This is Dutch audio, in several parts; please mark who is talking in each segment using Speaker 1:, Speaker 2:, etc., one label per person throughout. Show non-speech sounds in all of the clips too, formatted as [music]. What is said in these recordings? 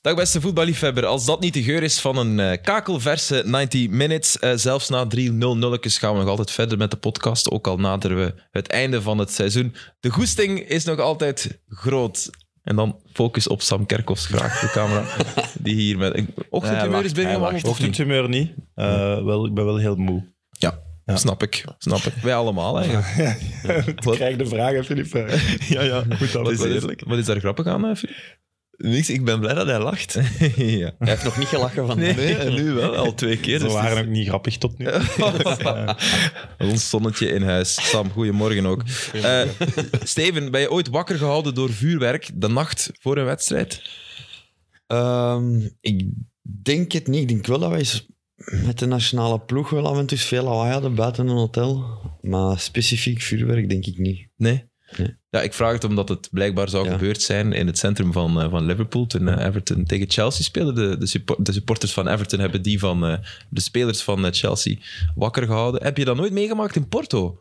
Speaker 1: Dag beste voetballiefhebber, als dat niet de geur is van een eh, kakelverse 90 minutes, eh, zelfs na 3 0 0 gaan we nog altijd verder met de podcast, ook al naderen we het einde van het seizoen. De goesting is nog altijd groot. En dan focus op Sam Kerkhoffs graag, de
Speaker 2: [laughs]
Speaker 1: camera, die hier met... een Ochtendhumeur
Speaker 3: dus
Speaker 1: is binnengekomen, of niet?
Speaker 3: Ochtendhumeur niet. Eh, wel, ik ben wel heel moe.
Speaker 1: Ja,
Speaker 3: Ja.
Speaker 1: snap ik. Snap ik. Wij allemaal eigenlijk.
Speaker 3: [laughs] Ik krijg de vragen, Filip. [laughs] ja, ja. Moet dat
Speaker 1: Wat
Speaker 3: wel
Speaker 1: is, wat is daar grappig aan, eh, Filip?
Speaker 2: Niks, ik ben blij dat hij lacht.
Speaker 1: [laughs] ja.
Speaker 2: Hij heeft nog niet gelachen van
Speaker 1: Nee.
Speaker 2: Nee, en nu wel, al twee keer.
Speaker 3: Ze
Speaker 2: dus
Speaker 3: waren
Speaker 2: het
Speaker 3: ook niet grappig tot nu.
Speaker 1: Ons zonnetje in huis. Sam, goedemorgen ook. Eh, Steven, ben je ooit wakker gehouden door vuurwerk de nacht voor een wedstrijd?
Speaker 2: is- Ehm, ik denk het niet. Ik denk wel dat wij eens met de nationale ploeg wel af en toe veel lawaai hadden buiten een hotel. Maar specifiek vuurwerk denk ik niet.
Speaker 1: Nee.
Speaker 2: Nee.
Speaker 1: Ja, ik vraag het omdat het blijkbaar zou
Speaker 2: Ja.
Speaker 1: gebeurd zijn in het centrum van, eh, van Liverpool toen eh, Everton tegen Chelsea speelde. De, de, suppo- de supporters van Everton hebben die van eh, de spelers van eh, Chelsea wakker gehouden. Heb je dat nooit meegemaakt in Porto?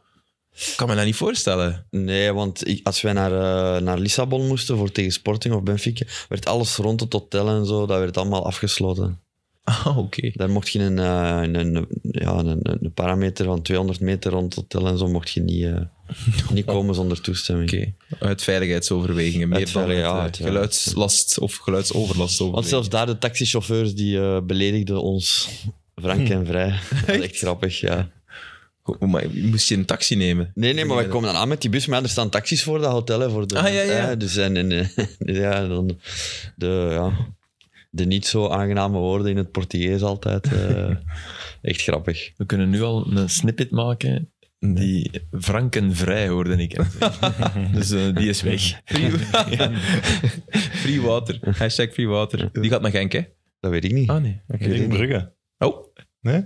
Speaker 1: Ik kan me dat niet voorstellen.
Speaker 2: Nee, want ik- als wij naar, eh, naar Lissabon moesten voor tegen Sporting of Benfica, werd alles rond het hotel en zo, dat werd allemaal afgesloten.
Speaker 1: Ah, oké.
Speaker 2: Daar mocht je een, eh, een, een- ja, een, een parameter van 200 meter rond het hotel en zo mocht je niet, eh, niet komen zonder toestemming.
Speaker 1: Oké. Uit veiligheidsoverwegingen, meer
Speaker 2: Uit
Speaker 1: dan uit,
Speaker 2: veilig- ja,
Speaker 1: eh,
Speaker 2: uit, ja.
Speaker 1: geluidslast of geluidsoverlast.
Speaker 2: Want zelfs daar, de taxichauffeurs, die eh, beledigden ons frank en vrij. Dat is echt grappig, ja.
Speaker 1: Goed, Maar moest je een taxi nemen?
Speaker 2: Nee, nee, maar wij komen dan aan met die bus. Maar ja, er staan taxis voor dat hotel, hè, voor de...
Speaker 1: Ah, ja, ja.
Speaker 2: eh, dus en, en, eh, [laughs] ja, dan de, ja, de niet zo aangename woorden in het Portugees altijd. eh, echt grappig.
Speaker 4: We kunnen nu al een snippet maken die Frankenvrij hoorde
Speaker 1: [laughs]
Speaker 4: ik. dus eh, die is weg. [laughs]
Speaker 1: Free, free water. Hashtag free water. Die gaat naar Genk, hè?
Speaker 2: Dat weet ik niet.
Speaker 1: Ah, nee.
Speaker 3: Ik denk Brugge.
Speaker 1: Oh,
Speaker 3: Nee?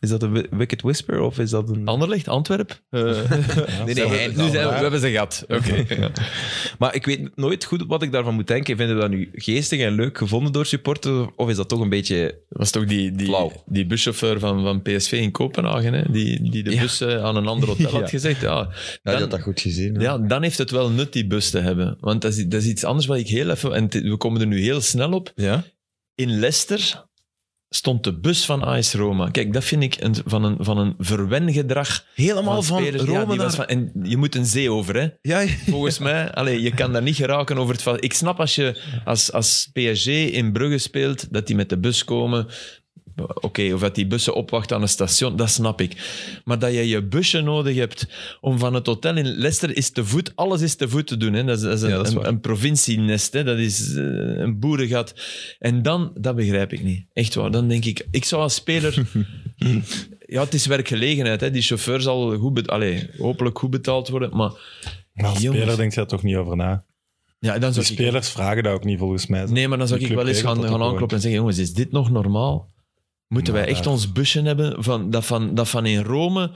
Speaker 1: is dat een wi- Wicked Whisper of is dat een...
Speaker 4: Anderlecht, Antwerp.
Speaker 1: nee,
Speaker 4: Zijn we-
Speaker 1: hij-
Speaker 4: nu zijn we, we hebben ze gehad. Oké. ja.
Speaker 1: Maar ik weet nooit goed wat ik daarvan moet denken. Vinden we dat nu geestig en leuk gevonden door supporters? Of is dat toch een beetje...
Speaker 4: Dat was toch die, die,
Speaker 1: Flauw.
Speaker 4: die buschauffeur van, van PSV in Kopenhagen, hè? Die, die de
Speaker 1: Ja.
Speaker 4: bus eh, aan een ander hotel
Speaker 1: Ja.
Speaker 4: had gezegd. Ja,
Speaker 2: Ja,
Speaker 4: dan-
Speaker 2: je had dat goed gezien. hè.
Speaker 4: Ja, dan heeft het wel nut die bus te hebben. Want dat is, dat is iets anders wat ik heel even... En t- we komen er nu heel snel op.
Speaker 1: Ja?
Speaker 4: In Leicester stond de bus van AS Roma. Kijk, dat vind ik een, van, een, van een verwengedrag.
Speaker 1: Helemaal van,
Speaker 4: spelers. Ja,
Speaker 1: Rome
Speaker 4: die was
Speaker 1: naar...
Speaker 4: van- en je moet een zee over, hè.
Speaker 1: Ja, ja.
Speaker 4: Volgens mij, allee, je kan daar niet geraken over het... va- Ik snap als je als, als PSG in Brugge speelt, dat die met de bus komen. Oké, of dat die bussen opwachten aan een station, dat snap ik. Maar dat je je busje nodig hebt om van het hotel in Leicester is te voet, alles is te voet te doen. Hè. Dat, is, dat is een,
Speaker 1: Ja, dat is
Speaker 4: een-
Speaker 1: waar.
Speaker 4: een provincienest, hè. dat is eh, een boerengat. En dan, dat begrijp ik niet. Echt waar, dan denk ik, ik zou als speler... ja, het is werkgelegenheid, hè. die chauffeur zal goed be- allee, hopelijk goed betaald worden, maar...
Speaker 3: Maar als
Speaker 4: Jongens.
Speaker 3: speler denkt hij daar toch niet over na.
Speaker 4: Ja, dan
Speaker 3: De
Speaker 4: zou ik
Speaker 3: spelers vragen dat ook niet, volgens mij.
Speaker 4: Nee, maar dan zou
Speaker 3: Die
Speaker 4: ik wel
Speaker 3: club
Speaker 4: eens gaan,
Speaker 3: regelt dat
Speaker 4: gaan
Speaker 3: ook
Speaker 4: aankloppen en zeggen: jongens, is dit nog normaal? Moeten
Speaker 3: Maar eh,
Speaker 4: wij echt
Speaker 3: daar-
Speaker 4: ons busje hebben van, dat, van, dat van in Rome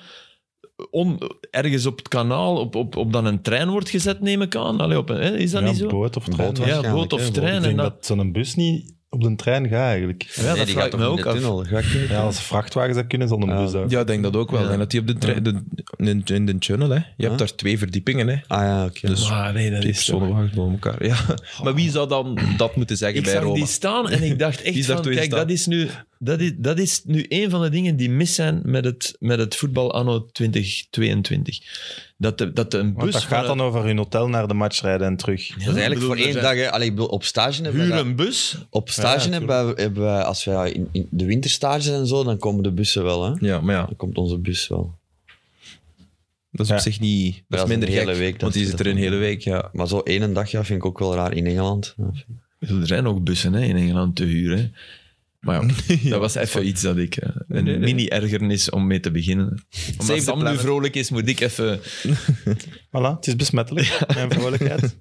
Speaker 4: on- ergens op het kanaal op, op, op dan een trein wordt gezet, neem ik aan? Allee, op een- hè, is dat
Speaker 3: Ja,
Speaker 4: niet zo?
Speaker 3: boot of
Speaker 2: Een
Speaker 3: trein.
Speaker 2: boot,
Speaker 3: ja.
Speaker 2: hè.
Speaker 4: ja,
Speaker 2: waarschijnlijk,
Speaker 4: boot
Speaker 2: hè,
Speaker 4: of
Speaker 3: Ik
Speaker 4: trein. En
Speaker 3: denk
Speaker 4: dat,
Speaker 3: dat zo'n bus niet op de trein gaat, eigenlijk.
Speaker 4: ja,
Speaker 2: Nee,
Speaker 4: dat
Speaker 2: die
Speaker 4: vraag
Speaker 2: gaat
Speaker 4: ik
Speaker 2: toch
Speaker 4: me
Speaker 2: in de
Speaker 4: ook af.
Speaker 2: tunnel, ga ik niet.
Speaker 3: Ja, als ze vrachtwagens dat kunnen, zal een
Speaker 2: Ja.
Speaker 3: bus dat ook.
Speaker 1: Ja, ik denk dat ook wel.
Speaker 4: Ja.
Speaker 1: En dat die op de, tre- de, in, in de tunnel, hè. Je hebt
Speaker 2: Ja.
Speaker 1: daar twee verdiepingen, hè.
Speaker 2: Ah ja, oké.
Speaker 1: Dus-
Speaker 4: Maar nee, dat
Speaker 1: Twee
Speaker 4: is toch...
Speaker 1: personen wachten boven elkaar. Ja. Maar wie zou dan dat moeten zeggen
Speaker 4: Ik
Speaker 1: bij
Speaker 4: zag
Speaker 1: Roma?
Speaker 4: die staan en ik dacht
Speaker 1: Die
Speaker 4: echt
Speaker 1: zag
Speaker 4: van,
Speaker 1: toen je
Speaker 4: kijk,
Speaker 1: staan.
Speaker 4: dat is, nu, dat, is, dat is nu een van de dingen die mis zijn met het, met het voetbal anno 2022. Dat, de, dat de een bus...
Speaker 3: Want dat
Speaker 4: van
Speaker 3: gaat
Speaker 4: een-
Speaker 3: dan over hun hotel naar de match rijden en terug.
Speaker 2: dat is
Speaker 4: Ja, ik
Speaker 2: eigenlijk
Speaker 4: bedoel,
Speaker 2: voor
Speaker 4: er
Speaker 2: één
Speaker 4: zijn-
Speaker 2: dag. hè. Allee, ik bedoel, op stage hebben we
Speaker 4: Huur
Speaker 2: dat-
Speaker 4: een bus.
Speaker 2: Op stage
Speaker 3: Ja,
Speaker 2: hebben, wij, hebben wij- als wij in, in de winterstages en zo, dan komen de bussen wel. Hè?
Speaker 1: Ja, maar ja,
Speaker 2: Dan komt onze bus wel.
Speaker 1: dat is op
Speaker 3: Ja.
Speaker 1: zich niet... Dat,
Speaker 2: dat
Speaker 1: is
Speaker 2: is
Speaker 1: minder
Speaker 2: een hele
Speaker 1: gek,
Speaker 2: week dat
Speaker 1: want die
Speaker 2: ze
Speaker 1: zit
Speaker 2: dat
Speaker 1: er een
Speaker 2: doen.
Speaker 1: hele week, ja.
Speaker 2: Maar zo één dag ja, vind ik ook wel raar in Engeland.
Speaker 4: Ik bedoel, Er zijn ook bussen hè, in Engeland te huren. Maar ja, dat was even iets dat ik... eh, Een
Speaker 1: nee, nee.
Speaker 4: mini-ergernis om mee te beginnen.
Speaker 1: Save
Speaker 4: Omdat
Speaker 1: the
Speaker 4: Sam nu
Speaker 1: planet.
Speaker 4: vrolijk is, moet ik even...
Speaker 3: Voilà, het is besmettelijk, mijn vrolijkheid.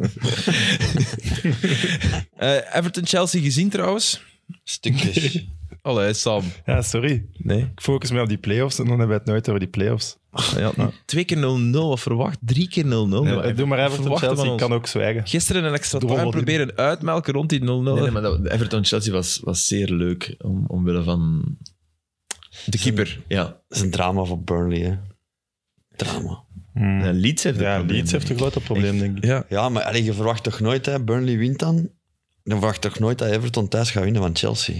Speaker 1: Eh, Everton-Chelsea gezien trouwens?
Speaker 2: [laughs] Stukjes.
Speaker 1: Allee, Sam.
Speaker 3: Ja, sorry.
Speaker 1: Nee.
Speaker 3: Ik focus me op die play-offs en dan hebben we het nooit over die play-offs.
Speaker 1: Ah, Ja, twee keer 0-0 of verwacht drie keer 0-0. Maar
Speaker 3: Doe maar Everton
Speaker 1: verwachten van
Speaker 3: Chelsea, ik
Speaker 1: ons.
Speaker 3: kan ook zwijgen.
Speaker 1: Gisteren een extra
Speaker 3: Drommel
Speaker 1: time
Speaker 3: in.
Speaker 1: proberen uitmelken rond die 0-0.
Speaker 4: Nee, nee, maar dat- Everton-Chelsea was, was zeer leuk, om, omwille van...
Speaker 1: de keeper.
Speaker 4: Ja,
Speaker 2: Dat is een drama voor Burnley. Hè? Drama.
Speaker 3: Hmm.
Speaker 4: ja, Leeds heeft een
Speaker 3: Ja,
Speaker 4: probleem.
Speaker 3: Leeds heeft een groot probleem, denk ik.
Speaker 1: Ja.
Speaker 2: Ja, maar allee, je verwacht toch nooit, hè? Burnley wint dan. dan verwacht toch nooit dat Everton thuis gaat winnen van Chelsea.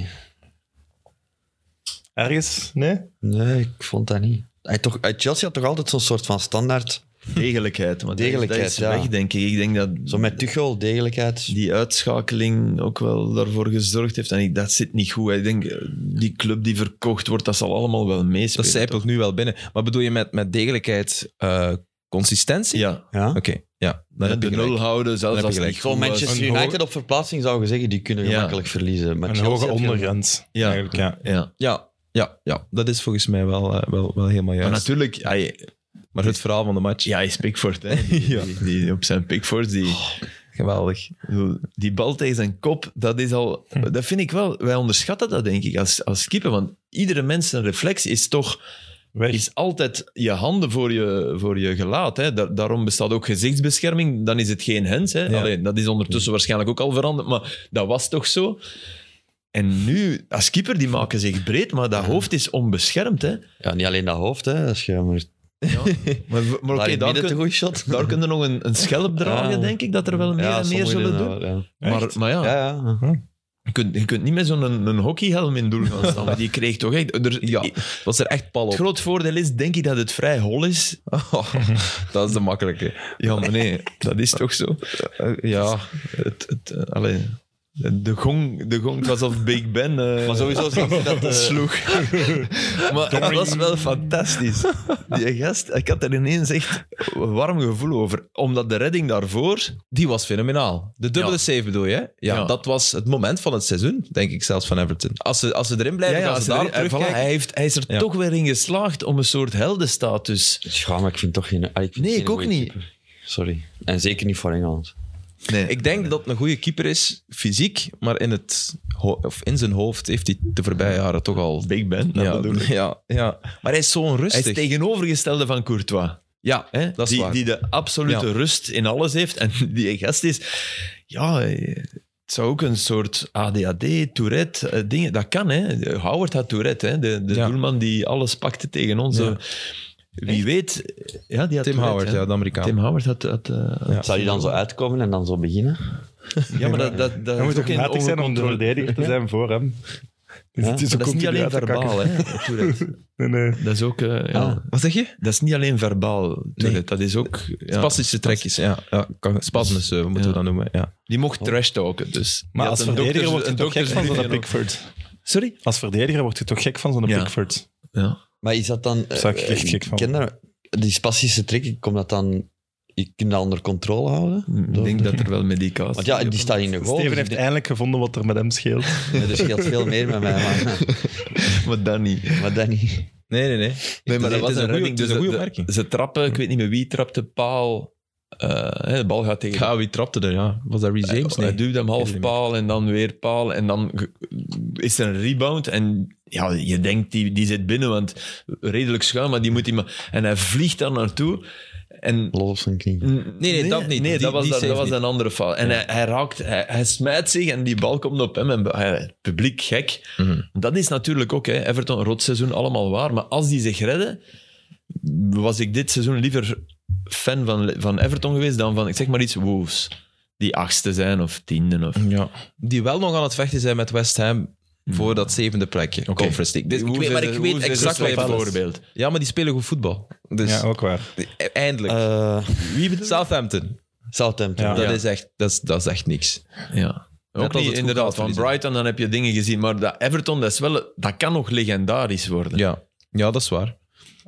Speaker 3: Ergens? Nee?
Speaker 2: Nee, ik vond dat niet. Hij toch, hij- Chelsea had toch altijd zo'n soort van standaard.
Speaker 4: Degelijkheid. Maar
Speaker 2: Degelijkheid,
Speaker 4: dat is
Speaker 2: ja.
Speaker 4: weg, denk ik. Ik denk dat
Speaker 2: Zo met Tuchel, degelijkheid.
Speaker 4: die uitschakeling ook wel daarvoor gezorgd heeft. En ik, dat zit niet goed. Ik denk, eh, die club die verkocht wordt, dat zal allemaal wel
Speaker 1: Dat
Speaker 4: meespelen.
Speaker 1: zijpelt nu wel binnen. Maar bedoel je met, met degelijkheid eh, consistentie?
Speaker 4: Ja,
Speaker 2: Ja.
Speaker 1: Oké, ja. Dan
Speaker 4: hè,
Speaker 1: heb je
Speaker 4: de nul
Speaker 1: gelijk.
Speaker 4: houden,
Speaker 1: Dan
Speaker 4: zelfs
Speaker 1: heb
Speaker 4: als
Speaker 1: je gelijk.
Speaker 4: het niet
Speaker 2: Zo
Speaker 4: goed was.
Speaker 2: Manchester
Speaker 3: een hoge-
Speaker 2: United op verplaatsing zou je zeggen, die kunnen
Speaker 4: Ja.
Speaker 2: gemakkelijk verliezen. Maar
Speaker 3: Een
Speaker 2: Chelsea
Speaker 3: hoge
Speaker 2: had geen-
Speaker 3: ondergrens.
Speaker 4: Ja.
Speaker 3: Eigenlijk, ja.
Speaker 4: Ja.
Speaker 1: Ja, ja, ja, dat is volgens mij wel, eh, wel, wel helemaal
Speaker 4: Maar
Speaker 1: juist. Maar,
Speaker 4: natuurlijk, hij,
Speaker 1: het verhaal van de match,
Speaker 4: ja, hij is Pickford. Hè. Die,
Speaker 1: Ja.
Speaker 4: die- die- op zijn Pickford, die,
Speaker 1: geweldig.
Speaker 4: Ik bedoel, Die bal tegen zijn kop, dat is al... Dat vind ik wel... Wij onderschatten dat, denk ik, als, als keeper. Want iedere mens een reflex is toch...
Speaker 3: Weg.
Speaker 4: Is altijd je handen voor je, voor je gelaat. Hè. Da- daarom bestaat ook gezichtsbescherming. Dan is het geen hens. Hè.
Speaker 1: Ja.
Speaker 4: Allee, dat is ondertussen waarschijnlijk ook al veranderd. Maar dat was toch zo. En nu, als keeper, die maken zich breed. Maar dat hoofd is onbeschermd. Hè.
Speaker 2: Ja, niet alleen dat hoofd, hè. Als je maar
Speaker 4: Maar, v-
Speaker 2: daar
Speaker 4: maar oké,
Speaker 2: in het
Speaker 4: daar,
Speaker 2: midden te
Speaker 4: kun,
Speaker 2: goed shot.
Speaker 4: daar kun je nog een, een schelp draaien,
Speaker 2: Ah.
Speaker 4: denk ik. Dat er wel meer en meer
Speaker 2: sommige
Speaker 4: zullen
Speaker 2: dingen
Speaker 4: doen. Ah.
Speaker 2: wel,
Speaker 4: Maar,
Speaker 3: Echt?
Speaker 4: maar
Speaker 2: Ja, ja. ja.
Speaker 4: Je kunt, je kunt niet met zo'n een, hockeyhelm in doel gaan staan. want Die kreeg toch echt... er-
Speaker 1: Ja,
Speaker 4: Het
Speaker 1: was er echt pal op.
Speaker 4: groot voordeel is, denk ik, dat het vrij hol [laughs] is.
Speaker 1: dat is de makkelijke.
Speaker 4: Ja, maar nee, dat is toch zo.
Speaker 1: Eh, ja,
Speaker 4: Het, het, eh, allee, de gong, de gong, het was of Big Ben eh,
Speaker 2: Maar sowieso zien ze dat... eh,
Speaker 4: [laughs] sloeg. maar dat was wel fantastisch. Die gast, ik had er ineens echt een warm gevoel over. Omdat de redding daarvoor...
Speaker 1: die was fenomenaal. De dubbele
Speaker 4: Ja.
Speaker 1: save bedoel je? hè? Ja,
Speaker 4: Ja.
Speaker 1: dat was het moment van het seizoen, denk ik zelfs, van Everton. Als ze, als ze erin blijven, gaan
Speaker 4: als
Speaker 1: ze
Speaker 4: er-
Speaker 1: daarop
Speaker 4: eh, voilà,
Speaker 1: terugkijken.
Speaker 4: hij, heeft, hij is er
Speaker 1: Ja.
Speaker 4: toch weer in geslaagd om een soort heldenstatus...
Speaker 2: Ja, maar ik vind toch geen... ah, Ik vind
Speaker 4: Nee,
Speaker 2: geen
Speaker 4: ik ook
Speaker 2: goeie
Speaker 4: niet.
Speaker 2: keeper. Sorry. En zeker niet voor Engeland.
Speaker 4: Nee.
Speaker 1: Ik denk dat het een goede keeper is, fysiek, maar in, het ho- of in zijn hoofd heeft hij de voorbije jaren toch al...
Speaker 4: Big Ben, dat
Speaker 1: Ja,
Speaker 4: bedoel ik.
Speaker 1: ja, ja, maar hij is zo
Speaker 4: [laughs] Hij is
Speaker 1: onrustig.
Speaker 4: het tegenovergestelde van Courtois.
Speaker 1: Ja,
Speaker 4: Hè?
Speaker 1: dat is
Speaker 4: die,
Speaker 1: waar.
Speaker 4: die de absolute
Speaker 1: Ja.
Speaker 4: rust in alles heeft. En [laughs] die gast is... Ja, eh, het zou ook een soort ADHD, Tourette, eh, dingen... Dat kan, hè. Howard had Tourette, hè. De, de
Speaker 1: Ja.
Speaker 4: doelman die alles pakte tegen ons.
Speaker 1: Ja.
Speaker 4: Eh, Wie weet... eh, Ja, die had
Speaker 1: Tim
Speaker 4: Tourette,
Speaker 1: Howard,
Speaker 4: hè.
Speaker 1: ja, de Amerikaan.
Speaker 4: Tim Howard had... had, eh, had-
Speaker 2: Zou die dan zo uitkomen en dan zo beginnen?
Speaker 4: ja, maar dat, dat, dat
Speaker 3: Hij
Speaker 4: is
Speaker 3: moet
Speaker 4: ook
Speaker 3: toch
Speaker 4: in
Speaker 3: matig zijn om de
Speaker 4: ongecontroleerd-
Speaker 3: verdediger te zijn voor hem. Dus
Speaker 2: Ja,
Speaker 3: het is ook
Speaker 4: Maar Dat is niet
Speaker 3: continu
Speaker 4: alleen
Speaker 3: uit te kakken.
Speaker 4: verbaal, hè, Tourette.
Speaker 3: Nee, nee.
Speaker 4: [laughs] Dat is ook... eh, ja.
Speaker 2: Ah.
Speaker 1: Wat zeg je?
Speaker 4: Dat is niet alleen verbaal, Tourette.
Speaker 1: Nee.
Speaker 4: Dat is ook... ja.
Speaker 1: Spastische trekjes, ja. ja kan, spasmes eh, moeten we
Speaker 4: Ja.
Speaker 1: dat noemen, ja.
Speaker 4: Die mocht trash talken, dus.
Speaker 3: Maar
Speaker 4: Die
Speaker 3: als
Speaker 4: had een
Speaker 3: verdediger
Speaker 4: dokters-
Speaker 3: word je
Speaker 4: een
Speaker 3: toch gek van zo'n
Speaker 4: doktersbriefje
Speaker 3: Pickford.
Speaker 4: nog. Sorry?
Speaker 3: Als verdediger word je toch gek van zo'n
Speaker 4: Ja.
Speaker 3: Pickford.
Speaker 4: Ja.
Speaker 2: Maar is dat dan... eh,
Speaker 3: Zou ik echt gek van
Speaker 2: ken daar- die spastische trek, komt dat dan... Je kunt dat onder controle houden?
Speaker 4: Ik denk dat er wel medicatie...
Speaker 2: Want
Speaker 4: [laughs]
Speaker 2: ja, die staat in de goal.
Speaker 3: Steven
Speaker 2: dus
Speaker 3: heeft
Speaker 2: ik
Speaker 3: eindelijk gevonden wat er met hem scheelt.
Speaker 2: denk- Er scheelt veel meer met mij, maar,
Speaker 4: Maar dat niet.
Speaker 2: maar dat niet.
Speaker 1: Nee, nee, nee.
Speaker 4: Nee,
Speaker 1: Het is-
Speaker 4: maar dat
Speaker 1: het
Speaker 4: was
Speaker 1: is
Speaker 4: een
Speaker 1: goeie- het
Speaker 4: redding.
Speaker 1: is
Speaker 4: dus
Speaker 1: een goede
Speaker 4: de-
Speaker 1: opmerking.
Speaker 4: Ze trappen, ik weet niet meer wie trapte, paal. Eh, hè, de bal gaat tegen...
Speaker 1: Ja, wie trapte er? Ja. Was dat Reece James?
Speaker 4: Hij
Speaker 1: Nee.
Speaker 4: duwt hem
Speaker 1: Ik
Speaker 4: half
Speaker 1: weet het
Speaker 4: paal en dan weer paal. En dan ge- is er een rebound. En ja, je denkt, die, die zit binnen, want redelijk schuin, maar die moet hij... maar- En hij vliegt daar naartoe. En
Speaker 2: Los op zijn knie.
Speaker 4: Nee,
Speaker 1: nee, dat niet.
Speaker 4: Nee,
Speaker 1: Die-
Speaker 4: dat was,
Speaker 1: die
Speaker 4: dat,
Speaker 1: save
Speaker 4: dat was
Speaker 1: niet.
Speaker 4: een andere fout. En hij, hij raakt, hij, hij smijt zich en die bal komt op hem en hij- het publiek gek.
Speaker 1: Mhm.
Speaker 4: Dat is natuurlijk ook, hè, Everton, een rot seizoen, allemaal waar. Maar als die zich redden, was ik dit seizoen liever fan van, van Everton geweest dan van, ik zeg maar iets, Wolves. Die achtste zijn of tiende. Of...
Speaker 1: Ja. Die wel nog aan het vechten zijn met West Ham voor dat zevende plekje. Conference League. Dit- ik
Speaker 4: Wolves
Speaker 1: weet, maar
Speaker 4: is-
Speaker 1: ik weet
Speaker 4: Wolves is
Speaker 1: exact
Speaker 4: een
Speaker 1: wat je
Speaker 4: slecht
Speaker 1: bedoelt.
Speaker 4: voorbeeld.
Speaker 1: Ja, maar die spelen goed voetbal. Dus
Speaker 3: Ja, ook waar.
Speaker 1: e- eindelijk.
Speaker 2: Eh,
Speaker 4: Wie Ah, bedoelt?
Speaker 1: Southampton.
Speaker 2: Southampton.
Speaker 3: Ja.
Speaker 1: Dat, Is echt, dat, is, dat is echt niks.
Speaker 4: Ja.
Speaker 1: Net
Speaker 4: Ook
Speaker 1: als het
Speaker 4: niet,
Speaker 1: goed
Speaker 4: inderdaad,
Speaker 1: gaat
Speaker 4: van
Speaker 1: verliezen.
Speaker 4: Brighton, dan heb je dingen gezien. Maar dat Everton, dat, is wel, dat kan nog legendarisch worden.
Speaker 1: Ja. ja, dat is waar.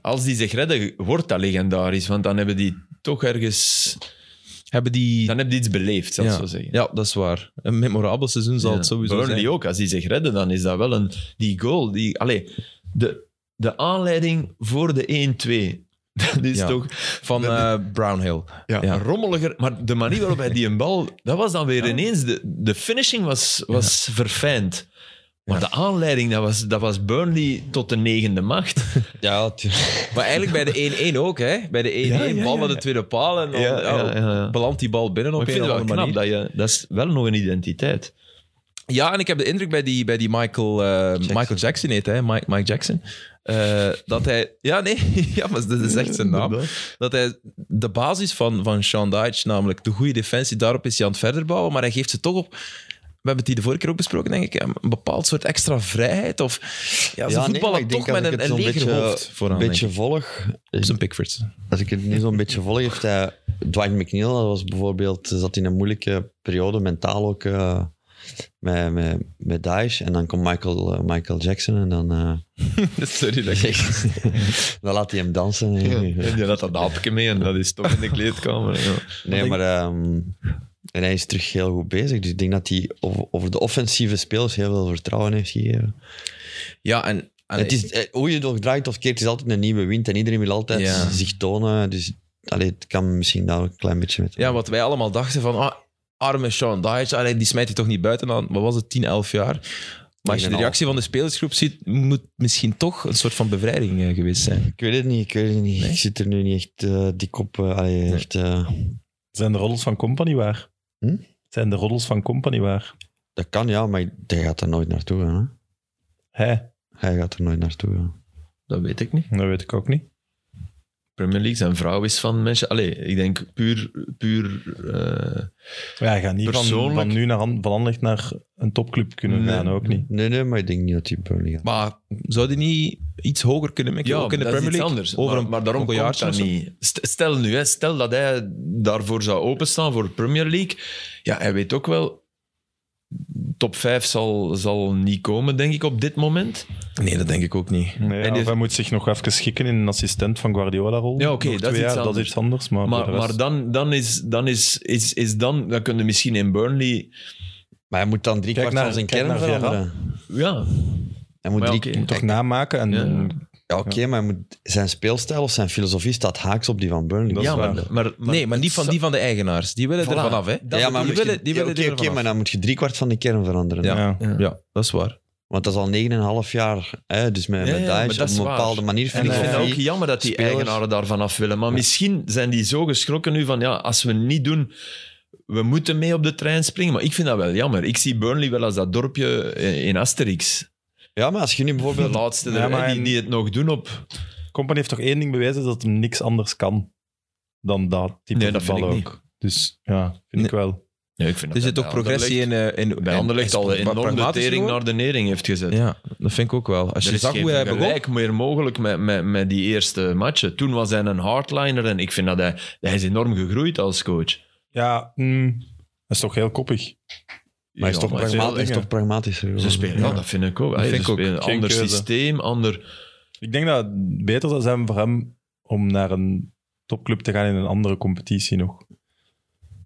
Speaker 4: als die zich redden, wordt dat legendarisch. Want dan hebben die toch ergens...
Speaker 1: Hebben die...
Speaker 4: Dan hebben die iets beleefd, zal ik
Speaker 1: ja.
Speaker 4: zo zeggen.
Speaker 1: ja, dat is waar. Een memorabel seizoen zal het sowieso
Speaker 4: Burnley
Speaker 1: zijn.
Speaker 4: ook, als die zich redden, dan is dat wel een... Die goal, die... Allee, de, de aanleiding voor de 1-2... [laughs] Dat is
Speaker 1: Ja.
Speaker 4: toch
Speaker 1: Van eh, Brownhill.
Speaker 4: ja,
Speaker 1: Ja.
Speaker 4: rommeliger. Maar de manier waarop hij die een bal... Dat was dan weer ineens... De, de finishing was, was verfijnd. Maar de aanleiding, dat was, dat was Burnley tot de negende
Speaker 1: [laughs]
Speaker 4: macht.
Speaker 2: Ja, tuurlijk.
Speaker 1: Maar
Speaker 4: [laughs]
Speaker 1: eigenlijk bij de 1-1 ook, hè? Bij de 1-1,
Speaker 4: Ja, ja,
Speaker 1: bal
Speaker 4: ja,
Speaker 1: naar
Speaker 4: ja.
Speaker 1: de tweede paal en dan
Speaker 4: Ja,
Speaker 1: ja,
Speaker 4: ja, ja, ja.
Speaker 1: belandt die bal binnen op
Speaker 4: Maar
Speaker 1: een
Speaker 4: ik vind
Speaker 1: of
Speaker 4: het wel
Speaker 1: andere manier.
Speaker 4: knap, dat, je, dat is wel nog een identiteit.
Speaker 1: Ja, en ik heb de indruk bij die, bij die Michael, eh, Michael Jackson heet hij, Mike, Mike Jackson, eh, dat hij... Ja, nee, [laughs] ja, maar dat is echt zijn naam. Dat hij de basis van, van Sean Dyche, namelijk de goede defensie, daarop is hij aan het verder bouwen, maar hij geeft ze toch op... hebben het hier de vorige keer ook besproken, denk ik. Een bepaald soort extra vrijheid. Of, ja, ze
Speaker 2: nee, maar
Speaker 1: voetballen
Speaker 2: ik denk
Speaker 1: toch
Speaker 2: als
Speaker 1: met een,
Speaker 2: ik het
Speaker 1: een
Speaker 2: zo'n
Speaker 1: leger
Speaker 2: beetje-
Speaker 1: hoofd vooraan.
Speaker 2: Een beetje
Speaker 1: denk
Speaker 2: volg.
Speaker 1: ik. Op zijn [laughs] Pickford.
Speaker 2: Als ik het nu zo'n beetje volg, heeft hij... Dwight McNeil dat was bijvoorbeeld, zat in een moeilijke periode, mentaal ook, eh, met, met, met Daesh. En dan komt Michael, eh, Michael Jackson en dan, eh,
Speaker 1: Sorry, dat ik...
Speaker 2: dan laat hij hem dansen.
Speaker 4: En die had dat hapje mee en dat is toch in de kleedkamer. Ja.
Speaker 2: Nee, maar... ehm, en hij is terug heel goed bezig. Dus ik denk dat hij over, over de offensieve spelers heel veel vertrouwen heeft gegeven.
Speaker 1: Ja, en... allee,
Speaker 2: Het is, eh, hoe je het ook draait of keert, het is altijd een nieuwe wind. En iedereen wil altijd
Speaker 1: Ja.
Speaker 2: zich tonen. Dus allee, het kan misschien daar ook een klein beetje met.
Speaker 1: Ja, wat wij allemaal dachten van... Ah, arme Sean Dyche, allee, die smijt hij toch niet buiten aan, wat was het, 10, 11 jaar? Maar als je de
Speaker 2: 10,5.
Speaker 1: reactie van de spelersgroep ziet, moet misschien toch een soort van bevrijding eh, geweest zijn.
Speaker 2: Ik weet het niet, ik weet het niet.
Speaker 1: Nee?
Speaker 2: Ik zit er nu niet echt eh, dik op. eh, allee, echt, eh,
Speaker 3: Zijn de roddels van Company waar?
Speaker 2: Hm?
Speaker 3: Zijn de roddels van Company waar?
Speaker 2: dat kan ja, maar hij gaat er nooit naartoe gaan. Hè?
Speaker 3: Hé,
Speaker 2: Hij gaat er nooit naartoe gaan.
Speaker 4: Dat weet ik niet.
Speaker 3: dat weet ik ook niet.
Speaker 4: Premier League, zijn vrouw is van mensen. Allee, ik denk puur. puur eh,
Speaker 3: Ja, hij gaat niet van,
Speaker 4: Persoonlijk-
Speaker 3: van nu naar, Han- van Anderlecht naar een topclub kunnen
Speaker 4: Nee.
Speaker 3: gaan, ook niet.
Speaker 2: Nee, nee, maar ik denk niet dat hij Burnley gaat.
Speaker 1: Maar zou die niet iets hoger kunnen maken? ook in de
Speaker 4: dat is
Speaker 1: Premier
Speaker 4: iets
Speaker 1: League?
Speaker 4: Anders.
Speaker 1: Over
Speaker 4: maar,
Speaker 1: een
Speaker 4: maar daarom
Speaker 1: een
Speaker 4: komt
Speaker 1: jaartje
Speaker 4: dat
Speaker 1: of zo?
Speaker 4: niet. St- Stel nu, hè, stel dat hij daarvoor zou openstaan voor Premier League. Ja, hij weet ook wel. Top 5 zal, zal niet komen, denk ik, op dit moment.
Speaker 1: Nee, dat denk ik ook niet.
Speaker 3: Nee, ja,
Speaker 4: En die-
Speaker 3: of hij moet zich nog even schikken in een assistent van Guardiola-rol.
Speaker 4: Ja, oké,
Speaker 3: Nog
Speaker 4: dat is
Speaker 3: twee
Speaker 4: iets
Speaker 3: jaar, dat
Speaker 4: anders.
Speaker 3: is iets anders. Maar,
Speaker 4: Maar,
Speaker 3: voor de rest-
Speaker 4: maar dan, dan, is, dan, is, is, is dan, dan kunnen misschien in Burnley.
Speaker 2: Maar hij moet dan drie
Speaker 3: Kijk
Speaker 2: kwart van
Speaker 3: naar-
Speaker 2: zijn
Speaker 3: kijk
Speaker 2: kern
Speaker 3: naar Vera.
Speaker 2: veranderen.
Speaker 4: Ja,
Speaker 2: Hij moet
Speaker 4: Maar ja,
Speaker 2: drie,
Speaker 4: oké.
Speaker 3: toch namaken en
Speaker 4: Ja.
Speaker 2: Ja, oké, maar hij moet, zijn speelstijl of zijn filosofie staat haaks op die van Burnley.
Speaker 3: Dat is
Speaker 4: ja maar,
Speaker 3: waar.
Speaker 4: maar, maar-
Speaker 1: nee, maar niet van, die van de eigenaars. Die willen er
Speaker 4: Voilà.
Speaker 1: vanaf, hè?
Speaker 2: Ja,
Speaker 1: die
Speaker 2: maar moet je-
Speaker 1: willen, die
Speaker 2: ja,
Speaker 1: willen
Speaker 2: oké,
Speaker 1: er
Speaker 2: oké,
Speaker 1: vanaf.
Speaker 2: maar dan moet je drie kwart van de kern veranderen.
Speaker 1: Ja.
Speaker 3: Ja.
Speaker 4: Ja.
Speaker 1: Ja, dat is waar.
Speaker 2: Want dat is al 9,5 jaar. Hè, dus met,
Speaker 4: Ja,
Speaker 2: met
Speaker 4: ja,
Speaker 2: Daesh
Speaker 4: maar dat
Speaker 2: op
Speaker 4: is
Speaker 2: een
Speaker 4: waar.
Speaker 2: bepaalde manier.
Speaker 4: En ik
Speaker 3: Ja.
Speaker 4: vind het
Speaker 2: filosofie.
Speaker 4: ook jammer dat die
Speaker 2: spelers.
Speaker 4: eigenaren daarvan af willen. Maar misschien zijn die zo geschrokken nu van, ja, als we niet doen, we moeten mee op de trein springen. Maar ik vind dat wel jammer. Ik zie Burnley wel als dat dorpje eh, in Asterix.
Speaker 2: Ja, maar als je nu
Speaker 4: De [laughs]
Speaker 2: bijvoorbeeld...
Speaker 4: laatste
Speaker 3: Ja,
Speaker 4: er, hè,
Speaker 3: maar
Speaker 4: die,
Speaker 3: en-
Speaker 4: die het nog doen op...
Speaker 3: Company heeft toch één ding bewezen dat hem niks anders kan dan dat type
Speaker 4: Nee, dat vind
Speaker 3: voetbal
Speaker 4: ik niet.
Speaker 3: ook. Dus ja, vind ik wel.
Speaker 4: Ja, ik vind
Speaker 1: Er
Speaker 4: dat
Speaker 1: zit
Speaker 4: bij
Speaker 1: ook progressie in,
Speaker 4: Anderlecht-
Speaker 1: eh, in.
Speaker 4: Bij
Speaker 1: in-
Speaker 4: Anderlecht
Speaker 1: in-
Speaker 4: al een
Speaker 1: pra-
Speaker 4: enorme
Speaker 1: pragmatisch
Speaker 4: tering
Speaker 1: gewoon.
Speaker 4: naar de nering heeft gezet.
Speaker 1: Ja, dat vind ik ook wel. Als
Speaker 4: Er
Speaker 1: je
Speaker 4: is
Speaker 1: zag
Speaker 4: geen
Speaker 1: hoe hij begon.
Speaker 4: vergelijk meer mogelijk met, met, met die eerste matchen. Toen was hij een hardliner en ik vind dat hij, hij is enorm gegroeid als coach.
Speaker 3: Ja, mm, dat is toch heel koppig.
Speaker 2: Maar hij is
Speaker 4: Ja,
Speaker 2: toch,
Speaker 4: maar
Speaker 3: pragma-
Speaker 2: pragmatisch,
Speaker 3: heel
Speaker 2: is toch
Speaker 3: dingen.
Speaker 2: pragmatischer
Speaker 4: Ze
Speaker 2: geworden.
Speaker 4: spelen, ja, dat vind ik ook.
Speaker 1: Dat
Speaker 4: Hey,
Speaker 1: vind
Speaker 4: ze
Speaker 1: ik ook.
Speaker 4: spelen een
Speaker 3: Geen
Speaker 4: ander
Speaker 3: keuze.
Speaker 4: systeem, ander...
Speaker 3: Ik denk dat het beter zou zijn voor hem om naar een topclub te gaan in een andere competitie nog.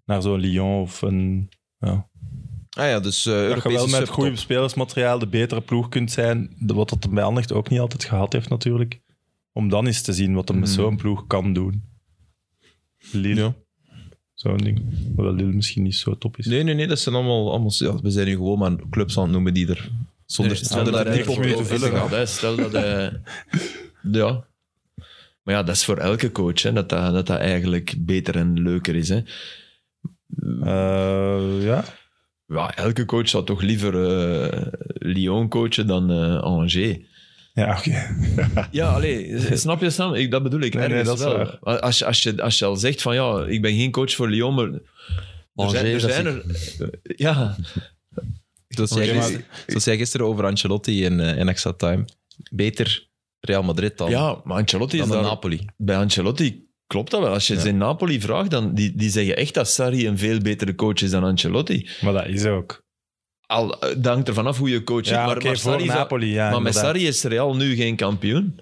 Speaker 3: Naar zo'n Lyon of een... Ja.
Speaker 1: Ah ja, dus eh
Speaker 3: Dat je wel
Speaker 1: Europese
Speaker 3: met
Speaker 1: subtop.
Speaker 3: goed spelersmateriaal de betere ploeg kunt zijn. de- Wat dat bij Anderlecht ook niet altijd gehad heeft natuurlijk. Om dan eens te zien wat hem met
Speaker 4: Mm.
Speaker 3: zo'n ploeg kan doen. Lille. Zo'n ding. Hoewel Lille misschien niet zo top is.
Speaker 1: Nee, nee, nee, dat zijn allemaal... allemaal ja, we zijn nu gewoon maar clubs aan het noemen die er... Zonder,
Speaker 4: Nee,
Speaker 1: zonder daar
Speaker 3: dat
Speaker 1: diep
Speaker 3: hij
Speaker 1: op
Speaker 3: echt
Speaker 1: in
Speaker 3: moet
Speaker 1: te
Speaker 3: vullen
Speaker 1: gaan.
Speaker 4: gaat, hè. Stel dat hij... [laughs] ja. Maar ja, dat is voor elke coach, hè, dat, dat, dat dat eigenlijk beter en leuker is. Hè.
Speaker 3: Eh, ja.
Speaker 4: Ja, elke coach zou toch liever eh, Lyon coachen dan eh Angers.
Speaker 3: Ja, oké.
Speaker 4: Ja, allee, [laughs] snap je Sam? Ik, dat bedoel ik
Speaker 3: Nee, nee,
Speaker 4: ergens
Speaker 3: dat is
Speaker 4: wel.
Speaker 3: waar.
Speaker 4: Als, je- als, je, als je al zegt van ja, ik ben geen coach voor Lyon, maar...
Speaker 2: Angers,
Speaker 4: er zijn, er,
Speaker 2: dat
Speaker 4: zijn
Speaker 2: is-
Speaker 4: er- eh, Ja,
Speaker 1: Zoals jij
Speaker 3: Oké, maar-
Speaker 1: gisteren- zoals jij gisteren over Ancelotti in, eh, in Extra Time. Beter Real Madrid dan,
Speaker 4: ja, maar Ancelotti is
Speaker 1: dan de
Speaker 4: daar
Speaker 1: Napoli.
Speaker 4: bij Ancelotti klopt dat wel. Als je
Speaker 1: Ja.
Speaker 4: ze in Napoli vraagt, dan die, die zeggen echt dat Sarri een veel betere coach is dan Ancelotti.
Speaker 3: Maar dat is ook.
Speaker 4: Al, eh, dat hangt er vanaf hoe je coacht.
Speaker 3: Ja,
Speaker 4: maar
Speaker 3: oké,
Speaker 4: maar,
Speaker 3: voor
Speaker 4: Sarri is al-
Speaker 3: Napoli, ja.
Speaker 4: maar met
Speaker 3: inderdaad.
Speaker 4: Sarri is Real nu geen kampioen.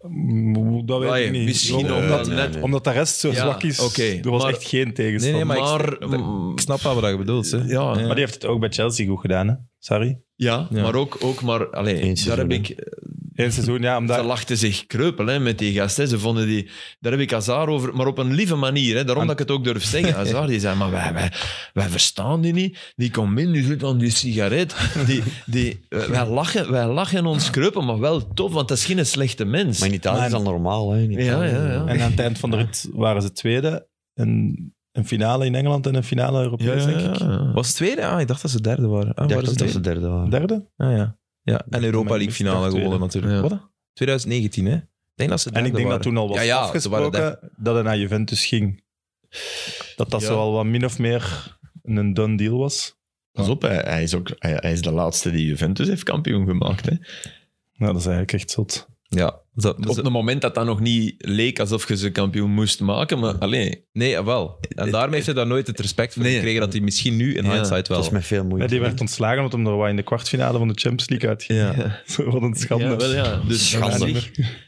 Speaker 3: Mm, Dat weet
Speaker 4: Ja,
Speaker 3: ik niet.
Speaker 4: Misschien
Speaker 3: Om-
Speaker 2: Nee,
Speaker 4: omdat
Speaker 2: nee,
Speaker 4: net...
Speaker 2: nee.
Speaker 3: Omdat de rest zo
Speaker 4: Ja,
Speaker 3: zwak is.
Speaker 4: oké,
Speaker 3: er was
Speaker 4: maar-
Speaker 3: echt geen tegenstander.
Speaker 1: Nee, nee,
Speaker 3: maar...
Speaker 1: maar ik-
Speaker 4: maar,
Speaker 1: ik-
Speaker 4: mm,
Speaker 1: Ik snap wel wat je bedoelt. Hè.
Speaker 4: Ja.
Speaker 1: Ja.
Speaker 3: die heeft het ook bij Chelsea goed gedaan, hè? Sorry.
Speaker 4: ja,
Speaker 1: Ja.
Speaker 4: maar ook, ook maar... Allee,
Speaker 2: Eén
Speaker 4: daar
Speaker 2: seizoen,
Speaker 4: heb ik...
Speaker 3: Eén seizoen, ja, omdat...
Speaker 4: Ze lachten zich kreupel hè, met die gasten. Ze vonden die... Daar heb ik Hazard over, maar op een lieve manier. Hè. Daarom
Speaker 3: Aan-
Speaker 4: dat ik het ook durf [laughs] zeggen. Hazard, die zei, maar wij, wij, wij verstaan die niet. Die komt in, die zit aan die sigaret. Die, die, eh, wij, lachen, wij lachen ons kreupel, maar wel tof, want dat is geen slechte mens.
Speaker 2: Maar in Italië
Speaker 3: Maar-
Speaker 2: is dat normaal, hè? in
Speaker 4: Ja,
Speaker 2: Italië. eh, [laughs]
Speaker 4: ja, ja.
Speaker 3: En aan het eind van de rit waren ze tweede. En een finale in Engeland en een finale
Speaker 4: ja,
Speaker 3: Europees,
Speaker 4: ja,
Speaker 3: denk ik.
Speaker 4: ja.
Speaker 1: Was het tweede? Ah, ik dacht dat ze derde waren. Ah,
Speaker 2: Ik
Speaker 1: waren
Speaker 2: dacht
Speaker 1: ze
Speaker 2: ook dat
Speaker 1: tweede?
Speaker 2: ze derde waren.
Speaker 3: Derde?
Speaker 1: Ah ja. ja. En Europa
Speaker 3: Maar
Speaker 1: League
Speaker 3: ik
Speaker 1: finale
Speaker 3: dacht
Speaker 1: gewonnen natuurlijk.
Speaker 4: Ja.
Speaker 1: Wat? 2019, hè? Ik denk dat ze
Speaker 3: En
Speaker 1: derde
Speaker 3: ik denk dat
Speaker 1: waren.
Speaker 3: toen al was
Speaker 1: Ja, ja, ze waren
Speaker 3: afgesproken dat hij naar Juventus ging. Dat dat
Speaker 4: Ja.
Speaker 3: zo al wat min of meer een done deal was.
Speaker 4: Pas op, hij, hij is ook, hij, hij is de laatste die Juventus heeft kampioen gemaakt. Hè.
Speaker 3: Nou, dat is eigenlijk echt zot.
Speaker 1: Ja, dat,
Speaker 4: Op het moment dat dat nog niet leek alsof je ze kampioen moest maken, maar alleen.
Speaker 1: nee, ah, wel. En daarmee heeft hij daar nooit het respect voor
Speaker 4: Nee.
Speaker 1: gekregen dat hij misschien nu in
Speaker 4: Ja,
Speaker 1: hindsight
Speaker 2: Dat
Speaker 1: wel...
Speaker 2: is met veel
Speaker 3: Ja,
Speaker 2: moeite.
Speaker 3: die werd ontslagen omdat hem er wat in de kwartfinale van de Champions League uitging. [laughs] Wat een schande.
Speaker 4: Ja, wel, ja. Dus
Speaker 2: Schande.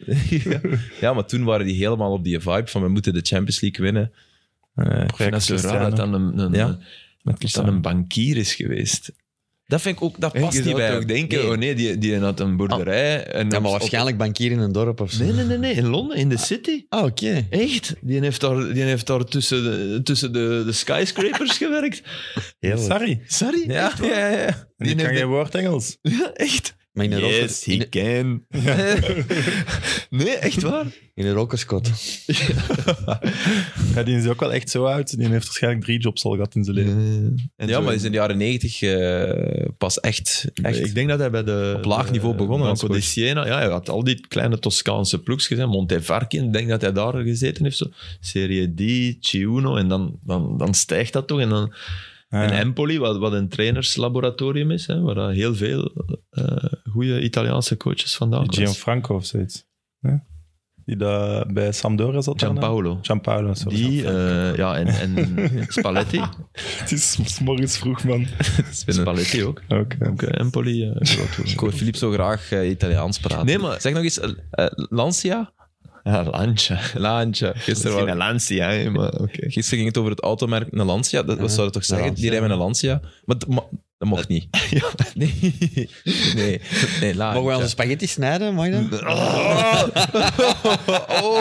Speaker 4: dat is-
Speaker 1: ja. Ja, maar toen waren die helemaal op die vibe van we moeten de Champions League winnen. Eh,
Speaker 4: Ik vind dat zo raar dat dan een, een,
Speaker 1: Ja,
Speaker 4: dat dan een bankier is geweest.
Speaker 1: dat vind ik ook, dat
Speaker 4: Hey,
Speaker 1: past
Speaker 4: je
Speaker 1: niet
Speaker 4: zou
Speaker 1: bij
Speaker 4: toch
Speaker 1: hem.
Speaker 4: denken,
Speaker 1: Nee.
Speaker 4: oh nee, die, die had een boerderij. en
Speaker 2: Ja,
Speaker 4: op-
Speaker 2: maar
Speaker 4: op-
Speaker 2: waarschijnlijk bankier in een dorp of zo.
Speaker 4: Nee, nee, nee, nee, in Londen, in de city.
Speaker 2: Ah, oké.
Speaker 4: Echt? Die heeft daar, die heeft daar tussen, de, tussen de, de skyscrapers [laughs] gewerkt.
Speaker 2: Heerlijk.
Speaker 3: Sorry.
Speaker 4: Sorry?
Speaker 1: Ja, ja, ja.
Speaker 3: En die
Speaker 4: Die
Speaker 3: kan
Speaker 4: heeft-
Speaker 3: geen woord
Speaker 4: [laughs]
Speaker 3: Engels.
Speaker 4: Ja, echt?
Speaker 2: Maar in een
Speaker 4: Yes,
Speaker 2: roker-
Speaker 4: he can. [laughs] nee, echt waar?
Speaker 2: in een rokerskot.
Speaker 3: Ja, die is ook wel echt zo oud. Die heeft waarschijnlijk drie jobs al gehad in zijn leven.
Speaker 1: Ja, maar hij is in de jaren negentig eh, pas echt, echt.
Speaker 4: Ik denk dat hij bij de... eh,
Speaker 1: Op laag
Speaker 4: de-
Speaker 1: niveau begonnen als
Speaker 4: Banco di dus Siena. Ja, hij had al die kleine Toscaanse ploegjes. hè. Montevarchi, ik denk dat hij daar gezeten heeft. Zo. Serie D, Ciuno. En dan, dan, dan stijgt dat toch. En dan...
Speaker 3: Ah,
Speaker 4: En
Speaker 3: ja.
Speaker 4: Empoli, wat, wat een trainerslaboratorium is, hè, waar dat heel veel eh goede Italiaanse coaches vandaan
Speaker 3: Die
Speaker 4: komen.
Speaker 3: Gianfranco of zoiets. Ja? Die daar bij Sampdoria zat. daarna?
Speaker 4: Gianpaolo.
Speaker 3: Gianpaolo, sorry.
Speaker 4: Die, eh, ja, en, [laughs] en Spalletti.
Speaker 3: [laughs] Het is s morgens vroeg, man.
Speaker 4: Spalletti ook.
Speaker 3: Oké.
Speaker 4: Ook eh, Empoli. eh, groot
Speaker 1: Ik
Speaker 4: geworden.
Speaker 1: hoor Filip zo graag eh, Italiaans praten.
Speaker 4: Nee, maar-
Speaker 1: Zeg nog eens, eh, eh, Lancia?
Speaker 4: ja, [laughs] Lancia.
Speaker 1: Lancia. Gisteren,
Speaker 4: Misschien
Speaker 1: waren-
Speaker 4: een Lancia, hè, maar oké.
Speaker 1: gisteren ging het over het automerk een Lancia. Dat,
Speaker 4: Eh,
Speaker 1: wat zou dat toch
Speaker 2: Ja,
Speaker 1: zeggen? Die rijden met een Lancia. Maar dat ma- dat mocht
Speaker 4: [laughs]
Speaker 1: niet. Nee. Nee, nee Lancia.
Speaker 2: Mogen we onze spaghetti snijden? Mag je dat?
Speaker 4: Oh.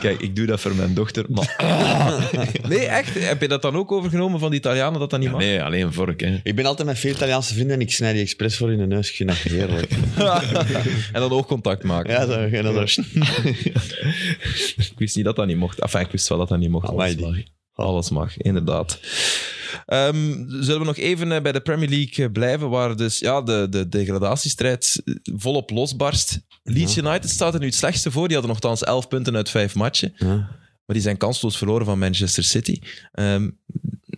Speaker 4: Kijk, ik doe dat voor mijn dochter, maar...
Speaker 1: Nee, echt? Heb je dat dan ook overgenomen van de Italianen dat dat niet mag?
Speaker 4: Nee, alleen vork, hè.
Speaker 2: Ik ben altijd met veel Italiaanse vrienden en ik snij die expres voor in de neus. Ik vind dat heerlijk.
Speaker 1: En dan oogcontact maken.
Speaker 2: Ja, zo. En dan zo.
Speaker 1: Ik wist niet dat dat niet mocht. Enfin, ik wist wel dat dat niet mocht.
Speaker 2: Amai, die-
Speaker 1: mag. Alles mag, inderdaad. Ehm, zullen we nog even eh, bij de Premier League eh, blijven, waar dus ja, de, de degradatiestrijd eh, volop losbarst. Leeds United staat er nu het slechtste voor. Die hadden nogthans 11 punten uit 5 matchen.
Speaker 2: Ja.
Speaker 1: Maar die zijn kansloos verloren van Manchester City. Ehm,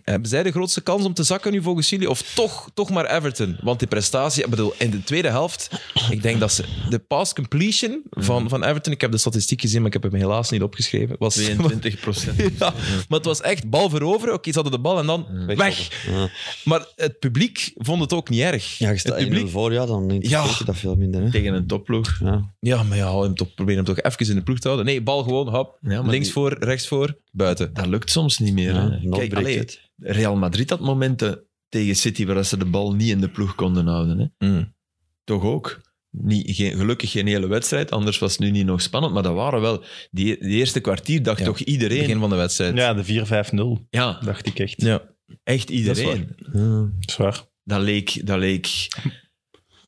Speaker 1: hebben zij de grootste kans om te zakken nu volgens jullie? Of toch, toch maar Everton? Want die prestatie, ik bedoel, in de tweede helft, ik denk dat ze de pass completion van, van Everton, ik heb de statistiek gezien, maar ik heb hem helaas niet opgeschreven. Was,
Speaker 4: 22 procent.
Speaker 1: [laughs] ja, maar het was echt bal veroveren. Oké, ze hadden de bal en dan weg.
Speaker 2: Ja.
Speaker 1: Maar het publiek vond het ook niet erg.
Speaker 2: Ja, je
Speaker 1: het
Speaker 2: staat
Speaker 1: publiek,
Speaker 2: 1-0 voor, ja, dan interesseert
Speaker 1: Ja.
Speaker 2: je dat veel minder. Hè?
Speaker 4: Tegen een topploeg.
Speaker 2: Ja.
Speaker 1: ja, maar ja, hou hem toch, probeer hem toch even in de ploeg te houden. Nee, bal gewoon, hap,
Speaker 4: Ja, maar
Speaker 1: links
Speaker 4: die-
Speaker 1: voor, rechts voor, buiten.
Speaker 4: Dat lukt soms niet meer.
Speaker 2: Ja,
Speaker 4: hè.
Speaker 2: not
Speaker 4: Kijk,
Speaker 2: breekt
Speaker 4: allee,
Speaker 2: het.
Speaker 4: Real Madrid had momenten tegen City waar ze de bal niet in de ploeg konden houden. Hè.
Speaker 1: Mm.
Speaker 4: Toch ook. Niet, geen, gelukkig geen hele wedstrijd, anders was het nu niet nog spannend. Maar dat waren wel... Die, die eerste kwartier dacht
Speaker 1: Ja,
Speaker 4: toch iedereen...
Speaker 1: Begin van de wedstrijd.
Speaker 3: Ja, de 4-5-0,
Speaker 4: Ja,
Speaker 3: dacht ik echt.
Speaker 1: ja.
Speaker 4: echt iedereen. Dat,
Speaker 2: Ja.
Speaker 3: Zwaar.
Speaker 4: leek... Dat leek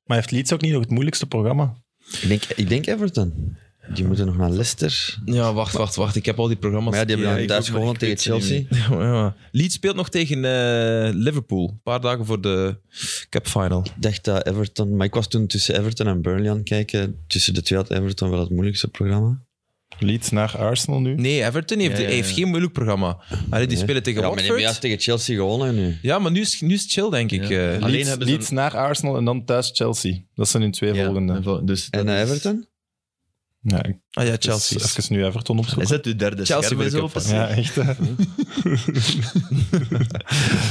Speaker 3: Maar heeft Leeds ook niet nog het moeilijkste programma?
Speaker 2: Ik, denk, ik denk Everton. Die moeten nog naar Leicester.
Speaker 1: Ja, wacht, wacht, wacht. Ik heb al die programma's.
Speaker 2: Maar ja, die hebben
Speaker 4: Ja,
Speaker 2: dan
Speaker 4: ik
Speaker 2: thuis
Speaker 4: ook, maar
Speaker 2: gewonnen
Speaker 4: ik weet
Speaker 2: tegen
Speaker 4: het
Speaker 2: Chelsea.
Speaker 4: niet
Speaker 1: [laughs] Ja. Leeds speelt nog tegen eh, Liverpool. Een paar dagen voor de Cup Final.
Speaker 2: Ik dacht dat Everton... Maar ik was toen tussen Everton en Burnley aan het kijken. Tussen de twee had Everton wel het moeilijkste programma.
Speaker 3: Leeds naar Arsenal nu?
Speaker 1: Nee, Everton heeft,
Speaker 4: Ja, ja, ja.
Speaker 1: heeft geen moeilijk programma. Allee, die
Speaker 2: Nee.
Speaker 1: spelen tegen
Speaker 2: ja, maar die hebben
Speaker 1: Watford.
Speaker 2: juist tegen Chelsea gewonnen nu.
Speaker 1: Ja, maar nu is, nu is het chill, denk ik. eh.
Speaker 4: Alleen
Speaker 3: Leeds,
Speaker 4: hebben ze
Speaker 3: Leeds naar Arsenal en dan thuis Chelsea. Dat zijn hun twee
Speaker 4: ja,
Speaker 3: volgende.
Speaker 4: vol- Dus
Speaker 2: En
Speaker 4: dat
Speaker 2: eh, [laughs]
Speaker 4: is-
Speaker 2: Everton?
Speaker 3: Ja, ik-
Speaker 1: Ah ja,
Speaker 3: dus
Speaker 1: Chelsea.
Speaker 3: Even nu Everton
Speaker 4: Hij
Speaker 3: opzoeken.
Speaker 4: zet uw derde
Speaker 1: Chelsea
Speaker 4: scherm
Speaker 1: wil
Speaker 4: er
Speaker 1: ze
Speaker 4: ook op.
Speaker 1: open
Speaker 3: Ja, echt. [laughs] hè.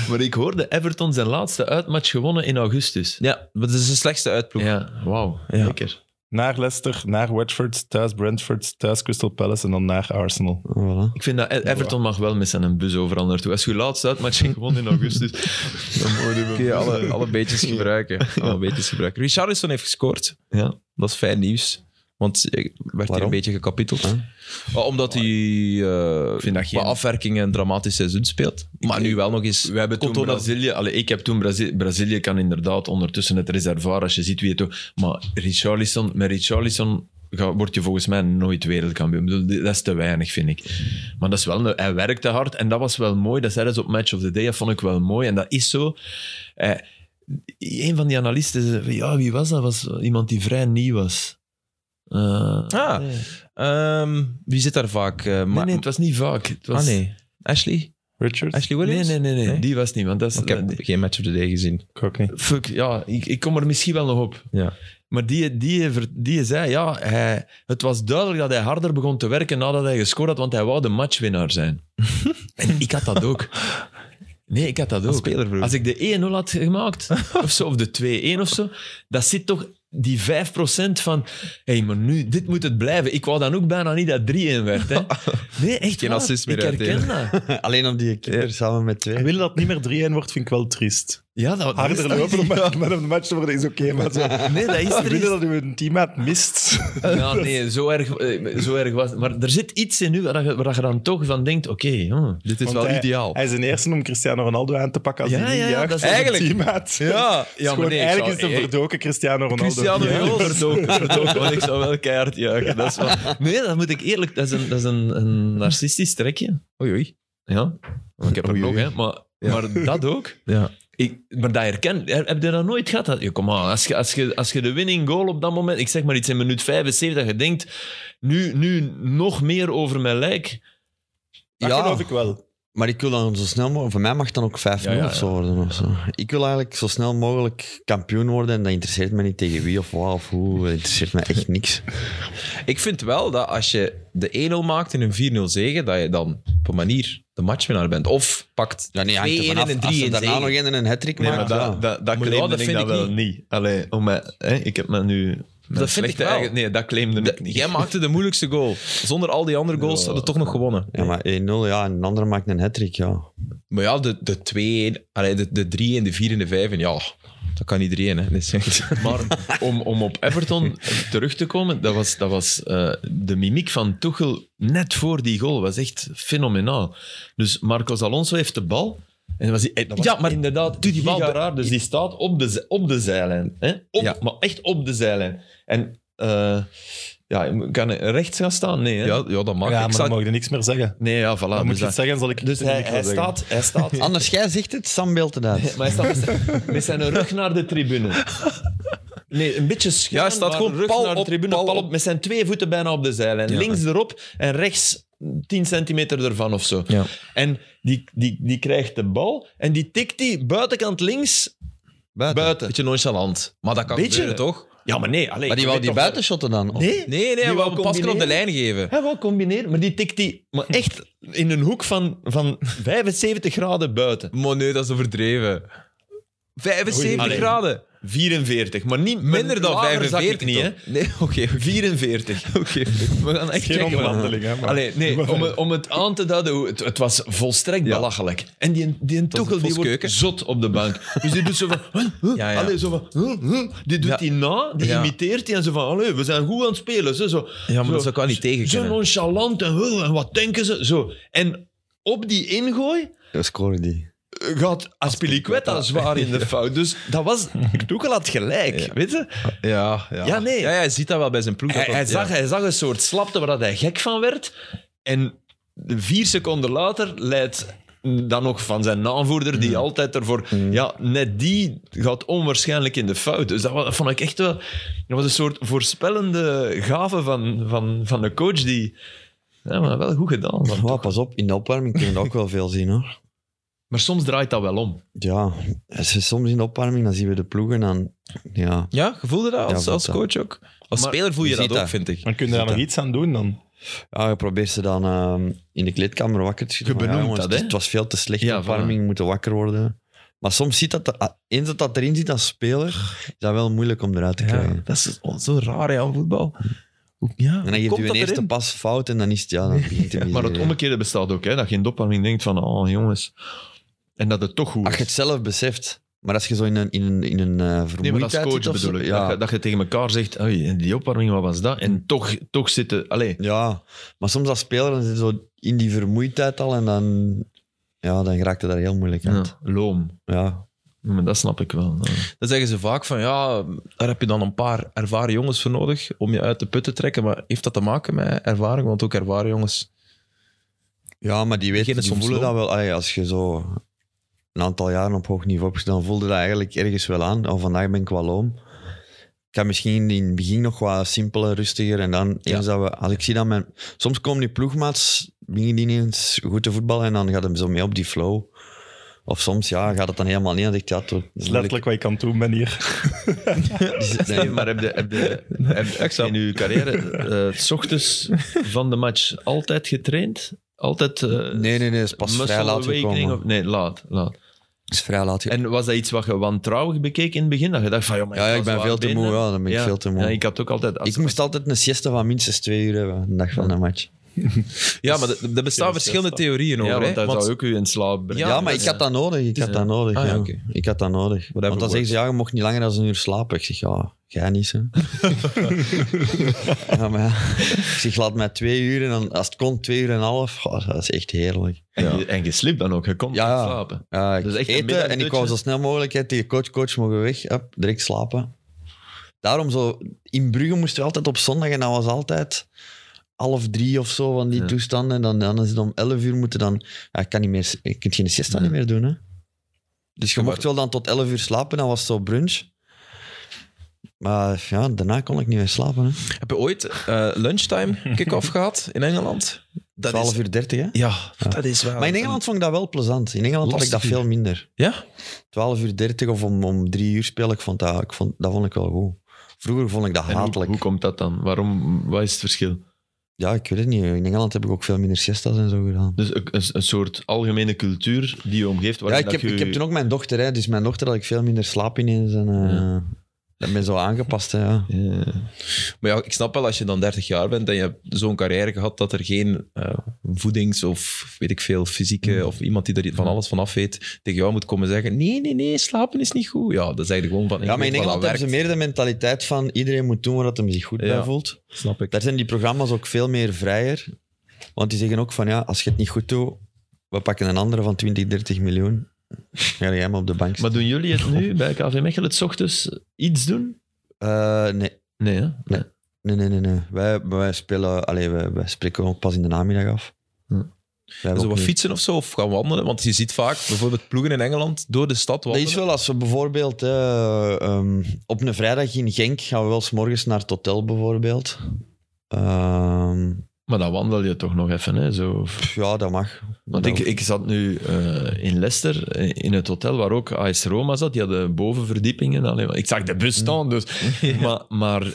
Speaker 4: Maar ik hoorde Everton zijn laatste uitmatch gewonnen in augustus.
Speaker 1: Ja, maar dat is de slechtste uitploeg.
Speaker 4: Ja, wauw.
Speaker 1: Ja.
Speaker 4: Zeker.
Speaker 3: Naar Leicester, naar Watford, thuis Brentford, thuis Crystal Palace en dan naar Arsenal.
Speaker 2: Oh, voilà.
Speaker 4: Ik vind dat E- Everton mag wel met zijn bus overal naartoe. Als je je laatste uitmatch hebt gewonnen in augustus, dan mogen we
Speaker 1: [laughs] Kun je alle, alle beetjes gebruiken. Alle beetjes gebruiken. Richarlison heeft gescoord.
Speaker 4: Ja.
Speaker 1: Dat is fijn nieuws. Want ik werd hier
Speaker 2: Waarom?
Speaker 1: een beetje gekapiteld. Maar Omdat hij eh
Speaker 4: vind dat geen-
Speaker 1: qua afwerking een dramatisch seizoen speelt. Maar nu wel nog eens.
Speaker 4: [laughs] We hebben toen
Speaker 1: Contour dat-
Speaker 4: Brazilië... Allee, ik heb toen Brazilië... Brazilië kan inderdaad ondertussen het reservoir, als je ziet wie het ook... Maar Richarlison... Met Richarlison ga- word je volgens mij nooit wereldkampioen. Ik bedoel, die- Dat is te weinig, vind ik. Maar dat is wel... een- Hij werkte hard en dat was wel mooi. Dat zei hij zo op Match of the Day. Dat vond ik wel mooi. En dat is zo... Eh, een van die analisten zei... van, Ja, wie was dat? was iemand die vrij nieuw was. Eh,
Speaker 1: Ah,
Speaker 4: nee.
Speaker 1: ehm, wie zit daar vaak? Eh, Ma-
Speaker 4: nee, nee, het was niet vaak. Het was,
Speaker 1: Ah nee, Ashley?
Speaker 3: Richards?
Speaker 1: Ashley
Speaker 4: Nee,
Speaker 1: Williams?
Speaker 4: nee, nee, nee,
Speaker 1: Ah, Nee?
Speaker 4: Die was niet, want dat is...
Speaker 1: Ik heb
Speaker 4: dat-
Speaker 1: geen match of the day gezien.
Speaker 3: Ik ook niet.
Speaker 4: fuck, ja, ik, ik kom er misschien wel nog op.
Speaker 1: Ja.
Speaker 4: Maar die, die, ver- die zei, ja, hij, het was duidelijk dat hij harder begon te werken nadat hij gescoord had, want hij wou de matchwinnaar
Speaker 1: [laughs]
Speaker 4: zijn. en ik had dat ook. Nee, ik had dat ook.
Speaker 1: speler vroeger.
Speaker 4: Als ik de 1-0 had gemaakt, of, zo, of de 2-1 of zo, dat zit toch die 5% van, hé, hey, maar nu, dit moet het blijven. Ik wou dan ook bijna niet dat 3-1 werd.
Speaker 1: [laughs]
Speaker 4: Hè. Nee, echt
Speaker 1: Geen
Speaker 4: waar.
Speaker 1: assist meer
Speaker 4: Ik herken dat.
Speaker 2: Alleen op die keeper samen met twee.
Speaker 3: Wil dat niet [laughs] meer 3-1 wordt, vind ik wel triest.
Speaker 4: Ja, dat
Speaker 3: Harder
Speaker 4: dat is
Speaker 3: lopen
Speaker 4: toch-
Speaker 3: om met, met een match te worden is oké, maar zo.
Speaker 4: [laughs] Nee, dat is er
Speaker 3: Willen dat u een teammaat mist?
Speaker 4: Ja, nee, zo erg, eh, zo erg was het. Maar er zit iets in u waar je, waar je dan toch van denkt, oké, oh. jongen.
Speaker 1: Dit is
Speaker 3: Want
Speaker 1: wel
Speaker 3: hij-
Speaker 1: ideaal.
Speaker 3: Hij is de eerste om Cristiano Ronaldo aan te pakken als
Speaker 4: Ja,
Speaker 3: hij niet
Speaker 4: ja, ja,
Speaker 3: juicht
Speaker 4: dat is
Speaker 3: voor een
Speaker 1: eigenlijk-
Speaker 3: teammaat.
Speaker 1: Ja,
Speaker 3: Het is gewoon,
Speaker 4: nee, ik
Speaker 3: eigenlijk
Speaker 4: zou-
Speaker 3: is het een
Speaker 4: ik-
Speaker 3: verdoken Cristiano Ronaldo.
Speaker 4: Cristiano
Speaker 1: [laughs]
Speaker 3: Ja.
Speaker 4: Ronaldo verdoken, verdoken, want ik zou wel keihard juichen. Dat is wel... Nee, dat moet ik eerlijk... Dat is een, dat is een, een narcistisch trekje.
Speaker 1: Oei, oei.
Speaker 4: Ja. Want ik heb er
Speaker 1: Oei,
Speaker 4: nog,
Speaker 1: oei.
Speaker 4: hè. Maar,
Speaker 1: Ja.
Speaker 4: maar dat ook.
Speaker 1: Ja.
Speaker 4: Ik, maar dat herken... Heb heb je dat nooit gehad? Dat, ja, kom aan, als je, als, je, als je de winning goal op dat moment... Ik zeg maar iets in minuut 75, dat je denkt... Nu, nu nog meer over mijn lijk.
Speaker 3: Dat
Speaker 2: Ja,
Speaker 3: geloof ik wel.
Speaker 2: maar ik wil dan zo snel mogelijk... Voor mij mag het dan ook 5-0
Speaker 4: Ja, ja,
Speaker 2: of zo worden. Of zo. Ik wil eigenlijk zo snel mogelijk kampioen worden. En dat interesseert me niet tegen wie of wat of hoe. Dat interesseert me echt niks.
Speaker 1: Ik vind wel dat als je de 1-0 maakt in een 4-0 zegen, dat je dan op een manier de matchwinnaar bent. Of pakt 2-1
Speaker 2: [laughs] Ja, nee, hangt
Speaker 1: en
Speaker 2: er vanaf.
Speaker 1: een 3-1
Speaker 2: Als ze daarna
Speaker 1: zegen.
Speaker 2: nog één en een hat-trick
Speaker 4: Nee, maar
Speaker 2: maakt, ja.
Speaker 4: dat, dat, dat
Speaker 1: Maar ja,
Speaker 4: claimde
Speaker 1: dat
Speaker 4: ik
Speaker 1: vind
Speaker 4: dat
Speaker 1: ik
Speaker 4: wel
Speaker 1: niet.
Speaker 4: niet. Allee, om mij, hè, ik heb me nu...
Speaker 1: vind
Speaker 4: mijn
Speaker 1: ik
Speaker 4: slechte
Speaker 1: wel.
Speaker 4: eigen- nee, dat claimde ik
Speaker 1: De-
Speaker 4: niet.
Speaker 1: jij maakte de moeilijkste goal. Zonder al die andere goals
Speaker 4: Ja.
Speaker 1: hadden we toch nog gewonnen.
Speaker 2: Ja, maar 1-0, ja. En een ander maakt een hat-trick, ja.
Speaker 1: Maar ja, de, de 2-1, allee, de, de 3 en de 4 en de 5 en ja, dat kan iedereen. Hè. Dat is echt-
Speaker 4: Maar om, om op Everton terug te komen, dat was, dat was eh, de mimiek van Tuchel net voor die goal. was echt fenomenaal. Dus Marcos Alonso heeft de bal. En dat was die, dat was
Speaker 1: Ja, maar
Speaker 4: inderdaad,
Speaker 1: doe die bal-
Speaker 4: giga raar. Dus die staat op de, ze- op de zijlijn. Hè? Op,
Speaker 1: Ja.
Speaker 4: Maar echt op de zijlijn. En eh, ja, kan hij rechts gaan staan? Nee, hè?
Speaker 1: ja, ja, dat maakt
Speaker 3: ja, maar
Speaker 1: ik
Speaker 3: dan
Speaker 1: zat-
Speaker 3: mag je niks meer zeggen.
Speaker 4: Nee, ja, voilà.
Speaker 3: Dan moet
Speaker 4: dus
Speaker 3: je het
Speaker 4: dat-
Speaker 3: zeggen, zal ik
Speaker 4: dus
Speaker 3: het
Speaker 4: hij,
Speaker 3: niet wil
Speaker 4: hij,
Speaker 3: zeggen.
Speaker 4: staat, hij
Speaker 1: [laughs]
Speaker 4: staat [laughs]
Speaker 2: Anders, jij zegt het, Sam beeldt het uit.
Speaker 4: Maar hij staat met- met zijn rug naar de tribune. Nee, een beetje schuin,
Speaker 1: Ja, hij staat
Speaker 4: maar
Speaker 1: gewoon
Speaker 4: rug
Speaker 1: pal
Speaker 4: naar de
Speaker 1: op,
Speaker 4: tribune,
Speaker 1: pal
Speaker 4: pal
Speaker 1: op.
Speaker 4: op, met zijn twee voeten bijna op de zijlijn.
Speaker 1: Ja.
Speaker 4: Links erop en rechts 10 centimeter ervan of zo.
Speaker 1: Ja.
Speaker 4: En die, die, die krijgt de bal en die tikt die buitenkant links
Speaker 2: Buiten.
Speaker 4: buiten.
Speaker 1: Beetje nonchalant. [laughs] Maar dat kan
Speaker 4: Beetje.
Speaker 1: gebeuren, toch?
Speaker 4: Ja, maar nee. Allee,
Speaker 2: Maar die
Speaker 4: ik
Speaker 2: wou die
Speaker 4: weet toch wel-
Speaker 2: buitenshotten dan? Of-
Speaker 4: Nee,
Speaker 1: Nee, nee, hij
Speaker 4: Die wou
Speaker 1: wou een pasken op de
Speaker 4: combineren.
Speaker 1: lijn geven.
Speaker 4: Hij wou combineren, maar die tikt die maar echt in een hoek van, van 75 graden buiten.
Speaker 1: Maar nee, dat is overdreven. 75
Speaker 4: Allee.
Speaker 1: graden.
Speaker 4: 44, maar niet
Speaker 1: Minder dan
Speaker 4: lager zak ik
Speaker 1: 45.
Speaker 4: niet, hè?
Speaker 1: toch? Nee, oké. [laughs]
Speaker 4: 44. Oké. We gaan echt
Speaker 3: Geen
Speaker 4: checken. man.
Speaker 3: onderhandeling, hè. maar-
Speaker 4: Allee, nee, om, het- om het aan te duiden, hoe- het, het was volstrekt
Speaker 1: Ja.
Speaker 4: belachelijk. En die, die Tuchel die wordt
Speaker 1: volkskeuken.
Speaker 4: zot op de bank. Dus die doet zo van... huh, huh,
Speaker 1: Ja, ja.
Speaker 4: Allee, zo van huh, huh. Die doet
Speaker 1: Ja.
Speaker 4: die na, die
Speaker 1: Ja.
Speaker 4: imiteert die en zo van... Allee, we zijn goed aan het spelen. Zo, zo,
Speaker 1: Ja, maar
Speaker 4: zo,
Speaker 1: dat zou ik wel niet tegen
Speaker 4: Zo
Speaker 1: kunnen.
Speaker 4: nonchalant en, huh, en wat denken ze? Zo. En op die ingooi
Speaker 2: Ja, scoren die.
Speaker 4: gaat Aspilicueta zwaar in de fout. Dus
Speaker 1: [laughs]
Speaker 4: dat was... Tuchel had gelijk, weet je?
Speaker 1: Ja, ja.
Speaker 4: Ja, nee.
Speaker 1: Ja, hij ziet dat wel bij zijn ploeg.
Speaker 4: Hij,
Speaker 1: dat
Speaker 4: hij,
Speaker 1: dat-
Speaker 4: zag,
Speaker 1: ja.
Speaker 4: hij zag een soort slapte waar dat hij gek van werd. En vier seconden later leidt dan nog van zijn aanvoerder,
Speaker 1: Mm.
Speaker 4: die altijd ervoor... Ja, net die gaat onwaarschijnlijk in de fout. Dus dat, wa- vond ik echt wel... Dat was een soort voorspellende gave van, van, van de coach die... Ja, maar wel goed gedaan. man.
Speaker 2: Oh, pas op, in de opwarming kun je dat ook wel veel zien hoor.
Speaker 4: Maar soms draait dat wel om.
Speaker 2: Ja, als je soms in de opwarming dan zien we de ploegen dan. Ja,
Speaker 1: Ja, je voelde dat
Speaker 2: Ja,
Speaker 1: als,
Speaker 2: voelt
Speaker 1: als
Speaker 2: dat.
Speaker 1: coach ook? Als
Speaker 4: Maar
Speaker 1: speler voel je
Speaker 2: je
Speaker 1: dat ook,
Speaker 2: ziet dat.
Speaker 1: vind ik.
Speaker 3: Dan kun je daar nog iets aan doen dan.
Speaker 2: ja je probeert ze dan ehm, in de kleedkamer wakker te schieten.
Speaker 4: Je
Speaker 2: Maar ja,
Speaker 4: benoemt
Speaker 2: jongens,
Speaker 4: dat, hè?
Speaker 2: Het was veel te slecht,
Speaker 4: Ja,
Speaker 2: de opwarming, moeten wakker worden. Maar soms ziet dat, er- eens dat dat erin zit als speler, is dat wel moeilijk om eruit te krijgen.
Speaker 1: dat is zo raar hè, aan voetbal. Hoe- Ja,
Speaker 2: En dan geeft
Speaker 1: komt
Speaker 2: u een
Speaker 1: dat
Speaker 2: eerste
Speaker 1: erin?
Speaker 2: pas fout en dan is het, ja, dan
Speaker 4: [laughs]
Speaker 2: begint het
Speaker 4: Maar het omgekeerde bestaat ook, hè. Dat je in de opwarming denkt van, oh jongens... En dat het toch goed
Speaker 2: Als
Speaker 4: is.
Speaker 2: je het zelf beseft. Maar als je zo in een, in een, in een eh,
Speaker 4: Nee, maar
Speaker 2: vermoeidheid
Speaker 4: dat is coach
Speaker 2: zit of zo,
Speaker 4: bedoel ik.
Speaker 2: Ja,
Speaker 4: Dat, je, dat je tegen elkaar zegt, "Oei, die opwarming, wat was dat? En toch, toch zitten... Allee,
Speaker 2: Ja, maar soms als speler dan zit je zo in die vermoeidheid al en dan, ja, dan raakt het daar heel moeilijk
Speaker 4: ja,
Speaker 2: uit.
Speaker 4: loom.
Speaker 2: Ja.
Speaker 4: Maar dat snap ik wel. Ja.
Speaker 1: Dan zeggen ze vaak van ja, daar heb je dan een paar ervaren jongens voor nodig om je uit de put te trekken. Maar heeft dat te maken met ervaring? Want ook ervaren jongens.
Speaker 2: Ja, maar die, weten,
Speaker 1: Beginnen
Speaker 2: die
Speaker 1: soms
Speaker 2: voelen dat wel. Allee, als je zo een aantal jaren op hoog niveau hebt, dan voelde dat eigenlijk ergens wel aan. Oh, vandaag ben ik wel loom. ga misschien in het begin nog wat simpeler, rustiger. En dan, eens dat we, als ik zie dat mijn... Soms komen die ploegmaats, beginnen die ineens goed te voetballen en dan gaat hem zo mee op die flow. Of soms, ja, gaat het dan helemaal niet. Dan denk ik, ja, het wordt
Speaker 3: Dat is
Speaker 2: moeilijk.
Speaker 3: letterlijk wat je kan doen, ben hier.
Speaker 2: Dus, nee,
Speaker 4: Nee, maar heb je, heb [laughs] je, heb je in uw carrière eh, s ochtends van de match altijd getraind? Altijd... eh,
Speaker 2: nee, nee, nee, het is pas
Speaker 4: muscle
Speaker 2: vrij laat
Speaker 4: awakening
Speaker 2: gekomen.
Speaker 4: of- nee, laat, laat.
Speaker 2: Het is vrij laat gekomen.
Speaker 4: En was dat iets wat je wantrouwig bekeek in het begin? Dat je dacht van, joh, maar
Speaker 2: Ja, ja,
Speaker 4: heb
Speaker 2: ik ben
Speaker 4: zwaar
Speaker 2: veel te
Speaker 4: benen.
Speaker 2: moe. Ja, dan ben ik
Speaker 4: Ja,
Speaker 2: veel te moe.
Speaker 4: ja, ik
Speaker 2: ik
Speaker 4: had ook altijd... als-
Speaker 2: moest altijd een siesta van minstens twee uur hebben, de dag van de match.
Speaker 1: Ja, maar er- er bestaan
Speaker 3: Ja,
Speaker 1: verschillende
Speaker 3: dat is
Speaker 1: theorieën
Speaker 4: ja,
Speaker 1: over. hè.
Speaker 4: want dat
Speaker 1: Want-
Speaker 4: zou ook u in slaap
Speaker 2: Ja,
Speaker 4: brengen.
Speaker 2: maar ik had dat nodig. Ik had dat nodig.
Speaker 1: Ah, ja,
Speaker 2: ja.
Speaker 1: oké.
Speaker 2: Ik had dat nodig.
Speaker 1: Whatever
Speaker 2: Want dan zeggen ze, ja, je mocht niet langer dan een uur slapen. Ik zeg, ja, jij niet, hè. ja, maar ja. Ik zeg, laat mij twee uur en dan, als het kon, twee uur en een half. Oh, dat is echt heerlijk.
Speaker 4: En, je, en je sliep dan ook, je kon
Speaker 2: Ja.
Speaker 4: niet slapen.
Speaker 2: Ja, Ah, ik
Speaker 4: Dus echt een
Speaker 2: eten en
Speaker 4: middagdutje.
Speaker 2: ik wou zo snel mogelijk hè, tegen coach, coach, mogen we weg. Hup, direct slapen. Daarom zo, in Brugge moesten we altijd op zondag en dat was altijd half drie of zo van die
Speaker 4: Ja.
Speaker 2: toestanden. En dan, dan is het om elf uur moeten dan... Ja, ik kan niet meer... Ik kan geen siesta
Speaker 4: Nee.
Speaker 2: niet meer doen, hè. Dus je
Speaker 1: Ja, maar-
Speaker 2: mocht wel dan tot elf uur slapen, dan was het zo brunch. Maar ja, daarna kon ik niet meer slapen, hè.
Speaker 1: Heb je ooit eh, lunchtime kick-off gehad in Engeland? Dat
Speaker 2: Twaalf
Speaker 1: is,
Speaker 2: uur dertig, hè.
Speaker 1: Ja, dat is wel.
Speaker 2: Maar in Engeland vond ik dat wel plezant. In Engeland had ik dat
Speaker 1: Lastig uur.
Speaker 2: veel minder.
Speaker 1: Ja?
Speaker 2: 12 uur 30 of om, om 3 uur spelen, ik vond dat, ik vond, dat vond ik wel goed. Vroeger vond ik dat
Speaker 4: En hoe,
Speaker 2: hatelijk.
Speaker 4: hoe komt dat dan? Waarom, wat is het verschil?
Speaker 2: Ja, ik weet het niet. In Engeland heb ik ook veel minder siestas en zo gedaan.
Speaker 4: Dus een, een, een soort algemene cultuur die je omgeeft.
Speaker 2: Ja,
Speaker 4: waarin
Speaker 2: ik
Speaker 4: dat
Speaker 2: heb,
Speaker 4: je...
Speaker 2: ik heb toen ook mijn dochter, hè, dus mijn dochter had ik veel minder slaap ineens. En, eh
Speaker 4: Ja.
Speaker 2: Dat ben zo aangepast, hè, ja.
Speaker 4: Ja.
Speaker 1: Maar ja, ik snap wel als je dan 30 jaar bent en je hebt zo'n carrière gehad dat er geen eh, voedings- of weet ik veel,
Speaker 2: Mm.
Speaker 1: fysieke of iemand die er van alles van af weet, tegen jou moet komen zeggen: nee, nee, nee, slapen is niet goed. Ja, dat zeg je gewoon van. ik
Speaker 2: Ja, maar
Speaker 1: weet
Speaker 2: in
Speaker 1: wel, dat
Speaker 2: Engeland hebben ze
Speaker 1: werkt.
Speaker 2: meer de mentaliteit van iedereen moet doen wat hem zich goed
Speaker 1: Ja.
Speaker 2: bij voelt.
Speaker 1: Snap ik.
Speaker 2: Daar zijn die programma's ook veel meer vrijer. Want die zeggen ook van ja, als je het niet goed doet, we pakken een andere van 20, 30 miljoen. [laughs] Ga jij maar op de bank
Speaker 4: Maar
Speaker 2: zitten.
Speaker 4: doen jullie het nu bij KV Mechelen, s ochtends iets doen?
Speaker 2: Eh, nee,
Speaker 4: Nee, hè?
Speaker 2: Nee. Nee, nee, nee. nee. Wij, wij spelen... Allee, wij, wij spreken ook pas in de namiddag af.
Speaker 4: Hm.
Speaker 2: Wij hebben
Speaker 1: Zo
Speaker 2: ook
Speaker 1: wat
Speaker 2: niet-
Speaker 1: fietsen of zo, of gaan wandelen. Want je ziet vaak bijvoorbeeld ploegen in Engeland door de stad
Speaker 2: Dat
Speaker 1: wandelen.
Speaker 2: is wel als we bijvoorbeeld... hè, ehm, op een vrijdag in Genk gaan we wel 's morgens naar het hotel, bijvoorbeeld. Ehm,
Speaker 4: Maar dan wandel je toch nog even, hè? Zo.
Speaker 2: pff, ja, dat mag.
Speaker 4: Want ik, ik zat nu eh, in Leicester, eh, in het hotel waar ook AS Roma zat. Die hadden bovenverdiepingen. Allee, maar ik zag de bus staan, [laughs] dus... Maar, maar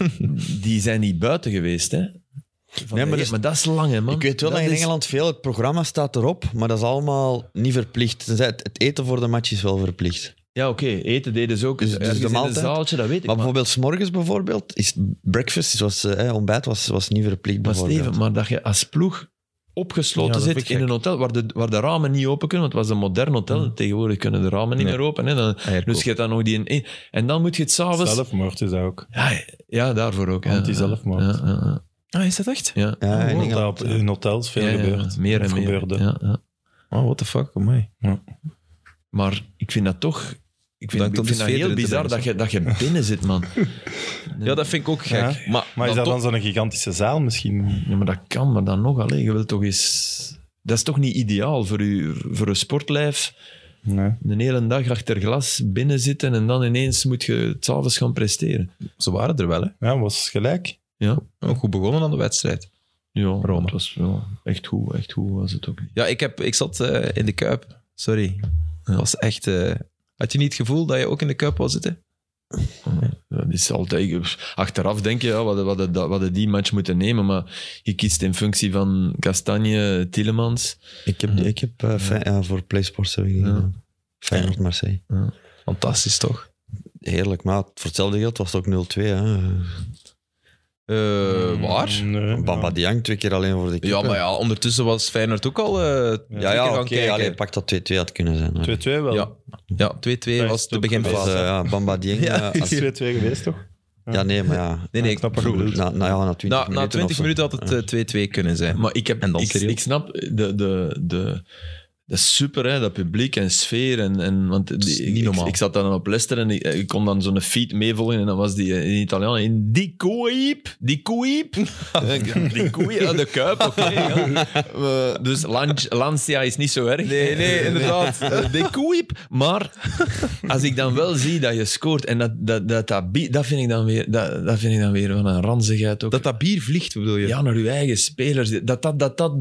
Speaker 4: die zijn niet buiten geweest, hè? Van,
Speaker 2: Nee, maar
Speaker 4: hey,
Speaker 2: dat
Speaker 4: dat
Speaker 2: is-
Speaker 4: is, lang, hè, man.
Speaker 2: Ik weet wel dat, in
Speaker 4: is-
Speaker 2: Engeland veel... Het programma staat erop, maar dat is allemaal niet verplicht. Tenzij Het het eten voor de match is wel verplicht.
Speaker 4: Ja, oké, eten deden ze ook.
Speaker 2: Dus- dus de
Speaker 4: Ergens in een
Speaker 2: maaltijd.
Speaker 4: zaaltje, dat weet ik.
Speaker 2: Maar
Speaker 4: maar-
Speaker 2: bijvoorbeeld 's morgens bijvoorbeeld, is breakfast, was, eh, hè, ontbijt, was, was niet verplicht.
Speaker 4: Maar
Speaker 2: bijvoorbeeld.
Speaker 4: Steven, maar dat je als ploeg
Speaker 1: Ja,
Speaker 4: opgesloten
Speaker 1: dat vind
Speaker 4: zit
Speaker 1: ik
Speaker 4: in
Speaker 1: gek. Mm.
Speaker 4: een hotel waar de, waar de ramen niet open kunnen, want het was een modern hotel. Tegenwoordig kunnen de ramen niet
Speaker 1: Nee.
Speaker 4: meer open. Hè? Dan,
Speaker 1: Ah, ja,
Speaker 4: dus je hebt dan nog die... in- En dan moet je het s'avonds...
Speaker 3: Zelfmoord is dat ook.
Speaker 4: Ja, ja, daarvoor ook. ja.
Speaker 3: Anti-zelfmoord.
Speaker 4: Ja, ja, ja,
Speaker 1: Ah, is dat echt?
Speaker 4: ja.
Speaker 2: Ja,
Speaker 1: Oh,
Speaker 3: In,
Speaker 2: in Engeland.
Speaker 3: dat op- in hotels veel
Speaker 4: Ja, ja,
Speaker 3: gebeurt.
Speaker 4: ja, Meer en
Speaker 3: Of
Speaker 4: meer.
Speaker 3: gebeurde.
Speaker 4: Ja, ja.
Speaker 1: Oh, what the fuck, amai.
Speaker 4: Maar ik vind dat toch... Ik vind,
Speaker 1: Dank
Speaker 4: ik
Speaker 1: tot
Speaker 4: vind
Speaker 1: de
Speaker 4: dat
Speaker 1: sfeer
Speaker 4: heel
Speaker 1: erin te
Speaker 4: bizar
Speaker 1: brengen,
Speaker 4: dat je, dat je binnen zit, man.
Speaker 1: [laughs] Ja, dat vind ik ook gek.
Speaker 3: Ja.
Speaker 1: Maar,
Speaker 3: Maar is
Speaker 1: dan
Speaker 3: dat dan zo'n gigantische zaal misschien?
Speaker 4: Ja, maar dat kan, maar dan nog. Allee, je wilt toch eens... Dat is toch niet ideaal voor je, voor je sportlijf?
Speaker 3: Nee.
Speaker 4: een hele dag achter glas binnen zitten en dan ineens moet je het 's avonds gaan presteren.
Speaker 1: toch- Ze waren er wel, hè?
Speaker 3: Ja, was gelijk.
Speaker 4: Ja,
Speaker 1: Ook goed begonnen aan de wedstrijd.
Speaker 4: ja
Speaker 1: Roma.
Speaker 4: het was ja, echt goed. Echt goed was het ook niet.
Speaker 1: Ja, ik, heb, ik zat eh, in de Kuip. Sorry. Dat was echt... eh, had je niet het gevoel dat je ook in de Kuip wou zitten?
Speaker 4: Dat is altijd, achteraf denk je, ja, wat wat wat wat hadden die match moeten nemen, maar je kiest in functie van Castagne, Tillemans.
Speaker 2: Ik heb, ik heb eh, Fey- ja, voor PlaySports heb ik die
Speaker 4: Ja.
Speaker 2: gedaan. Feyenoord Marseille.
Speaker 1: Fantastisch, toch?
Speaker 2: Heerlijk, maar voor hetzelfde geld was het ook 0-2. Hè. Mm.
Speaker 1: Eh, waar?
Speaker 3: Nee.
Speaker 2: Bamba Diang twee keer alleen voor de keeper.
Speaker 1: Ja, maar ja, ondertussen was Feyenoord ook al eh drie
Speaker 3: Ja,
Speaker 2: Ja,
Speaker 1: keer
Speaker 2: ja
Speaker 1: gaan
Speaker 2: oké.
Speaker 1: kijken.
Speaker 2: allee, pak dat 2-2 had kunnen zijn. hè.
Speaker 3: 2-2 wel.
Speaker 1: Ja. Ja, 2-2
Speaker 3: is
Speaker 1: was
Speaker 3: het
Speaker 1: de
Speaker 3: ook
Speaker 2: Dus,
Speaker 1: beginfase.
Speaker 2: eh, ja, Bamba Dieng.
Speaker 1: Ja.
Speaker 2: [laughs] Ja.
Speaker 3: Dat is 2-2 geweest, toch?
Speaker 2: ja, nee, maar ja.
Speaker 1: Nee, nee.
Speaker 3: ik snap wat je
Speaker 1: vroeger.
Speaker 3: bedoelt.
Speaker 2: Na, na, ja, na 20
Speaker 1: Na,
Speaker 2: minuten.
Speaker 1: na
Speaker 2: of
Speaker 1: 20
Speaker 2: zo.
Speaker 1: minuten had het eh, 2-2 kunnen zijn.
Speaker 4: Maar ik, heb,
Speaker 1: En dan
Speaker 4: ik,
Speaker 1: Cyril.
Speaker 4: ik snap de, de, de, Dat is super, hè, dat publiek en sfeer. En, en, want
Speaker 1: is
Speaker 4: die-
Speaker 1: niet
Speaker 4: ik,
Speaker 1: normaal.
Speaker 4: Ik zat daar dan op Leicester en ik, eh, ik kon dan zo'n feed meevolgen. En dan was die eh, in Italiaan in die koeip, die
Speaker 1: [laughs]
Speaker 4: koeip. [laughs] die koeip, ja, de kuip, oké. ja. Eh, dus Lan- Lancia is niet zo erg.
Speaker 1: Nee,
Speaker 4: [laughs]
Speaker 1: nee, inderdaad.
Speaker 4: Eh, De koeip. Maar als ik dan wel zie dat je scoort en dat, dat, dat, dat, bi- dat, vind, ik dan weer, dat, dat vind ik dan weer van een ranzigheid ook.
Speaker 1: Dat dat bier vliegt, bedoel je?
Speaker 4: ja, naar uw eigen spelers. Dat, dat, dat, dat,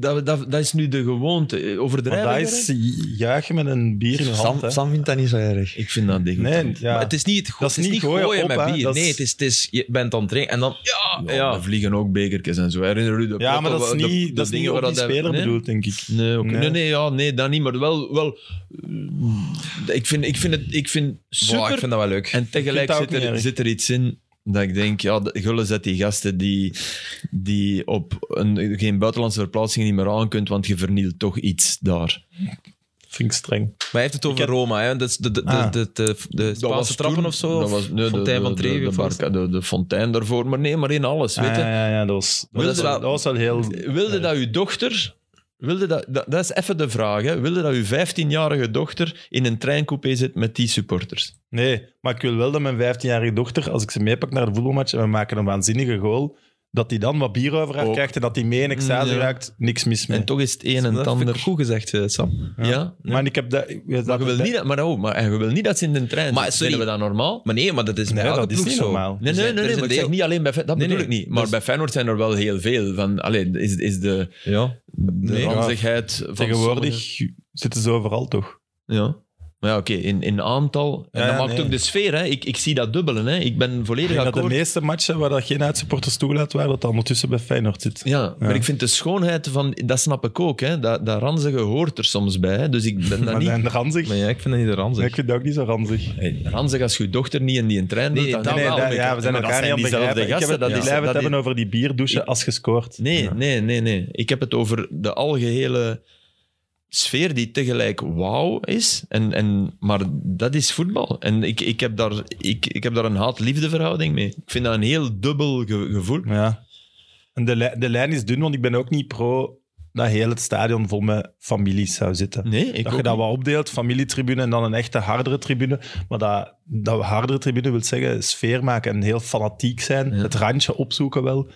Speaker 4: dat, dat, dat is nu de gewoonte. eh,
Speaker 3: Maar
Speaker 4: Overdrijven.
Speaker 3: dat
Speaker 4: daarin?
Speaker 3: is juichen met een bier in de hand.
Speaker 2: Sam,
Speaker 3: hè.
Speaker 2: Sam vindt dat niet zo erg.
Speaker 4: Ik vind dat ding.
Speaker 3: Nee, ja.
Speaker 1: Maar het is niet, het
Speaker 3: Dat is
Speaker 1: het is
Speaker 3: niet
Speaker 1: niet gooien,
Speaker 3: gooien op,
Speaker 1: met
Speaker 3: hè.
Speaker 1: bier.
Speaker 3: Dat is-
Speaker 1: Nee, het is, het is, je bent aan het drinken en dan...
Speaker 4: ja,
Speaker 1: Ja,
Speaker 4: ja. er vliegen ook bekertjes en zo. Herinner u de
Speaker 3: ja, maar
Speaker 4: potten
Speaker 3: dat is
Speaker 4: waar- de-
Speaker 3: niet,
Speaker 4: de
Speaker 3: dat is niet
Speaker 4: dingen
Speaker 3: op
Speaker 4: waar
Speaker 3: die
Speaker 4: dat-
Speaker 3: speler
Speaker 4: nee?
Speaker 3: bedoeld, denk ik.
Speaker 4: Nee, oké.
Speaker 3: Nee.
Speaker 4: nee, nee, ja, nee, dat niet, maar wel. wel eh, ik, vind, ik, vind het, ik vind super.
Speaker 1: Boah, ik vind dat wel leuk.
Speaker 4: En tegelijk
Speaker 3: Ik vind dat ook
Speaker 4: zit
Speaker 3: niet
Speaker 4: er,
Speaker 3: erg.
Speaker 4: zit er iets in dat ik denk, ja, de- Gullen zet die gasten die, die op een, geen buitenlandse verplaatsing niet meer aan kunt, want je vernielt toch iets daar.
Speaker 3: Vind ik streng.
Speaker 1: Maar hij heeft het over
Speaker 3: heb-
Speaker 1: Roma, hè? Dat is de, de, de,
Speaker 3: Ah.
Speaker 1: de, de, de
Speaker 4: Dat was
Speaker 1: Spaanse
Speaker 4: toen-
Speaker 1: trappen of zo?
Speaker 4: dat
Speaker 1: of
Speaker 4: was, nee, de-
Speaker 1: Fontein van
Speaker 4: de- de-
Speaker 1: Trevi
Speaker 4: de,
Speaker 1: of wat is
Speaker 4: barca- de, de fontein daarvoor, maar nee, maar in alles.
Speaker 3: Ah,
Speaker 4: weet je?
Speaker 3: ja, ja, ja, dat was,
Speaker 1: Maar dat is wel-
Speaker 3: dat was wel heel...
Speaker 4: Wilde dat uw dochter. Wilde dat, dat, dat is even de vraag. Hè. Wilde dat uw 15-jarige dochter in een treincoupé zit met die supporters?
Speaker 3: Nee, maar ik wil wel dat mijn 15-jarige dochter, als ik ze meepak naar de voetbalmatch en we maken een waanzinnige goal, dat die dan wat bier over haar
Speaker 4: Ook. Mm,
Speaker 3: krijgt en dat die mee in extase
Speaker 4: Ja.
Speaker 3: raakt, niks mis mee.
Speaker 4: En toch is het een
Speaker 1: het?
Speaker 4: en het
Speaker 1: Dat vind
Speaker 4: ander.
Speaker 1: ik goed gezegd, eh, Sam.
Speaker 4: ja. Dus
Speaker 3: Maar ik heb dat... dat
Speaker 4: Maar, je wil niet dat, maar, oh, maar je wil niet dat ze in een trein
Speaker 1: Maar
Speaker 4: zitten.
Speaker 1: sorry.
Speaker 4: Vinden we dat normaal? Dus
Speaker 1: Maar nee, maar dat is
Speaker 3: Nee,
Speaker 1: bij elke
Speaker 3: dat is
Speaker 1: ploeg
Speaker 3: niet
Speaker 1: zo.
Speaker 3: normaal.
Speaker 4: Nee,
Speaker 1: Er
Speaker 4: nee,
Speaker 1: zijn-
Speaker 4: nee,
Speaker 1: er is
Speaker 4: nee
Speaker 1: een
Speaker 4: maar ik zeg
Speaker 1: deel-
Speaker 4: niet alleen bij Feyenoord. Dat
Speaker 1: Nee,
Speaker 4: bedoel
Speaker 1: nee.
Speaker 4: ik niet. Maar
Speaker 1: Dus-
Speaker 4: bij Feyenoord zijn er wel heel veel. Van, allee, is, is de,
Speaker 1: Ja.
Speaker 4: de
Speaker 1: Nee.
Speaker 4: ranzigheid van
Speaker 3: Tegenwoordig
Speaker 4: sommige-
Speaker 3: zitten ze overal, toch?
Speaker 4: Ja. Maar ja, oké, in, in aantal. En
Speaker 3: Ja,
Speaker 4: dat
Speaker 3: ja,
Speaker 4: maakt
Speaker 3: nee.
Speaker 4: ook de sfeer. Hè. Ik, ik zie dat dubbelen. Hè. Ik ben
Speaker 3: Ik
Speaker 4: volledig
Speaker 3: denk dat de
Speaker 4: akkoord.
Speaker 3: meeste matchen waar dat geen uitsupporters toegelaten waren, dat dat ondertussen bij Feyenoord zit.
Speaker 4: Ja, maar
Speaker 3: Ja.
Speaker 4: ik vind de schoonheid van... Dat snap ik ook, hè. Dat, dat ranzige hoort er soms bij. Hè. Dus
Speaker 3: [laughs]
Speaker 4: ik ben
Speaker 3: maar
Speaker 4: dat niet...
Speaker 3: zijn ranzig?
Speaker 1: Maar ja, ik vind dat niet de ranzig.
Speaker 3: Nee, ik vind dat ook niet zo ranzig.
Speaker 4: Hey, ranzig als je dochter niet in die trein doet,
Speaker 1: Nee,
Speaker 4: dan-
Speaker 1: dat
Speaker 3: nee,
Speaker 1: wel.
Speaker 3: dat-
Speaker 4: maar-
Speaker 3: ja, we zijn
Speaker 4: maar dat
Speaker 3: elkaar niet aan het
Speaker 4: diezelfde
Speaker 3: begrijpen. Ik heb
Speaker 4: gasten,
Speaker 3: het,
Speaker 4: dat
Speaker 3: ik
Speaker 4: is-
Speaker 3: blijf het
Speaker 4: dat
Speaker 3: hebben
Speaker 4: is-
Speaker 3: over die bierdouche als gescoord.
Speaker 4: Nee, nee, nee, nee. Ik heb het over de algehele sfeer die tegelijk wauw is. En, en, maar dat is voetbal. En ik, ik, heb, daar, ik, ik heb daar een haat-liefde verhouding mee. Ik vind dat een heel dubbel ge- gevoel.
Speaker 3: Ja. En de, li- de lijn is dun, want ik ben ook niet pro dat heel het stadion vol met families zou zitten.
Speaker 4: Nee, Mm. ik
Speaker 3: dat
Speaker 4: ook
Speaker 3: je dat
Speaker 4: niet.
Speaker 3: wel opdeelt, familietribune en dan een echte hardere tribune. Maar dat, dat hardere tribune wil zeggen sfeer maken en heel fanatiek zijn. Het randje opzoeken wel,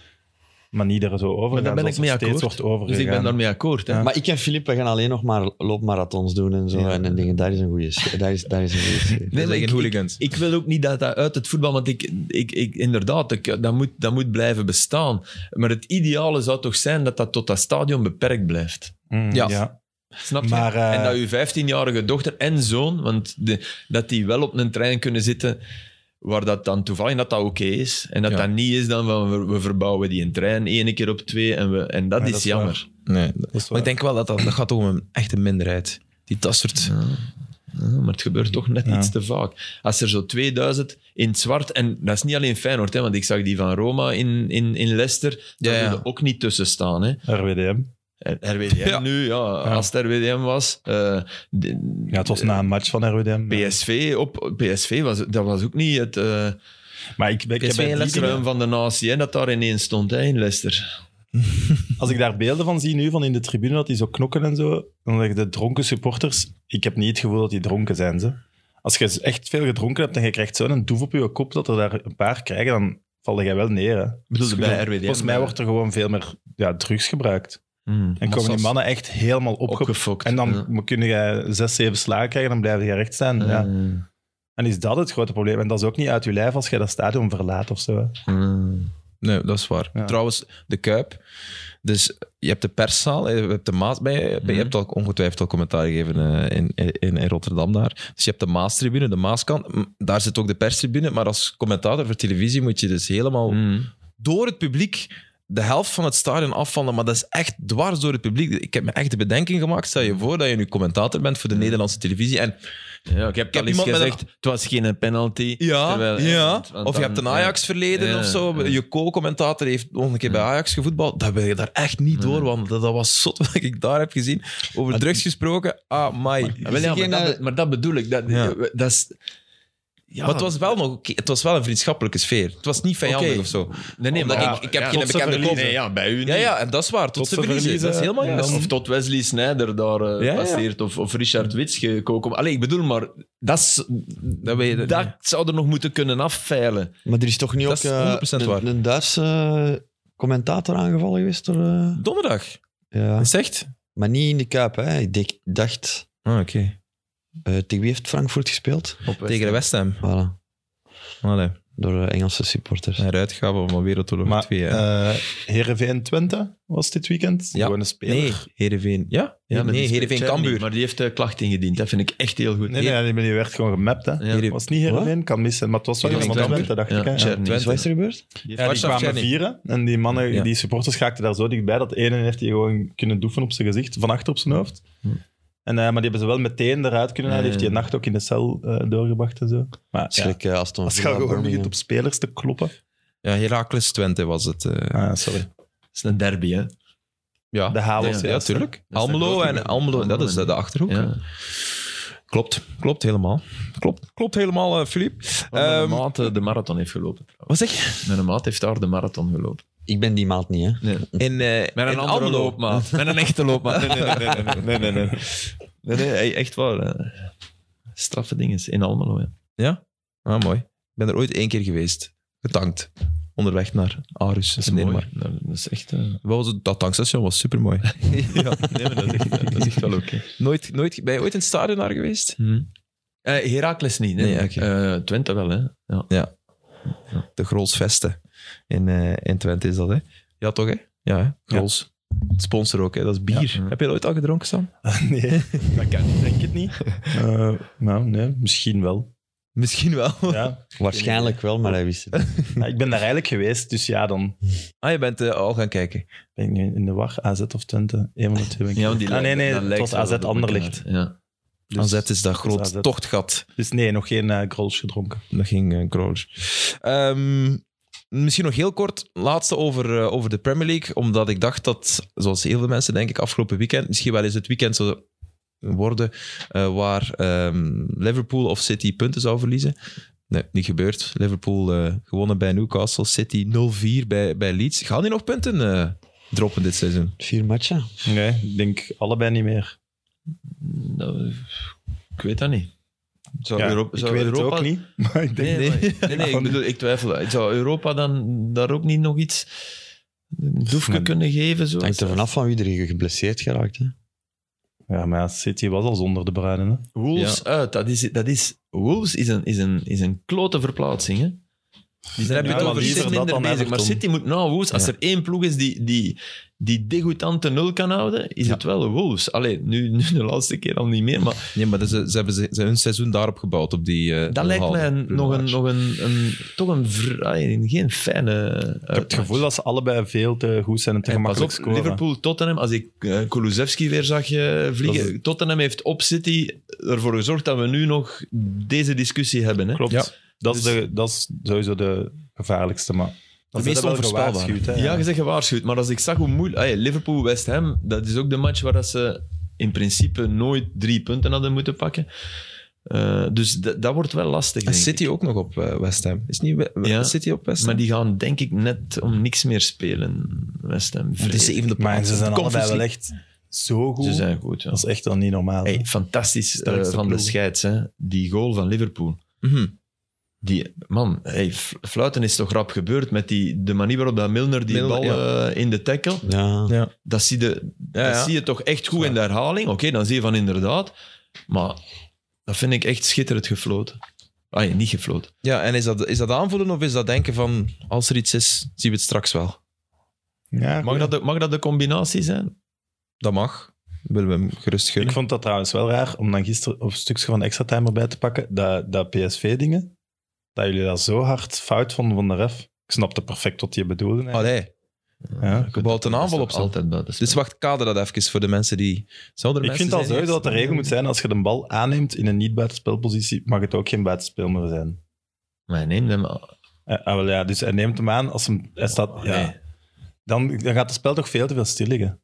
Speaker 3: maar niet er zo over.
Speaker 4: Maar daar ben ik mee
Speaker 3: Wordt
Speaker 4: akkoord. Dus ik ben
Speaker 3: overgegaan.
Speaker 4: daarmee akkoord. Hè.
Speaker 2: Maar ik en Filip, we gaan alleen nog maar loopmarathons doen en zo. En, en dingen, daar is een goede sfeer. Daar is, daar is een goede sfeer.
Speaker 1: Nee,
Speaker 4: maar
Speaker 1: tegen
Speaker 4: ik-
Speaker 1: hooligans.
Speaker 4: Ik wil ook niet dat dat uit het voetbal, want ik, ik, ik, inderdaad, ik, dat, moet, dat moet blijven bestaan. Maar het ideale zou toch zijn dat dat tot dat stadion beperkt blijft.
Speaker 3: Mm,
Speaker 1: Ja.
Speaker 3: ja.
Speaker 4: Snap je?
Speaker 3: Maar, eh,
Speaker 4: en dat uw 15-jarige dochter en zoon, want de, dat die wel op een trein kunnen zitten waar dat dan toevallig dat dat oké is. En dat
Speaker 1: Ja.
Speaker 4: dat niet is dan van we, we verbouwen die een trein één keer op twee en, we, en dat
Speaker 3: Nee,
Speaker 4: is
Speaker 3: dat is
Speaker 4: jammer.
Speaker 1: Nee.
Speaker 3: Dat is
Speaker 1: Maar ik
Speaker 3: waar.
Speaker 1: denk wel dat dat, dat gaat om een echte minderheid. Die dat soort...
Speaker 4: Ja, maar het gebeurt toch net
Speaker 3: Ja.
Speaker 4: iets te vaak. Als er zo 2000 in het zwart, en dat is niet alleen Feyenoord, hè, want ik zag die van Roma in, in, in Leicester, daar
Speaker 1: Ja, ja.
Speaker 4: wilde ook niet tussen staan. Hè.
Speaker 3: RWDM.
Speaker 4: R- RWDM
Speaker 1: Ja.
Speaker 4: nu, ja, als het RWDM was. eh, de-
Speaker 3: Ja, het was na een match van RWDM.
Speaker 4: PSV, op, PSV was, dat was ook niet het eh
Speaker 3: Maar ik, ben- ik heb
Speaker 1: PSV en
Speaker 3: bij die
Speaker 1: Leicester,
Speaker 3: dingen-
Speaker 4: kruim van de natie hè, dat daar ineens stond hè, in Leicester.
Speaker 3: Als ik daar beelden van zie nu, van in de tribune, dat die zo knokken en zo, dan zeggen de dronken supporters, ik heb niet het gevoel dat die dronken zijn. Ze. Als je echt veel gedronken hebt en je krijgt zo'n doef op je kop dat er daar een paar krijgen, dan val jij wel neer. Hè.
Speaker 4: bedoel,
Speaker 3: Dus
Speaker 4: bij
Speaker 3: zo-
Speaker 4: RWDM,
Speaker 3: Volgens mij
Speaker 4: eh,
Speaker 3: wordt er gewoon veel meer ja, drugs gebruikt.
Speaker 4: Hmm.
Speaker 3: En komen die
Speaker 1: massas.
Speaker 3: mannen echt helemaal opgefokt.
Speaker 4: Opgefokt.
Speaker 3: En dan
Speaker 4: ja.
Speaker 3: mo- kun je zes, zeven slagen krijgen, dan blijf je recht staan. Ja.
Speaker 4: Hmm.
Speaker 3: En is dat het grote probleem? En dat is ook niet uit je lijf als je dat stadion verlaat of zo. hè.
Speaker 4: Hmm.
Speaker 1: Nee, dat is waar.
Speaker 3: Ja.
Speaker 1: Trouwens, de Kuip. Dus je hebt de perszaal, eh, je hebt de Maas bij je. Je hebt al ongetwijfeld al commentaar gegeven eh, in, in, in Rotterdam daar. Dus je hebt de Maastribune, de Maaskant. M, Daar zit ook de perstribune. Maar als commentator voor televisie moet je dus helemaal
Speaker 4: Hmm.
Speaker 1: door het publiek de helft van het stadion afvallen. Maar dat is echt dwars door het publiek. Ik heb me echt de bedenking gemaakt. Stel je voor dat je nu commentator bent voor de Nederlandse televisie. En
Speaker 4: Ja, ik heb, al eens
Speaker 1: iemand met een-
Speaker 4: gezegd, het was geen penalty.
Speaker 1: Ja,
Speaker 4: Terwijl-
Speaker 1: ja.
Speaker 4: want- want
Speaker 1: of je
Speaker 4: dan-
Speaker 1: hebt een Ajax-verleden
Speaker 4: Ja,
Speaker 1: of zo.
Speaker 4: ja.
Speaker 1: Je co-commentator heeft nog een keer bij Ajax gevoetbald. Dat wil je daar echt niet door, want dat, dat was zot wat ik daar heb gezien. Over drugs gesproken, ah, my.
Speaker 4: Ja, wel, ja, maar,
Speaker 2: Zie je,
Speaker 4: dat,
Speaker 2: eh,
Speaker 4: be- maar dat bedoel ik. Dat,
Speaker 1: Ja.
Speaker 4: dat is, Ja,
Speaker 1: Maar het was, wel nog, oké, het was wel een vriendschappelijke sfeer. Het was niet vijandig
Speaker 4: Oké.
Speaker 1: of zo.
Speaker 4: nee, nee,
Speaker 1: Omdat
Speaker 4: maar
Speaker 1: ik- ik heb geen
Speaker 4: tot ze
Speaker 1: bekende
Speaker 4: verliezen.
Speaker 1: kop.
Speaker 4: Nee, ja, bij u niet.
Speaker 1: Ja, ja, en dat is waar. Tot,
Speaker 3: Tot
Speaker 1: ze
Speaker 3: ze
Speaker 1: verliezen.
Speaker 3: verliezen,
Speaker 1: Dat is helemaal
Speaker 3: en
Speaker 1: juist.
Speaker 3: dan-
Speaker 1: Of-
Speaker 4: Of tot Wesley Snyder daar eh,
Speaker 1: Ja, ja.
Speaker 4: passeert, Of, of Richard Wits gekomen. Allee, ik bedoel, maar dat, is-
Speaker 1: Dat weet je.
Speaker 4: dat zou er nog moeten kunnen afveilen.
Speaker 2: Maar er is toch niet
Speaker 1: Dat
Speaker 2: ook
Speaker 1: is
Speaker 2: eh,
Speaker 1: 100% waar.
Speaker 2: een, een Duitse commentator aangevallen geweest? Door, eh,
Speaker 1: Donderdag.
Speaker 2: ja.
Speaker 1: Dat is echt?
Speaker 2: Maar niet in de Kuip. Hè. Ik denk- dacht,
Speaker 1: Ah, oké.
Speaker 2: eh, tegen wie heeft Frankfurt gespeeld?
Speaker 1: Tegen de West Ham.
Speaker 2: Voilà.
Speaker 1: Allee,
Speaker 2: Door eh, Engelse supporters.
Speaker 1: eruit gaan we maar Wereldoorlog
Speaker 3: Maar
Speaker 1: 2. hè.
Speaker 3: eh Heerenveen Twente was dit weekend.
Speaker 1: Ja.
Speaker 3: Gewoon een speler.
Speaker 1: nee, Heerenveen. Ja?
Speaker 4: maar die
Speaker 1: nee,
Speaker 4: speelt
Speaker 1: Heerenveen
Speaker 4: Champions
Speaker 1: Cambuur.
Speaker 4: League, Maar die heeft eh, klacht ingediend. Dat vind ik echt heel goed.
Speaker 3: Nee, nee, nee, maar die werd gewoon gemapt. Hè.
Speaker 4: Ja.
Speaker 3: Het was niet Heerenveen, kan missen. Maar het was wel
Speaker 1: Hier
Speaker 3: iemand
Speaker 1: was
Speaker 3: Twente, dacht
Speaker 4: Ja,
Speaker 3: ik. hè. Ja.
Speaker 4: Tjerni.
Speaker 2: Dus wat is er gebeurd?
Speaker 3: Ja, die
Speaker 1: Warschau
Speaker 3: kwamen
Speaker 1: Tjerni.
Speaker 3: vieren en die mannen,
Speaker 1: Ja.
Speaker 3: die supporters schaakten daar zo dichtbij dat de ene heeft die gewoon kunnen doeven op zijn gezicht, van achter op zijn hoofd.
Speaker 1: Hm.
Speaker 3: En, eh, maar die hebben ze wel meteen eruit kunnen halen. Die heeft die nacht ook in de cel eh, doorgebracht en zo. Maar ja,
Speaker 2: Schrik, eh, Aston
Speaker 3: als je
Speaker 2: Villa,
Speaker 3: gewoon begint
Speaker 2: Birmingham.
Speaker 3: op spelers te kloppen.
Speaker 1: Ja, Heracles Twente was het. eh,
Speaker 3: Ah, sorry.
Speaker 4: Dat is een derby, hè.
Speaker 1: ja.
Speaker 3: De Halos.
Speaker 1: Ah, Ja, tuurlijk.
Speaker 4: de
Speaker 1: Almelo
Speaker 4: grote
Speaker 1: en
Speaker 4: groep.
Speaker 1: Almelo, dat is eh, de, de achterhoek.
Speaker 4: Ja.
Speaker 1: Klopt, klopt helemaal. Klopt, klopt helemaal, eh, Filip.
Speaker 4: Waar
Speaker 1: Ehm,
Speaker 4: mijn maat eh, de marathon heeft gelopen. trouwens.
Speaker 1: wat zeg je?
Speaker 4: Mijn maat heeft daar de marathon gelopen.
Speaker 2: Ik ben die maat niet, hè.
Speaker 4: Nee.
Speaker 1: In, eh
Speaker 4: Met een
Speaker 1: in
Speaker 4: andere
Speaker 1: Almelo.
Speaker 4: loopmaat. Met een echte loopmaat. Nee,
Speaker 1: [laughs] Nee, nee,
Speaker 4: nee, nee. nee, nee,
Speaker 1: nee.
Speaker 4: nee, nee, echt waar. eh. Straffe dingen in Almelo, ja.
Speaker 1: Ja? Ah, mooi. Ik ben er ooit één keer geweest. Getankt. Onderweg naar Aarhus.
Speaker 4: Dat is
Speaker 1: in Denemarken.
Speaker 4: mooi. Dat is echt... eh,
Speaker 1: Wel, zo- Dat tankstation was supermooi.
Speaker 4: [laughs] ja, nee, maar dat is echt, dat is echt wel oké. [laughs]
Speaker 1: Nooit, nooit, ben je ooit in het stadion daar geweest?
Speaker 4: Eh, Heracles niet, nee.
Speaker 1: Nee, oké.
Speaker 4: Eh, Twente wel, hè. Ja.
Speaker 1: De Grolsvesten in, eh, in Twente is dat, hè? Ja, toch, hè? Ja, hè? Grols. Sponsor ook, hè? Dat is bier.
Speaker 4: Ja.
Speaker 1: Heb je dat ooit al gedronken, Sam?
Speaker 3: [laughs] Nee, dat kan niet. Denk ik het niet. Eh, nou, nee, misschien wel.
Speaker 1: Misschien wel. [laughs]
Speaker 3: Ja.
Speaker 2: Waarschijnlijk wel, maar hij wist het
Speaker 3: [laughs]
Speaker 2: niet.
Speaker 3: Ja, ik ben daar eigenlijk geweest, dus ja, dan
Speaker 1: Ah, je bent eh, al gaan kijken.
Speaker 3: ben ik nu in de war. AZ of Twente, een van de twee. ben ik.
Speaker 4: Ja, want die
Speaker 3: ah, nee,
Speaker 4: lijkt-
Speaker 3: nee,
Speaker 4: dat
Speaker 3: het
Speaker 4: lijkt
Speaker 3: was
Speaker 4: wel
Speaker 3: AZ
Speaker 4: op elkaar.
Speaker 3: Anderlicht.
Speaker 4: Ja.
Speaker 1: Dan
Speaker 3: Dus-
Speaker 1: zet is dat groot
Speaker 3: AZ.
Speaker 1: tochtgat.
Speaker 3: Dus nee, nog geen eh grols gedronken.
Speaker 1: Dat ging eh, Grols. Ehm, misschien nog heel kort, laatste over, eh, over de Premier League. Omdat ik dacht dat, zoals heel veel mensen denk ik, afgelopen weekend, misschien wel eens het weekend zou worden eh, waar ehm, Liverpool of City punten zou verliezen. Nee, niet gebeurd. Liverpool eh, gewonnen bij Newcastle, City 0-4 bij, bij Leeds. Gaan die nog punten eh, droppen dit seizoen?
Speaker 2: Vier matchen.
Speaker 3: Nee, ik denk allebei niet meer.
Speaker 4: Nou, ik weet dat niet. Zou
Speaker 3: Ja,
Speaker 4: Europa,
Speaker 3: ik
Speaker 4: zou
Speaker 3: weet
Speaker 4: Europa,
Speaker 3: het ook niet. [laughs] Maar ik denk
Speaker 4: Nee, nee, nee, nee, ik bedoel, ik twijfel. Zou Europa dan daar ook niet nog iets een doefje
Speaker 3: Nee.
Speaker 4: kunnen geven? Zo?
Speaker 2: Het hangt er vanaf van wie er geblesseerd geraakt. Hè.
Speaker 3: Ja, maar ja, City was al zonder de bruine. Hè?
Speaker 4: Wolves uit, dat is, dat is, Wolves is een, is een, is een klote verplaatsing. Hè? Die zijn
Speaker 1: hebben
Speaker 4: ja,
Speaker 1: het
Speaker 4: maar
Speaker 1: over
Speaker 4: die
Speaker 1: City
Speaker 4: zijn
Speaker 3: dat
Speaker 4: minder
Speaker 3: dan
Speaker 4: bezig. Maar
Speaker 3: Everton.
Speaker 4: City moet nou, Wolves, als
Speaker 1: Ja.
Speaker 4: er één ploeg is die, die, die degoutante nul kan houden, is
Speaker 1: Ja.
Speaker 4: het wel Wolves. Allee, nu, [laughs] nu de laatste keer al niet meer, maar
Speaker 1: Nee, maar dat ze, ze hebben ze, ze hun seizoen daarop gebouwd. Op die, eh,
Speaker 4: Dat lijkt mij
Speaker 1: onhaalde
Speaker 4: nog een,
Speaker 1: match.
Speaker 4: nog een, een toch een, vrij- geen fijne
Speaker 3: Ik heb het gevoel dat ze allebei veel te goed zijn en te
Speaker 4: en pas
Speaker 3: gemakkelijk
Speaker 4: op,
Speaker 3: scoren.
Speaker 4: Liverpool, Tottenham. Als ik eh, Kulusevski weer zag eh, vliegen.
Speaker 3: Dat
Speaker 4: Tottenham heeft op City ervoor gezorgd dat we nu nog deze discussie hebben. Hè?
Speaker 3: Klopt.
Speaker 1: Ja.
Speaker 3: Dat,
Speaker 4: Dus-
Speaker 3: is de, dat is sowieso de gevaarlijkste, maar... dat
Speaker 1: meest
Speaker 3: is wel
Speaker 1: onvoorspelbare.
Speaker 3: gewaarschuwd, hè.
Speaker 4: Ja, je zegt gewaarschuwd. Maar als ik zag hoe moeilijk... ah ja, Liverpool-West Ham, dat is ook de match waar dat ze in principe nooit drie punten hadden moeten pakken. Eh, dus dat dat wordt wel lastig,
Speaker 1: En
Speaker 4: denk ik.
Speaker 1: City ook nog op eh, West Ham. Is niet We-
Speaker 4: Ja.
Speaker 1: City op West Ham?
Speaker 4: Maar die gaan denk ik net om niks meer spelen, West Ham.
Speaker 1: Want die zevende
Speaker 3: Maar
Speaker 1: plaats.
Speaker 3: ze zijn
Speaker 1: De
Speaker 3: allebei
Speaker 1: Conference
Speaker 3: wel echt zo goed.
Speaker 4: Ze zijn goed, ja.
Speaker 3: Dat is echt dan niet normaal.
Speaker 4: Hey, fantastisch eh,
Speaker 3: Sterkste
Speaker 4: van de
Speaker 3: ploeg.
Speaker 4: scheids, hè. Die goal van Liverpool.
Speaker 1: League. Mhm.
Speaker 4: Die, man, hey, f- fluiten is toch rap gebeurd met die, de manier waarop dat Milner die
Speaker 1: Milner,
Speaker 4: bal eh, in de tackle.
Speaker 2: Ja.
Speaker 4: Dat zie je,
Speaker 1: Ja,
Speaker 4: dat
Speaker 1: ja.
Speaker 4: zie je toch echt goed in de herhaling. Oké, dan zie je van inderdaad. Maar dat vind ik echt schitterend gefloten. Ah ja, niet gefloten.
Speaker 1: Ja, en is dat, is dat aanvoelen of is dat denken van als er iets is, zien we het straks wel?
Speaker 3: Ja,
Speaker 4: Mag
Speaker 3: goed.
Speaker 4: dat, de- mag dat de combinatie zijn?
Speaker 1: Dat mag. Willen we hem gerust
Speaker 3: Ik
Speaker 1: gunnen.
Speaker 3: vond dat trouwens wel raar om dan gisteren op een stukje van de extra time erbij te pakken. Dat, dat PSV-dingen, dat jullie dat zo hard fout vonden van de ref. Ik snapte perfect wat je bedoelde. eigenlijk.
Speaker 1: Allee,
Speaker 3: Ja.
Speaker 1: je bouwt een aanval op.
Speaker 4: Dat is
Speaker 1: zo.
Speaker 4: altijd buiten.
Speaker 1: Dus wacht, kader dat even voor de mensen die... Zou er
Speaker 3: Ik
Speaker 1: mensen
Speaker 3: vind al
Speaker 1: zijn
Speaker 3: sowieso
Speaker 1: eerst?
Speaker 3: dat de regel moet zijn, als je de bal aanneemt in een niet-buitenspelpositie, mag het ook geen buitenspel meer zijn.
Speaker 4: Maar neem hem aan.
Speaker 3: Eh, ah, wel ja, dus hij neemt hem aan als hem, hij staat... ja,
Speaker 4: Nee.
Speaker 3: dan, dan gaat het spel toch veel te veel stil liggen.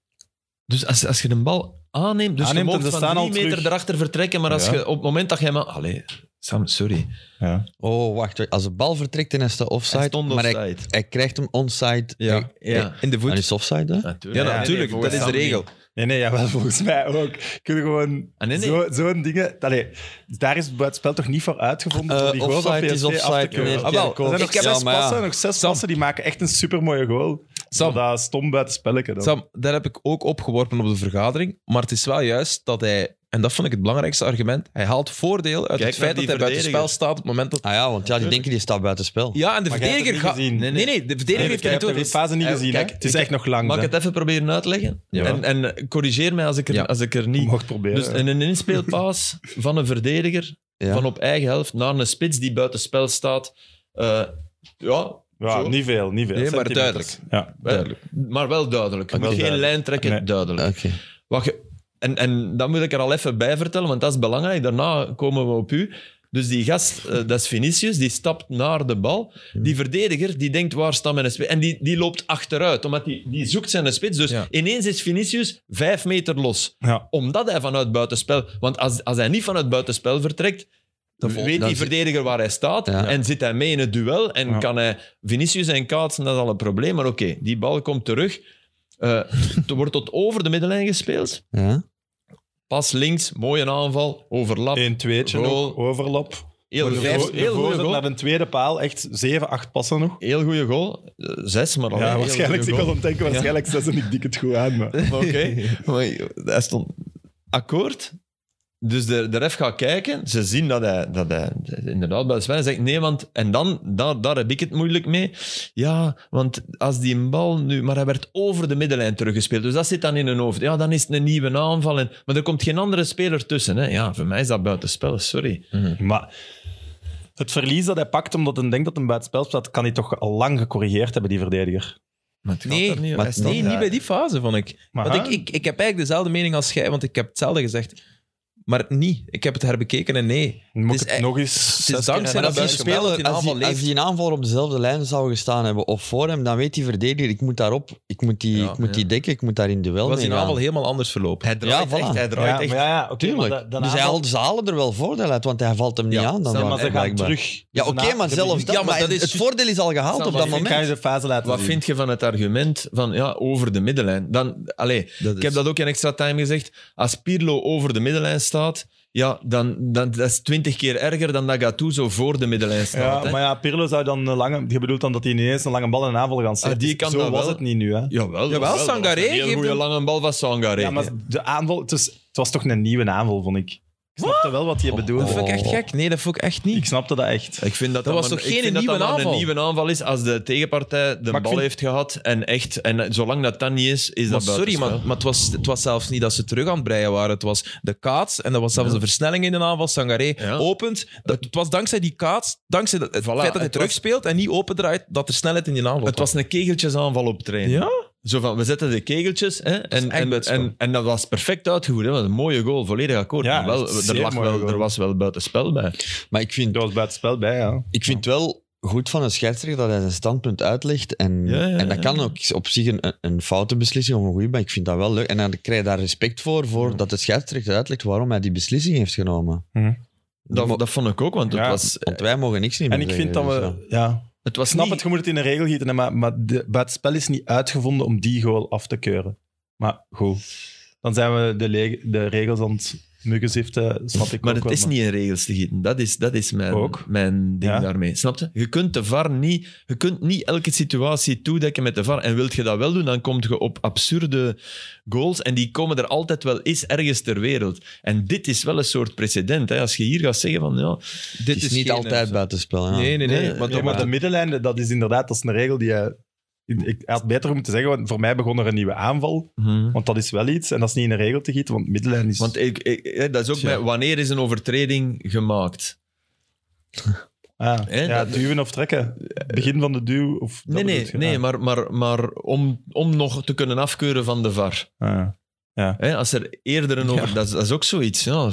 Speaker 4: Dus als, als je de bal aanneemt, dus
Speaker 3: Aanneemt
Speaker 4: je
Speaker 3: en
Speaker 4: mag
Speaker 3: ze
Speaker 4: van
Speaker 3: staan
Speaker 4: drie
Speaker 3: al
Speaker 4: meter
Speaker 3: terug.
Speaker 4: erachter vertrekken, maar als
Speaker 3: Ja.
Speaker 4: je op het moment dat jij maar... Allee, Sam, sorry.
Speaker 3: Ja.
Speaker 2: Oh, wacht. Als de bal vertrekt en hij staat offside,
Speaker 4: Hij stond
Speaker 2: maar hij,
Speaker 4: offside.
Speaker 2: hij krijgt hem onside.
Speaker 1: Ja.
Speaker 2: Hij-
Speaker 4: Ja,
Speaker 1: In de
Speaker 2: Hij
Speaker 1: voet.
Speaker 2: is offside, hè?
Speaker 1: Ja,
Speaker 4: natuurlijk.
Speaker 1: nou, natuurlijk.
Speaker 4: Ah, dus- Nee,
Speaker 1: dat
Speaker 4: nee,
Speaker 1: is de
Speaker 4: volgens
Speaker 1: regel.
Speaker 4: Sam niet.
Speaker 3: Nee, nee, jawel, [laughs] volgens mij ook. Kun je gewoon
Speaker 4: Ah, nee, nee.
Speaker 3: zo- zo'n dingen... Allee, daar is het spel toch niet voor uitgevonden?
Speaker 2: Eh,
Speaker 3: om die goal van
Speaker 2: offside is
Speaker 3: PSV af te
Speaker 2: offside,
Speaker 3: keuren?
Speaker 2: meneer
Speaker 3: Ah, wel,
Speaker 2: Kerkhoff.
Speaker 3: er zijn nog
Speaker 2: Ik heb-
Speaker 3: zes
Speaker 2: Ja, maar ja.
Speaker 3: passen, nog zes passen. Die maken echt een supermooie goal.
Speaker 1: Sam.
Speaker 3: Maar Dat stom buiten spelletje dan.
Speaker 1: Sam, daar heb ik ook opgeworpen op de vergadering. Maar het is wel juist dat hij, en dat vond ik het belangrijkste argument, hij haalt voordeel uit
Speaker 4: Kijk
Speaker 1: het feit
Speaker 4: naar
Speaker 1: dat
Speaker 4: die
Speaker 1: hij buiten spel
Speaker 4: verdediger.
Speaker 1: staat op het moment dat.
Speaker 2: Ah ja, want ja, die denken die staat buiten spel.
Speaker 1: Ja, en de
Speaker 3: Maar jij hebt
Speaker 1: verdediger
Speaker 3: het
Speaker 1: gaat.
Speaker 3: niet gezien.
Speaker 1: Nee, nee, de verdediger
Speaker 3: ik
Speaker 1: heeft
Speaker 3: heb
Speaker 1: het
Speaker 3: de
Speaker 1: niet door.
Speaker 3: fase niet
Speaker 4: eh,
Speaker 3: gezien.
Speaker 4: kijk,
Speaker 3: hè. het is echt nog lang.
Speaker 4: Mag ik
Speaker 3: hè.
Speaker 4: het even proberen uitleggen?
Speaker 1: Ja.
Speaker 4: En, en corrigeer mij als ik er,
Speaker 1: Ja.
Speaker 4: als ik er
Speaker 3: Je
Speaker 4: niet...
Speaker 3: mag het proberen.
Speaker 4: Dus een, een inspeelpaas van een verdediger
Speaker 2: Ja.
Speaker 4: van op eigen helft naar een spits die buitenspel staat. Eh, ja,
Speaker 3: ja,
Speaker 4: zo.
Speaker 3: niet veel, niet veel.
Speaker 1: Nee, maar
Speaker 3: Centimeters. Ja.
Speaker 4: duidelijk. maar wel duidelijk. Je
Speaker 3: Wel
Speaker 4: moet geen
Speaker 3: duidelijk.
Speaker 4: lijn trekken,
Speaker 3: Nee.
Speaker 4: duidelijk.
Speaker 2: Oké.
Speaker 4: Wat je- en, en dat moet ik er al even bij vertellen, want dat is belangrijk. Daarna komen we op u. Dus die gast, eh, dat is Vinicius, die stapt naar de bal. Die verdediger, die denkt, waar staat mijn spits? En die, die loopt achteruit, omdat die, die zoekt zijn spits. Dus
Speaker 1: Ja.
Speaker 4: ineens is Vinicius vijf meter los.
Speaker 3: Ja.
Speaker 4: Omdat hij vanuit buitenspel... Want als, als hij niet vanuit buitenspel vertrekt, dan
Speaker 2: volgt-
Speaker 4: weet
Speaker 2: dan
Speaker 4: die
Speaker 2: zit-
Speaker 4: verdediger waar hij staat.
Speaker 2: Ja.
Speaker 4: En zit hij mee in het duel. En
Speaker 3: Ja.
Speaker 4: kan hij Vinicius en kaatsen, dat is al een probleem. Maar oké, die bal komt terug. Eh, het wordt tot over de middenlijn gespeeld.
Speaker 2: Ja.
Speaker 4: Pas links, mooie aanval, overlap.
Speaker 3: Eén tweetje
Speaker 4: Goal.
Speaker 3: nog, overlap.
Speaker 4: Heel,
Speaker 3: De
Speaker 4: vijf-
Speaker 3: vo- de
Speaker 4: heel goede
Speaker 3: voorzet
Speaker 4: goal.
Speaker 3: Naar een tweede paal, echt zeven, acht passen nog.
Speaker 4: Heel goede goal. Eh, Zes, maar al een
Speaker 3: Ja,
Speaker 4: heel
Speaker 3: waarschijnlijk.
Speaker 4: goeie
Speaker 3: Ik was
Speaker 4: goal.
Speaker 3: aan het denken, waarschijnlijk zes en ik dik het goed aan.
Speaker 4: [laughs]
Speaker 3: Maar.
Speaker 4: Maar Oké, maar hij stond akkoord. Dus de, de ref gaat kijken. Ze zien dat hij, dat hij inderdaad bij de spel is. Hij zegt nee, want... En dan, daar, daar heb ik het moeilijk mee. Ja, want als die bal nu... Maar hij werd over de middenlijn teruggespeeld. Dus dat zit dan in hun hoofd. Ja, dan is het een nieuwe aanval. En, maar er komt geen andere speler tussen. Hè. Ja, voor mij is dat buitenspel, sorry.
Speaker 3: Maar het verlies dat hij pakt omdat hij denkt dat hij buiten spel staat, kan hij toch al lang gecorrigeerd hebben, die verdediger.
Speaker 4: Maar het gaat
Speaker 1: Nee,
Speaker 4: er niet-
Speaker 2: maar
Speaker 4: hij staat
Speaker 1: Nee,
Speaker 4: daar.
Speaker 1: niet bij die fase, vond ik.
Speaker 3: Maar
Speaker 1: Want ik, ik, ik heb eigenlijk dezelfde mening als jij, want ik heb hetzelfde gezegd. Maar niet. Ik heb het herbekeken en nee. het
Speaker 3: moet ik
Speaker 1: is
Speaker 3: het
Speaker 1: echt-
Speaker 3: nog eens...
Speaker 1: Het is dankzij
Speaker 2: Maar
Speaker 1: dat
Speaker 2: als die
Speaker 1: buitenspel dat
Speaker 2: speler,
Speaker 1: hij een
Speaker 2: als
Speaker 1: aanval
Speaker 2: die, als
Speaker 1: leeft.
Speaker 2: die een aanvaller op dezelfde lijn zou gestaan hebben of voor hem, dan weet die verdediger, ik moet daarop, ik moet die,
Speaker 1: Ja,
Speaker 2: ik moet die
Speaker 1: ja.
Speaker 2: dekken, ik moet daar in
Speaker 1: was
Speaker 2: duel mee
Speaker 1: die
Speaker 2: gaan.
Speaker 1: aanval helemaal anders verlopen.
Speaker 4: Hij draait
Speaker 2: Ja, voilà.
Speaker 4: echt, hij
Speaker 3: Ja,
Speaker 4: draait
Speaker 3: maar
Speaker 4: echt.
Speaker 3: ja, ja, oké. maar
Speaker 2: Tuurlijk.
Speaker 3: da- dan
Speaker 2: dus hij
Speaker 3: aanval-
Speaker 2: haalt ze halen er wel voordeel uit, want hij valt hem niet
Speaker 1: Ja,
Speaker 2: aan. Dan
Speaker 4: stel
Speaker 3: Maar
Speaker 2: maar,
Speaker 3: ze gaan
Speaker 2: blijkbaar.
Speaker 3: terug.
Speaker 2: Ja,
Speaker 3: Dus
Speaker 2: oké,
Speaker 3: daarna-
Speaker 2: maar zelfs dat,
Speaker 1: Ja, maar
Speaker 2: maar
Speaker 1: dat is
Speaker 2: het
Speaker 1: ju-
Speaker 2: voordeel is al gehaald
Speaker 1: Stel,
Speaker 2: op
Speaker 1: maar
Speaker 2: dat
Speaker 1: ik
Speaker 3: Ik
Speaker 2: moment.
Speaker 3: ga je de fase laten
Speaker 4: Wat
Speaker 1: Ehm.
Speaker 3: zien.
Speaker 4: vind je van het argument van ja, over de middenlijn? Dan, allee, ik heb dat ook in extra time gezegd. Als Pirlo over de middenlijn staat, ja, dan, dan dat is twintig keer erger dan dat Gattuso voor de middenlijn staat.
Speaker 3: Ja,
Speaker 4: hè.
Speaker 3: maar ja, Pirlo zou dan een lange... Je bedoelt dan dat hij ineens een lange bal in de aanval gaan zetten.
Speaker 4: Ah, die kan
Speaker 3: Zo
Speaker 4: dat
Speaker 3: was
Speaker 4: wel.
Speaker 3: het niet nu, hè.
Speaker 4: Jawel,
Speaker 1: Jawel,
Speaker 4: dat was een
Speaker 1: Sangaré
Speaker 4: heel
Speaker 1: geeft
Speaker 4: goede
Speaker 1: hem-
Speaker 4: lange bal was Sangaré.
Speaker 3: Ja, maar de aanval... Het was, het was toch een nieuwe aanval, vond ik. Ik snapte wel wat je
Speaker 1: Dat
Speaker 3: bedoelde.
Speaker 1: vond ik echt gek. Nee, dat vond ik echt niet.
Speaker 3: Ik snapte dat echt.
Speaker 4: Oh. Ik vind dat
Speaker 1: Dat was
Speaker 4: maar-
Speaker 1: toch
Speaker 4: ik
Speaker 1: geen
Speaker 4: vind dat
Speaker 1: nieuwe
Speaker 4: dat maar
Speaker 1: aanval?
Speaker 4: een nieuwe aanval is als de tegenpartij de
Speaker 3: Maar ik
Speaker 4: bal
Speaker 3: vind-
Speaker 4: heeft gehad. En, echt, en zolang dat dat niet is, is
Speaker 1: Maar
Speaker 4: dat
Speaker 1: sorry,
Speaker 4: buitenspel.
Speaker 1: maar, maar het, was, het was zelfs niet dat ze terug aan het breien waren. Het was de kaats en dat was zelfs
Speaker 4: Ja.
Speaker 1: een versnelling in de aanval. Sangaré
Speaker 4: Ja.
Speaker 1: opent. Dat, het was dankzij die kaats, dankzij dat- het
Speaker 4: Voilà,
Speaker 1: feit dat hij
Speaker 4: het
Speaker 1: terug
Speaker 4: was-
Speaker 1: speelt en niet opendraait, dat er snelheid in die aanval
Speaker 4: Het was een kegeltjesaanval op trainen.
Speaker 1: Ja?
Speaker 4: Zo van, we zetten de kegeltjes. Hè, en,
Speaker 1: echt
Speaker 4: en,
Speaker 1: buitenspel.
Speaker 4: en, en dat was perfect uitgevoerd. Hè, want een mooie goal, volledig akkoord.
Speaker 3: Ja,
Speaker 4: Maar wel,
Speaker 3: echt een
Speaker 4: er,
Speaker 3: zeer
Speaker 4: lag
Speaker 3: mooie
Speaker 4: wel,
Speaker 3: goal.
Speaker 4: er was wel buitenspel bij.
Speaker 2: Maar ik vind,
Speaker 3: Er was buitenspel bij, ja.
Speaker 2: ik vind wel goed van een scheidsrechter dat hij zijn standpunt uitlegt. En,
Speaker 4: Ja, ja,
Speaker 2: en dat
Speaker 4: ja.
Speaker 2: kan ook op zich een, een- een foute beslissing of een goede, maar ik vind dat wel leuk. En dan krijg je daar respect voor, voor dat de scheidsrechter uitlegt waarom hij die beslissing heeft genomen.
Speaker 4: Dat,
Speaker 2: Maar-
Speaker 4: dat vond ik ook, want het
Speaker 3: Ja.
Speaker 4: was,
Speaker 2: Want wij mogen niks niet meer
Speaker 3: En ik vind dat
Speaker 2: zeggen, dus
Speaker 3: we... Ja.
Speaker 4: het was
Speaker 3: Ik snap
Speaker 4: niet...
Speaker 3: het, je moet het in een regel gieten, hè, maar, maar de, maar het spel is niet uitgevonden om die goal af te keuren. Maar goed, dan zijn we de, le- de regels aan het muggenziften, snap ik
Speaker 4: maar
Speaker 3: ook
Speaker 4: het is
Speaker 3: wel,
Speaker 4: niet in regels te gieten. Dat is, dat is mijn,
Speaker 3: Ook.
Speaker 4: mijn ding
Speaker 3: Ja.
Speaker 4: daarmee. Snap je? Je kunt de VAR niet... Je kunt niet elke situatie toedekken met de VAR. En wilt je dat wel doen, dan kom je op absurde goals. En die komen er altijd wel eens ergens ter wereld. En dit is wel een soort precedent. Hè? Als je hier gaat zeggen van... Ja,
Speaker 1: Dit
Speaker 2: Het is niet
Speaker 1: geen-
Speaker 2: altijd buitenspel. Ja.
Speaker 1: Nee, nee, nee.
Speaker 4: eh, Nee,
Speaker 1: maar
Speaker 3: Nee,
Speaker 1: dat-
Speaker 3: maar de middenlijn, dat is inderdaad dat is een regel die... je- ik, ik had beter moeten zeggen, want voor mij begon er een nieuwe aanval.
Speaker 4: hm,
Speaker 3: Want dat is wel iets, en dat is niet in een regel te gieten, want middenlijn is...
Speaker 4: Want ik, ik- eh, dat is ook
Speaker 3: Tja.
Speaker 4: mijn- wanneer is een overtreding gemaakt?
Speaker 3: ah,
Speaker 4: hè,
Speaker 3: ja,
Speaker 4: dat-
Speaker 3: duwen of trekken. Begin van de duw, of... dat
Speaker 4: Nee, nee,
Speaker 3: bedoel je?
Speaker 4: nee
Speaker 3: Ah,
Speaker 4: maar, maar, maar om, om nog te kunnen afkeuren van de VAR.
Speaker 3: ah,
Speaker 4: Hè, als er eerder een over... Dat, is, dat is ook zoiets. Ja.
Speaker 3: dat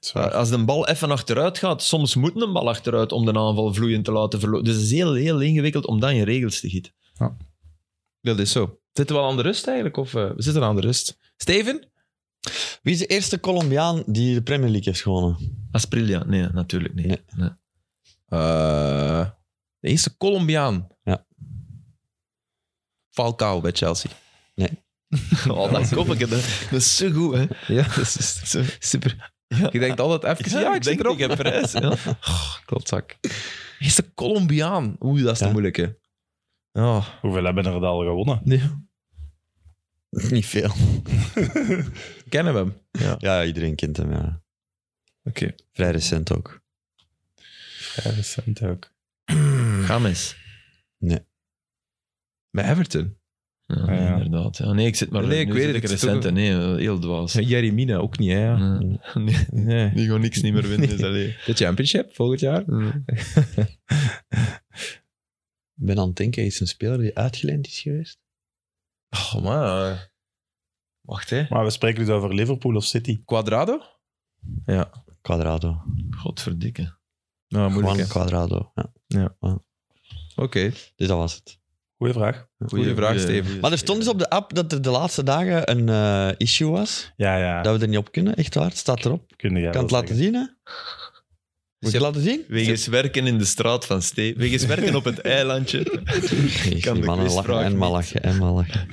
Speaker 3: is waar.
Speaker 4: Als de bal even achteruit gaat, soms moet een bal achteruit om de aanval vloeiend te laten verlopen. Dus het is heel, heel ingewikkeld om dan je regels te gieten.
Speaker 1: Dat is zo. Zitten we al aan de rust eigenlijk? Of, eh, we zitten aan de rust. Steven?
Speaker 2: Wie is de eerste Colombiaan die de Premier League heeft gewonnen?
Speaker 4: Asprilia, nee, natuurlijk niet.
Speaker 2: Nee.
Speaker 4: Nee.
Speaker 1: Eh, de eerste Colombiaan.
Speaker 2: Ja.
Speaker 1: Falcao bij Chelsea. [laughs]
Speaker 4: Oh, dat kop ik. hè. Dat dat is zo goed, hè.
Speaker 1: Ja, dat is
Speaker 4: Zo.
Speaker 1: super. Je denkt altijd even, [laughs] ja, ik zit
Speaker 4: denk
Speaker 1: erop.
Speaker 4: ik heb prijs. Ja.
Speaker 1: Oh, klotzak. Eerste Colombiaan. Oeh, dat is de
Speaker 2: Ja.
Speaker 1: moeilijke. Oh,
Speaker 3: Hoeveel hebben er al gewonnen?
Speaker 1: nee.
Speaker 2: Niet veel.
Speaker 1: Kennen we hem? Ja,
Speaker 2: Ja, iedereen kent hem, ja.
Speaker 1: oké.
Speaker 2: Vrij recent ook.
Speaker 3: Ja, recent ook.
Speaker 4: Games.
Speaker 1: Bij Everton.
Speaker 4: Ja,
Speaker 3: Ah, ja.
Speaker 4: Inderdaad. Ja. Nee, ik zit maar
Speaker 1: Nee, ik
Speaker 4: nu
Speaker 1: weet
Speaker 4: zit
Speaker 1: het,
Speaker 4: Ik
Speaker 1: ik zit ook-
Speaker 4: recente. Nee, eh, heel dwaas.
Speaker 1: Ja, Jeremina ook niet, hè? ja.
Speaker 4: Nee. [laughs] Nee,
Speaker 1: Nee.
Speaker 4: die gewoon niks niet meer winnen. Dus alleen.
Speaker 1: De Championship volgend jaar?
Speaker 2: Ik ben aan het denken, is een speler die uitgeleend is geweest?
Speaker 1: Oh, maar. Wacht, hè.
Speaker 3: Maar we spreken dus over Liverpool of City.
Speaker 1: Quadrado?
Speaker 2: Quadrado.
Speaker 4: Godverdikke.
Speaker 1: Nou, moeilijk. hè.
Speaker 2: Juan Quadrado. Ja.
Speaker 1: Oké,
Speaker 2: Dus dat was het.
Speaker 3: Goeie vraag.
Speaker 1: goede vraag, Steven.
Speaker 2: Maar er stond dus op de app dat er de laatste dagen een eh, issue was.
Speaker 3: Ja, ja.
Speaker 2: Dat we er niet op kunnen, echt waar. Het staat erop.
Speaker 3: kun je
Speaker 2: Ik kan het laten zien, hè? Moet je het laten zien?
Speaker 4: Wegens werken in de straat van Steven. Wegens werken op het eilandje.
Speaker 2: Ik
Speaker 4: kan
Speaker 2: kan
Speaker 4: de
Speaker 2: mannen
Speaker 4: quizvraag
Speaker 2: lachen en maar
Speaker 4: niet.
Speaker 2: lachen en maar lachen.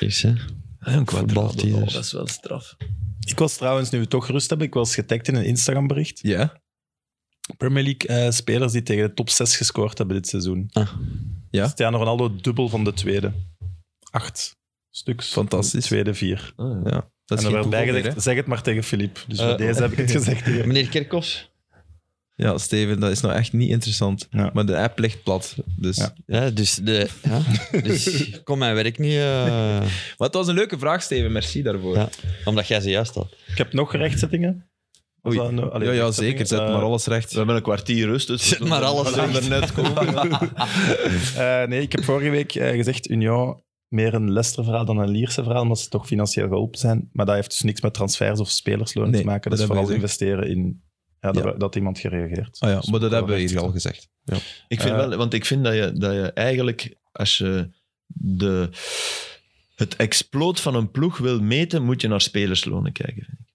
Speaker 2: Is, hè?
Speaker 4: [laughs] Een
Speaker 2: Voetbalteasers.
Speaker 4: oh, dat is wel straf.
Speaker 3: Ik was trouwens, nu we toch rust hebben, ik was getagd in een Instagram-bericht.
Speaker 1: Ja?
Speaker 3: Premier League-spelers die tegen de top 6 gescoord hebben dit seizoen.
Speaker 2: Ah.
Speaker 1: Ja?
Speaker 3: Cristiano Ronaldo dubbel van de tweede. Acht stuks.
Speaker 1: Fantastisch.
Speaker 3: Tweede vier.
Speaker 4: Ah,
Speaker 1: Ja. Dat
Speaker 3: en
Speaker 1: is
Speaker 3: er
Speaker 1: geen
Speaker 3: werd
Speaker 1: toeval meer,
Speaker 3: bijgezegd, zeg het maar tegen Filip. Dus bij
Speaker 2: Eh,
Speaker 3: deze
Speaker 1: [laughs]
Speaker 3: heb ik het gezegd. tegen-
Speaker 2: Meneer Kerkhoffs.
Speaker 1: hè. Ja, Steven, dat is nou echt niet interessant.
Speaker 3: Ja.
Speaker 1: Maar de app ligt plat. Dus.
Speaker 3: Ja.
Speaker 2: Ja, dus, de, ja, dus [laughs] kom mijn werk niet, eh,
Speaker 1: Maar het was een leuke vraag, Steven. Merci daarvoor.
Speaker 2: Ja. omdat jij ze juist had.
Speaker 3: Ik heb nog rechtzettingen. Was
Speaker 1: Oei.
Speaker 3: dat een- allee,
Speaker 1: ja, ja,
Speaker 3: rechtzettingen?
Speaker 1: zeker. Zet
Speaker 3: Eh,
Speaker 1: maar alles recht.
Speaker 4: We hebben een kwartier rust, [laughs] dus
Speaker 2: Zet maar alles
Speaker 4: er
Speaker 2: recht.
Speaker 4: net komen.
Speaker 3: Eh, nee, ik heb vorige week eh, gezegd, Union, meer een Leicester-verhaal dan een Lierse-verhaal, omdat ze toch financieel geholpen zijn. Maar dat heeft dus niks met transfers of spelersloon
Speaker 1: Nee,
Speaker 3: te
Speaker 1: dat
Speaker 3: maken. Dat is
Speaker 1: hebben
Speaker 3: vooral
Speaker 1: we
Speaker 3: investeren in... Ja, dat,
Speaker 1: Ja.
Speaker 3: we- dat iemand gereageerd.
Speaker 1: Oh ja,
Speaker 3: Dus
Speaker 1: maar dat
Speaker 3: wel
Speaker 1: hebben we hier
Speaker 3: recht.
Speaker 1: al gezegd.
Speaker 4: Ik vind
Speaker 3: Eh,
Speaker 4: wel, want ik vind dat je, dat je eigenlijk, als je de, het exploot van een ploeg wil meten, moet je naar spelerslonen kijken. vind ik.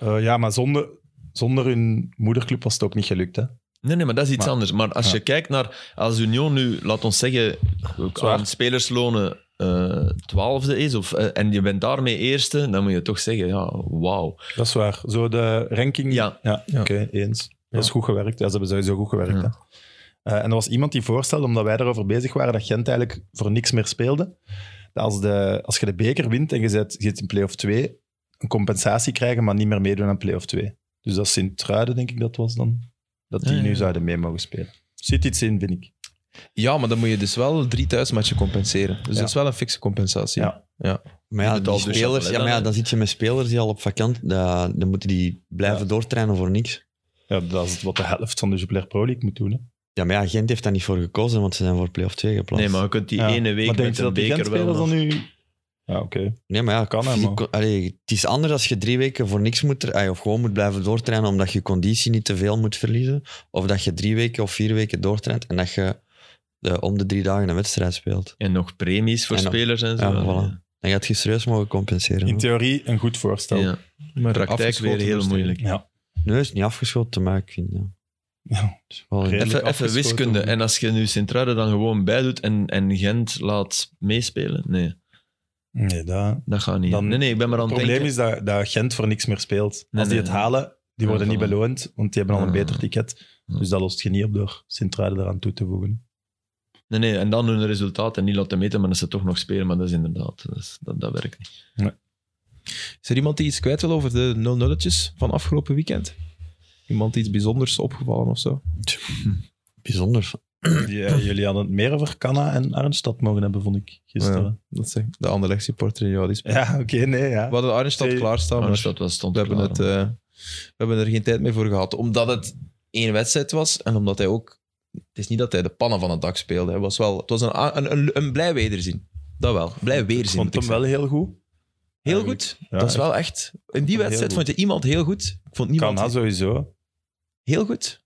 Speaker 3: Eh, ja, maar zonder, zonder hun moederclub was het ook niet gelukt. Hè?
Speaker 4: Nee, nee, maar dat is iets
Speaker 3: Maar-
Speaker 4: anders. Maar als
Speaker 3: ja.
Speaker 4: je kijkt naar, als Union nu, laat ons zeggen,
Speaker 3: Zwaar.
Speaker 4: aan spelerslonen eh, twaalfde is, of, eh, en je bent daarmee eerste, dan moet je toch zeggen, ja, wauw.
Speaker 3: Dat is waar. Zo de ranking...
Speaker 4: Ja.
Speaker 3: oké, eens. Dat is goed gewerkt. Ja, ze hebben sowieso goed gewerkt.
Speaker 4: Ja.
Speaker 3: Hè? Eh, en er was iemand die voorstelde, omdat wij daarover bezig waren, dat Gent eigenlijk voor niks meer speelde. Dat als, de, als je de beker wint en je zit, je zit in play-off 2, een compensatie krijgen, maar niet meer meedoen aan play-off 2. Dus dat is Sint-Truiden, denk ik dat was dan. Dat die
Speaker 4: Ja, ja,
Speaker 3: nu
Speaker 4: ja.
Speaker 3: zouden mee mogen spelen. Zit iets in, vind ik.
Speaker 1: Ja, maar dan moet je dus wel drie thuismatchen compenseren. Dus
Speaker 3: Ja.
Speaker 1: dat is wel een fikse compensatie.
Speaker 3: Ja.
Speaker 2: Maar ja,
Speaker 4: Je betaalt
Speaker 2: die
Speaker 4: dus
Speaker 2: spelers,
Speaker 4: wel,
Speaker 2: ja,
Speaker 4: hè,
Speaker 2: maar ja,
Speaker 4: dan,
Speaker 2: dan zit je met spelers die al op vakant, dan, dan moeten die blijven
Speaker 3: Ja.
Speaker 2: doortrainen voor niks.
Speaker 3: Ja, dat is wat de helft van de Jupiler Pro League moet doen. Hè.
Speaker 2: Ja, maar ja, Gent heeft daar niet voor gekozen, want ze zijn voor play-off 2 geplaatst.
Speaker 4: Nee, maar je kunt die
Speaker 3: Ja.
Speaker 4: ene week
Speaker 3: maar denk
Speaker 4: met
Speaker 3: je
Speaker 4: een
Speaker 3: dat die
Speaker 4: beker wel...
Speaker 3: Gent-spelers dan
Speaker 4: nog-
Speaker 3: nu... Ja, oké.
Speaker 2: Nee, maar ja,
Speaker 3: Kan, hè,
Speaker 2: die
Speaker 3: maar-
Speaker 2: co- allee, het is anders als je drie weken voor niks moet, er- allee, of gewoon moet blijven doortrainen omdat je conditie niet te veel moet verliezen. Of dat je drie weken of vier weken doortraint en dat je eh, om de drie dagen een wedstrijd speelt.
Speaker 4: En nog premies voor
Speaker 2: En nog-
Speaker 4: spelers en zo.
Speaker 2: Ja, voilà. Dan gaat je serieus mogen compenseren.
Speaker 3: In
Speaker 2: hoor.
Speaker 3: theorie een goed voorstel.
Speaker 4: Ja.
Speaker 1: Maar
Speaker 4: Praktijk
Speaker 1: afgeschoten
Speaker 4: weer heel
Speaker 1: door Steven.
Speaker 4: moeilijk.
Speaker 3: Ja.
Speaker 2: Nee, is niet afgeschoten, maar ik vind... Ja.
Speaker 3: Ja.
Speaker 2: Het is wel-
Speaker 3: Redelijk
Speaker 4: Even, even
Speaker 3: afgeschoten.
Speaker 4: wiskunde. En als je nu sint dan gewoon bijdoet en, en Gent laat meespelen? Nee,
Speaker 3: Nee, dat...
Speaker 4: dat gaat niet.
Speaker 3: Dan-
Speaker 4: nee, nee, ik ben maar aan
Speaker 3: Het
Speaker 4: het
Speaker 3: probleem
Speaker 4: denken.
Speaker 3: is dat, dat Gent voor niks meer speelt.
Speaker 4: Nee,
Speaker 3: Als die
Speaker 4: nee,
Speaker 3: het
Speaker 4: nee.
Speaker 3: halen, die worden
Speaker 4: Ja,
Speaker 3: niet
Speaker 4: voilà.
Speaker 3: beloond, want die hebben al een
Speaker 4: Ja.
Speaker 3: beter ticket.
Speaker 4: Ja.
Speaker 3: Dus dat lost je niet op door Sint-Truiden eraan toe te voegen.
Speaker 4: Nee, nee, en dan hun resultaten niet laten meten, maar dat ze toch nog spelen. Maar dat is inderdaad, dat, is- dat, dat werkt niet.
Speaker 1: Is er iemand die iets kwijt wil over de 0-0'tjes van afgelopen weekend? Iemand iets bijzonders opgevallen of zo?
Speaker 2: Bijzonder.
Speaker 3: Ja, jullie hadden het meer over Canna en Arnstad mogen hebben, vond ik
Speaker 1: Ah Ja,
Speaker 3: gisteren.
Speaker 1: dat zeg ik. De Anderlecht supporter, ja, die is...
Speaker 3: Ja, oké, nee, ja.
Speaker 1: We hadden Arnstad
Speaker 3: Nee,
Speaker 1: klaarstaan, maar
Speaker 4: Arnstad was stond
Speaker 1: we hebben,
Speaker 4: klaar,
Speaker 1: het,
Speaker 4: hoor.
Speaker 1: eh, we hebben er geen tijd meer voor gehad. Omdat het één wedstrijd was en omdat hij ook... Het is niet dat hij de pannen van het dak speelde. Hij was wel, het was een, a- een, een, een blij wederzien. Dat wel, blij
Speaker 3: ik
Speaker 1: weerzien.
Speaker 3: vond
Speaker 1: moet ik
Speaker 3: hem
Speaker 1: zeggen.
Speaker 3: wel heel goed.
Speaker 1: Heel
Speaker 3: eigenlijk.
Speaker 1: goed.
Speaker 3: Ja,
Speaker 1: dat is
Speaker 3: echt.
Speaker 1: wel echt... In die
Speaker 3: Heel
Speaker 1: wedstrijd
Speaker 3: goed.
Speaker 1: vond je iemand heel goed. Ik vond niemand
Speaker 3: Canna sowieso.
Speaker 1: heel goed.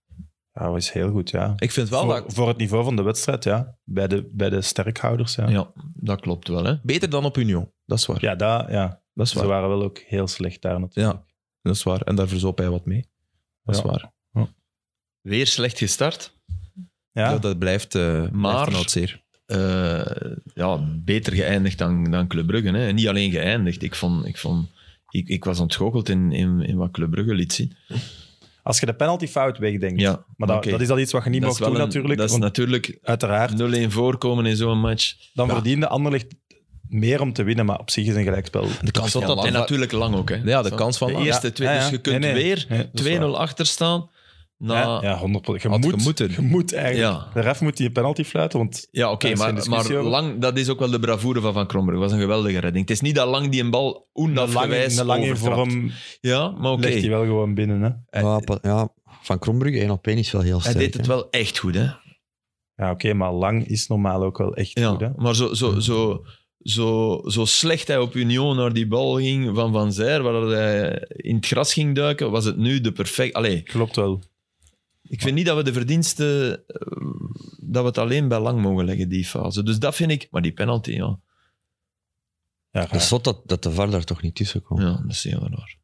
Speaker 3: Ja, was heel goed, ja.
Speaker 1: Ik vind wel
Speaker 3: Voor,
Speaker 1: dat...
Speaker 3: voor het niveau van de wedstrijd, ja. Bij de, bij de sterkhouders, ja.
Speaker 4: Ja, dat klopt wel. Hè.
Speaker 1: Beter dan op Union, dat is waar.
Speaker 3: Ja, dat, ja.
Speaker 1: dat is
Speaker 3: Ze
Speaker 1: waar.
Speaker 3: waren wel ook heel slecht daar natuurlijk.
Speaker 1: Ja, dat is waar. En daar verzoop hij wat mee. Dat is
Speaker 3: Ja.
Speaker 1: waar.
Speaker 4: Weer slecht gestart.
Speaker 1: Ja,
Speaker 3: Ja,
Speaker 1: dat blijft, eh
Speaker 4: Maar-
Speaker 1: blijft een oud zeer.
Speaker 4: eh, ja, beter geëindigd dan, dan Club Brugge. Hè. En niet alleen geëindigd. Ik, vond, ik, vond, ik, ik was ontgoocheld in, in, in wat Club Brugge liet zien.
Speaker 3: Als je de penalty fout wegdenkt.
Speaker 4: Ja,
Speaker 3: Maar dat,
Speaker 4: oké.
Speaker 3: dat is al iets wat je niet
Speaker 4: Dat
Speaker 3: mag
Speaker 4: is
Speaker 3: doen
Speaker 4: wel een-
Speaker 3: natuurlijk.
Speaker 4: Dat is
Speaker 3: want
Speaker 4: natuurlijk
Speaker 3: uiteraard,
Speaker 4: 0-1 voorkomen in zo'n match.
Speaker 3: dan verdiende Anderlecht meer om te winnen, maar op zich is een gelijkspel.
Speaker 1: De kans
Speaker 4: Zat
Speaker 1: van
Speaker 4: dat, en natuurlijk lang ook. Hè.
Speaker 1: Ja, de kans van
Speaker 4: De
Speaker 1: Lang.
Speaker 4: eerste twee.
Speaker 3: Ja,
Speaker 4: Dus
Speaker 3: ja.
Speaker 4: je kunt
Speaker 3: Nee, nee. Nee, dat is
Speaker 4: weer 2-0
Speaker 3: waar.
Speaker 4: achterstaan. Na,
Speaker 3: Ja, ja, 100%. Je
Speaker 1: Had
Speaker 3: moet,
Speaker 1: gemoeten.
Speaker 3: je moet eigenlijk.
Speaker 4: Nou, Ja.
Speaker 3: De ref moet die penalty fluiten, want
Speaker 4: Ja, oké,
Speaker 3: Daar is geen
Speaker 4: maar,
Speaker 3: discussie
Speaker 4: maar
Speaker 3: over.
Speaker 4: lang, dat is ook wel de bravoure van Van Krombrugge. was een geweldige redding. Het is niet dat Lang die een bal
Speaker 3: een lange,
Speaker 4: onafgewijs
Speaker 3: een lange
Speaker 4: overtrapt.
Speaker 3: vorm
Speaker 4: Ja, maar oké.
Speaker 3: legt hij wel gewoon binnen. Hè?
Speaker 2: Ja, pa- ja, van Krombrugge één op één is wel heel
Speaker 4: Hij
Speaker 2: sterk.
Speaker 4: deed het
Speaker 2: hè.
Speaker 4: wel echt goed, hè.
Speaker 3: Ja, oké, maar lang is normaal ook wel echt
Speaker 4: Ja,
Speaker 3: goed. Hè?
Speaker 4: maar zo, zo, zo, zo, zo slecht hij op Union naar die bal ging van Van Zijr, waar dat hij in het gras ging duiken, was het nu de perfect... Allee,
Speaker 3: Klopt wel.
Speaker 4: ik vind niet dat we de verdiensten... eh, Dat we het alleen bij lang mogen leggen, die fase. Dus dat vind ik... Maar die penalty, ja.
Speaker 3: Ja,
Speaker 2: Het is zot dat, dat de VAR daar toch niet tussen komt.
Speaker 4: Ja, dat is heel raar.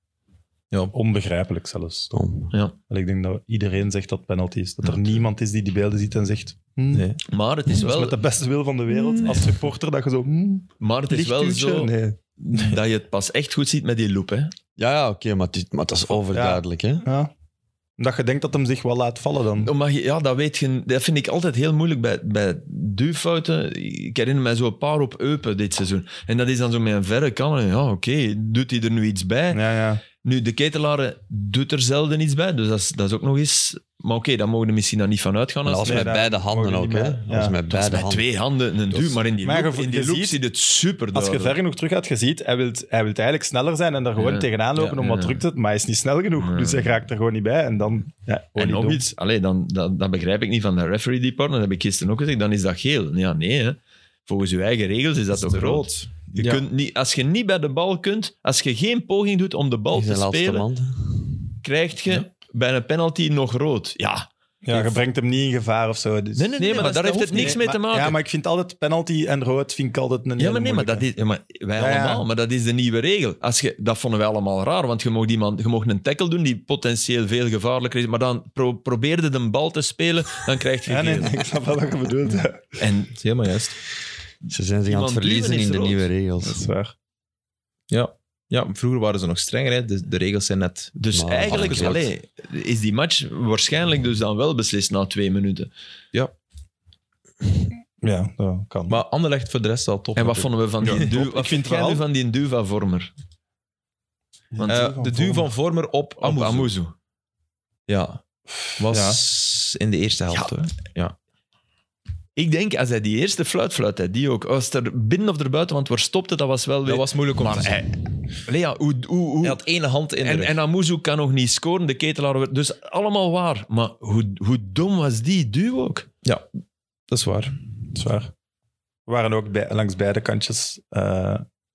Speaker 3: Onbegrijpelijk zelfs.
Speaker 2: Stom.
Speaker 3: Wel, Ik denk dat iedereen zegt dat penalty is. Dat er
Speaker 4: Natuurlijk.
Speaker 3: niemand is die die beelden ziet en zegt... "Hmm,
Speaker 1: Nee.
Speaker 4: Maar het is
Speaker 3: dat is met
Speaker 4: wel,
Speaker 3: de beste wil van de wereld. Als supporter dat je zo... "Hmm,
Speaker 4: maar het is wel
Speaker 3: lichtduwtje."
Speaker 4: zo
Speaker 3: Nee.
Speaker 4: dat je het pas echt goed ziet met die loop, hè.
Speaker 2: Ja, ja oké, maar, het is- maar dat is overduidelijk, hè?
Speaker 3: Ja. Omdat je denkt dat hem zich wel laat vallen dan.
Speaker 4: Omdat je- ja, dat weet je. Dat vind ik altijd heel moeilijk bij, bij duwfouten. Ik herinner mij zo'n paar op Eupen dit seizoen. En dat is dan zo met een verre kamer. Ja, oké, doet hij er nu iets bij?
Speaker 3: Ja, ja.
Speaker 4: Nu, de ketelaren doet er zelden iets bij. Dus dat is, dat is ook nog eens. Maar oké, daar mogen we misschien dan niet van uitgaan.
Speaker 2: Maar dat
Speaker 4: Als
Speaker 2: was
Speaker 3: Nee,
Speaker 2: met
Speaker 3: daar
Speaker 2: beide handen
Speaker 3: mogen we
Speaker 2: ook,
Speaker 3: niet
Speaker 2: hè?
Speaker 3: mee.
Speaker 2: Dat was
Speaker 3: Ja.
Speaker 2: met
Speaker 4: dat
Speaker 2: beide
Speaker 4: is met
Speaker 2: handen.
Speaker 4: twee handen een duw. Maar in die
Speaker 3: Maar
Speaker 4: loop,
Speaker 3: je-
Speaker 4: in
Speaker 3: je
Speaker 4: die loop
Speaker 3: ziet-
Speaker 4: ziet het super
Speaker 3: Als je ver
Speaker 4: duidelijk.
Speaker 3: genoeg terug gaat, je ziet, hij wil hij wilt eigenlijk sneller zijn en er gewoon
Speaker 4: Ja.
Speaker 3: tegenaan lopen
Speaker 1: Ja,
Speaker 3: om wat
Speaker 4: ja.
Speaker 3: druk te Maar hij is niet snel genoeg,
Speaker 4: Ja.
Speaker 3: dus hij raakt er gewoon niet bij. En dan... Ja, gewoon
Speaker 4: En
Speaker 3: niet
Speaker 4: nog
Speaker 3: doen.
Speaker 4: iets, allee, dan, dat, dat begrijp ik niet van de referee department. Dat heb ik gisteren ook gezegd. Dan is dat geel. Ja, nee, hè. Volgens uw eigen regels is dat,
Speaker 1: is
Speaker 4: ook
Speaker 1: te
Speaker 4: rood. Je
Speaker 1: Ja.
Speaker 4: kunt niet, als je niet bij de bal kunt, als je geen poging doet om de bal
Speaker 2: Die
Speaker 4: te
Speaker 2: zijn laatste
Speaker 4: spelen,
Speaker 2: man.
Speaker 4: krijg je bij een penalty nog rood. Ja,
Speaker 3: Ja, je brengt hem niet in gevaar of zo. Dus.
Speaker 4: nee, nee, maar, daar heeft het
Speaker 3: Nee,
Speaker 4: niks mee te
Speaker 3: maar-
Speaker 4: maken.
Speaker 3: Ja, maar ik vind altijd penalty en rood vind ik altijd een
Speaker 4: Ja, maar nee, maar dat is, ja, maar wij
Speaker 3: Ja, ja.
Speaker 4: allemaal, maar dat is de nieuwe regel. Als je, dat vonden wij allemaal raar, want je mocht, iemand, je mocht een tackle doen die potentieel veel gevaarlijker is, maar dan pro- probeerde de bal te spelen, dan krijg je
Speaker 3: Ja, nee,
Speaker 4: geel.
Speaker 3: nee, ik snap wel wat je bedoelt. ja.
Speaker 4: En
Speaker 1: Dat is helemaal juist.
Speaker 2: Ze zijn zich aan het
Speaker 4: Iemand
Speaker 2: verliezen
Speaker 4: duwen is
Speaker 2: in de
Speaker 4: rood.
Speaker 2: nieuwe
Speaker 3: [laughs] Dat is
Speaker 2: regels.
Speaker 3: waar.
Speaker 1: Ja, vroeger waren ze nog strenger. Hè. De, de regels zijn net...
Speaker 4: Dus
Speaker 2: Maar
Speaker 4: eigenlijk
Speaker 2: afgezet.
Speaker 4: allee, is die match waarschijnlijk dus dan wel beslist na twee minuten.
Speaker 3: Ja, dat kan.
Speaker 1: Maar Anderlecht voor de rest wel top.
Speaker 4: En wat
Speaker 1: natuurlijk.
Speaker 4: vonden we van die
Speaker 3: Ja,
Speaker 4: duw?
Speaker 3: top.
Speaker 4: Wat
Speaker 3: Ik
Speaker 4: vind
Speaker 3: vind
Speaker 4: jij nu
Speaker 3: vooral-
Speaker 4: van die Duva-vormer? Want
Speaker 1: Eh,
Speaker 3: Van
Speaker 1: de duw
Speaker 3: Vormer.
Speaker 1: van Vormer op
Speaker 4: op
Speaker 1: Amoezu.
Speaker 4: Amuzu.
Speaker 1: Ja. Was in de eerste helft.
Speaker 4: Ja.
Speaker 1: hoor.
Speaker 4: Ik denk, als hij die eerste fluit fluit, hij die ook. Als het er binnen of erbuiten, want waar stopte, dat was wel weer...
Speaker 1: Dat was moeilijk om te
Speaker 4: maar
Speaker 1: zien.
Speaker 4: hij, Lea, hoe... hoe, hoe-
Speaker 1: Hij had één hand in de
Speaker 4: en,
Speaker 1: rug.
Speaker 4: en Amuzu kan nog niet scoren, de ketelaar... werd- Dus allemaal waar. Maar hoe, hoe dom was die duw ook?
Speaker 1: Dat is waar.
Speaker 3: Dat is waar. We waren ook bij- langs beide kantjes eh,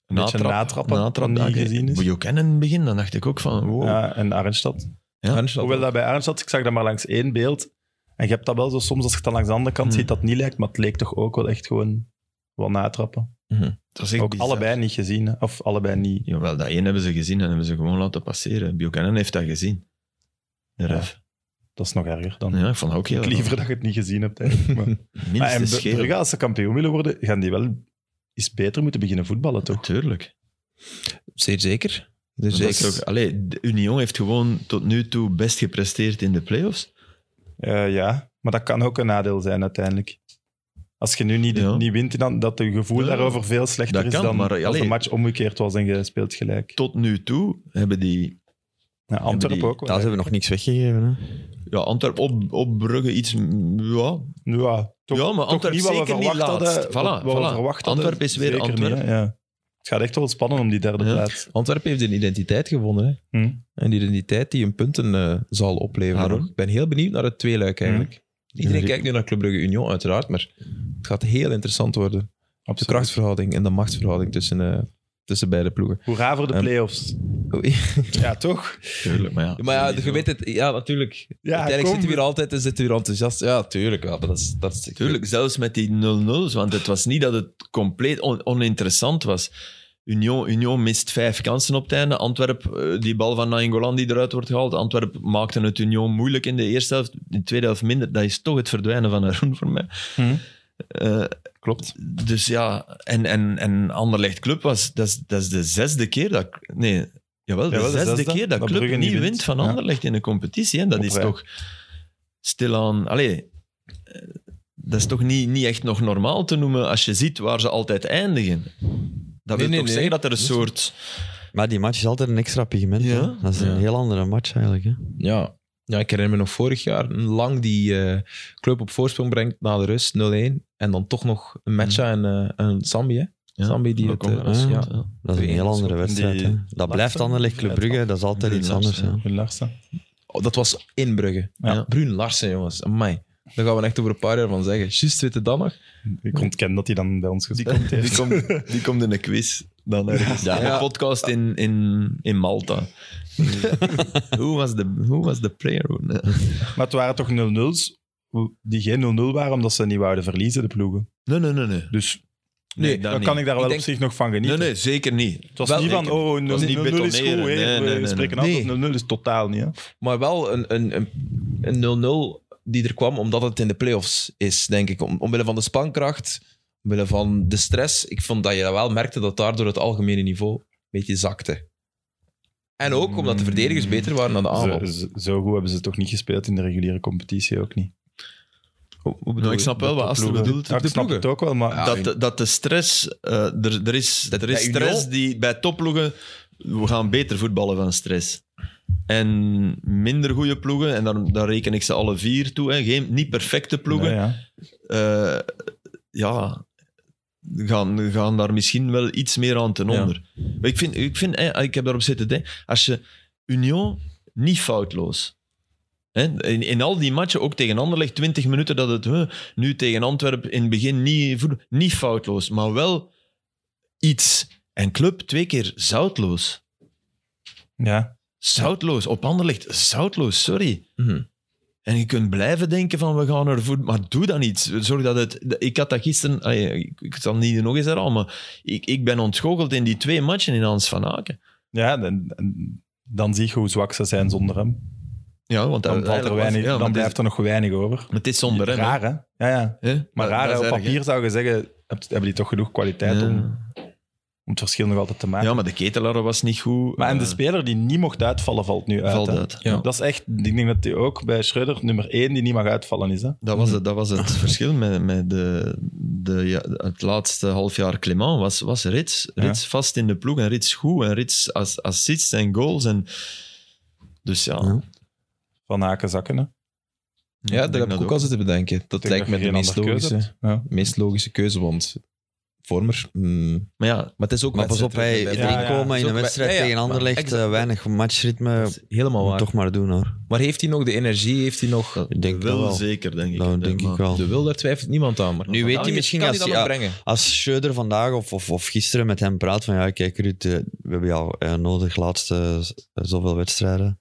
Speaker 3: een beetje natrappen.
Speaker 4: Natrap,
Speaker 3: die
Speaker 4: ja,
Speaker 3: niet
Speaker 4: oké.
Speaker 3: gezien
Speaker 4: Moet
Speaker 3: is.
Speaker 4: je ook kennen in het begin, dan dacht ik ook van... Wow.
Speaker 3: Ja, en Arnstad.
Speaker 4: Ja.
Speaker 1: Hansch had
Speaker 3: Hoewel dat bij Arnstad, ik zag dat maar langs één beeld. En je hebt dat wel zo soms, als je het dan langs de andere kant
Speaker 4: Hmm.
Speaker 3: ziet, dat het niet lijkt. Maar het leek toch ook wel echt gewoon wel natrappen.
Speaker 4: dat is echt
Speaker 3: Ook
Speaker 4: bizar.
Speaker 3: allebei niet gezien. hè. Of allebei niet.
Speaker 4: Jawel, dat één hebben ze gezien en hebben ze gewoon laten passeren. Buchanan heeft dat gezien. De ref.
Speaker 3: Dat is nog erger dan.
Speaker 4: Ja, ik vond dat ook
Speaker 3: [laughs]
Speaker 4: heel
Speaker 3: Ik liever dat je het niet gezien hebt. Eigenlijk. Maar,
Speaker 4: [laughs]
Speaker 3: maar Ah, en
Speaker 4: Minstens
Speaker 3: Bru-
Speaker 4: scheel.
Speaker 3: Brugge, als ze kampioen willen worden, gaan die wel eens beter moeten beginnen voetballen, toch?
Speaker 4: Natuurlijk.
Speaker 1: Zeer zeker. Zeer
Speaker 4: Dat is
Speaker 1: zeker.
Speaker 4: toch, allee, de Union heeft gewoon tot nu toe best gepresteerd in de play-offs.
Speaker 3: Eh, ja, maar dat kan ook een nadeel zijn uiteindelijk. Als je nu niet,
Speaker 4: Ja.
Speaker 3: niet wint, dan, dat je gevoel
Speaker 4: Ja,
Speaker 3: daarover veel slechter
Speaker 4: dat
Speaker 3: is
Speaker 4: kan,
Speaker 3: dan
Speaker 4: maar, eh,
Speaker 3: als
Speaker 4: allee.
Speaker 3: de match omgekeerd was en je speelt gelijk.
Speaker 4: Tot nu toe hebben die
Speaker 3: Ja, Antwerpen
Speaker 4: die-
Speaker 3: ook
Speaker 2: Ja,
Speaker 3: wel.
Speaker 2: ze hebben nog niks weggegeven, hè?
Speaker 4: ja, Antwerp op, op Brugge iets... mm, Ja,
Speaker 3: hè. Ja, toch,
Speaker 4: ja maar
Speaker 3: toch
Speaker 4: Antwerp
Speaker 3: niet wat we
Speaker 4: zeker niet
Speaker 3: verwacht hadden.
Speaker 4: laatst.
Speaker 3: wat
Speaker 4: Voilà,
Speaker 3: we
Speaker 4: voilà.
Speaker 3: verwacht hadden,
Speaker 4: Antwerp is weer
Speaker 3: zeker niet,
Speaker 4: Antwerp.
Speaker 3: hè. ja. Het gaat echt wel spannend om die derde
Speaker 4: Ja.
Speaker 3: plaats.
Speaker 1: Antwerpen heeft een identiteit gewonnen. Hè.
Speaker 3: Hm.
Speaker 1: Een identiteit die hun punten eh, zal opleveren.
Speaker 4: Waarom?
Speaker 1: Ik ben heel benieuwd naar het tweeluik eigenlijk. Iedereen
Speaker 2: Ja,
Speaker 1: kijkt nu naar Club Brugge Union, uiteraard. Maar het gaat heel interessant worden. Op de
Speaker 3: Absoluut.
Speaker 1: krachtverhouding en de machtsverhouding tussen, eh, tussen beide ploegen.
Speaker 3: Hoera voor de
Speaker 1: Ehm.
Speaker 3: play-offs. Ja, toch?
Speaker 4: Tuurlijk, maar ja.
Speaker 1: Ja, Maar ja,
Speaker 4: sowieso.
Speaker 1: je weet het, ja, natuurlijk.
Speaker 3: Ja,
Speaker 1: Uiteindelijk
Speaker 3: kom.
Speaker 1: zitten we hier altijd en zitten we hier enthousiast. Ja, tuurlijk wel. Maar dat is, dat is,
Speaker 4: Tuurlijk, zelfs met die 0-0's, want het was niet dat het compleet on- oninteressant was. Union, Union mist vijf kansen op het einde. Antwerp, eh, die bal van Nainggolan die eruit wordt gehaald. Antwerp maakte het Union moeilijk in de eerste helft. In de tweede helft minder. Dat is toch het verdwijnen van Haroun voor mij.
Speaker 3: Mhm.
Speaker 4: Eh,
Speaker 3: Klopt.
Speaker 4: dus ja, en, en, en Anderlecht Club was, dat is, dat is de zesde keer dat... Nee, jawel, de,
Speaker 3: Jawel, de
Speaker 4: zesde,
Speaker 3: zesde
Speaker 4: keer dat,
Speaker 3: dat
Speaker 4: Club
Speaker 3: Brugge
Speaker 4: niet
Speaker 3: niet
Speaker 4: wint,
Speaker 3: wint.
Speaker 4: van
Speaker 3: Ja.
Speaker 4: Anderlecht in de competitie. En dat
Speaker 3: Op
Speaker 4: is
Speaker 3: rij.
Speaker 4: toch stilaan... Allee, eh, dat is toch niet, niet echt nog normaal te noemen als je ziet waar ze altijd eindigen.
Speaker 1: Nee,
Speaker 4: Dat
Speaker 1: nee,
Speaker 4: wil toch
Speaker 1: nee.
Speaker 4: zeggen dat er een soort...
Speaker 2: Maar die match is altijd een extra pigment.
Speaker 4: Ja.
Speaker 2: hè. Dat is een
Speaker 1: Ja.
Speaker 2: heel andere match eigenlijk. Hè.
Speaker 1: Ja. ja, ik herinner me nog vorig jaar lang die eh, club op voorsprong brengt na de rust 0-1. En dan toch nog een match en, eh en Zambi. Hè?
Speaker 4: Ja,
Speaker 1: Zambi die het.
Speaker 4: ook [laughs]
Speaker 1: eh,
Speaker 4: wel
Speaker 2: was,
Speaker 1: ja.
Speaker 4: Ja.
Speaker 2: Dat is een
Speaker 1: Twee
Speaker 2: heel andere
Speaker 3: schoppen die
Speaker 2: wedstrijd. hè. Dat
Speaker 3: Larsen-
Speaker 2: blijft Anderlecht Club Brugge, dat is altijd
Speaker 4: Die
Speaker 2: iets
Speaker 4: Larsen,
Speaker 2: anders. hè.
Speaker 3: Goed Larsen.
Speaker 1: Oh, dat was in Brugge.
Speaker 3: Ja.
Speaker 1: Ja. Bruun Larsen, jongens. Amai. Daar gaan we echt over een paar jaar van zeggen. Juist weet je dat nog?
Speaker 3: Ik ontken dat hij dan bij ons gespeeld heeft.
Speaker 4: Die komt, die komt in een quiz. Dan ergens. Ja,
Speaker 1: Ja.
Speaker 4: Een podcast in, in, in Malta. hoe, was de, hoe was de player?
Speaker 3: Maar het waren toch 0-0's die geen 0-0 waren omdat ze niet wouden verliezen, de ploegen.
Speaker 4: Nee, nee, nee. nee.
Speaker 3: Dus
Speaker 1: Nee,
Speaker 4: dat
Speaker 3: dan
Speaker 4: niet.
Speaker 3: kan ik daar wel
Speaker 1: Ik
Speaker 3: op
Speaker 1: denk-
Speaker 3: zich nog van
Speaker 4: Nee,
Speaker 3: genieten.
Speaker 4: nee, zeker niet.
Speaker 3: Het was
Speaker 1: Wel,
Speaker 3: niet van,
Speaker 4: zeker.
Speaker 3: oh, 0-0
Speaker 4: Het was niet
Speaker 3: is goed,
Speaker 4: betoneren.
Speaker 3: hè.
Speaker 4: Nee, nee,
Speaker 3: we
Speaker 4: nee, nee.
Speaker 3: spreken
Speaker 1: Nee.
Speaker 3: altijd 0-0, is totaal niet. Hè.
Speaker 1: Maar wel een- een een- een 0-0 die er kwam omdat het in de playoffs is, denk ik. Om, omwille van de spankracht, omwille van de stress. Ik vond dat je dat wel merkte dat daardoor het algemene niveau een beetje zakte. En ook omdat de verdedigers beter waren dan de
Speaker 4: Ah,
Speaker 1: aanval.
Speaker 3: Zo, zo- zo goed hebben Mm. ze toch niet gespeeld in de reguliere competitie ook niet.
Speaker 4: Nou, ik snap wel wat Astro bedoelt.
Speaker 3: Ja, ik
Speaker 1: de
Speaker 3: snap
Speaker 1: ploegen.
Speaker 3: het ook wel, maar
Speaker 1: Ja.
Speaker 4: Dat, dat de stress... eh, er, er is,
Speaker 1: Dat
Speaker 4: er is
Speaker 1: bij Union-
Speaker 4: stress die bij topploegen... We gaan beter voetballen van stress. En minder goede ploegen, en daar, daar reken ik ze alle vier toe. Hè. Geen, niet perfecte ploegen.
Speaker 3: Nee, ja.
Speaker 4: eh, ja, gaan, gaan daar misschien wel iets meer aan ten
Speaker 1: Ja.
Speaker 4: onder. Maar ik, vind, ik, vind, eh, ik heb daarop zitten denken, als je Union niet foutloos. hè, In, in al die matchen, ook tegen Anderlecht, 20 minuten dat het huh, nu tegen Antwerpen in het begin niet, voet- niet foutloos, maar wel iets. En club twee keer zoutloos.
Speaker 3: Ja.
Speaker 4: Zoutloos, op Anderlecht, zoutloos, sorry.
Speaker 1: Mhm.
Speaker 4: En je kunt blijven denken van we gaan er voet, maar doe dan iets. Zorg dat het. Ik had dat gisteren, ah ja, ik, ik zal niet nog eens herhalen, maar ik, ik ben ontgoocheld in die twee matchen in Hans van Aken.
Speaker 3: Ja, dan, dan zie je hoe zwak ze zijn zonder hem.
Speaker 4: Ja, want
Speaker 3: Dan, valt er weinig, dan blijft er nog weinig over.
Speaker 4: het is zonder hem. hè.
Speaker 3: Raar, hè? Ja, ja.
Speaker 4: Hè?
Speaker 3: Maar
Speaker 4: Dat-
Speaker 3: raar,
Speaker 4: dat
Speaker 3: hè,
Speaker 4: is
Speaker 3: op
Speaker 4: erg, hè.
Speaker 3: papier zou je zeggen, hebt- hebben die toch genoeg kwaliteit om, om het verschil nog altijd te
Speaker 4: Ja.
Speaker 3: maken.
Speaker 4: ja, maar de ketelaar was niet goed.
Speaker 3: maar en de
Speaker 4: Eh,
Speaker 3: speler die niet mocht uitvallen, valt nu uit.
Speaker 4: valt
Speaker 3: hè.
Speaker 4: uit.
Speaker 1: Ja.
Speaker 3: Dat is echt, ik denk dat die ook bij Schreuder nummer één die niet mag uitvallen is. Hè?
Speaker 4: Dat
Speaker 2: Mhm.
Speaker 4: was het, dat
Speaker 2: [laughs]
Speaker 4: was het verschil met, met de, de, ja, het laatste half jaar Clement. Was, was Rits.
Speaker 3: Ja.
Speaker 4: Rits vast in de ploeg en Rits goed. En Rits as, assists en goals. En, dus ja.
Speaker 2: Ja.
Speaker 3: Van haken zakken. Hè?
Speaker 1: Ja,
Speaker 4: ik
Speaker 1: daar heb
Speaker 4: denk
Speaker 1: ik
Speaker 4: dat
Speaker 1: ook al zitten bedenken. Dat
Speaker 3: Ik denk
Speaker 1: lijkt me
Speaker 3: dat
Speaker 1: de
Speaker 3: je geen
Speaker 1: meest
Speaker 3: andere keuze
Speaker 1: logische,
Speaker 3: hebt.
Speaker 1: meest logische keuze, want Vormer... mm,
Speaker 4: Maar ja,
Speaker 1: Maar het is ook
Speaker 2: Maar pas op, hij
Speaker 1: wedstrijd-
Speaker 3: Ja, ja.
Speaker 2: inkomen
Speaker 1: Is
Speaker 2: in
Speaker 1: ook
Speaker 2: een
Speaker 1: bij-
Speaker 2: wedstrijd
Speaker 1: ja, ja,
Speaker 2: tegen
Speaker 1: maar
Speaker 2: Anderlecht,
Speaker 1: exact.
Speaker 2: eh, weinig
Speaker 1: Dat
Speaker 2: matchritme.
Speaker 1: is Helemaal waar.
Speaker 2: Toch maar doen hoor.
Speaker 1: Maar heeft hij nog de energie? Heeft hij nog...
Speaker 2: Ik denk dat
Speaker 4: wel,
Speaker 2: wel.
Speaker 4: zeker, denk ik.
Speaker 2: Dat denk ik wel.
Speaker 1: De wil, daar twijfelt niemand aan. Maar
Speaker 2: Nu weet hij misschien
Speaker 1: kan
Speaker 2: als
Speaker 1: hij
Speaker 2: hij-
Speaker 1: dat nog brengen.
Speaker 2: Als Schöder vandaag of, of, of gisteren met hem praat van ja, kijk Ruud, eh, we hebben jou eh, nodig laatste z- eh, zoveel wedstrijden.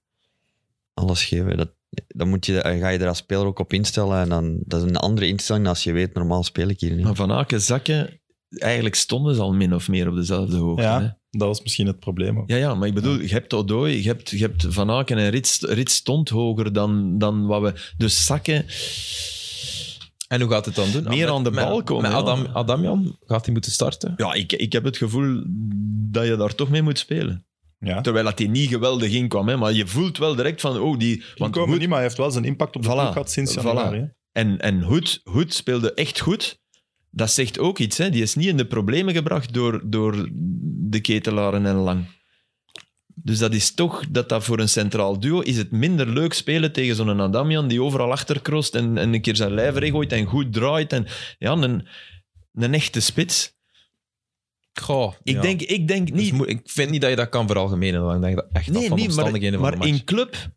Speaker 2: Alles geven. Dat, dan moet je, eh, ga je er als speler ook op instellen. En dan, dat is een andere instelling dan als je weet, normaal speel ik hier niet.
Speaker 4: Maar Van Aken zakken, eigenlijk stonden ze al min of meer op dezelfde hoogte.
Speaker 3: Ja.
Speaker 4: hè.
Speaker 3: Dat was misschien het probleem. ook.
Speaker 4: ja, ja, maar ik bedoel, je hebt Odoi, je hebt, je hebt Van Aken en Rits. Rits stond hoger dan, dan wat we... Dus zakken...
Speaker 1: En hoe gaat het dan doen?
Speaker 4: Meer
Speaker 1: Met-
Speaker 4: aan de
Speaker 1: met-
Speaker 4: bal komen,
Speaker 1: Met
Speaker 4: ja.
Speaker 1: Adam, Adamjan gaat hij moeten starten.
Speaker 4: Ja, ik, ik heb het gevoel dat je daar toch mee moet spelen.
Speaker 3: Ja.
Speaker 4: Terwijl dat hij niet geweldig inkwam, hè, maar je voelt wel direct van, oh, die... Want
Speaker 3: Inkomen
Speaker 4: Hoed-
Speaker 3: niet, maar hij heeft wel zijn impact op de
Speaker 4: Voilà.
Speaker 3: ploeg gehad sinds
Speaker 4: Voilà.
Speaker 3: januari. hè.
Speaker 4: En, en Hoed, Hoed speelde echt goed. Dat zegt ook iets. Hè. Die is niet in de problemen gebracht door, door de ketelaren en Lang. Dus dat is toch, dat dat voor een centraal duo is het minder leuk spelen tegen zo'n Adamian die overal achterkrost en, en een keer zijn lijf regooit en goed draait. En, ja, een, een echte spits.
Speaker 1: Goh,
Speaker 4: Ik,
Speaker 1: ja.
Speaker 4: denk, ik denk
Speaker 1: Dus
Speaker 4: niet...
Speaker 1: moet- ik vind niet dat je dat kan veralgemenen. want Ik denk dat echt af
Speaker 4: nee,
Speaker 1: van
Speaker 4: niet, maar,
Speaker 1: omstandigheden van
Speaker 4: maar
Speaker 1: de match. Hm,
Speaker 4: in club,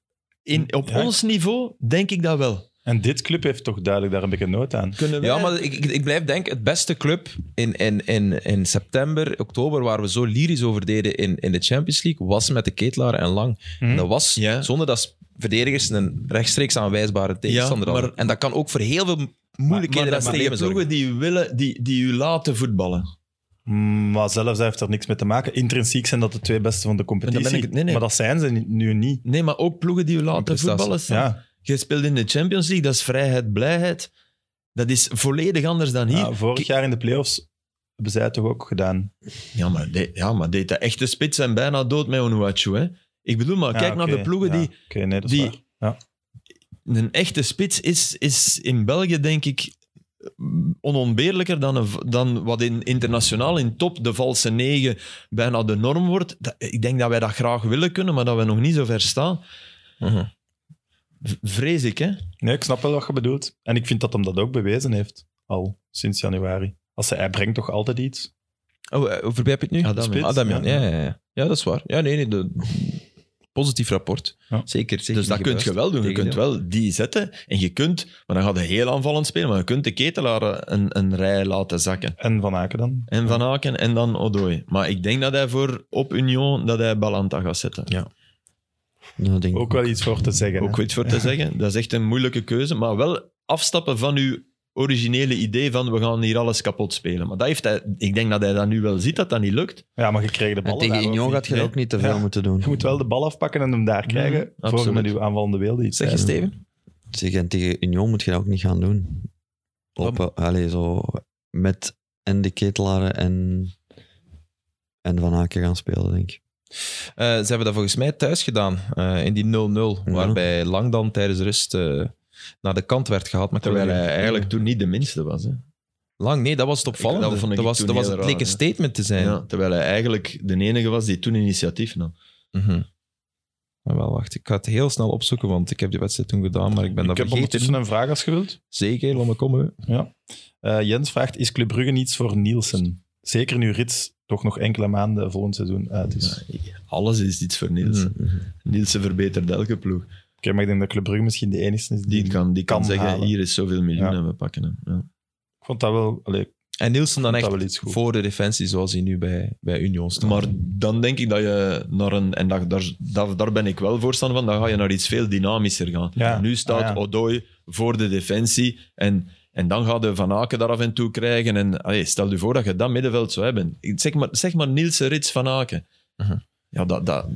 Speaker 4: in, op
Speaker 3: Ja.
Speaker 4: ons niveau, denk ik dat wel.
Speaker 3: En dit club heeft toch duidelijk daar een beetje nood aan.
Speaker 4: Kunnen
Speaker 1: Ja,
Speaker 4: wij-
Speaker 1: maar ik, ik, ik blijf denken, het beste club in, in, in, in september, oktober, waar we zo lyrisch over deden in, in de Champions League, was met de Ketelaar en Lang.
Speaker 3: Hm?
Speaker 1: En dat was
Speaker 4: Hm? Ja.
Speaker 1: zonder dat s- verdedigers een rechtstreeks aanwijsbare tegenstander
Speaker 4: maar-
Speaker 1: hadden. En dat kan ook voor heel veel
Speaker 4: Maar
Speaker 1: moeilijkheden
Speaker 4: dat
Speaker 1: en
Speaker 4: is tegen
Speaker 1: problemen zorgen.
Speaker 4: ploegen die, willen, die, die u laten voetballen.
Speaker 3: Mm, Maar zelfs hij heeft er niks mee te maken. Intrinsiek zijn dat de twee beste van de competitie.
Speaker 4: ben ik- nee, nee.
Speaker 3: Maar dat zijn ze ni- nu niet.
Speaker 4: Nee, maar ook ploegen die je laten
Speaker 1: prestatie.
Speaker 4: voetballen staan.
Speaker 3: Ja,
Speaker 4: Je speelt in de Champions League, dat is vrijheid, blijheid. Dat is volledig anders dan hier.
Speaker 3: Ja, vorig jaar in de playoffs hebben zij het toch ook gedaan.
Speaker 4: Ja, maar, de, ja, maar de, de echte spits zijn bijna dood met Onuachu. Hè? Ik bedoel, maar kijk
Speaker 3: Ja,
Speaker 4: naar
Speaker 3: oké,
Speaker 4: de ploegen
Speaker 3: ja,
Speaker 4: die...
Speaker 3: Oké, nee, dat is waar.
Speaker 4: die
Speaker 3: waar.
Speaker 4: Een echte spits is, is in België, denk ik, onontbeerlijker dan, een v- dan wat in, internationaal in top de valse negen bijna de norm wordt. Dat- ik denk dat wij dat graag willen kunnen, maar dat we nog niet zo ver staan.
Speaker 1: Mhm.
Speaker 4: V- Vrees ik, hè?
Speaker 3: Nee, ik snap wel wat je bedoelt. En ik vind dat hem dat ook bewezen heeft, al sinds januari. Als hij, hij brengt toch altijd iets?
Speaker 1: Oh, eh, over wie heb je het nu?
Speaker 4: Adamian.
Speaker 1: Spits, Adamian,
Speaker 3: ja.
Speaker 1: ja. Ja, ja, ja. Ja, dat is waar. Ja, nee, nee. de- Positief rapport.
Speaker 3: Ja.
Speaker 1: Zeker, zeker.
Speaker 4: Dus
Speaker 1: niet
Speaker 4: dat kun je
Speaker 1: gebuist.
Speaker 4: wel doen. Je
Speaker 1: Tegendeel.
Speaker 4: kunt wel die zetten en je kunt, maar dan gaat hij heel aanvallend spelen, maar je kunt de ketelaar een, een rij laten zakken.
Speaker 3: En Van Aken dan?
Speaker 4: En Van Aken en dan Odoi. Maar ik denk dat hij voor op Union dat hij Balanta gaat zetten.
Speaker 2: Nou, ik denk
Speaker 3: Ook wel iets voor te zeggen.
Speaker 4: Ook
Speaker 3: hè.
Speaker 4: iets voor te zeggen. Dat is echt een moeilijke keuze. Maar wel afstappen van uw originele idee van we gaan hier alles kapot spelen. Maar dat heeft hij, ik denk dat hij dat nu wel ziet, dat dat niet lukt.
Speaker 3: Ja, maar je kreeg de bal.
Speaker 2: En tegen Union gaat je dat ook niet te veel
Speaker 3: Ja.
Speaker 2: moeten doen.
Speaker 3: Je moet wel de bal afpakken en hem daar krijgen. voor je
Speaker 4: absoluut.
Speaker 3: met uw aanvallende wilde iets
Speaker 1: Zeg je,
Speaker 3: krijgt.
Speaker 1: Steven?
Speaker 2: Zeg, en tegen Union moet je dat ook niet gaan doen. Op, eh, allee, zo met en de ketelaren en, en Van Aken gaan spelen, denk ik.
Speaker 1: Eh, ze hebben dat volgens mij thuis gedaan, eh, in die 0-0,
Speaker 2: Ja.
Speaker 1: waarbij Lang dan tijdens de rust eh, naar de kant werd gehaald. Maar
Speaker 4: Terwijl
Speaker 1: ik weet
Speaker 4: hij
Speaker 1: niet-
Speaker 4: eigenlijk toen niet de minste was. Hè.
Speaker 1: Lang, nee, dat was het opvallende.
Speaker 4: dat
Speaker 1: Dat,
Speaker 4: vond ik
Speaker 1: was,
Speaker 4: toen
Speaker 1: dat was,
Speaker 4: heel
Speaker 1: het leek
Speaker 4: raar,
Speaker 1: een
Speaker 4: hè.
Speaker 1: statement te zijn.
Speaker 4: Ja, terwijl hij eigenlijk de enige was die toen initiatief nam.
Speaker 1: Mhm. Maar wel, wacht. Ik ga het heel snel opzoeken, want ik heb die wedstrijd toen gedaan, maar ik ben
Speaker 3: Ik
Speaker 1: dat
Speaker 3: heb
Speaker 1: vergeten.
Speaker 3: ondertussen een vraag als je wilt.
Speaker 1: Zeker, laat me komen.
Speaker 3: Eh, Jens vraagt, is Club Brugge niets voor Nielsen? Zeker nu Rits toch nog enkele maanden volgend seizoen uit is. Oké,
Speaker 4: Alles is iets voor Nielsen.
Speaker 1: Hmm. Mhm.
Speaker 4: Nielsen verbetert elke ploeg.
Speaker 3: maar ik denk dat Club Brugge misschien de enige is die...
Speaker 4: Die kan, die kan,
Speaker 3: kan
Speaker 4: zeggen,
Speaker 3: halen.
Speaker 4: hier is zoveel miljoen
Speaker 3: Ja.
Speaker 4: en we pakken hem. Ja.
Speaker 3: Ik vond dat wel... Allee,
Speaker 1: En Nielsen dan
Speaker 3: Dat
Speaker 1: echt
Speaker 3: wel iets goed.
Speaker 1: voor de defensie, zoals hij nu bij, bij Union staat.
Speaker 4: Maar dan denk ik dat je naar een... En dat, daar, daar, daar ben ik wel voorstander van. Dan ga je naar iets veel dynamischer gaan.
Speaker 3: Ja.
Speaker 4: Nu staat
Speaker 3: Ah, ja.
Speaker 4: Odoi voor de defensie. En, en dan gaat de Van Aken daar af en toe krijgen. En allee, stel je voor dat je dat middenveld zou hebben. Ik- Zeg maar, zeg maar Nielsen, Rits, Van Aken.
Speaker 1: Mhm.
Speaker 4: Ja, dat, dat,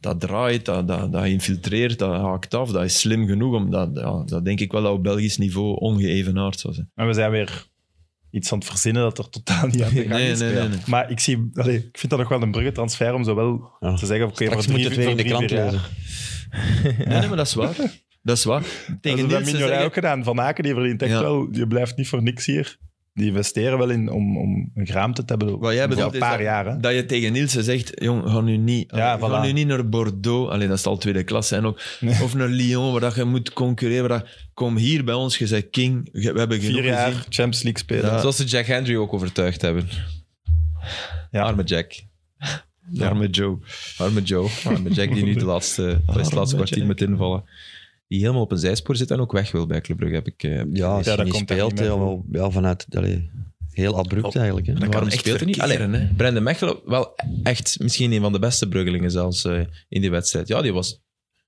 Speaker 4: dat draait, dat, dat, dat infiltreert, dat haakt af. Dat is slim genoeg. Om dat, ja, dat denk ik wel dat op Belgisch niveau ongeëvenaard zou zijn.
Speaker 3: en we zijn weer iets aan het verzinnen dat er totaal niet aan de gang
Speaker 4: Nee,
Speaker 3: is.
Speaker 4: nee, nee, nee.
Speaker 3: Maar ik, zie, allee, ik vind dat nog wel een Brugge-transfer om zowel
Speaker 2: Ja.
Speaker 3: te zeggen... oké,
Speaker 2: Straks
Speaker 3: voor
Speaker 2: moet
Speaker 3: drie-
Speaker 2: je het weer in
Speaker 3: voor
Speaker 2: de
Speaker 3: drie,
Speaker 2: krant
Speaker 3: vier jaar.
Speaker 2: lezen.
Speaker 4: Nee, nee, maar dat is waar. Dat is waar.
Speaker 3: Dat
Speaker 4: Tegen
Speaker 3: hebben
Speaker 4: Nielsen
Speaker 3: Mignolet
Speaker 4: zeggen-
Speaker 3: ook gedaan. Van Aken die verdient echt
Speaker 4: Ja.
Speaker 3: wel... Je blijft niet voor niks hier. Die investeren wel in om, om een graamte te hebben.
Speaker 4: Wat jij
Speaker 3: Voor
Speaker 4: bedoelt
Speaker 3: een
Speaker 4: is
Speaker 3: paar
Speaker 4: dat-
Speaker 3: jaar, hè.
Speaker 4: Dat je tegen Nielsen zegt, jong, ga nu niet,
Speaker 3: Ja,
Speaker 4: ga
Speaker 3: voilà.
Speaker 4: nu niet naar Bordeaux. Alleen dat is al tweede klasse. En ook,
Speaker 3: Nee.
Speaker 4: Of naar Lyon, waar dat je moet concurreren. Waar dat- kom hier bij ons, je zegt king. Je- We hebben genoeg
Speaker 3: Vier jaar
Speaker 4: gezien.
Speaker 3: Champions League spelen.
Speaker 4: Ja.
Speaker 1: Zoals ze Jack Henry ook overtuigd hebben.
Speaker 3: Ja.
Speaker 1: Arme Jack.
Speaker 4: Arme Joe.
Speaker 1: Arme Joe. Arme Jack die nu de
Speaker 2: Ah,
Speaker 1: laatste, dat is het
Speaker 4: Arme
Speaker 1: laatste kwartier
Speaker 4: Jack.
Speaker 1: met invallen. Die helemaal op een zijspoor zit en ook weg wil bij Club Brugge, heb ik... eh, heb ik
Speaker 2: Ja, als
Speaker 3: Ja,
Speaker 2: je
Speaker 3: dat
Speaker 2: niet
Speaker 3: komt daar
Speaker 2: speelt,
Speaker 3: niet meer
Speaker 2: ja, wel- ja, vanuit... allee, heel abrupt eigenlijk. Hè.
Speaker 1: dat
Speaker 4: kan
Speaker 1: Waarom
Speaker 4: echt
Speaker 1: speelt hij niet?
Speaker 4: verkeren,
Speaker 1: Allee,
Speaker 4: hè.
Speaker 1: Brendan Mechelen, wel echt misschien een van de beste bruggelingen zelfs eh, in die wedstrijd. Ja, die was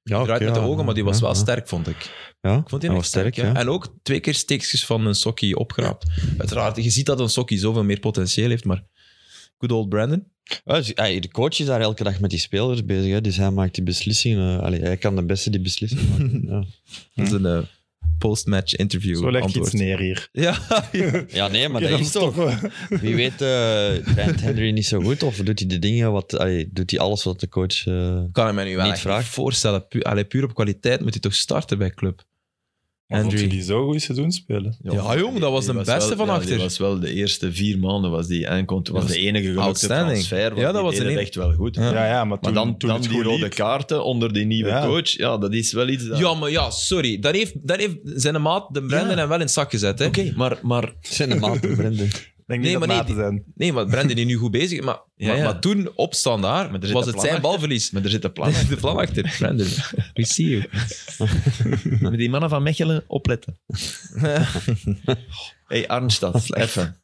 Speaker 2: Ja,
Speaker 1: eruit met de ogen, maar die was
Speaker 2: ja,
Speaker 1: wel
Speaker 2: ja.
Speaker 1: sterk, vond ik.
Speaker 2: Ja,
Speaker 1: Ik vond die echt
Speaker 2: hij was sterk,
Speaker 1: sterk, ja.
Speaker 2: ja.
Speaker 1: En ook twee keer steekjes van een sokkie opgeraapt. Uiteraard, je ziet dat een sokkie zoveel meer potentieel heeft, maar... Good old Brandon.
Speaker 2: Ja, dus, hey, de coach is daar elke dag met die spelers bezig, hè, dus hij maakt die beslissingen. eh, allee, hij kan de beste die [laughs] beslissingen maken. ja.
Speaker 1: Dat
Speaker 2: Hm.
Speaker 1: is een eh, post-match interview
Speaker 3: Zo leg je
Speaker 1: antwoord.
Speaker 3: iets neer hier.
Speaker 1: Ja,
Speaker 2: ja, nee, maar
Speaker 3: Oké,
Speaker 2: dat
Speaker 3: dan
Speaker 2: is toch...
Speaker 3: stoppen we.
Speaker 2: Wie weet eh brengt Henry niet zo goed of doet hij de dingen wat... allee, doet hij alles wat de coach... eh,
Speaker 1: kan ik me nu wel
Speaker 2: Niet
Speaker 1: echt
Speaker 2: vragen.
Speaker 1: niet voorstellen. Pu allee, puur op kwaliteit moet hij toch starten bij club.
Speaker 3: Maar vond je
Speaker 1: Andrew.
Speaker 3: die zo goed seizoen spelen?
Speaker 1: Ja, jong, dat was
Speaker 4: die
Speaker 1: de beste
Speaker 4: wel-
Speaker 1: van
Speaker 4: ja,
Speaker 1: achter.
Speaker 4: Die was wel de eerste vier maanden, was die aankomt. Was
Speaker 1: was
Speaker 4: de enige gelukte
Speaker 1: outstanding.
Speaker 4: transfer. want
Speaker 1: Ja, dat
Speaker 4: die
Speaker 1: was
Speaker 4: deed
Speaker 1: een
Speaker 4: het
Speaker 1: e-
Speaker 4: echt wel goed.
Speaker 1: Ja.
Speaker 3: Ja, ja, maar toen,
Speaker 4: Maar dan,
Speaker 3: toen
Speaker 4: dan
Speaker 3: het
Speaker 4: die
Speaker 3: goed
Speaker 4: rode
Speaker 3: liep.
Speaker 4: kaarten onder die nieuwe
Speaker 3: Ja.
Speaker 4: coach. Ja, dat is wel iets. dat-
Speaker 1: Ja, maar ja, sorry. Dan heeft, dan heeft zijn maat de Brandon
Speaker 4: Ja.
Speaker 1: hem wel in het zak gezet. Hè?
Speaker 4: Oké, maar, maar
Speaker 2: zijn de maten, Brendan.
Speaker 3: Denk
Speaker 1: Nee,
Speaker 3: niet
Speaker 1: maar
Speaker 3: dat
Speaker 1: nee,
Speaker 3: na te
Speaker 1: die-
Speaker 3: zijn.
Speaker 1: Nee, maar Brandon is nu goed bezig. Maar,
Speaker 4: [laughs] Ja,
Speaker 1: maar,
Speaker 4: ja.
Speaker 1: maar toen op standaard
Speaker 4: Maar er zit
Speaker 1: was
Speaker 4: een
Speaker 1: het
Speaker 4: plan
Speaker 1: zijn
Speaker 4: achter.
Speaker 1: balverlies.
Speaker 4: Maar er zit een plan.
Speaker 1: [laughs] De plan achter. Brandon,
Speaker 4: [laughs]
Speaker 1: we see you.
Speaker 4: Met die mannen van Mechelen opletten. [laughs] hey, Arnstad, even.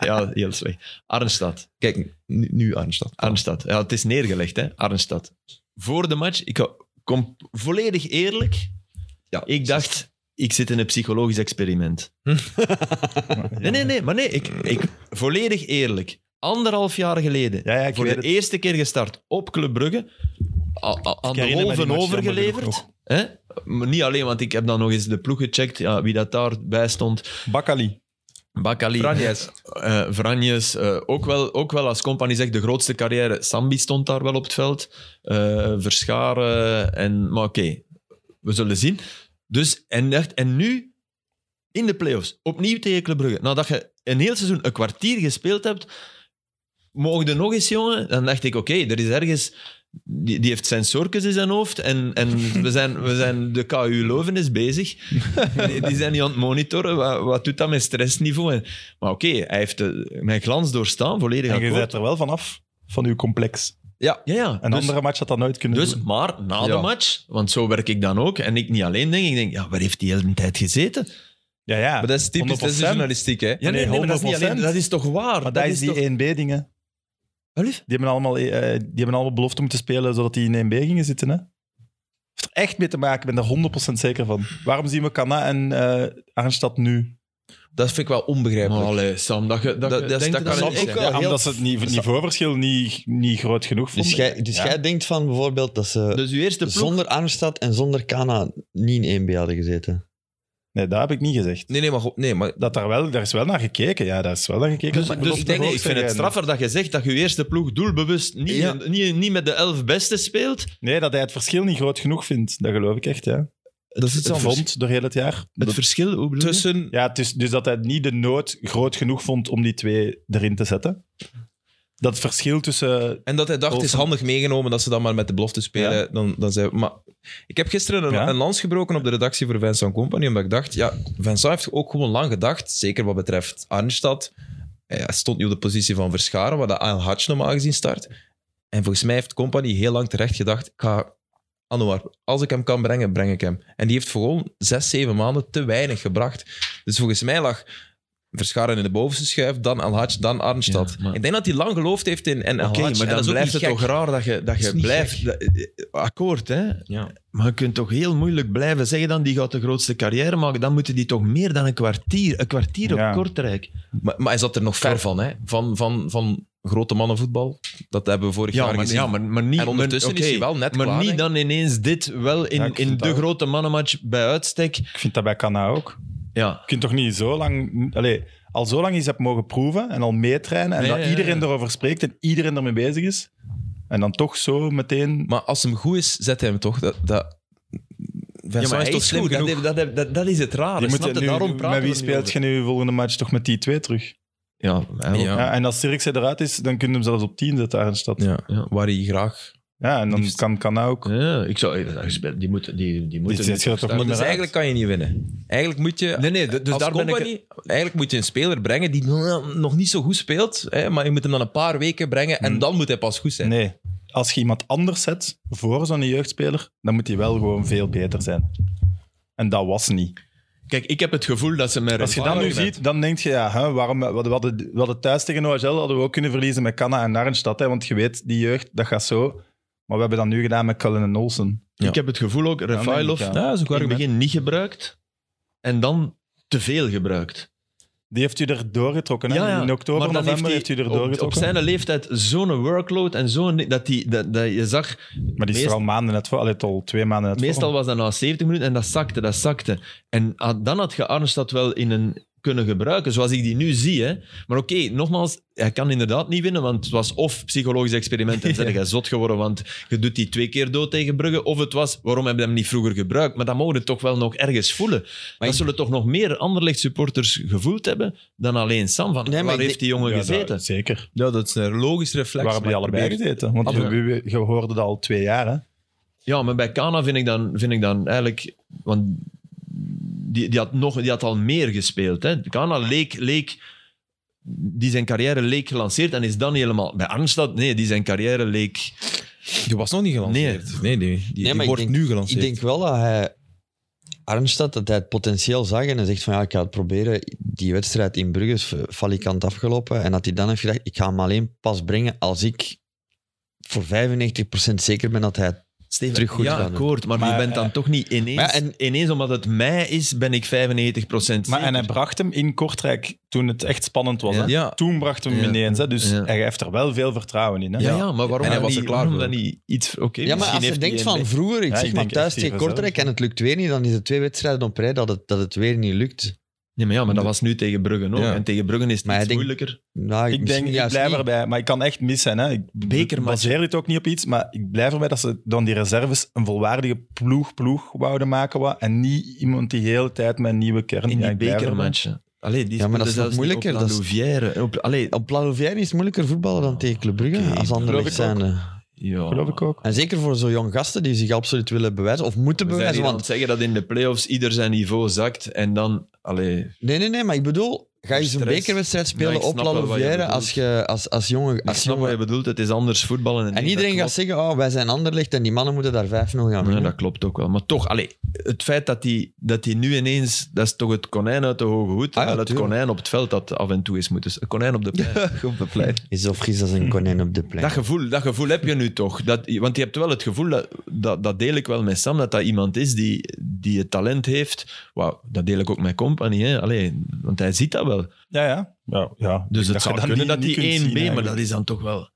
Speaker 4: Ja, heel slecht. Arnstad,
Speaker 1: Kijk, [laughs] nu, nu Arnstad.
Speaker 4: Arnstad. Ja, het is neergelegd, hè. Arnstad. Voor de match, ik ga- kom volledig eerlijk.
Speaker 1: Ja,
Speaker 4: Ik dacht, ik zit in een psychologisch experiment. Nee, nee, nee, maar nee, ik, ik, volledig eerlijk. anderhalf jaar geleden
Speaker 3: Ja, ja, ik
Speaker 4: voor
Speaker 3: weet
Speaker 4: de
Speaker 3: het.
Speaker 4: eerste keer gestart op Club Brugge. A- a- aan de
Speaker 3: herinner me die
Speaker 4: Wolven
Speaker 3: match jammer genoeg
Speaker 4: overgeleverd.
Speaker 3: nog.
Speaker 4: Hè? Maar niet alleen, want ik heb dan nog eens de ploeg gecheckt, ja, wie dat daarbij stond.
Speaker 3: Oh, Bakali.
Speaker 4: Bakali,
Speaker 1: Franjes.
Speaker 4: eh, Vranjes, eh, ook, wel, ook wel als compagnie zegt de grootste carrière. Sambi stond daar wel op het veld. eh, Verscharen. En, maar oké, we zullen zien. Dus, en, echt, en nu in de play-offs, opnieuw tegen Club Brugge. Nadat je een heel seizoen een kwartier gespeeld hebt, mogen er nog eens, jongen? Dan dacht ik, oké, er is ergens... Die, die heeft sensorkes in zijn hoofd en,
Speaker 3: [laughs]
Speaker 4: en we, zijn, we zijn de KU Leuven is bezig. Die, die zijn niet aan het monitoren. Wat, wat doet dat met stressniveau? En- maar oké, hij heeft eh, mijn glans doorstaan, volledig
Speaker 3: En je
Speaker 4: akkoord.
Speaker 3: bent er wel vanaf, van uw complex.
Speaker 4: Ja, ja, ja.
Speaker 3: Een
Speaker 4: Dus-
Speaker 3: andere match had dat nooit kunnen
Speaker 4: dus,
Speaker 3: doen.
Speaker 4: maar na
Speaker 1: Ja.
Speaker 4: de match, want zo werk ik dan ook, en ik niet alleen denk, ik denk, ja, waar heeft hij de hele tijd gezeten?
Speaker 3: Ja, ja.
Speaker 1: Maar dat is typisch, dat is de
Speaker 3: 100%.
Speaker 1: journalistiek, hè?
Speaker 4: Ja, nee,
Speaker 3: nee,
Speaker 4: nee, maar dat is niet
Speaker 3: 100%.
Speaker 4: alleen, dat is toch waar?
Speaker 3: Maar dat is die
Speaker 4: toch...
Speaker 3: 1B-dingen.
Speaker 1: e-
Speaker 4: Wel, lief?
Speaker 3: Die hebben allemaal, eh, die hebben allemaal beloft om te spelen zodat die in 1B gingen zitten. Hè? Heeft er echt mee te maken, ik ben er 100% zeker van. Waarom zien we Kana en eh Arnstad nu?
Speaker 1: Dat vind ik wel onbegrijpelijk.
Speaker 4: Maar allee, Sam, dat je... Dat,
Speaker 1: Dat-
Speaker 4: je
Speaker 1: dat-
Speaker 4: denkt
Speaker 1: dat kan
Speaker 4: dat
Speaker 1: ook
Speaker 4: mensen-
Speaker 1: wel.
Speaker 4: Ja,
Speaker 3: Ja, omdat ze het nive- niveauverschil niet, niet groot genoeg vonden.
Speaker 2: Dus jij dus
Speaker 3: Ja.
Speaker 2: jij denkt van bijvoorbeeld dat ze
Speaker 4: Dus uw eerste ploeg...
Speaker 2: zonder Arnstad en zonder Kana niet in 1B hadden gezeten.
Speaker 3: Nee, dat heb ik niet gezegd.
Speaker 1: Nee, nee, maar, goed, nee, maar
Speaker 3: Dat daar, wel, daar is wel naar gekeken. Ja, daar is wel naar gekeken.
Speaker 4: Dus,
Speaker 3: Dat
Speaker 4: dus
Speaker 3: belofte
Speaker 4: ik, denk,
Speaker 3: hoog
Speaker 4: ik vind
Speaker 3: zijn.
Speaker 4: het straffer dat je zegt dat je je eerste ploeg doelbewust niet,
Speaker 1: Ja.
Speaker 4: niet, niet met de elf beste speelt.
Speaker 3: Nee, dat hij het verschil niet groot genoeg vindt. Dat geloof ik echt, ja.
Speaker 1: dat is iets
Speaker 3: Het
Speaker 1: anders.
Speaker 3: vond door heel het jaar.
Speaker 4: Het verschil, hoe bedoel je?
Speaker 1: Tussen...
Speaker 3: Ja, het is- dus dat hij niet de nood groot genoeg vond om die twee erin te zetten. Dat verschil tussen
Speaker 1: En dat hij dacht, het is
Speaker 3: Olsen.
Speaker 1: handig meegenomen dat ze dan maar met de belofte spelen. Dan, dan zei, maar ik heb gisteren een,
Speaker 3: Ja.
Speaker 1: een lans gebroken op de redactie voor Vincent Company, omdat ik dacht, ja, Vincent heeft ook gewoon lang gedacht, zeker wat betreft Arnstad. Hij stond nu op de positie van Verscharen, waar de Al Hatch normaal gezien start. En volgens mij heeft Company heel lang terecht gedacht, ik ga Anouar, als ik hem kan brengen, breng ik hem. En die heeft gewoon zes, zeven maanden te weinig gebracht. Dus volgens mij lag Verscharen in de bovenste schuif, dan Al Hatch, dan Arnstad.
Speaker 4: Ja, maar-
Speaker 1: Ik denk dat hij lang geloofd heeft in, en
Speaker 4: Oké, maar dan blijft het toch raar dat je, dat
Speaker 1: is
Speaker 4: je
Speaker 1: niet
Speaker 4: blijft... dat- eh, akkoord, hè?
Speaker 1: Ja.
Speaker 4: Maar je kunt toch heel moeilijk blijven zeggen dan, die gaat de grootste carrière maken. Dan moeten die toch meer dan een kwartier, een kwartier
Speaker 3: Ja.
Speaker 4: op Kortrijk.
Speaker 1: Maar, maar hij zat er nog ver van, hè? Van, van, van grote mannenvoetbal. Dat hebben we vorig
Speaker 4: Ja,
Speaker 1: jaar
Speaker 4: maar,
Speaker 1: gezien.
Speaker 4: ja, maar, maar niet,
Speaker 1: en ondertussen
Speaker 4: maar-
Speaker 1: is hij
Speaker 4: oké,
Speaker 1: wel net
Speaker 4: Maar
Speaker 1: klaar.
Speaker 4: niet
Speaker 1: hè.
Speaker 4: dan ineens dit wel in,
Speaker 3: Ja, ik vind
Speaker 4: in
Speaker 3: dat
Speaker 4: de
Speaker 3: ook.
Speaker 4: grote mannenmatch bij uitstek.
Speaker 3: Ik vind dat bij Kana ook.
Speaker 4: Ja.
Speaker 3: Je kunt toch niet zo lang... Allee, al zo lang iets hebt mogen proeven en al meetrainen en
Speaker 4: Nee,
Speaker 3: dat
Speaker 4: ja, ja.
Speaker 3: iedereen erover spreekt en iedereen ermee bezig is. En dan toch zo
Speaker 4: Ah,
Speaker 3: meteen...
Speaker 1: Maar als hem goed is, zet hij hem toch. Dat, dat... Vincent
Speaker 4: hij
Speaker 1: is toch slim
Speaker 4: goed. Dat,
Speaker 1: genoeg.
Speaker 4: heeft- dat, heeft- dat, dat is het raar.
Speaker 3: Die moeten nu-
Speaker 4: daarom
Speaker 3: met
Speaker 4: praten
Speaker 3: wie
Speaker 4: we nu
Speaker 3: speelt
Speaker 4: over.
Speaker 3: je nu volgende match toch met die twee terug?
Speaker 4: Ja, hij ook.
Speaker 1: Ja.
Speaker 3: Ja. en als Sirkse eruit is, dan kun je hem zelfs op 10 zetten aan de stad. Ja.
Speaker 1: Ja, ja, waar hij graag.
Speaker 3: en dan kan Kana ook.
Speaker 4: Ja, ik zou, die moeten, die, die moeten
Speaker 3: Die zet je er toch
Speaker 1: Maar
Speaker 3: niet
Speaker 1: dus
Speaker 3: meer
Speaker 1: eigenlijk
Speaker 3: uit.
Speaker 1: kan je niet winnen. Eigenlijk moet je.
Speaker 4: Nee, nee, d- dus
Speaker 1: als
Speaker 4: daar ben ik...
Speaker 1: company, eigenlijk moet je een speler brengen die nou, nog niet zo goed speelt, hè, maar je moet hem dan een paar weken brengen en
Speaker 3: Hmm.
Speaker 1: dan moet hij pas goed zijn.
Speaker 3: Nee. Als je iemand anders zet voor zo'n jeugdspeler, dan moet hij wel gewoon veel beter zijn. En dat was niet.
Speaker 4: Kijk, ik heb het gevoel dat ze met
Speaker 3: Als je dat nu
Speaker 4: Rivaro-
Speaker 3: ziet, dan denk je, ja, hè, waarom, we, hadden- we hadden, we hadden thuis tegen OHL hadden we ook kunnen verliezen met Canna en Narnstad. Hè, want je weet, die jeugd, dat gaat zo. Maar we hebben dat nu gedaan met Cullen en Olsen.
Speaker 1: Ja.
Speaker 4: Ik heb het gevoel ook, Refailov,
Speaker 3: Ja,
Speaker 1: Ja, dat is ook
Speaker 4: in het
Speaker 1: argument.
Speaker 4: begin niet gebruikt en dan te veel gebruikt.
Speaker 3: Die heeft u er doorgetrokken. Hè? In oktober,
Speaker 4: Maar dan
Speaker 3: november heeft,
Speaker 4: hij
Speaker 3: u er
Speaker 4: op- Op,
Speaker 3: doorgetrokken.
Speaker 4: zijn leeftijd zo'n workload en zo'n... ding, Dat, die, dat, dat je zag,
Speaker 3: maar die is er
Speaker 4: meest-
Speaker 3: al maanden net voor. Allee, al twee maanden net
Speaker 4: meestal
Speaker 3: voor.
Speaker 4: was dat na 70 minuten en dat zakte, dat zakte. En had- dan had je Arnstad wel in een kunnen gebruiken, zoals ik die nu zie. Hè. Maar oké, nogmaals, hij kan inderdaad niet winnen, want het was of psychologisch
Speaker 2: [laughs]
Speaker 4: experiment en zijn jij zot geworden, want je doet die twee keer dood tegen Brugge, of het was, waarom hebben we hem niet vroeger gebruikt? Maar dat mogen we toch wel nog ergens voelen. Maar
Speaker 2: ik-
Speaker 4: dat zullen toch nog meer Anderlecht-supporters gevoeld hebben dan alleen Sam. Van,
Speaker 2: Nee, maar
Speaker 4: waar
Speaker 2: ik
Speaker 4: heeft die jongen
Speaker 3: Ja, dat-
Speaker 4: gezeten?
Speaker 3: zeker.
Speaker 1: Ja, dat is een logisch reflex.
Speaker 3: Waar hebben die
Speaker 1: maar ik
Speaker 3: allebei
Speaker 1: probeer-
Speaker 3: gezeten? Want
Speaker 1: Abbe-
Speaker 3: we- we- je hoorde dat al twee jaar. Hè?
Speaker 4: Ja, maar bij Kana vind ik dan, vind ik dan eigenlijk... Want die, die, had nog, die had al meer gespeeld. Hè. Kana leek, leek... Die zijn carrière leek gelanceerd en is dan helemaal... Bij Arnstad, nee, die zijn carrière leek...
Speaker 1: Die was nog niet gelanceerd. Nee, nee, die, die, die
Speaker 2: maar ik
Speaker 1: wordt
Speaker 2: denk-
Speaker 1: nu gelanceerd.
Speaker 2: Ik denk wel dat hij Arnstad, dat hij het potentieel zag en hij zegt van ja, ik ga het proberen. Die wedstrijd in Brugge is falikant afgelopen en dat hij dan heeft gedacht, ik ga hem alleen pas brengen als ik voor 95% zeker ben dat hij het
Speaker 4: Steven,
Speaker 2: terug goed
Speaker 4: ja,
Speaker 2: gaan doen.
Speaker 4: akkoord, maar, je
Speaker 3: Maar,
Speaker 4: bent dan
Speaker 3: eh,
Speaker 4: toch niet ineens...
Speaker 2: maar en-
Speaker 4: ineens omdat het mei is, ben ik 95%
Speaker 3: Maar, en hij
Speaker 4: zeker.
Speaker 3: bracht hem in Kortrijk toen het echt spannend was.
Speaker 4: Ja.
Speaker 3: Hè?
Speaker 1: Ja.
Speaker 3: Toen bracht hem hem
Speaker 4: Ja.
Speaker 3: ineens. Hè? Dus
Speaker 4: Ja.
Speaker 3: hij heeft er wel veel vertrouwen in. Hè?
Speaker 4: ja, ja, maar waarom
Speaker 1: En hij
Speaker 4: dan
Speaker 1: was er
Speaker 4: niet,
Speaker 1: klaar
Speaker 4: waarom
Speaker 1: voor
Speaker 4: dan niet iets... oké
Speaker 2: Ja, maar
Speaker 4: misschien
Speaker 2: als je
Speaker 4: heeft
Speaker 2: denkt
Speaker 4: hij
Speaker 2: van
Speaker 4: een weg.
Speaker 2: vroeger, ik
Speaker 3: Ja,
Speaker 2: zeg
Speaker 3: ik
Speaker 2: maar
Speaker 3: denk
Speaker 2: thuis
Speaker 3: echt
Speaker 2: tegen
Speaker 3: even
Speaker 2: Kortrijk
Speaker 3: zo.
Speaker 2: en het lukt weer niet, dan is het twee wedstrijden op rij dat het, dat het weer niet lukt.
Speaker 4: Nee, maar, ja, maar dat was nu tegen Brugge ook.
Speaker 1: Ja.
Speaker 4: En tegen Brugge is het
Speaker 2: Maar
Speaker 4: iets
Speaker 2: hij denkt-
Speaker 4: moeilijker.
Speaker 2: Nou,
Speaker 3: Ik
Speaker 2: misschien
Speaker 3: denk, ik
Speaker 2: juist
Speaker 3: blijf
Speaker 2: niet.
Speaker 3: erbij. Maar ik kan echt mis zijn. Hè? Ik
Speaker 4: Bekermatch.
Speaker 3: baseer het ook niet op iets. Maar ik blijf erbij dat ze dan die reserves een volwaardige ploeg-ploeg wouden maken. Wat, en niet iemand die de hele tijd met een nieuwe kern...
Speaker 4: In
Speaker 3: Ja,
Speaker 4: die
Speaker 3: ik blijf erbij.
Speaker 4: bekermatchen. Allee, die
Speaker 2: Ja, maar dat
Speaker 4: speelden
Speaker 2: is nog
Speaker 4: zelfs niet
Speaker 2: moeilijker,
Speaker 4: Op
Speaker 2: dat
Speaker 4: La
Speaker 2: is-
Speaker 4: Louvière. Op, allee,
Speaker 2: Op La Louvière is het moeilijker voetballen dan tegen Club Brugge,
Speaker 4: Ah, Oké,
Speaker 2: als Anderlecht
Speaker 3: geloof ik
Speaker 2: zijn.
Speaker 4: ja.
Speaker 3: Geloof ik ook.
Speaker 2: En zeker voor zo'n jong gasten die zich absoluut willen bewijzen, of moeten
Speaker 4: We zijn
Speaker 2: bewijzen.
Speaker 4: hier aan
Speaker 2: Want,
Speaker 4: het zeggen dat in de play-offs ieder zijn niveau zakt en dan... Allee,
Speaker 2: nee, nee, nee, maar ik bedoel, ga je eens een
Speaker 4: Stress.
Speaker 2: bekerwedstrijd spelen
Speaker 4: Ja, ik
Speaker 2: op
Speaker 4: snap
Speaker 2: La
Speaker 4: wel wat je
Speaker 2: Louvière
Speaker 4: bedoelt.
Speaker 2: als, je, als, als jonge...
Speaker 4: ik
Speaker 2: Als
Speaker 4: snap wat
Speaker 2: jonge
Speaker 4: je bedoelt. Het is anders voetballen.
Speaker 2: en iedereen gaat zeggen, oh, wij zijn Anderlecht en die mannen moeten daar 5-0 gaan
Speaker 4: Ja,
Speaker 2: winnen.
Speaker 4: dat klopt ook wel. Maar toch, allee, het feit dat hij dat die nu ineens... Dat is toch het konijn uit de hoge hoed.
Speaker 2: Ah ja,
Speaker 4: terwijl het
Speaker 2: tuurlijk.
Speaker 4: konijn op het veld dat af en toe is moeten... Een konijn op de plek.
Speaker 2: [laughs] Op de plein. Is zo fris als een konijn op de
Speaker 4: Hm. Dat
Speaker 2: plein.
Speaker 4: gevoel, dat gevoel heb je nu toch. Dat, want je hebt wel het gevoel, dat, dat, dat deel ik wel met Sam, dat dat iemand is die, die het talent heeft. Wauw, dat deel ik ook met Company. Hè? Allee, want hij ziet dat wel.
Speaker 3: Ja, ja. ja, ja.
Speaker 4: Dus
Speaker 3: Ik
Speaker 4: het
Speaker 3: dacht
Speaker 4: zou
Speaker 3: je
Speaker 4: kunnen dat
Speaker 3: niet- niet kunt
Speaker 4: die 1B,
Speaker 3: zien,
Speaker 4: maar dat
Speaker 3: eigenlijk.
Speaker 4: is dan toch wel...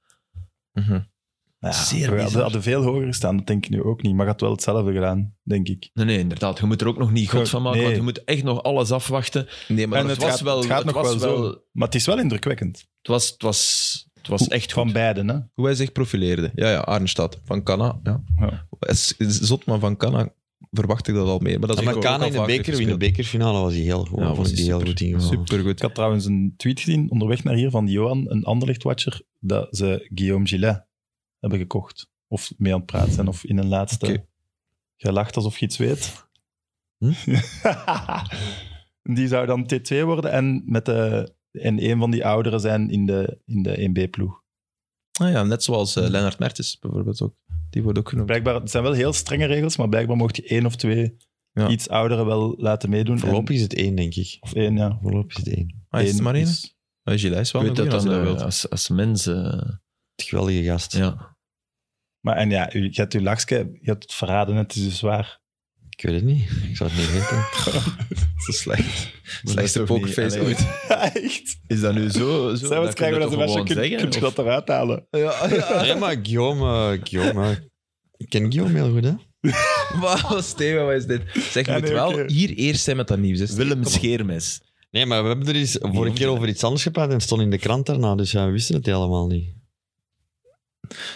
Speaker 3: Ja,
Speaker 4: zeer
Speaker 3: we
Speaker 4: bizar.
Speaker 3: hadden, hadden veel hoger staan, dat denk ik nu ook niet. Maar had wel hetzelfde gedaan, denk ik.
Speaker 4: Nee, nee, inderdaad. Je moet er ook nog niet god van maken,
Speaker 3: Nee.
Speaker 4: want je moet echt nog alles afwachten.
Speaker 1: Nee, maar
Speaker 3: en
Speaker 4: het
Speaker 3: het,
Speaker 4: was
Speaker 3: gaat,
Speaker 4: wel-
Speaker 3: het gaat nog
Speaker 4: het was
Speaker 3: wel zo.
Speaker 4: wel-
Speaker 3: Maar het is wel indrukwekkend.
Speaker 4: Het was, het was, het was echt
Speaker 3: Van
Speaker 4: goed.
Speaker 3: beiden, hè?
Speaker 1: hoe hij zich profileerde. Ja, ja, Arnstad. Van Canna. Ja.
Speaker 3: Ja.
Speaker 1: Is, is zot, maar van Canna verwacht ik dat al meer. Maar dat
Speaker 2: Ja,
Speaker 1: is
Speaker 2: maar
Speaker 1: ook al-
Speaker 2: Kana in
Speaker 1: ook
Speaker 2: de,
Speaker 1: al vaker
Speaker 2: beker, in de
Speaker 1: gespeeld.
Speaker 2: bekerfinale was hij heel goed.
Speaker 1: Ja,
Speaker 2: vond
Speaker 1: was
Speaker 2: ik die heel goed ingevallen.
Speaker 3: Ik
Speaker 1: Supergoed.
Speaker 3: had trouwens een tweet gezien onderweg naar hier van Johan, een Anderlecht-watcher, dat ze Guillaume Gillet hebben gekocht. Of mee aan het praten zijn, of in een laatste...
Speaker 1: Oké.
Speaker 3: Je lacht alsof je iets weet.
Speaker 2: Hm?
Speaker 3: [laughs] die zou dan T2 worden en, met de, en een van die ouderen zijn in de, in de 1B-ploeg.
Speaker 1: Ah ja, net zoals eh, Lennart Mertens bijvoorbeeld ook. Die wordt ook genoemd.
Speaker 3: Blijkbaar, het zijn wel heel strenge regels, maar blijkbaar mocht je één of twee
Speaker 1: Ja.
Speaker 3: iets ouderen wel laten meedoen. En-
Speaker 2: Voorlopig is het één, denk ik.
Speaker 3: Of één, ja.
Speaker 2: Voorlopig is het één.
Speaker 1: Ah, is
Speaker 3: Eén
Speaker 1: het maar één?
Speaker 3: is-
Speaker 1: Ah, Gilles is wel
Speaker 4: Ik weet
Speaker 1: een goeie
Speaker 4: dat
Speaker 1: als je
Speaker 4: dan,
Speaker 1: dat
Speaker 4: eh,
Speaker 1: wilt.
Speaker 4: als, als mensen... eh,
Speaker 2: Het geweldige gast.
Speaker 4: Ja.
Speaker 3: Maar en ja, u- je hebt uw lachske, je hebt het verraden, het is dus
Speaker 1: [laughs]
Speaker 3: waar.
Speaker 2: Ik weet het niet. Ik zou het niet
Speaker 1: [laughs]
Speaker 2: weten.
Speaker 1: Dat is slecht. Slechtste
Speaker 4: toch niet-
Speaker 1: pokerface
Speaker 4: allee.
Speaker 1: ooit.
Speaker 3: Echt?
Speaker 4: [laughs] Is dat nu zo? zo
Speaker 3: Zelfs krijgen we dat een
Speaker 4: mensen
Speaker 3: mesje, kun, kun je dat eruit halen?
Speaker 1: Ja,
Speaker 2: Nee, maar Guillaume... eh, Guillaume eh, ik ken Guillaume heel goed, hè?
Speaker 1: Wauw, Steven, wat is dit? Zeg, je
Speaker 3: Ja,
Speaker 1: moet
Speaker 3: nee,
Speaker 1: wel
Speaker 3: oké.
Speaker 1: hier eerst zijn met dat nieuws. hè, Steven.
Speaker 4: Willem
Speaker 1: Kom op.
Speaker 4: Scheermes.
Speaker 2: Nee, maar we hebben er eens vorige keer over iets anders gepraat en het stond in de krant daarna, dus ja, we wisten het helemaal niet.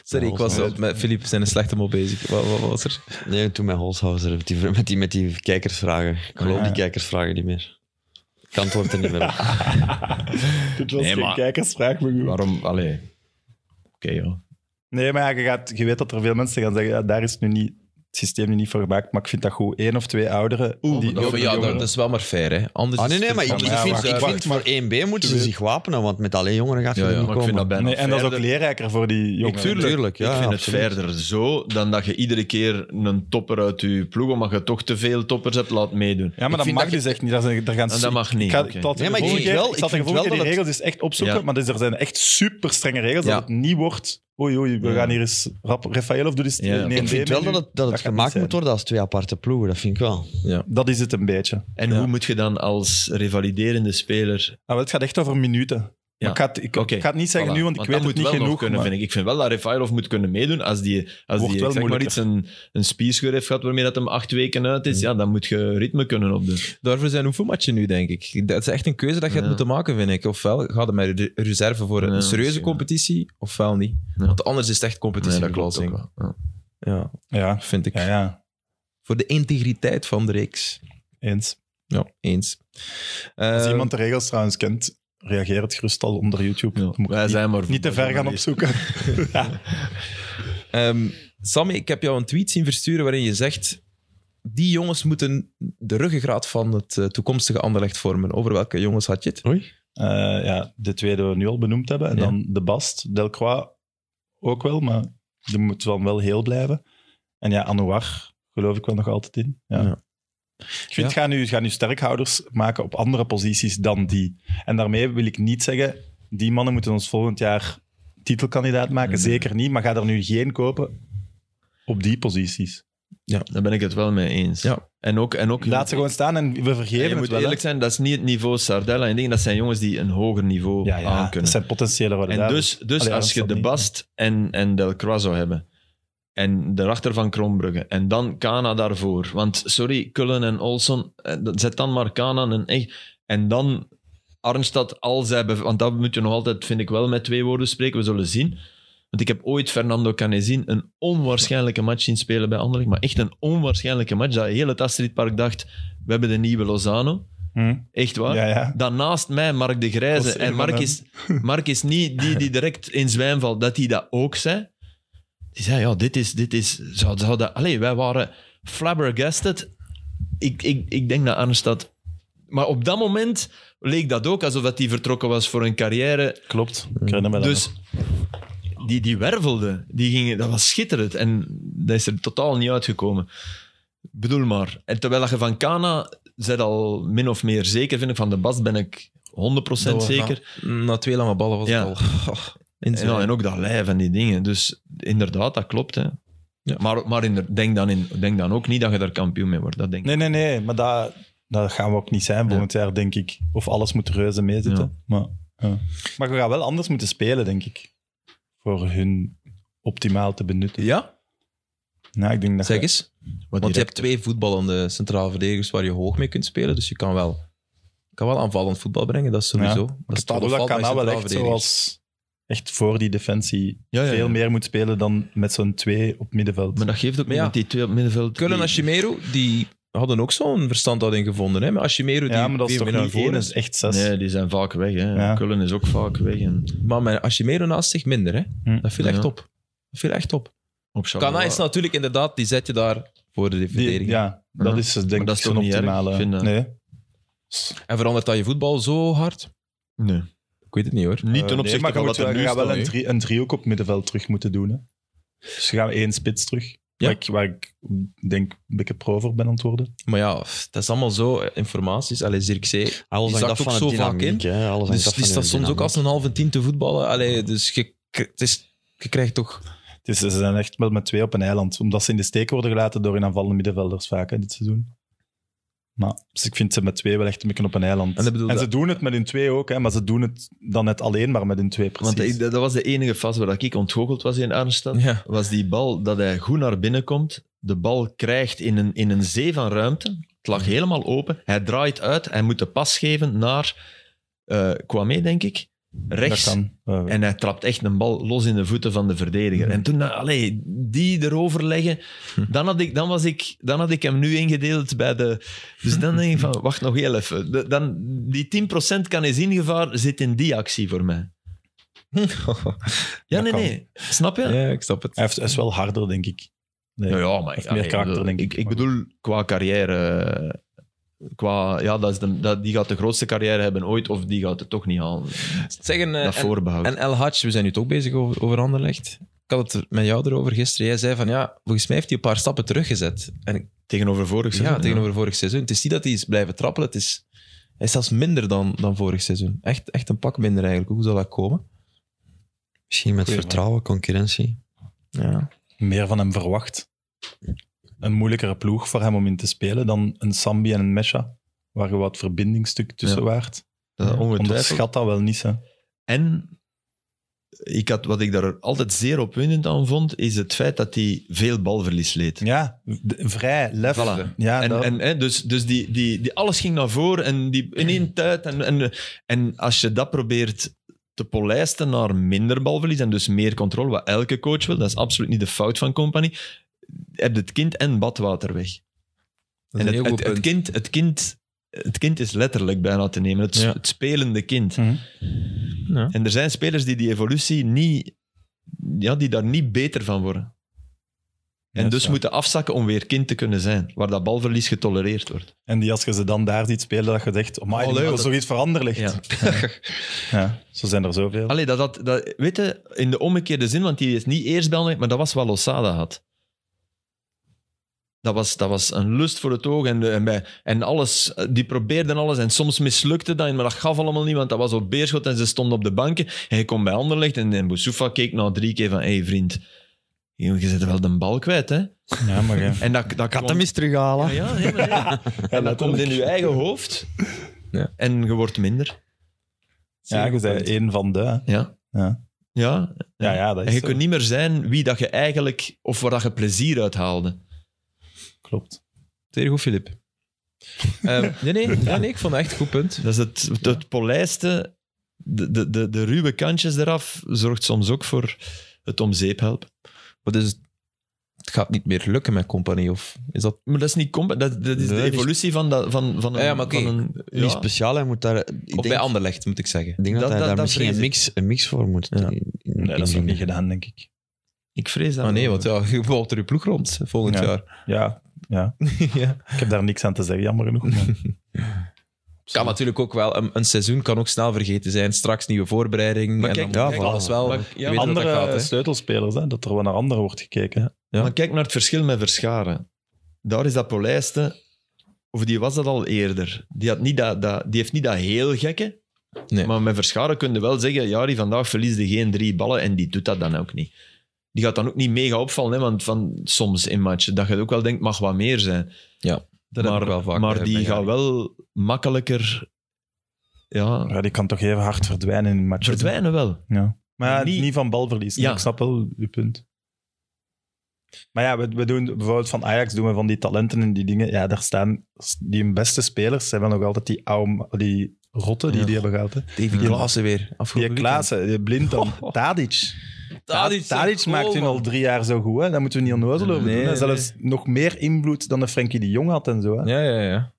Speaker 1: Sorry, ik was al met Filip zijn een slechte mol bezig. Wat, wat was er?
Speaker 2: Nee, toen met Holshouser, met die, met die, met die kijkersvragen. Ik geloof
Speaker 3: Ja.
Speaker 2: die kijkersvragen niet meer. Ik antwoord er niet meer op.
Speaker 3: Dit was
Speaker 4: Nee,
Speaker 3: geen
Speaker 4: maar-
Speaker 3: kijkersvraag, maar goed.
Speaker 4: Waarom? Allee. Oké, joh.
Speaker 3: Nee, maar ja, je, gaat, je weet dat er veel mensen gaan zeggen, ja, daar is het nu niet, het systeem nu niet voor gemaakt, maar ik vind dat goed. Eén of twee ouderen. die
Speaker 1: Ja, maar
Speaker 3: over de
Speaker 1: ja,
Speaker 3: jongeren-
Speaker 1: dat is wel maar fair, hè. Anders is
Speaker 2: Ah, nee, nee,
Speaker 1: het
Speaker 2: maar ik, ik
Speaker 1: vervangen.
Speaker 3: Ja,
Speaker 2: vind,
Speaker 3: maar-
Speaker 2: ik
Speaker 3: maar-
Speaker 2: vind voor 1B moeten ze zich wapenen, want met alleen jongeren gaat je
Speaker 1: Ja,
Speaker 2: er
Speaker 1: ja,
Speaker 2: niet
Speaker 4: Maar ik vind dat
Speaker 2: komen.
Speaker 4: bijna
Speaker 3: nee, en dat is ook
Speaker 4: verder.
Speaker 3: leerrijker voor die jongeren.
Speaker 4: tuurlijk.
Speaker 2: Tuurlijk, ja,
Speaker 4: ik vind
Speaker 2: absoluut.
Speaker 4: het verder zo dan dat je iedere keer een topper uit je ploeg, omdat je toch te veel toppers hebt, laat meedoen.
Speaker 3: Ja,
Speaker 2: Ik
Speaker 3: maar dat
Speaker 2: vind
Speaker 3: mag
Speaker 2: dat je-
Speaker 3: dus echt niet. Daar, zijn, daar gaan
Speaker 4: En Nou, dat mag niet,
Speaker 3: Ik, ga,
Speaker 4: oké.
Speaker 3: ik, zal het
Speaker 2: Nee,
Speaker 3: de
Speaker 2: maar ik
Speaker 3: volgende
Speaker 2: vind
Speaker 3: keer-
Speaker 2: wel-
Speaker 3: ik
Speaker 2: ik
Speaker 3: zal de
Speaker 2: vind
Speaker 3: volgende
Speaker 2: wel
Speaker 3: keer die
Speaker 2: dat
Speaker 3: regels dus echt opzoeken,
Speaker 4: Ja.
Speaker 3: maar dus er zijn echt super strenge regels
Speaker 1: Ja.
Speaker 3: dat het niet wordt... Oei, oei, we
Speaker 4: Ja.
Speaker 3: gaan hier eens... rap- Rafael of doe dit.
Speaker 4: Ja.
Speaker 2: Ik vind wel dat het,
Speaker 3: gaat
Speaker 2: dat het
Speaker 3: niet
Speaker 2: gemaakt
Speaker 3: zijn.
Speaker 2: moet worden als twee aparte ploegen, dat vind ik wel.
Speaker 3: Dat is het een beetje.
Speaker 4: En
Speaker 1: Ja.
Speaker 4: hoe moet je dan als revaliderende speler...
Speaker 3: Ah, wel, het gaat echt over minuten. Maar ik, ga het, ik,
Speaker 4: Oké.
Speaker 3: ik ga het niet zeggen
Speaker 4: Voilà.
Speaker 3: nu, want ik
Speaker 4: Want
Speaker 3: weet
Speaker 4: dat
Speaker 3: het
Speaker 4: moet
Speaker 3: niet
Speaker 4: wel
Speaker 3: genoeg.
Speaker 4: nog Kunnen,
Speaker 3: maar-
Speaker 4: vind ik. ik vind wel dat Refailov moet kunnen meedoen. Als die, als
Speaker 3: Wordt
Speaker 4: die
Speaker 3: wel
Speaker 4: ik zeg maar iets,
Speaker 3: moeilijker.
Speaker 4: een, een spierscheur heeft gehad waarmee dat hem acht weken uit is, ja, dan moet je ritme kunnen opdoen.
Speaker 1: Daarvoor zijn oefenmatchen nu, denk ik. Dat is echt een keuze dat je
Speaker 4: Ja.
Speaker 1: hebt moeten maken, vind ik. Ofwel gaat het met re- reserve voor een
Speaker 4: Ja,
Speaker 1: serieuze
Speaker 4: misschien, ja.
Speaker 1: competitie, ofwel niet.
Speaker 4: Ja.
Speaker 1: Want anders is het echt competitie.
Speaker 4: ook
Speaker 1: vervalsing.
Speaker 4: wel.
Speaker 1: Ja,
Speaker 3: Ja,
Speaker 1: vind ik.
Speaker 3: ja, ja,
Speaker 1: Voor de integriteit van de reeks.
Speaker 3: eens.
Speaker 1: Ja, eens.
Speaker 3: Als
Speaker 4: Ehm.
Speaker 1: Eh,
Speaker 3: iemand de regels trouwens kent, reageer het gerust al onder YouTube.
Speaker 4: Ja.
Speaker 3: Dat moet ik
Speaker 4: Wij
Speaker 3: niet,
Speaker 4: zijn maar
Speaker 3: niet te ver gaan opzoeken. ja.
Speaker 1: Ehm, Sammy, ik heb jou een tweet zien versturen waarin je zegt... Die jongens moeten de ruggengraat van het eh, toekomstige Anderlecht vormen. Over welke jongens had je het?
Speaker 2: Oei.
Speaker 3: Eh, ja, de tweede we nu al benoemd hebben. En
Speaker 1: Ja.
Speaker 3: dan de Bast, Delcroix ook wel, maar die moet dan wel heel blijven. En ja, Anouar geloof ik wel nog altijd in. Ja.
Speaker 1: Ja.
Speaker 3: Ik vind, ga, nu, ga nu sterkhouders maken op andere posities dan die. En daarmee wil ik niet zeggen, die mannen moeten ons volgend jaar titelkandidaat maken.
Speaker 4: Nee.
Speaker 3: Zeker niet, maar ga er nu geen kopen op die posities.
Speaker 4: Daar ben ik het wel mee eens.
Speaker 1: Ja.
Speaker 4: En ook, en ook
Speaker 3: Laat ze gewoon staan en we
Speaker 4: En
Speaker 3: vergeven
Speaker 4: je
Speaker 3: het
Speaker 4: moet
Speaker 3: wel. hè.
Speaker 4: eerlijk zijn, dat is niet het niveau Sardella en dingen. Dat zijn jongens die een hoger niveau
Speaker 3: ja, ja, dat
Speaker 4: aankunnen.
Speaker 3: zijn potentiële rode
Speaker 4: Ah, En
Speaker 3: duivels.
Speaker 4: dus, dus
Speaker 3: Allee,
Speaker 4: als
Speaker 3: dat
Speaker 4: je
Speaker 3: staat
Speaker 4: de
Speaker 3: niet,
Speaker 4: Bast en, en Del Croix zou hebben, en daarachter van Krombrugge, en dan Kana daarvoor. Want sorry, Kullen en Olson, eh, dat- zet dan maar Kana en echt. En dan Arnstad, als hij... bev- Want dat moet je nog altijd, vind ik wel, met twee woorden spreken. We zullen zien. Want ik heb ooit Fernando Canezin een onwaarschijnlijke match zien spelen bij Anderlecht. Maar echt een onwaarschijnlijke match. Dat heel het Astridpark dacht, we hebben de nieuwe Lozano.
Speaker 3: Hm.
Speaker 4: Echt waar.
Speaker 3: Ja, ja.
Speaker 4: Dan naast mij Mark de Grijze.
Speaker 3: Dat is
Speaker 4: En
Speaker 3: een van
Speaker 4: Mark is,
Speaker 3: [laughs]
Speaker 4: Mark is niet die die direct in zwijm valt, dat hij dat ook zei. Die zei, ja, dit is... Dit is zou, zou dat, allee, wij waren flabbergasted. Ik, ik, ik denk dat Arnstad... Maar op dat moment leek dat ook alsof dat hij vertrokken was voor een carrière.
Speaker 3: Klopt, ik herinner me dat nog.
Speaker 4: Dus die, die wervelde. Die gingen, dat was schitterend. En dat is er totaal niet uitgekomen. Bedoel maar. En terwijl dat je van Kana... Zet al min of meer zeker, vind ik. Van de Bast ben ik 100% zeker.
Speaker 1: Na twee lange ballen was
Speaker 4: nou. Ja.
Speaker 1: het al. in
Speaker 4: Ja, en ook dat lijf en die dingen. Dus inderdaad, dat klopt. Hè.
Speaker 1: Ja.
Speaker 4: Maar, maar inder- denk, dan in, denk dan ook niet dat je daar kampioen mee wordt. Dat denk ik.
Speaker 3: Nee, nee, nee, maar dat, dat gaan we ook niet zijn volgend jaar, denk ik. Of alles moet reuze meezitten. Maar, ja. maar we gaan wel anders moeten spelen, denk ik. Voor hun optimaal te benutten.
Speaker 1: Ja?
Speaker 3: Nou, ik denk dat
Speaker 1: Zeg
Speaker 3: je-
Speaker 1: eens. Want je hebt twee voetballende centrale verdedigers waar je hoog mee kunt spelen. Dus je kan wel, kan wel aanvallend voetbal brengen, dat is sowieso.
Speaker 3: Ja.
Speaker 1: Dat
Speaker 3: Ik heb
Speaker 1: staat
Speaker 3: het
Speaker 1: of
Speaker 3: gevoel
Speaker 1: valt
Speaker 3: dat
Speaker 1: bij
Speaker 3: Kana wel
Speaker 1: centrale
Speaker 3: echt
Speaker 1: verdedigers.
Speaker 3: zoals echt voor die defensie
Speaker 4: Ja, ja, ja.
Speaker 3: veel meer moet spelen dan met zo'n twee op middenveld.
Speaker 4: Maar dat geeft
Speaker 1: Maar
Speaker 4: ook niet,
Speaker 1: ja,
Speaker 4: want die twee op middenveld...
Speaker 1: Kullen en
Speaker 4: die-
Speaker 1: Chimero, die hadden ook zo'n verstandhouding gevonden. Hè? Maar Chimero, die
Speaker 3: ja, maar dat is
Speaker 1: weer
Speaker 3: toch
Speaker 1: naar
Speaker 3: niet
Speaker 1: voren
Speaker 3: één, dat
Speaker 1: is.
Speaker 3: is echt zes.
Speaker 4: Nee, die zijn vaak weg. Hè.
Speaker 3: Ja.
Speaker 4: Kullen is ook vaak weg. En
Speaker 1: Maar met Ashimero naast zich minder. Hè?
Speaker 3: Hm.
Speaker 1: Dat viel echt
Speaker 4: Ja.
Speaker 1: op. Dat viel echt op.
Speaker 4: op Charleroi.
Speaker 1: Kana is natuurlijk inderdaad, die zet je daar voor de
Speaker 3: Die-
Speaker 1: verdediging.
Speaker 3: ja, dat
Speaker 4: Ja.
Speaker 3: is dus
Speaker 4: Maar
Speaker 3: denk ik
Speaker 4: dat is toch
Speaker 3: zo'n
Speaker 4: niet erg?
Speaker 3: optimale...
Speaker 4: Ik vind dat-
Speaker 3: Nee.
Speaker 1: En verandert dat je voetbal zo hard?
Speaker 4: Nee.
Speaker 1: Ik weet het niet hoor.
Speaker 4: Niet ten
Speaker 3: Eh, nee,
Speaker 4: opzichte
Speaker 3: maar je
Speaker 4: van
Speaker 3: moet wel-
Speaker 4: wat er
Speaker 3: je
Speaker 4: nu
Speaker 3: gaat
Speaker 4: staat.
Speaker 3: wel een,
Speaker 4: hè.
Speaker 3: drie, een driehoek op middenveld terug moeten doen. Hè. Dus je gaat één spits terug.
Speaker 1: Ja.
Speaker 3: Waar, ik, waar ik denk een beetje pro voor ben aan het worden.
Speaker 1: Maar ja, pff, dat is allemaal zo eh, informaties. Allee, Zirkzee,
Speaker 2: Alles
Speaker 1: Die
Speaker 2: Ah, hangt
Speaker 1: zakt
Speaker 2: af
Speaker 1: ook
Speaker 2: van de
Speaker 1: zo vaak
Speaker 2: dynamiek. Hè. Alles hangt
Speaker 1: dus
Speaker 2: af
Speaker 1: die
Speaker 2: van
Speaker 1: staat
Speaker 2: de
Speaker 1: soms ook
Speaker 2: dynamiek.
Speaker 1: als een halve tien te voetballen. Allee, dus je, k- het is, je krijgt toch...
Speaker 3: Het is, ze zijn echt wel met twee op een eiland. Omdat ze in de steek worden gelaten door hun aanvallende middenvelders vaak hè, dit seizoen. Maar, dus ik vind ze met twee wel echt een beetje op een eiland.
Speaker 1: En dat bedoel
Speaker 3: ze doen het met hun twee ook, hè, maar ze doen het dan net alleen maar met hun twee precies.
Speaker 4: Want ik- dat dat was de enige fase waar ik ontgoocheld was in Arnstad.
Speaker 1: Ja.
Speaker 4: was die bal dat hij goed naar binnen komt. De bal krijgt in een, in een zee van ruimte. Het lag helemaal open. Hij draait uit. Hij moet de pas geven naar eh Kwame, denk ik. Rechts.
Speaker 3: Dat kan. Eh,
Speaker 4: En hij trapt echt een bal los in de voeten van de verdediger. En toen, allee, die erover leggen, dan had, ik, dan, was ik, dan had ik hem nu ingedeeld bij de... Dus dan denk ik van, wacht nog heel even. De- dan, die 10% kan eens ingevaar zit in die actie voor mij. Ja,
Speaker 3: Dat
Speaker 4: nee,
Speaker 3: kan.
Speaker 4: nee. Snap je?
Speaker 1: ja, ik snap het.
Speaker 3: hij heeft- hij is wel harder, denk ik. Nee.
Speaker 4: Ja, ja, maar
Speaker 3: heeft meer karakter,
Speaker 4: bedoel,
Speaker 3: denk ik.
Speaker 4: Ik bedoel, qua carrière. eh, Qua, ja, dat is de, dat, die gaat de grootste carrière hebben ooit, of die gaat het toch niet halen.
Speaker 1: Zeggen, eh,
Speaker 4: dat
Speaker 1: en-
Speaker 4: voorbehoud.
Speaker 1: En El Hadj, we zijn nu toch bezig over, over Anderlecht. Ik had het met jou erover gisteren. Jij zei van ja, volgens mij heeft hij een paar stappen teruggezet. En ik-
Speaker 4: tegenover vorig
Speaker 1: ja,
Speaker 4: seizoen.
Speaker 1: tegenover vorig seizoen. Het is niet dat hij is blijven trappelen. Het is, hij is zelfs minder dan, dan vorig seizoen. Echt, echt een pak minder eigenlijk. Hoe zal dat komen?
Speaker 2: Misschien met
Speaker 3: Goeie
Speaker 2: vertrouwen, concurrentie.
Speaker 1: Ja.
Speaker 3: meer van hem verwacht. Een moeilijkere ploeg voor hem om in te spelen dan een Sambi en een Mesha, waar je wat verbindingstuk tussen
Speaker 4: Ja.
Speaker 3: waart.
Speaker 4: Ja, ongetwijfeld.
Speaker 3: Onderschat dat wel niet, hè.
Speaker 4: En ik had, wat ik daar altijd zeer opwindend aan vond, is het feit dat hij veel balverlies leed.
Speaker 3: Ja, d- vrij, lef.
Speaker 4: Voilà.
Speaker 3: Ja,
Speaker 4: En,
Speaker 3: dat-
Speaker 4: en, hè, dus dus die, die, die, alles ging naar voren en die, in
Speaker 1: [clears throat]
Speaker 4: één tijd. En, en, en als je dat probeert te polijsten naar minder balverlies en dus meer controle, wat elke coach wil, dat is absoluut niet de fout van Company, heb je het kind en badwater weg.
Speaker 1: Dat is een
Speaker 4: en het,
Speaker 1: heel
Speaker 4: het,
Speaker 1: goed
Speaker 4: het
Speaker 1: punt.
Speaker 4: kind, het, kind, het kind is letterlijk bijna te nemen, het,
Speaker 1: Ja. Hm.
Speaker 4: het spelende kind.
Speaker 3: Mhm.
Speaker 1: Ja.
Speaker 4: En er zijn spelers die die evolutie niet, ja, die daar niet beter van worden. En
Speaker 3: Ja,
Speaker 4: dus
Speaker 3: zo.
Speaker 4: moeten afzakken om weer kind te kunnen zijn, waar dat balverlies getolereerd wordt.
Speaker 3: en die, als je ze dan daar ziet spelen, dat je zegt, oh my,
Speaker 4: Allee,
Speaker 3: dat
Speaker 4: wat
Speaker 3: is
Speaker 4: dat-
Speaker 3: zoiets veranderd ligt. Ja. zo zijn er zoveel.
Speaker 4: Allee, dat, dat, dat, weet je, in de omgekeerde zin, want die is niet eerst bij Anderlecht, maar dat was wat Losada had. Dat was, dat was een lust voor het oog en, de- en, bij, en alles, eh, die probeerden alles en soms mislukte dat, maar dat gaf allemaal niet, want dat was op beerschot en ze stonden op de banken. En je komt bij Anderlecht en, en Boussoufa keek na drie keer van, hé hey, vriend, Jongen, Je zit wel de bal kwijt, hè?
Speaker 3: Ja, maar ja.
Speaker 4: En dat, dat
Speaker 2: Ik had
Speaker 4: komt-
Speaker 2: hem eens terughalen.
Speaker 4: Ja, ja, nee, maar nee. [laughs] En dat komt in je eigen hoofd.
Speaker 1: Ja.
Speaker 4: En je wordt minder.
Speaker 3: Ja, je bent één van de.
Speaker 4: Ja.
Speaker 3: Ja.
Speaker 4: Ja.
Speaker 3: Ja, ja, dat
Speaker 4: En
Speaker 3: is
Speaker 4: je
Speaker 3: zo.
Speaker 4: kunt niet meer zijn wie dat je eigenlijk... Of waar dat je plezier uit haalde.
Speaker 3: Klopt.
Speaker 1: Zeer goed, [laughs] Filip. Ehm, nee, nee, ja, nee, ik vond het echt een goed punt.
Speaker 4: Dat is het, het polijste. De, de, de, de ruwe kantjes eraf zorgt soms ook voor het om zeep helpen.
Speaker 1: Maar dus het gaat niet meer lukken met compagnie, of is dat...
Speaker 4: Maar dat is niet... compa- Dat, dat is
Speaker 2: Nee,
Speaker 4: de
Speaker 2: dat is-
Speaker 4: evolutie van, dat, van, van een...
Speaker 1: Ja, maar oké.
Speaker 4: van een-
Speaker 2: Niet
Speaker 4: ja.
Speaker 2: speciaal, hij moet daar... Ik
Speaker 1: of bij
Speaker 2: denk,
Speaker 1: Anderlecht, moet ik zeggen.
Speaker 2: ik denk dat,
Speaker 4: Dat-
Speaker 2: hij
Speaker 4: dat-
Speaker 2: daar
Speaker 4: dat
Speaker 2: misschien
Speaker 4: vrees
Speaker 2: een
Speaker 4: ik.
Speaker 2: mix, een mix voor moet.
Speaker 1: Ja.
Speaker 2: in- in-
Speaker 3: Nee, dat is nog
Speaker 2: inzoomen.
Speaker 3: niet gedaan, denk ik.
Speaker 4: Ik vrees dat.
Speaker 1: Ah nee,
Speaker 4: wel.
Speaker 1: want ja, je bouwt er je ploeg rond volgend
Speaker 3: Ja.
Speaker 1: jaar.
Speaker 3: Ja,
Speaker 4: [laughs]
Speaker 3: ja.
Speaker 1: ja.
Speaker 3: Ik heb daar niks aan te zeggen, jammer genoeg. maar-
Speaker 1: Kan natuurlijk ook wel, een, een seizoen kan ook snel vergeten zijn. Straks nieuwe voorbereiding.
Speaker 4: Maar
Speaker 1: en
Speaker 4: kijk,
Speaker 1: dan
Speaker 2: ja,
Speaker 1: moet alles
Speaker 2: voilà.
Speaker 1: wel.
Speaker 4: Maar- ja,
Speaker 1: Je weet hoe dat
Speaker 3: Andere eh,
Speaker 1: gaat, hè.
Speaker 3: sleutelspelers, hè, dat er wel naar anderen wordt gekeken. hè.
Speaker 1: Ja.
Speaker 4: Maar kijk naar het verschil met Verscharen. Daar is dat polijste, of die was dat al eerder. Die, had niet dat, dat, die heeft niet dat heel gekke.
Speaker 1: Nee.
Speaker 4: Maar met Verscharen kun je wel zeggen, ja, die vandaag verliesde geen drie ballen en die doet dat dan ook niet. Die gaat dan ook niet mega opvallen, hè, want van, soms in matchen, dat je ook wel denkt, mag wat meer zijn.
Speaker 1: Dat
Speaker 4: maar
Speaker 1: heb ik wel vaak
Speaker 4: maar
Speaker 1: eh,
Speaker 4: die
Speaker 1: bij
Speaker 4: gaat
Speaker 1: Gary.
Speaker 4: wel makkelijker ja,
Speaker 3: Ja, die kan toch even hard verdwijnen in matches.
Speaker 4: verdwijnen wel.
Speaker 3: Ja. Maar ja,
Speaker 4: Maar
Speaker 3: niet,
Speaker 4: niet-
Speaker 3: van balverlies.
Speaker 4: Ja.
Speaker 3: Ik snap wel je punt. Maar ja, we, we doen bijvoorbeeld van Ajax doen we van die talenten en die dingen. Ja, daar staan die beste spelers. Zijn wel nog altijd die oude, die rotten die
Speaker 1: Ja.
Speaker 3: die hebben gehad. Hè.
Speaker 1: David
Speaker 3: Ja.
Speaker 1: Klaassen weer.
Speaker 3: Die
Speaker 1: Afgelopen
Speaker 3: Klaassen, die blind dan. Tadic. Tadic, maakt hun al drie jaar zo goed. Hè. Daar moeten we niet onnozel over
Speaker 1: Nee,
Speaker 3: doen. Hè.
Speaker 1: nee,
Speaker 3: Zelfs nog meer invloed dan de Frenkie de Jong had en zo. Hè.
Speaker 1: Ja, ja, ja.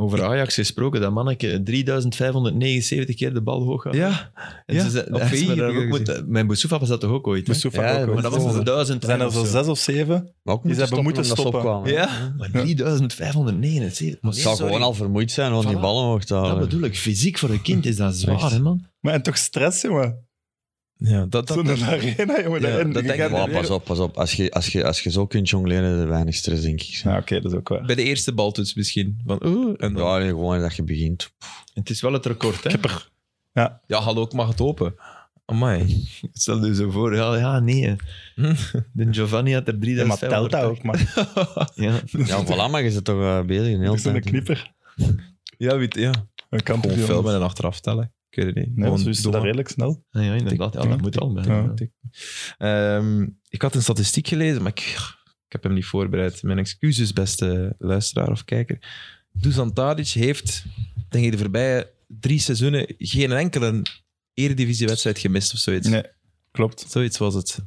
Speaker 4: Over Ajax gesproken, dat manneke 3579 keer de bal hoog gaat.
Speaker 1: Ja,
Speaker 4: En
Speaker 1: Ja,
Speaker 4: [laughs] ze zei-
Speaker 1: op
Speaker 4: hij is
Speaker 1: VI
Speaker 4: me daar
Speaker 1: heb ik
Speaker 4: ook
Speaker 1: dat
Speaker 4: met- mijn Boussoufa was dat toch ook ooit? hè?
Speaker 3: Moussoufa
Speaker 2: Ja,
Speaker 3: ook, hè.
Speaker 4: Maar dat was
Speaker 2: Zo.
Speaker 4: dus 1000
Speaker 3: Er zijn er
Speaker 4: of
Speaker 3: zo
Speaker 4: zo.
Speaker 3: zes of zeven.
Speaker 2: Maar ook
Speaker 3: Die ze
Speaker 2: moeten
Speaker 3: hebben
Speaker 2: stoppen
Speaker 3: moeten
Speaker 2: omdat ze
Speaker 3: stoppen.
Speaker 2: opkwamen.
Speaker 1: Ja.
Speaker 4: Maar 3579.
Speaker 2: Het zou
Speaker 4: sorry.
Speaker 2: gewoon al vermoeid zijn om die
Speaker 4: Voilà.
Speaker 2: ballen hoog te
Speaker 4: Dat
Speaker 2: houden.
Speaker 4: bedoel ik, fysiek voor een kind is dat zwaar,
Speaker 2: Echt.
Speaker 4: hè, man.
Speaker 3: Maar en toch stress, jongen.
Speaker 1: ja dat, dat,
Speaker 3: Zo'n arena, jongen.
Speaker 1: Ja,
Speaker 3: daarin.
Speaker 1: dat
Speaker 3: Je
Speaker 1: denk
Speaker 3: gaat
Speaker 1: ik wel.
Speaker 3: weer-
Speaker 2: Maar pas op, pas op. Als je, als je, als je zo kunt jongleren, is er weinig stress, denk ik.
Speaker 3: Ja, oké, dat is ook waar.
Speaker 1: bij de eerste baltoets misschien. Van, oeh, en dan, ja.
Speaker 2: Ja, nee, gewoon dat je begint.
Speaker 4: Het is wel het record, hè.
Speaker 3: Kipper.
Speaker 1: hallo, ik mag het open. Amai.
Speaker 4: Stel je zo voor, ja, ja nee. hè.
Speaker 1: Hm.
Speaker 4: De Giovanni had er
Speaker 3: Ja, maar telt
Speaker 4: 3500.
Speaker 3: dat ook, man.
Speaker 4: Ja.
Speaker 2: Ja, voilà, maar je zit toch eh, bezig een
Speaker 3: Dat
Speaker 2: hele
Speaker 3: is een
Speaker 2: tijd.
Speaker 3: knipper.
Speaker 1: Ja, weet, ja.
Speaker 3: Een
Speaker 1: Gewoon
Speaker 3: kampioen.
Speaker 1: filmen en achteraf tellen. Ik weet het niet.
Speaker 3: Nee,
Speaker 1: Gewoon
Speaker 3: zo is
Speaker 1: doen,
Speaker 3: dat
Speaker 1: maar.
Speaker 3: redelijk snel. Ah,
Speaker 4: Ah, ja, inderdaad. Ja, dat moet al. hè.
Speaker 3: Ja.
Speaker 1: Ehm, ik had een statistiek gelezen, maar ik, ik heb hem niet voorbereid. Mijn excuses, beste luisteraar of kijker. Dusan Tadic heeft, denk ik, de voorbije drie seizoenen geen enkele eredivisiewedstrijd gemist of zoiets.
Speaker 3: Nee, klopt.
Speaker 1: Zoiets was het.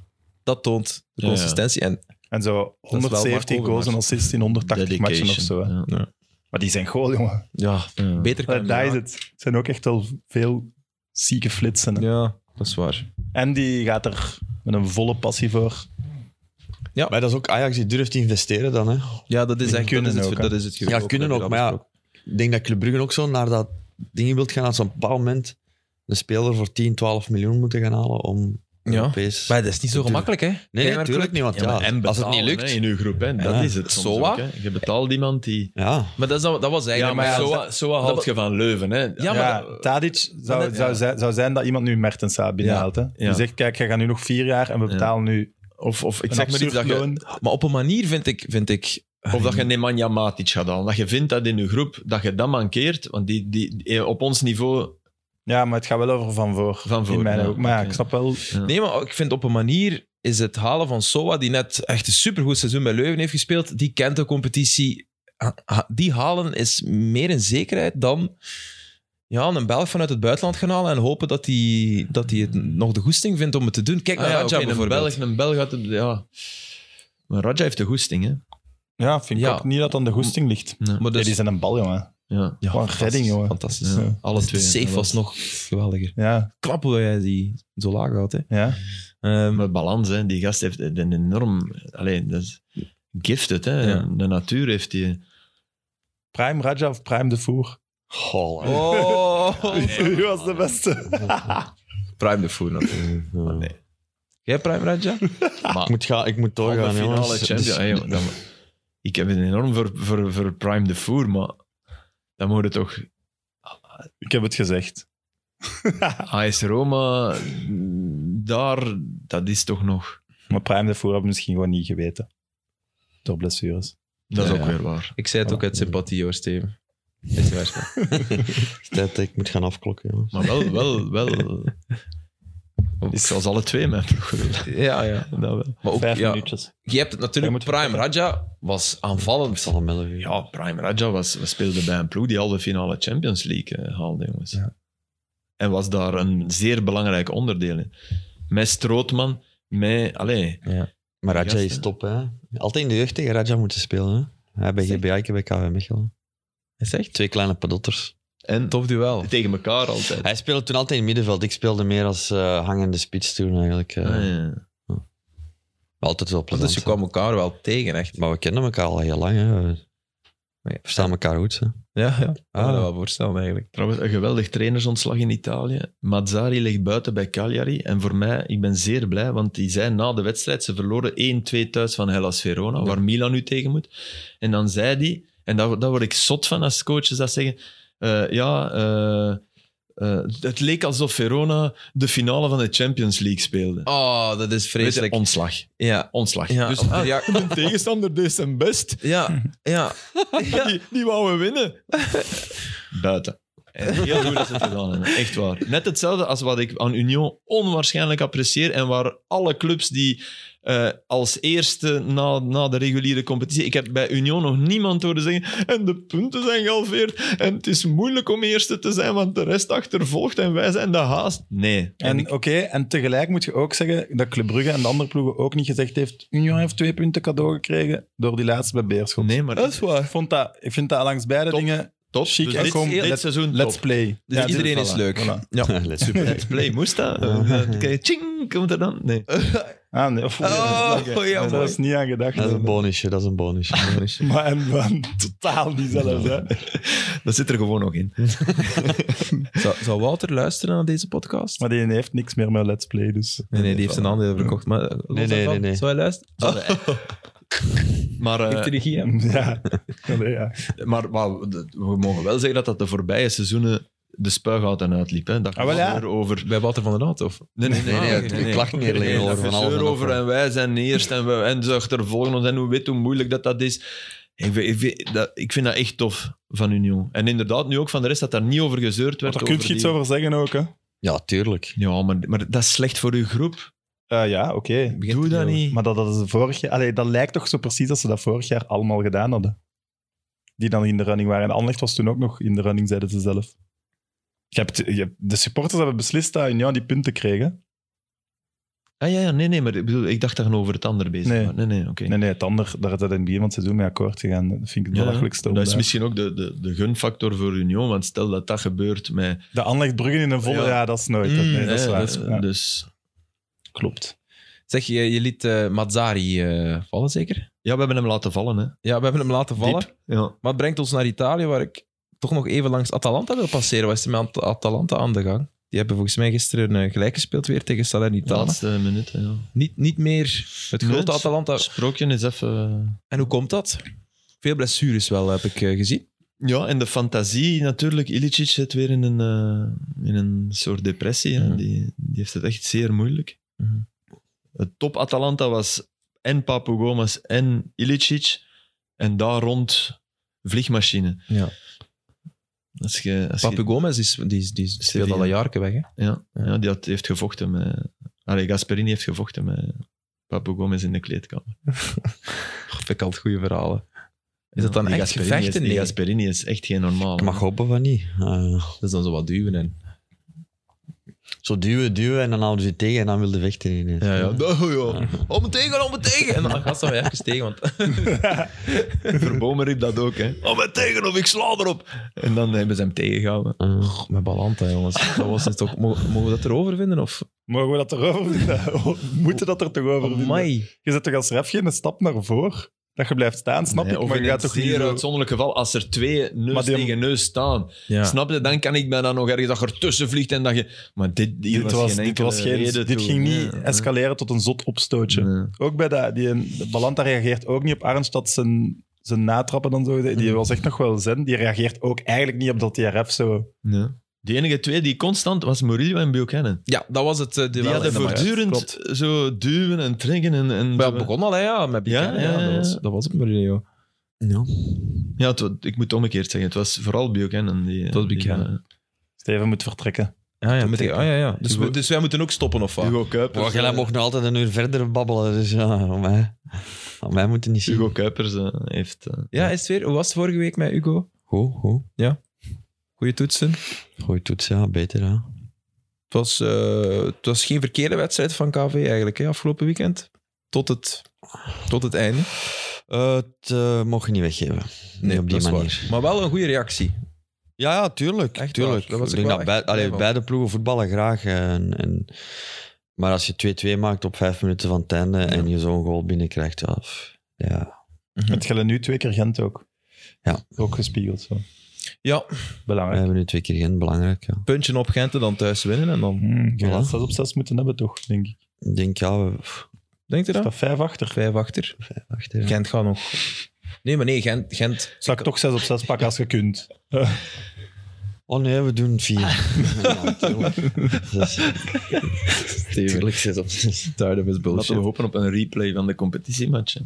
Speaker 1: Dat toont de
Speaker 4: Ja, ja.
Speaker 1: consistentie. En
Speaker 3: En zo
Speaker 1: wel
Speaker 3: 117
Speaker 1: Marco
Speaker 3: goals en
Speaker 1: Overmars.
Speaker 3: assists in 180
Speaker 4: Dedication.
Speaker 3: matchen of zo. hè.
Speaker 4: Ja.
Speaker 3: Maar die zijn goal, jongen.
Speaker 1: ja,
Speaker 4: Ja.
Speaker 1: beter kan
Speaker 3: Ja,
Speaker 1: het
Speaker 3: daar is
Speaker 1: niet
Speaker 3: het. Het zijn ook echt wel veel zieke flitsen. hè.
Speaker 1: maken. Ja, dat is waar.
Speaker 3: En die gaat er met een volle passie voor.
Speaker 2: Maar dat is ook Ajax die durft te investeren dan. Hè.
Speaker 1: Ja, dat is,
Speaker 3: Die
Speaker 1: echt, dat
Speaker 3: kunnen
Speaker 1: is het,
Speaker 3: ook, hè.
Speaker 1: dat is het
Speaker 2: Ja, kunnen ook. Maar ja, ik denk dat Club Brugge ook zo naar dat ding wilt gaan. Dat ze op een bepaald moment een speler voor 10, 12 miljoen moeten gaan halen om
Speaker 1: Ja.
Speaker 2: Europees...
Speaker 1: Maar dat is niet zo gemakkelijk, hè?
Speaker 2: Nee,
Speaker 1: Kijk
Speaker 2: nee,
Speaker 1: maar
Speaker 2: natuurlijk niet. Want
Speaker 4: Ja,
Speaker 2: ja,
Speaker 4: maar en
Speaker 2: als het niet
Speaker 4: betalen,
Speaker 2: lukt...
Speaker 4: hè, in uw groep, hè. dat
Speaker 2: Ja.
Speaker 4: is het. soms
Speaker 1: Soa?
Speaker 4: ook, hè. Je betaalt iemand die...
Speaker 2: Ja.
Speaker 1: Maar dat, is, dan- dat was
Speaker 4: Ja,
Speaker 1: eigenlijk...
Speaker 4: maar
Speaker 1: zo-
Speaker 4: Soa, Soa haalt je van Leuven, hè.
Speaker 1: Ja,
Speaker 3: Ja,
Speaker 1: maar
Speaker 3: Tadic zou,
Speaker 1: dat-
Speaker 3: zou, zijn- zou zijn dat iemand nu Mertens binnenhaalt. Hè? Die
Speaker 4: Ja.
Speaker 3: zegt, kijk, jij gaat nu nog vier jaar en we betalen nu
Speaker 4: Of, of ik
Speaker 3: een
Speaker 4: zeg maar iets
Speaker 3: absurd
Speaker 4: dat je...
Speaker 3: loon.
Speaker 1: Maar op een manier vind ik... Vind ik
Speaker 4: Of dat je Nemanja Matic gaat halen. Dat je vindt dat in je groep, dat je dat mankeert. Want die, die, die- op ons niveau...
Speaker 3: Ja, maar het gaat wel over van voor.
Speaker 4: Van voor,
Speaker 3: In mijn
Speaker 4: ja,
Speaker 3: ogen. Maar ja,
Speaker 4: oké.
Speaker 3: ik snap wel.
Speaker 1: Nee, maar ik vind op een manier is het halen van Soa, die net echt een supergoed seizoen bij Leuven heeft gespeeld, die kent de competitie. Ha- ha- Die halen is meer een zekerheid dan ja, een Belg vanuit het buitenland gaan halen en hopen dat hij die, dat die het nog de goesting vindt om het te doen. Kijk
Speaker 4: Ah,
Speaker 1: naar
Speaker 4: ja,
Speaker 1: Raja
Speaker 4: oké, een
Speaker 1: bijvoorbeeld.
Speaker 4: Belg, een Belg had... het- Ja. Maar Raja heeft de goesting, hè.
Speaker 3: Ja, vind ik
Speaker 1: Ja.
Speaker 3: ook niet dat aan de goesting ligt.
Speaker 1: Maar
Speaker 3: Ja,
Speaker 1: dus,
Speaker 3: die zijn een bal, jongen.
Speaker 4: Ja.
Speaker 1: ja,
Speaker 3: Gewoon een redding, jongen.
Speaker 1: Fantastisch.
Speaker 3: Ja.
Speaker 4: Alle twee.
Speaker 1: De safe was nog geweldiger.
Speaker 3: Ja,
Speaker 1: Knap hoe jij die zo laag houdt. Hè.
Speaker 3: ja.
Speaker 1: Ehm,
Speaker 4: Maar balans, hè. Die gast heeft een enorm... Allee, dat is gifted, hè.
Speaker 1: Ja.
Speaker 4: De natuur heeft die...
Speaker 3: Prime Raja of Prime de Voer?
Speaker 2: Goh, hè.
Speaker 4: [laughs]
Speaker 1: oh.
Speaker 3: [laughs] Wie was de beste?
Speaker 1: Prime de Foer natuurlijk.
Speaker 2: Ja.
Speaker 4: nee.
Speaker 1: Jij Prime Raja?
Speaker 2: Ik moet, gaan, ik moet
Speaker 4: Halve
Speaker 2: doorgaan,
Speaker 4: finale
Speaker 2: jongens.
Speaker 4: Champions. ah,
Speaker 2: Dus-
Speaker 4: Hey, joh, dan- ik heb het enorm voor, voor, voor Prime de Four, maar dan moet het toch
Speaker 3: Ik heb het gezegd.
Speaker 4: AS Roma, daar, dat is toch nog...
Speaker 3: Maar Prime daarvoor hebben we misschien gewoon niet geweten. Door blessures.
Speaker 4: Dat is
Speaker 1: Ja,
Speaker 4: ook
Speaker 1: ja.
Speaker 4: weer waar.
Speaker 1: Ik zei het
Speaker 3: Ah,
Speaker 1: ook uit sympathie, hoor, Steven. Is niet waar, maar-
Speaker 2: Tijd dat ik moet gaan afklokken, jongens.
Speaker 4: Maar wel, wel, wel. Ik zal ze alle twee mijn ploeg
Speaker 1: [laughs]
Speaker 4: willen.
Speaker 1: Ja, ja.
Speaker 4: Dat wel.
Speaker 1: Maar ook,
Speaker 3: Vijf
Speaker 1: ja,
Speaker 3: minuutjes.
Speaker 1: je hebt het
Speaker 3: Jij
Speaker 1: natuurlijk...
Speaker 3: moet-
Speaker 1: Prime Raja was
Speaker 2: Ik
Speaker 1: aanvallend.
Speaker 2: zal hem melden.
Speaker 4: Ja, Prime Raja was, was speelde bij een ploeg die al de finale Champions League eh, haalde, jongens.
Speaker 3: Ja.
Speaker 4: En was daar een zeer belangrijk onderdeel in. Met Strootman, met... Allee,
Speaker 2: Maar Raja
Speaker 4: Juist,
Speaker 2: is
Speaker 4: hè.
Speaker 2: top, hè. Altijd in de jeugd tegen Raja moeten spelen, hè. Hij bij
Speaker 1: Zeg.
Speaker 2: GBA, ik bij KV Mechelen.
Speaker 1: Is echt?
Speaker 2: Twee kleine padotters.
Speaker 4: en
Speaker 1: Tof duel.
Speaker 4: tegen elkaar altijd.
Speaker 2: Hij speelde toen altijd in het middenveld. Ik speelde meer als eh, hangende spits toen, eigenlijk. eh.
Speaker 4: Ah, ja.
Speaker 2: Maar altijd wel plezant.
Speaker 1: Dus je kwam elkaar wel tegen, echt.
Speaker 2: Maar we kennen elkaar al heel lang, hè. We
Speaker 1: Nee.
Speaker 2: verstaan elkaar goed, hè.
Speaker 1: Ja, ja. Ik kan me
Speaker 2: Ah.
Speaker 1: dat wel voorstellen, eigenlijk.
Speaker 4: Trouwens, een geweldig trainersontslag in Italië. Mazzari ligt buiten bij Cagliari. En voor mij, ik ben zeer blij, want die zei na de wedstrijd, ze verloren 1-2 thuis van Hellas Verona, waar Milan nu tegen moet. En dan zei die, en daar, daar word ik zot van als coaches dat zeggen, eh, ja, eh, eh, het leek alsof Verona de finale van de Champions League speelde.
Speaker 1: Oh, dat is
Speaker 4: Weet je,
Speaker 1: vreselijk.
Speaker 4: ontslag.
Speaker 1: Ja.
Speaker 4: Ontslag.
Speaker 1: Ja,
Speaker 4: dus
Speaker 1: op de [laughs]
Speaker 4: ah,
Speaker 1: ja,
Speaker 4: de tegenstander deed zijn best.
Speaker 1: ja, ja.
Speaker 4: Die, die wouden winnen. [laughs] Buiten. Heel goed dat ze het gedaan hebben. Echt waar. Net hetzelfde als wat ik aan Union onwaarschijnlijk apprecieer en waar alle clubs die eh, als eerste na, na de reguliere competitie... Ik heb bij Union nog niemand horen zeggen en de punten zijn gehalveerd en het is moeilijk om eerste te zijn, want de rest achtervolgt en wij zijn de haast. Nee.
Speaker 3: En oké, en tegelijk moet je ook zeggen dat Club Brugge en de andere ploegen ook niet gezegd heeft Union heeft twee punten cadeau gekregen door die laatste bij Beerschot.
Speaker 4: Nee, maar...
Speaker 3: is waar. Ik, vond dat, ik vind dat langs beide
Speaker 4: Top.
Speaker 3: dingen,
Speaker 4: Top.
Speaker 3: Chic
Speaker 4: Dus
Speaker 3: en
Speaker 4: dit,
Speaker 3: kom,
Speaker 4: dit
Speaker 3: let's-
Speaker 4: seizoen
Speaker 3: let's
Speaker 4: top.
Speaker 3: play.
Speaker 1: Dus
Speaker 3: Ja, dit-
Speaker 1: iedereen is
Speaker 3: voilà.
Speaker 1: leuk.
Speaker 3: Voilà.
Speaker 1: Ja.
Speaker 2: [laughs] Super.
Speaker 4: Let's play, moest
Speaker 3: [laughs]
Speaker 4: dat? Eh, Dan krijg je tjing, komt er dan? Nee.
Speaker 3: Ah, nee. Of, [laughs]
Speaker 1: Oh, ja,
Speaker 3: dat
Speaker 1: mooi.
Speaker 3: is niet aan gedacht.
Speaker 2: Dat is een
Speaker 3: Nee.
Speaker 2: bonusje, dat is een
Speaker 4: [laughs]
Speaker 2: bonusje.
Speaker 3: Maar en, [laughs] en totaal niet zelfs. Hè.
Speaker 4: Dat zit er gewoon nog in.
Speaker 1: Zou, zou Wouter luisteren naar deze podcast?
Speaker 3: Maar die heeft niks meer met Let's Play, dus...
Speaker 1: Nee, nee, die heeft zijn aandeel verkocht. Maar, eh, los
Speaker 2: nee,
Speaker 1: daarvan,
Speaker 2: nee, nee.
Speaker 1: Zou hij luisteren? Ah.
Speaker 4: Maar, eh,
Speaker 1: Heeft hij regie, hè?
Speaker 3: [laughs] Ja. Allee, ja.
Speaker 4: maar, maar we we mogen wel zeggen dat dat de voorbije seizoenen de spuigout en uitliep. Hè? Dat
Speaker 3: Ah, wel,
Speaker 4: gaat
Speaker 3: ja.
Speaker 4: er over.
Speaker 1: [laughs] Bij Wouter van der Naald, of?
Speaker 4: Nee, nee,
Speaker 2: Nee, nee, ik klacht niet alleen
Speaker 4: dat
Speaker 2: over van alles
Speaker 4: gezeur
Speaker 2: en nog
Speaker 4: over
Speaker 2: wat.
Speaker 4: en wij zijn eerst en, we, en ze achtervolgen ons en hoe weet hoe moeilijk dat dat is. Ik, vind- ik, vind dat, ik vind dat echt tof van Union. En inderdaad, nu ook van de rest dat daar niet over
Speaker 3: Maar
Speaker 4: gezeurd werd.
Speaker 3: daar kun je
Speaker 4: over
Speaker 3: iets
Speaker 4: die-
Speaker 3: over zeggen ook, hè?
Speaker 2: Ja, tuurlijk.
Speaker 4: Ja, maar, maar dat is slecht voor uw groep.
Speaker 3: Eh, ja, oké.
Speaker 4: Doe dat niet.
Speaker 3: Maar dat hadden ze vorig jaar... Allee, dat lijkt toch zo precies als ze dat vorig jaar allemaal gedaan hadden. Die dan in de running waren. En Anderlecht was toen ook nog in de running, zeiden ze zelf. Je hebt, je hebt- de supporters hebben beslist dat Union die punten kregen.
Speaker 4: Ah ja, ja, nee, nee, maar ik, bedoel, ik dacht daar over het ander bezig.
Speaker 3: Nee.
Speaker 4: maar nee, nee, oké.
Speaker 3: Nee, nee, het ander, daar is dat in het begin van het seizoen mee akkoord gegaan. Dat vind ik het belachelijkste.
Speaker 4: dat is
Speaker 3: omdat-
Speaker 4: misschien ook de, de, de gunfactor voor Union, want stel dat dat gebeurt met...
Speaker 3: De Anderlecht Bruggen in een volle... Ja,
Speaker 4: Ja.
Speaker 3: dat is nooit. dat, nee, dat is
Speaker 4: Eh,
Speaker 3: waar.
Speaker 4: eh,
Speaker 3: Ja,
Speaker 4: Dus,
Speaker 3: klopt.
Speaker 1: Zeg, je, je liet eh, Mazzari eh, vallen, zeker?
Speaker 4: ja, we hebben hem laten vallen. Hè.
Speaker 1: Ja, we hebben hem laten vallen.
Speaker 4: Diep. Ja.
Speaker 1: Maar het brengt ons naar Italië, waar ik toch nog even langs Atalanta wil passeren. Wat is er met At- Atalanta aan de gang? Die hebben volgens mij gisteren eh, gelijk gespeeld weer tegen
Speaker 4: De
Speaker 1: Salernitana.
Speaker 4: laatste minuten, ja.
Speaker 1: Niet, niet meer het
Speaker 4: Nee,
Speaker 1: grote
Speaker 4: het-
Speaker 1: Atalanta.
Speaker 4: Het sprookje is even...
Speaker 1: En hoe komt dat? Veel blessures wel, heb ik eh, gezien.
Speaker 4: Ja, en de fantasie natuurlijk. Ilicic zit weer in een, eh, in een soort depressie. Hè.
Speaker 1: Mhm.
Speaker 4: Die, die heeft het echt zeer moeilijk.
Speaker 1: Mhm.
Speaker 4: Het top Atalanta was en Papu Gomez en Ilicic. En daar rond vliegmachine.
Speaker 1: Ja.
Speaker 4: Als je, als je-
Speaker 1: Papu Gomez is, die, is- die speelt
Speaker 4: Sevilla.
Speaker 1: al een jaar weg, hè?
Speaker 4: Ja,
Speaker 1: Ja.
Speaker 4: ja. die had, heeft gevochten met... Allee, Gasperini heeft gevochten met Papu Gomez in de kleedkamer.
Speaker 1: Vind ik altijd goede verhalen. Is dat dan
Speaker 4: Die
Speaker 1: echt
Speaker 4: Gasperini
Speaker 1: gevechten?
Speaker 4: Is, die
Speaker 1: Nee.
Speaker 4: Gasperini is echt geen normaal.
Speaker 2: Ik mag hopen van niet. Eh,
Speaker 1: Dat is dan zo wat duwen en...
Speaker 2: zo duwen, duwen en dan houden ze tegen en dan wil de vechten ineens.
Speaker 1: Ja, ja. Om me tegen, om me tegen! En dan gaat ze mij even tegen, want...
Speaker 4: Verbomen riep dat ook, hè. [laughs] Oh, met tegen of ik sla erop. En dan hebben ze hem tegengehouden.
Speaker 2: Eh,
Speaker 1: Goh, met Balanta, jongens. Dat was het toch... Mogen mogen we dat erover vinden? Of...
Speaker 3: Mogen we dat erover vinden? [laughs] We Moeten dat er toch over vinden?
Speaker 1: Amai.
Speaker 3: Je zet toch als ref geen stap naar voren? Dat je blijft staan, snap
Speaker 4: Nee,
Speaker 3: ik.
Speaker 4: of
Speaker 3: Maar
Speaker 4: in
Speaker 3: je gaat
Speaker 4: een
Speaker 3: toch niet
Speaker 4: zeer
Speaker 3: zo-
Speaker 4: uitzonderlijk geval, als er twee
Speaker 3: Maar
Speaker 4: neus
Speaker 3: die-
Speaker 4: tegen neus staan.
Speaker 1: Ja.
Speaker 4: Snap je? Dan kan ik mij dan nog ergens dat je ertussen vliegt en dat je... Maar dit, hier
Speaker 3: Dit,
Speaker 4: was,
Speaker 3: was,
Speaker 4: geen
Speaker 3: dit,
Speaker 4: enkele
Speaker 3: was geen,
Speaker 4: reden
Speaker 3: dit
Speaker 4: toe.
Speaker 3: ging niet
Speaker 4: Nee,
Speaker 3: escaleren tot een zot opstootje.
Speaker 4: nee.
Speaker 3: Ook bij dat, die, de Balanta reageert ook niet op Arnstad zijn, zijn natrappen dan zo. Die die was echt nog wel zen. Die reageert ook eigenlijk niet op dat die ref zo...
Speaker 4: Nee. De enige twee die constant was Murillo en Buchanan.
Speaker 1: Ja, dat was het eh, duel.
Speaker 4: Die hadden
Speaker 1: in de match.
Speaker 4: voortdurend
Speaker 1: Klopt.
Speaker 4: zo duwen en trekken. En, en
Speaker 1: Maar
Speaker 4: zo-
Speaker 1: het begon al, hè, ja, met
Speaker 4: Ja,
Speaker 1: Buchanan,
Speaker 4: ja,
Speaker 1: ja, dat,
Speaker 4: ja.
Speaker 1: was, dat was het Mourinho.
Speaker 2: Ja.
Speaker 4: ja, het wa- ik moet het omgekeerd zeggen. Het was vooral Buchanan. Die,
Speaker 1: Het was
Speaker 4: die,
Speaker 1: Buchanan.
Speaker 4: eh,
Speaker 3: Steven moet vertrekken.
Speaker 1: Ja, ja,
Speaker 4: Dat
Speaker 1: met die-
Speaker 4: denk
Speaker 1: ah, ja, ja. Dus,
Speaker 4: Hugo-
Speaker 1: we- dus wij moeten ook stoppen, of wat?
Speaker 4: Hugo Kuipers.
Speaker 2: Maar jij
Speaker 4: eh,
Speaker 2: mocht nog altijd een uur verder babbelen, dus ja, om mij, om mij moeten niet zien.
Speaker 4: Hugo Kuipers eh, heeft... eh,
Speaker 1: Ja, is het weer? Hoe was het vorige week met Hugo?
Speaker 2: Goed, goed.
Speaker 1: Goeie toetsen.
Speaker 2: Goeie toets, ja, beter, ja.
Speaker 1: Het was, eh, het was geen verkeerde wedstrijd van KV eigenlijk, hè, afgelopen weekend. Tot het, tot het einde.
Speaker 2: Eh, het eh, mocht je niet weggeven. Nee, op die
Speaker 1: dat is
Speaker 2: manier.
Speaker 1: waar. Maar wel een goede reactie.
Speaker 2: Ja, ja, tuurlijk.
Speaker 1: Echt
Speaker 2: tuurlijk.
Speaker 1: waar, daar was
Speaker 2: ik
Speaker 1: ik
Speaker 2: denk
Speaker 1: wel
Speaker 2: dat
Speaker 1: echt
Speaker 2: bij, allee,
Speaker 1: blij van.
Speaker 2: beide ploegen voetballen graag. eh, En, en, maar als je 2-2 maakt op vijf minuten van het einde en je zo'n goal binnenkrijgt, ja. pff, ja.
Speaker 3: Het gele nu twee keer Gent ook.
Speaker 2: Ja.
Speaker 3: Ook gespiegeld. Zo.
Speaker 1: Ja,
Speaker 2: We
Speaker 3: Belangrijk.
Speaker 2: hebben nu twee keer geen belangrijk. Ja.
Speaker 1: puntje op Gent en dan thuis winnen. En dan,
Speaker 3: Hmm, je
Speaker 2: Voilà.
Speaker 3: had zes op zes moeten hebben, toch? Denk ik.
Speaker 2: Ik denk, ja, we- pff,
Speaker 1: denk je dat?
Speaker 3: Staat vijf achter.
Speaker 1: Vijf achter.
Speaker 2: wacht even.
Speaker 1: Gent gaat nog. Nee, maar nee, Gent... Gent
Speaker 3: Zal ik toch zes op zes pakken als je kunt?
Speaker 2: Oh nee, we doen vier. [laughs] ja, tuurlijk. Zes. Tuurlijk zes op zes.
Speaker 1: Tired of his
Speaker 4: Laten we hopen op een replay van de competitiematch. hè.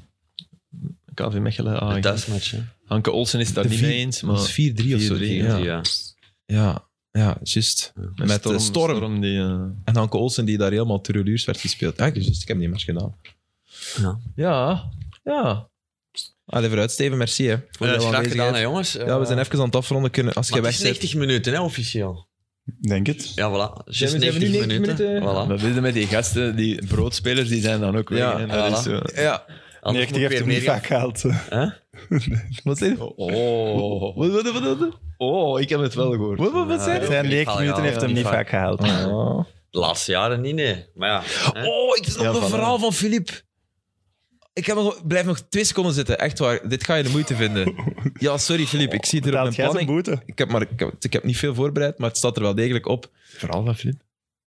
Speaker 4: KV Mechelen. Ah,
Speaker 2: Een thuismatch, hè.
Speaker 4: Hanke Olsen is het daar
Speaker 1: De
Speaker 4: niet
Speaker 1: vier-
Speaker 4: mee eens,
Speaker 1: Dat is
Speaker 4: maar
Speaker 1: 4-3 of zo.
Speaker 4: 4-3,
Speaker 1: Ja, ja, ja, juist.
Speaker 4: met,
Speaker 1: met,
Speaker 4: storm,
Speaker 1: eh, Storm.
Speaker 4: die, eh,
Speaker 1: En Hanke Olsen die daar helemaal terreluurs werd gespeeld. Ja, juist. Ik heb die maar gedaan.
Speaker 2: Ja.
Speaker 1: Ja. Ja. Allee, vooruit, Steven. Merci, hè. Voor jouw
Speaker 2: graag gedaan,
Speaker 1: aanwezigheid.
Speaker 2: hè, jongens.
Speaker 1: Ja, we zijn even aan het afronden. Kunnen, als jij
Speaker 2: maar het
Speaker 1: weg
Speaker 2: is
Speaker 1: bent...
Speaker 2: 90 minuten, hè, officieel.
Speaker 3: Denk het.
Speaker 2: Ja, voilà. Just
Speaker 1: Zijn we- zijn we
Speaker 2: 90
Speaker 1: nu 90
Speaker 2: minuten.
Speaker 1: minuten?
Speaker 2: Voilà.
Speaker 4: Dat is met die gasten, die broodspelers, die zijn dan ook weg.
Speaker 1: Ja,
Speaker 4: hè. dat
Speaker 2: voilà.
Speaker 4: is zo.
Speaker 1: Ja.
Speaker 2: Anders
Speaker 3: 90
Speaker 2: moet
Speaker 3: heeft hem niet
Speaker 2: weer meer-
Speaker 3: vaak gehaald.
Speaker 2: Hè?
Speaker 1: Wat zei je?
Speaker 4: Oh. Wat, wat, wat, wat? Oh, ik heb het wel gehoord.
Speaker 1: Wat, wat, wat zei je?
Speaker 2: Ja,
Speaker 3: Zijn
Speaker 2: oké,
Speaker 3: 90
Speaker 2: ga-
Speaker 3: minuten
Speaker 2: ja,
Speaker 3: heeft hem
Speaker 2: ja,
Speaker 3: niet
Speaker 2: ja.
Speaker 3: vaak gehaald.
Speaker 1: Oh.
Speaker 2: De laatste jaren niet, nee. Maar ja. hè.
Speaker 1: Oh, ik snap
Speaker 4: Ja,
Speaker 1: het
Speaker 4: voilà.
Speaker 1: verhaal van Filip. Ik heb nog, blijf nog twee seconden zitten, echt waar. Dit ga je de moeite [laughs] vinden. Ja, sorry Filip, ik zie het er op
Speaker 3: Betaalt
Speaker 1: mijn
Speaker 3: jij zijn
Speaker 1: planning.
Speaker 3: boete?
Speaker 1: Ik heb, maar, ik, heb, ik heb niet veel voorbereid, maar het staat er wel degelijk op.
Speaker 4: Vooral van Filip.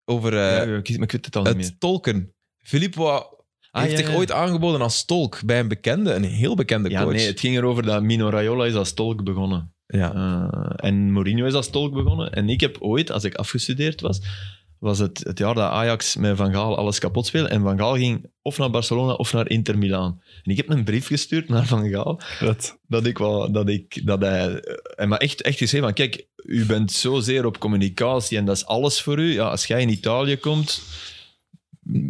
Speaker 1: Over eh,
Speaker 4: ja, ik, maar ik weet het al niet meer.
Speaker 1: het tolken. Filip wou-
Speaker 4: Ah,
Speaker 1: heeft
Speaker 4: ja,
Speaker 1: zich
Speaker 4: ja.
Speaker 1: ooit aangeboden als tolk bij een bekende, een heel bekende
Speaker 4: Ja,
Speaker 1: coach.
Speaker 4: nee, het ging erover dat Mino Raiola is als tolk begonnen.
Speaker 1: ja.
Speaker 4: Eh, en Mourinho is als tolk begonnen. En ik heb ooit, als ik afgestudeerd was, was het het jaar dat Ajax met Van Gaal alles kapot speelde. En Van Gaal ging of naar Barcelona of naar Inter Milaan. En ik heb een brief gestuurd naar Van Gaal
Speaker 3: Dat.
Speaker 4: dat ik wel, dat ik, dat hij, en maar echt, echt gezegd van, kijk, u bent zozeer op communicatie en dat is alles voor u. Ja, als jij in Italië komt,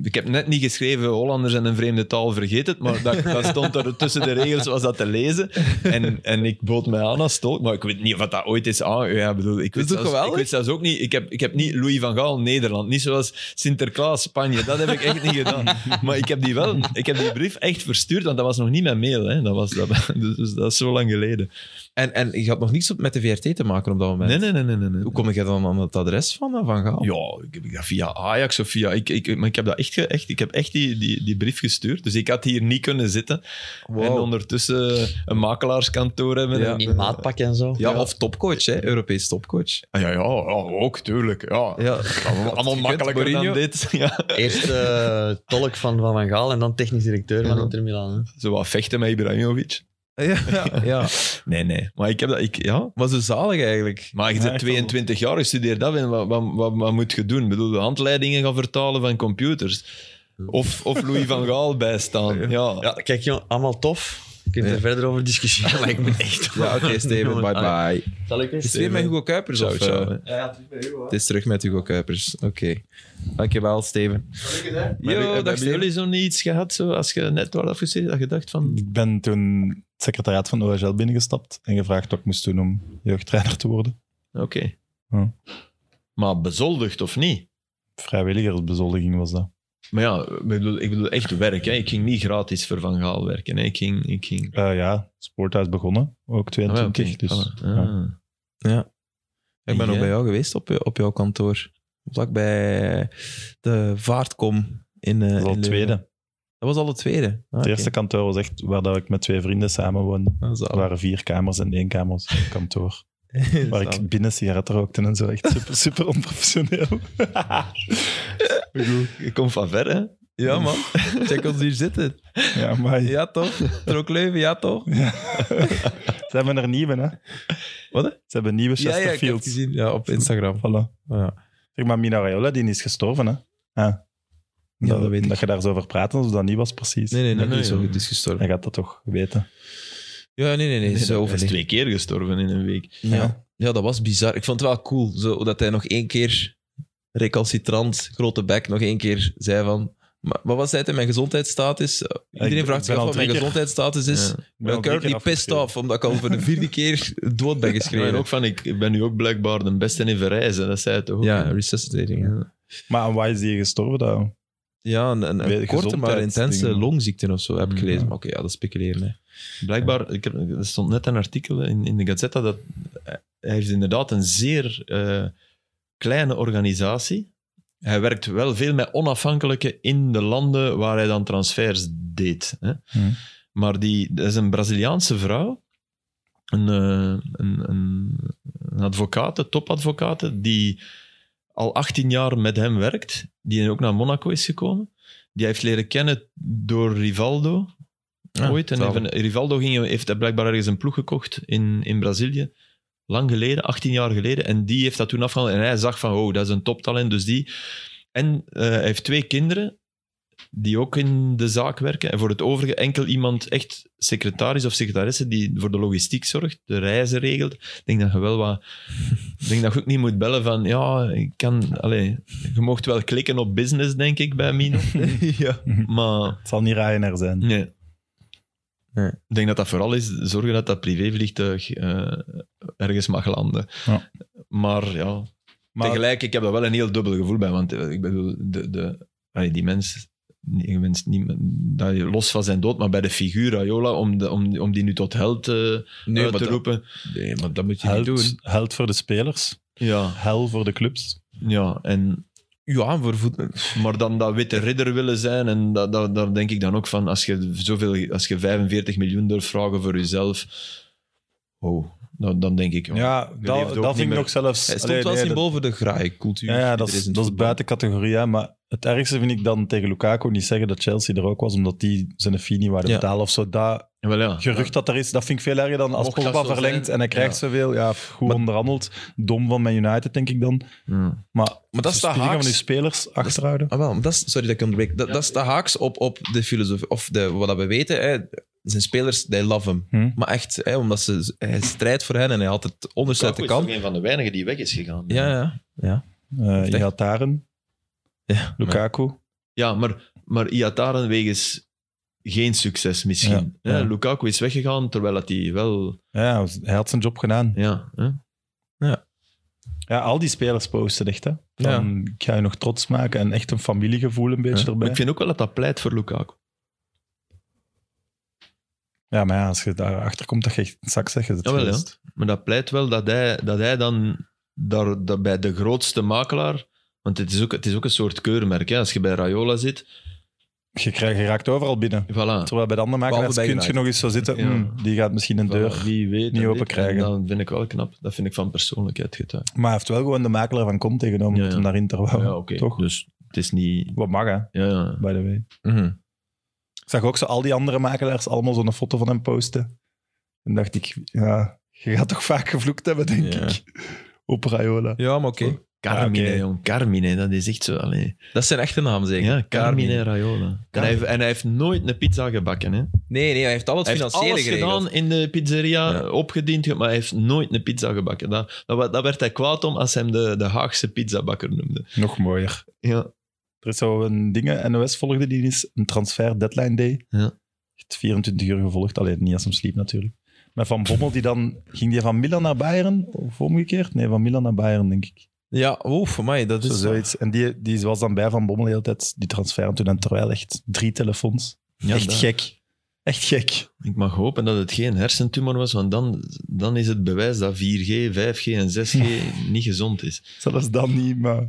Speaker 4: ik heb net niet geschreven, Hollanders en een vreemde taal, vergeet het, maar dat, dat stond er tussen de regels, was dat te lezen. En, en ik bood mij aan als tolk, maar ik weet niet of dat ooit is aan. Ja, ik bedoel, ik weet,
Speaker 1: toch
Speaker 4: zelfs, ik
Speaker 1: geweldig?
Speaker 4: weet zelfs ook niet, ik heb, ik heb niet Louis van Gaal Nederland, niet zoals Sinterklaas Spanje, dat heb ik echt niet gedaan. Maar ik heb die wel, ik heb die brief echt verstuurd, want dat was nog niet mijn mail. Hè. Dat, was, dat, dus, dus dat is zo lang geleden.
Speaker 1: En, en je had nog niets op- met de VRT te maken op dat moment.
Speaker 4: Nee, nee, nee, nee. nee, nee.
Speaker 1: Hoe kom jij dan aan het adres van eh, Van Gaal?
Speaker 4: Ja, ik heb ik dat via Ajax of via... Ik, ik, maar ik heb, dat echt, ge- echt, ik heb echt die, die, die brief gestuurd. Dus ik had hier niet kunnen zitten.
Speaker 1: Wow.
Speaker 4: En ondertussen een makelaarskantoor hebben.
Speaker 1: Ja.
Speaker 4: En-
Speaker 2: In maatpak en zo.
Speaker 1: Ja, of topcoach, hè? Europees topcoach.
Speaker 4: Ah, ja, ja, ja, ook, tuurlijk. Ja.
Speaker 1: Ja. [laughs]
Speaker 4: Allemaal, allemaal
Speaker 1: gekund,
Speaker 4: makkelijker dan
Speaker 1: Mourinho.
Speaker 4: dit. [laughs] Ja.
Speaker 2: Eerst eh, tolk van Van Van Gaal en dan technisch directeur van
Speaker 4: Ja.
Speaker 2: Inter Milan. hè.
Speaker 4: Zo wat vechten met Ibrahimovic.
Speaker 1: Ja, ja, ja.
Speaker 4: Nee, nee. Maar ik heb dat... Ik, ja,
Speaker 1: Maar zo zalig eigenlijk.
Speaker 4: Maar je
Speaker 3: Ja,
Speaker 4: bent
Speaker 3: echt
Speaker 4: 22 jaar, je studeert dat en wat, wat, wat, wat moet je doen? Ik bedoel, de handleidingen gaan vertalen van computers. Of, of Louis van Gaal bijstaan. Ja.
Speaker 2: Ja, kijk joh, allemaal tof. Je kunt er verder over discussiëren, [laughs] maar ik moet echt...
Speaker 1: Ja, oké,
Speaker 4: [laughs]
Speaker 1: Steven,
Speaker 2: Jongen,
Speaker 1: bye
Speaker 2: allee.
Speaker 1: bye.
Speaker 2: Zal ik
Speaker 1: Is het
Speaker 2: eens?
Speaker 1: weer met Hugo Kuipers?
Speaker 4: ah, Ciao,
Speaker 1: of,
Speaker 4: ciao,
Speaker 1: eh,
Speaker 4: hè.
Speaker 1: het is terug met Hugo Kuipers. Oké. Dankjewel, Steven.
Speaker 4: Maar
Speaker 1: Yo,
Speaker 4: hebben-
Speaker 1: dag,
Speaker 4: hebben
Speaker 1: Steven.
Speaker 4: jullie zo niet iets gehad, zo, als je net werd afgestudeerd, dat je dacht van...
Speaker 3: Ik ben toen het secretariaat van OHL binnengestapt en gevraagd wat ik moest doen om jeugdtrainer te worden.
Speaker 4: Oké.
Speaker 3: Ja.
Speaker 4: Maar bezoldigd of niet?
Speaker 3: Vrijwilligersbezoldiging was dat.
Speaker 4: Maar ja, ik bedoel, ik bedoel echt werk. Hè. Ik ging niet gratis voor Van Gaal werken. Hè. Ik ging... Ik ging...
Speaker 3: Eh, ja, sporthuis begonnen, ook 22.
Speaker 4: Ah, ja, oké,
Speaker 3: dus,
Speaker 4: voilà.
Speaker 3: ja.
Speaker 4: Ah.
Speaker 1: Ik ben
Speaker 4: Ja.
Speaker 1: ook bij jou geweest op, je- op jouw kantoor. Vlakbij de Vaartkom. In, eh,
Speaker 3: Dat was al
Speaker 1: in
Speaker 3: het
Speaker 1: Leuven.
Speaker 3: tweede.
Speaker 1: Dat was al het tweede. Ah,
Speaker 3: Het
Speaker 1: oké.
Speaker 3: eerste kantoor was echt waar dat ik met twee vrienden samen woonde.
Speaker 1: Ah,
Speaker 3: Er
Speaker 1: zalig.
Speaker 3: waren vier kamers en één kamer was een kantoor.
Speaker 1: [laughs]
Speaker 3: Waar
Speaker 1: Zalig.
Speaker 3: ik binnen sigaretten rookte en zo. Echt super, super onprofessioneel.
Speaker 4: Goed. Je komt van ver, hè?
Speaker 1: Ja, man. Check ons hier zitten.
Speaker 3: Ja, maar
Speaker 1: Ja, toch? Trok Leuven, ja, toch?
Speaker 3: Ze hebben er nieuwe, hè?
Speaker 1: Wat, hè?
Speaker 3: Ze hebben nieuwe
Speaker 1: Ja, ja, ik heb het
Speaker 3: Chesterfield.
Speaker 1: gezien. Ja, op Instagram. Ah,
Speaker 3: voilà.
Speaker 1: Ja.
Speaker 3: Zeg maar, Mina Raiola, die is gestorven, hè? Ja.
Speaker 1: Ja,
Speaker 3: dat,
Speaker 1: dat weet ik.
Speaker 3: dat je daar zo over praat, alsof dat niet was precies.
Speaker 1: Nee, nee,
Speaker 4: Nee,
Speaker 1: nog
Speaker 4: nee,
Speaker 1: niet zo
Speaker 4: nee.
Speaker 1: goed is gestorven.
Speaker 3: Hij gaat dat toch weten.
Speaker 1: Ja, nee, nee, nee.
Speaker 4: Nee,
Speaker 1: zo
Speaker 4: dat- hij is
Speaker 1: overleefd.
Speaker 4: twee keer gestorven in een week.
Speaker 1: Ja. ja, dat was bizar. Ik vond het wel cool zo, dat hij nog één keer recalcitrant, grote bek, nog één keer zei van... Maar, maar wat zei hij? Mijn gezondheidsstatus? Eh, Iedereen
Speaker 3: ben-
Speaker 1: vraagt
Speaker 3: ben
Speaker 1: zich
Speaker 3: al
Speaker 1: af wat
Speaker 3: drie
Speaker 1: mijn
Speaker 3: keer-
Speaker 1: gezondheidsstatus is.
Speaker 4: Ja.
Speaker 1: Dus Ik ben
Speaker 3: al drie
Speaker 1: currently
Speaker 3: keer
Speaker 1: pissed
Speaker 3: afgeschreven.
Speaker 1: off, omdat ik al voor de vierde keer dood ben
Speaker 4: Ja, en
Speaker 1: geschreven.
Speaker 4: ook van, ik, ik ben nu ook blijkbaar de beste in verrijzen. Dat zei hij toch ook?
Speaker 1: Ja,
Speaker 4: hè?
Speaker 1: resuscitating. Ja,
Speaker 3: Maar aan waar is die gestorven dan?
Speaker 1: ja een, een, een
Speaker 3: Weet-
Speaker 1: korte maar intense
Speaker 3: gezondheidsdingen.
Speaker 1: longziekte of zo heb ik
Speaker 4: Mm,
Speaker 1: gelezen.
Speaker 4: ja.
Speaker 1: Maar oké, ja, dat is speculeren. Hè.
Speaker 4: Blijkbaar, ik heb, er stond net een artikel in, in de Gazzetta dat hij heeft inderdaad een zeer eh, kleine organisatie. Hij werkt wel veel met onafhankelijke in de landen waar hij dan transfers deed. Hè.
Speaker 3: Hmm.
Speaker 4: Maar die, dat is een Braziliaanse vrouw, een, eh, een, een, een advocate, topadvocate, die al 18 jaar met hem werkt, die ook naar Monaco is gekomen. Die hij heeft leren kennen door Rivaldo,
Speaker 1: Ja,
Speaker 4: ooit. En
Speaker 1: zalig.
Speaker 4: even- Rivaldo ging, heeft daar blijkbaar ergens een ploeg gekocht in, in Brazilië. Lang geleden, 18 jaar geleden. En die heeft dat toen afgehaald. En hij zag van, oh, dat is een toptalent. Dus die... En eh, hij heeft twee kinderen die ook in de zaak werken. En voor het overige enkel iemand, echt secretaris of secretaresse, die voor de logistiek zorgt, de reizen regelt. Ik denk dat je wel
Speaker 1: [laughs]
Speaker 4: wat... Ik denk dat je ook niet moet bellen van, ja, ik kan... Allez, je mocht wel klikken op business, denk ik, bij
Speaker 1: [laughs]
Speaker 4: Mino. ja. Maar...
Speaker 3: Het zal niet Ryanair zijn.
Speaker 4: Nee.
Speaker 1: Nee.
Speaker 4: Ik denk dat dat vooral is zorgen dat dat privévliegtuig eh, ergens mag landen.
Speaker 3: Ja.
Speaker 4: Maar ja,
Speaker 3: Maar
Speaker 4: tegelijk, ik heb daar wel een heel dubbel gevoel bij. Want eh, ik bedoel, de, de, allee, die mens, die- je wenst niet, dat je los van zijn dood, maar bij de figuur Raiola, om, de, om, om die nu tot held eh, uit te
Speaker 1: dat-
Speaker 4: roepen.
Speaker 1: nee, maar dat moet je niet doen.
Speaker 3: held, held voor de spelers,
Speaker 4: Ja,
Speaker 3: hel voor de clubs.
Speaker 4: ja, en
Speaker 1: Ja, voor voet...
Speaker 4: Maar dan dat witte ridder willen zijn, en dat, dat, daar denk ik dan ook van, als je, zoveel, als je 45 miljoen durft vragen voor jezelf, oh, dan, dan denk ik... oh,
Speaker 3: Ja,
Speaker 4: leeft
Speaker 3: dat,
Speaker 4: ook
Speaker 3: dat
Speaker 4: niet
Speaker 3: vind ik
Speaker 4: meer.
Speaker 3: nog zelfs...
Speaker 1: Hij stond
Speaker 3: Allee,
Speaker 1: wel
Speaker 3: nee, dat-
Speaker 1: symbool voor de graai-cultuur.
Speaker 3: Ja, ja,
Speaker 1: die
Speaker 3: dat
Speaker 1: er
Speaker 3: is,
Speaker 1: in het
Speaker 3: dat is
Speaker 1: voetbal.
Speaker 3: buiten categorie, hè, maar het ergste vind ik dan tegen Lukaku niet zeggen dat Chelsea er ook was, omdat die zijn fee niet waren
Speaker 1: Ja.
Speaker 3: betalen of zo. Dat
Speaker 4: Wel ja.
Speaker 3: gerucht dat er is, dat vind ik veel erger dan als
Speaker 4: Mocht dat
Speaker 3: Pogba
Speaker 4: zo
Speaker 3: verlengt
Speaker 4: zijn,
Speaker 3: en hij krijgt
Speaker 4: ja.
Speaker 3: zoveel. Ja, pff, goed onderhandeld. Dom van Man United, denk ik dan.
Speaker 4: Hmm.
Speaker 3: Maar,
Speaker 1: Maar dat is de
Speaker 3: verspiedingen
Speaker 1: haaks.
Speaker 3: van die spelers achterhouden.
Speaker 1: Ah, wel, maar dat is, sorry dat ik onderbreek. Dat, dat is de haaks op, op de filosofie, of de, wat dat we weten. Hè. Zijn spelers, they love hem.
Speaker 3: Hm?
Speaker 1: Maar echt, hè, omdat ze, hij strijdt voor hen en hij had het onderste uit de
Speaker 4: Lukaku is
Speaker 1: kant.
Speaker 4: toch een van de weinigen die weg is gegaan.
Speaker 1: Ja, ja.
Speaker 3: Eh,
Speaker 1: echt-
Speaker 3: Iataren,
Speaker 1: ja.
Speaker 3: Lukaku.
Speaker 4: Ja, maar, maar Iataren wegens geen succes misschien.
Speaker 3: Ja,
Speaker 4: Hè,
Speaker 3: ja.
Speaker 4: Lukaku is weggegaan, terwijl dat hij wel...
Speaker 3: Ja, hij had zijn job gedaan.
Speaker 4: Ja, hè?
Speaker 3: Ja, al die spelers posten echt, hè. Van, Ik ga je nog trots maken en echt een familiegevoel een beetje
Speaker 4: Ja. Maar
Speaker 3: erbij.
Speaker 4: ik vind ook wel dat dat pleit voor Lukaku.
Speaker 3: Ja, maar ja, als je daarachter komt, dat je echt zak zegt, is het
Speaker 4: Jawel, ja.
Speaker 3: geweest.
Speaker 4: Maar dat pleit wel dat hij, dat hij dan daar, dat bij de grootste makelaar. Want het is ook, het is ook een soort keurmerk. Hè? Als je bij Rayola zit,
Speaker 3: Je, krijgt, je raakt overal binnen.
Speaker 4: voilà.
Speaker 3: Terwijl bij de andere makelaars
Speaker 1: Behalve bij
Speaker 3: kun je nog eens zo zitten.
Speaker 4: Ja.
Speaker 3: mm, die gaat misschien een deur
Speaker 4: Voilà, Wie weet.
Speaker 3: niet
Speaker 4: en
Speaker 3: open
Speaker 4: dit.
Speaker 3: krijgen.
Speaker 4: En Dan vind ik wel knap. Dat vind ik van persoonlijkheid getuigd.
Speaker 3: Maar hij heeft wel gewoon de makelaar van Conte genomen
Speaker 4: Ja,
Speaker 3: om
Speaker 4: ja.
Speaker 3: hem daarin te houden.
Speaker 4: ja, oké.
Speaker 3: Oh, Toch?
Speaker 4: Dus het is niet.
Speaker 3: Wat mag, hè,
Speaker 4: Ja, ja.
Speaker 3: by the way.
Speaker 1: Mhm.
Speaker 3: Ik zag ook zo al die andere makelaars allemaal zo'n foto van hem posten. En dacht ik, ja, je gaat toch vaak gevloekt hebben, denk
Speaker 1: Ja.
Speaker 3: ik. [laughs] Op Raiola.
Speaker 1: Ja, maar oké.
Speaker 4: Carmine,
Speaker 3: Ja, Ah, oké.
Speaker 4: jong. Carmine, dat is echt zo. Allee.
Speaker 1: Dat is zijn echte naam, zeker?
Speaker 4: Ja, Carmine Raiola. En hij, heeft, en hij heeft nooit een pizza gebakken. Hè?
Speaker 1: Nee, nee, hij heeft al het
Speaker 4: Hij heeft
Speaker 1: financiële
Speaker 4: alles
Speaker 1: geregeld.
Speaker 4: gedaan in de pizzeria,
Speaker 1: Ja.
Speaker 4: opgediend, maar hij heeft nooit een pizza gebakken. Dat, dat, wa- dat werd hij kwaad om als hij hem de, de Haagse pizzabakker noemde.
Speaker 3: Nog mooier.
Speaker 4: Ja.
Speaker 3: Er is zo'n ding, NOS volgde die eens, een transfer deadline day.
Speaker 4: Ja.
Speaker 3: Echt 24 uur gevolgd, alleen niet als hem sliep natuurlijk. Maar Van Bommel, die dan, ging die van Milan naar Bayern? Of omgekeerd? Nee, van Milan naar Bayern, denk ik.
Speaker 1: Ja, oeh, voor mij, dat
Speaker 3: Zo,
Speaker 1: is...
Speaker 3: Dus, zoiets. En die, die was dan bij Van Bommel de hele tijd, die transfer. En toen en terwijl echt drie telefoons.
Speaker 4: Ja,
Speaker 3: echt
Speaker 4: dat-
Speaker 3: gek. Echt gek.
Speaker 4: Ik mag hopen dat het geen hersentumor was, want dan, dan is het bewijs dat 4G, 5G en 6G niet gezond is.
Speaker 3: Zelfs dan niet, maar...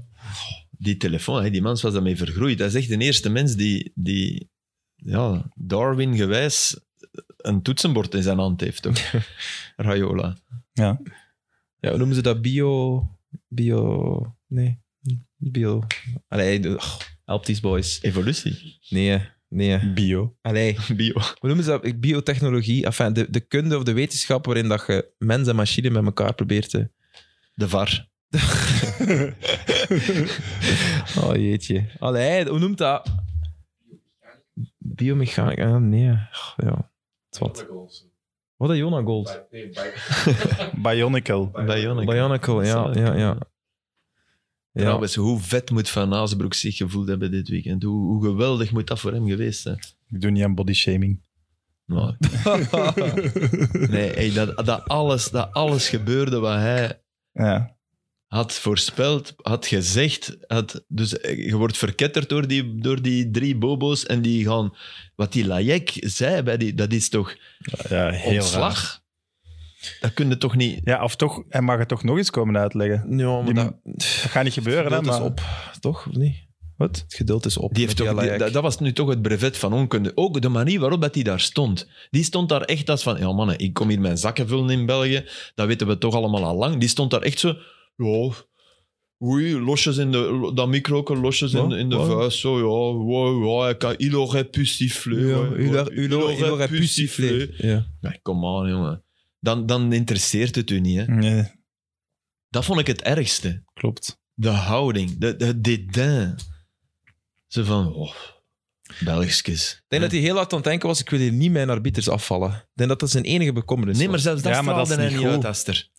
Speaker 4: Die telefoon, hè, die mens was daarmee vergroeid. Dat is echt de eerste mens die, die ja, Darwin-gewijs een toetsenbord in zijn hand heeft.
Speaker 1: [laughs]
Speaker 4: Toch? Rayola.
Speaker 3: Ja.
Speaker 1: Ja, hoe noemen ze dat? Bio... Bio... Nee. Bio... Allee, de- oh, help these boys.
Speaker 4: Evolutie.
Speaker 1: Nee, hè. Nee.
Speaker 3: Bio.
Speaker 1: Allee.
Speaker 4: Bio.
Speaker 1: Hoe noemen ze dat? Biotechnologie. Enfin, de, de kunde of de wetenschap waarin dat je mens en machine met elkaar probeert te...
Speaker 4: De VAR.
Speaker 1: Oh, jeetje. Allee, hoe noemt dat? Biomechanica. ah, nee. Ach, Ja. Het wat. Wat is Jona Gold?
Speaker 3: Bionicle.
Speaker 4: Bionic.
Speaker 1: Bionicle, ja. ja, ja. ja.
Speaker 4: Trouwens, hoe vet moet Van Azenbroek zich gevoeld hebben dit weekend? Hoe, hoe geweldig moet dat voor hem geweest zijn?
Speaker 3: Ik doe niet aan body shaming. [laughs]
Speaker 4: Nou. nee, hey, dat, dat, alles, dat alles gebeurde wat hij
Speaker 3: Ja.
Speaker 4: had voorspeld, had gezegd. Had, dus eh, je wordt verketterd door die, door die drie bobo's en die gaan... Wat die Lajek zei, bij die, dat is toch
Speaker 3: ja heel raar.
Speaker 4: ontslag? Dat kun je toch niet...
Speaker 3: Ja, of toch, hij mag het toch nog eens komen uitleggen.
Speaker 1: Ja, maar
Speaker 3: Die
Speaker 1: dat,
Speaker 3: Dat gaat niet gebeuren, hè?
Speaker 1: geduld is
Speaker 3: Maar...
Speaker 1: op, toch? Of niet?
Speaker 3: Wat?
Speaker 1: Het geduld is op.
Speaker 4: Die heeft
Speaker 1: met
Speaker 4: toch, die-
Speaker 1: Alayak.
Speaker 4: dat, dat was nu toch het brevet van onkunde. Ook de manier waarop dat hij daar stond. Die stond daar echt als van, ja mannen, ik kom hier mijn zakken vullen in België. Dat weten we toch allemaal al lang. Die stond daar echt zo, ja, oei, losjes in de, dat microken losjes in, in de
Speaker 1: Wat?
Speaker 4: vuist. Zo, ja, wow, ja, ik kan, il aurait pu siffler.
Speaker 1: Ja,
Speaker 4: ouais,
Speaker 1: u daar-
Speaker 4: ouais,
Speaker 1: u daar- u daar hebt u
Speaker 4: siffler.
Speaker 1: sifflé. Ja.
Speaker 4: Ja, kom aan, jongen. Dan, dan interesseert het u
Speaker 1: Hm.
Speaker 4: niet, hè.
Speaker 3: Nee,
Speaker 4: Dat vond ik het ergste.
Speaker 3: klopt.
Speaker 4: De houding, de, de dédain. Ze van, oh, Belgischkes.
Speaker 1: Ik denk dat hij heel hard aan het denken was, ik wil hier niet mijn arbiters afvallen. Ik denk dat dat zijn enige bekommernis
Speaker 4: Nee, maar zelfs dat
Speaker 3: Ja, maar dat
Speaker 4: straalde
Speaker 3: is
Speaker 4: hij
Speaker 3: niet
Speaker 4: niet
Speaker 3: goed.
Speaker 4: uit, Aster.
Speaker 1: was.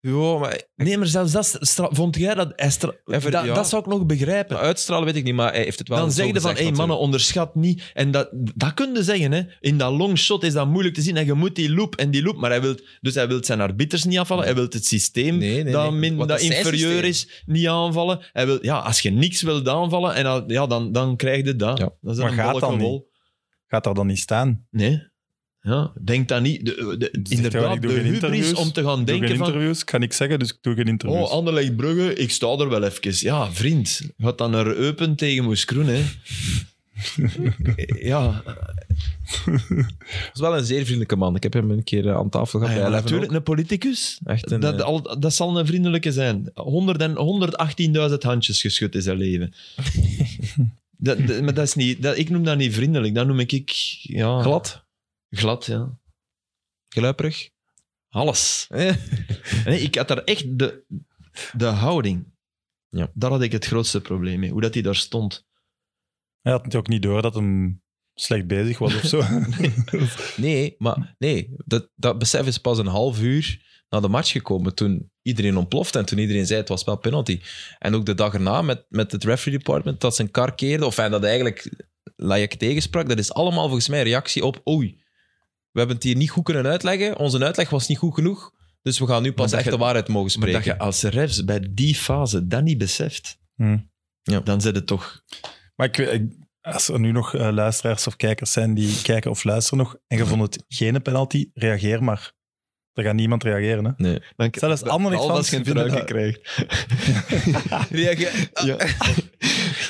Speaker 1: Ja, maar
Speaker 4: Nee, maar zelfs dat stra- Vond jij dat... hij stra-
Speaker 1: Even,
Speaker 4: dat,
Speaker 1: ja.
Speaker 4: dat zou ik nog begrijpen.
Speaker 1: maar uitstralen weet ik niet, maar hij heeft het wel
Speaker 4: Dan
Speaker 1: zo
Speaker 4: zeg je van,
Speaker 1: gezegd
Speaker 4: hé hey, mannen,
Speaker 1: natuurlijk.
Speaker 4: onderschat niet. En dat, dat kun je zeggen, hè. In dat longshot is dat moeilijk te zien. En je moet die loop en die loop. Maar hij wil, dus hij wil zijn arbiters niet afvallen. Hij wil het systeem
Speaker 1: Nee, nee, nee.
Speaker 4: dat, min,
Speaker 1: Want
Speaker 4: dat
Speaker 1: dat is zijn
Speaker 4: inferieur
Speaker 1: systeem.
Speaker 4: is niet aanvallen. Hij wil, ja, als je niks wilt aanvallen, en dan, ja, dan, dan krijg je dat.
Speaker 1: Ja.
Speaker 4: dat is
Speaker 3: Maar
Speaker 4: een
Speaker 3: gaat
Speaker 4: bolleke
Speaker 3: dan
Speaker 4: wol.
Speaker 3: niet? Gaat daar dan niet staan?
Speaker 4: Nee. Ja, denk dat niet. De, de-
Speaker 3: Zegt hij wel,
Speaker 4: inderdaad,
Speaker 3: ik
Speaker 4: de
Speaker 3: doe geen
Speaker 4: hubris
Speaker 3: interviews,
Speaker 4: om te gaan
Speaker 3: Ik doe
Speaker 4: denken
Speaker 3: geen
Speaker 4: van...
Speaker 3: interviews, ik ga niks zeggen, dus ik doe geen interviews.
Speaker 4: Oh, Anderlecht Brugge, ik sta er wel even. Ja, vriend, gaat dan naar Eupen tegen Moes Kroen, hè.
Speaker 3: [laughs]
Speaker 4: ja,
Speaker 1: Het was wel een zeer vriendelijke man. Ik heb hem een keer eh, aan tafel gehad.
Speaker 4: Ah ja,
Speaker 1: bij Eleven
Speaker 4: natuurlijk,
Speaker 1: ook.
Speaker 4: een politicus.
Speaker 1: Echt een,
Speaker 4: Dat,
Speaker 1: eh,
Speaker 4: al, dat zal een vriendelijke zijn. 100 en- 118.000 handjes geschud is zijn
Speaker 3: [laughs]
Speaker 4: leven. dat, dat- maar dat is niet... Dat, ik noem dat niet vriendelijk, dat noem ik... ik ja,
Speaker 1: glad,
Speaker 4: Glad, ja.
Speaker 1: gluiperig.
Speaker 4: Alles.
Speaker 1: Eh,
Speaker 4: Nee, ik had daar echt de, de houding.
Speaker 1: Ja.
Speaker 4: Daar had ik het grootste probleem mee. Hoe dat hij daar stond.
Speaker 3: Hij had het ook niet door dat hem slecht bezig was of zo.
Speaker 4: [laughs]
Speaker 1: Nee, maar nee, dat, dat besef is pas een half uur na de match gekomen toen iedereen ontplofte en toen iedereen zei het was wel penalty. En ook de dag erna met, met het referee department dat zijn kar keerde, of hij dat eigenlijk Lajek tegensprak, dat is allemaal volgens mij een reactie op oei, we hebben het hier niet goed kunnen uitleggen, onze uitleg was niet goed genoeg, dus we gaan nu pas
Speaker 4: dat
Speaker 1: echt
Speaker 4: je-
Speaker 1: de waarheid mogen
Speaker 4: Maar dat
Speaker 1: spreken.
Speaker 4: je als refs bij die fase dat niet beseft,
Speaker 3: Hm.
Speaker 1: Ja.
Speaker 4: dan zit het toch...
Speaker 3: Maar ik, weet- ik- als er nu nog eh, luisteraars of kijkers zijn die kijken of luisteren nog en je
Speaker 4: Mhm.
Speaker 3: vond het geen penalty, reageer maar. Er gaat niemand reageren. Hè?
Speaker 4: Dan,
Speaker 3: Zelfs Anderlecht
Speaker 4: Behalve als je een
Speaker 3: fans vinden
Speaker 4: truitje krijgt.
Speaker 1: Reageer-
Speaker 4: Ja. Je
Speaker 1: dat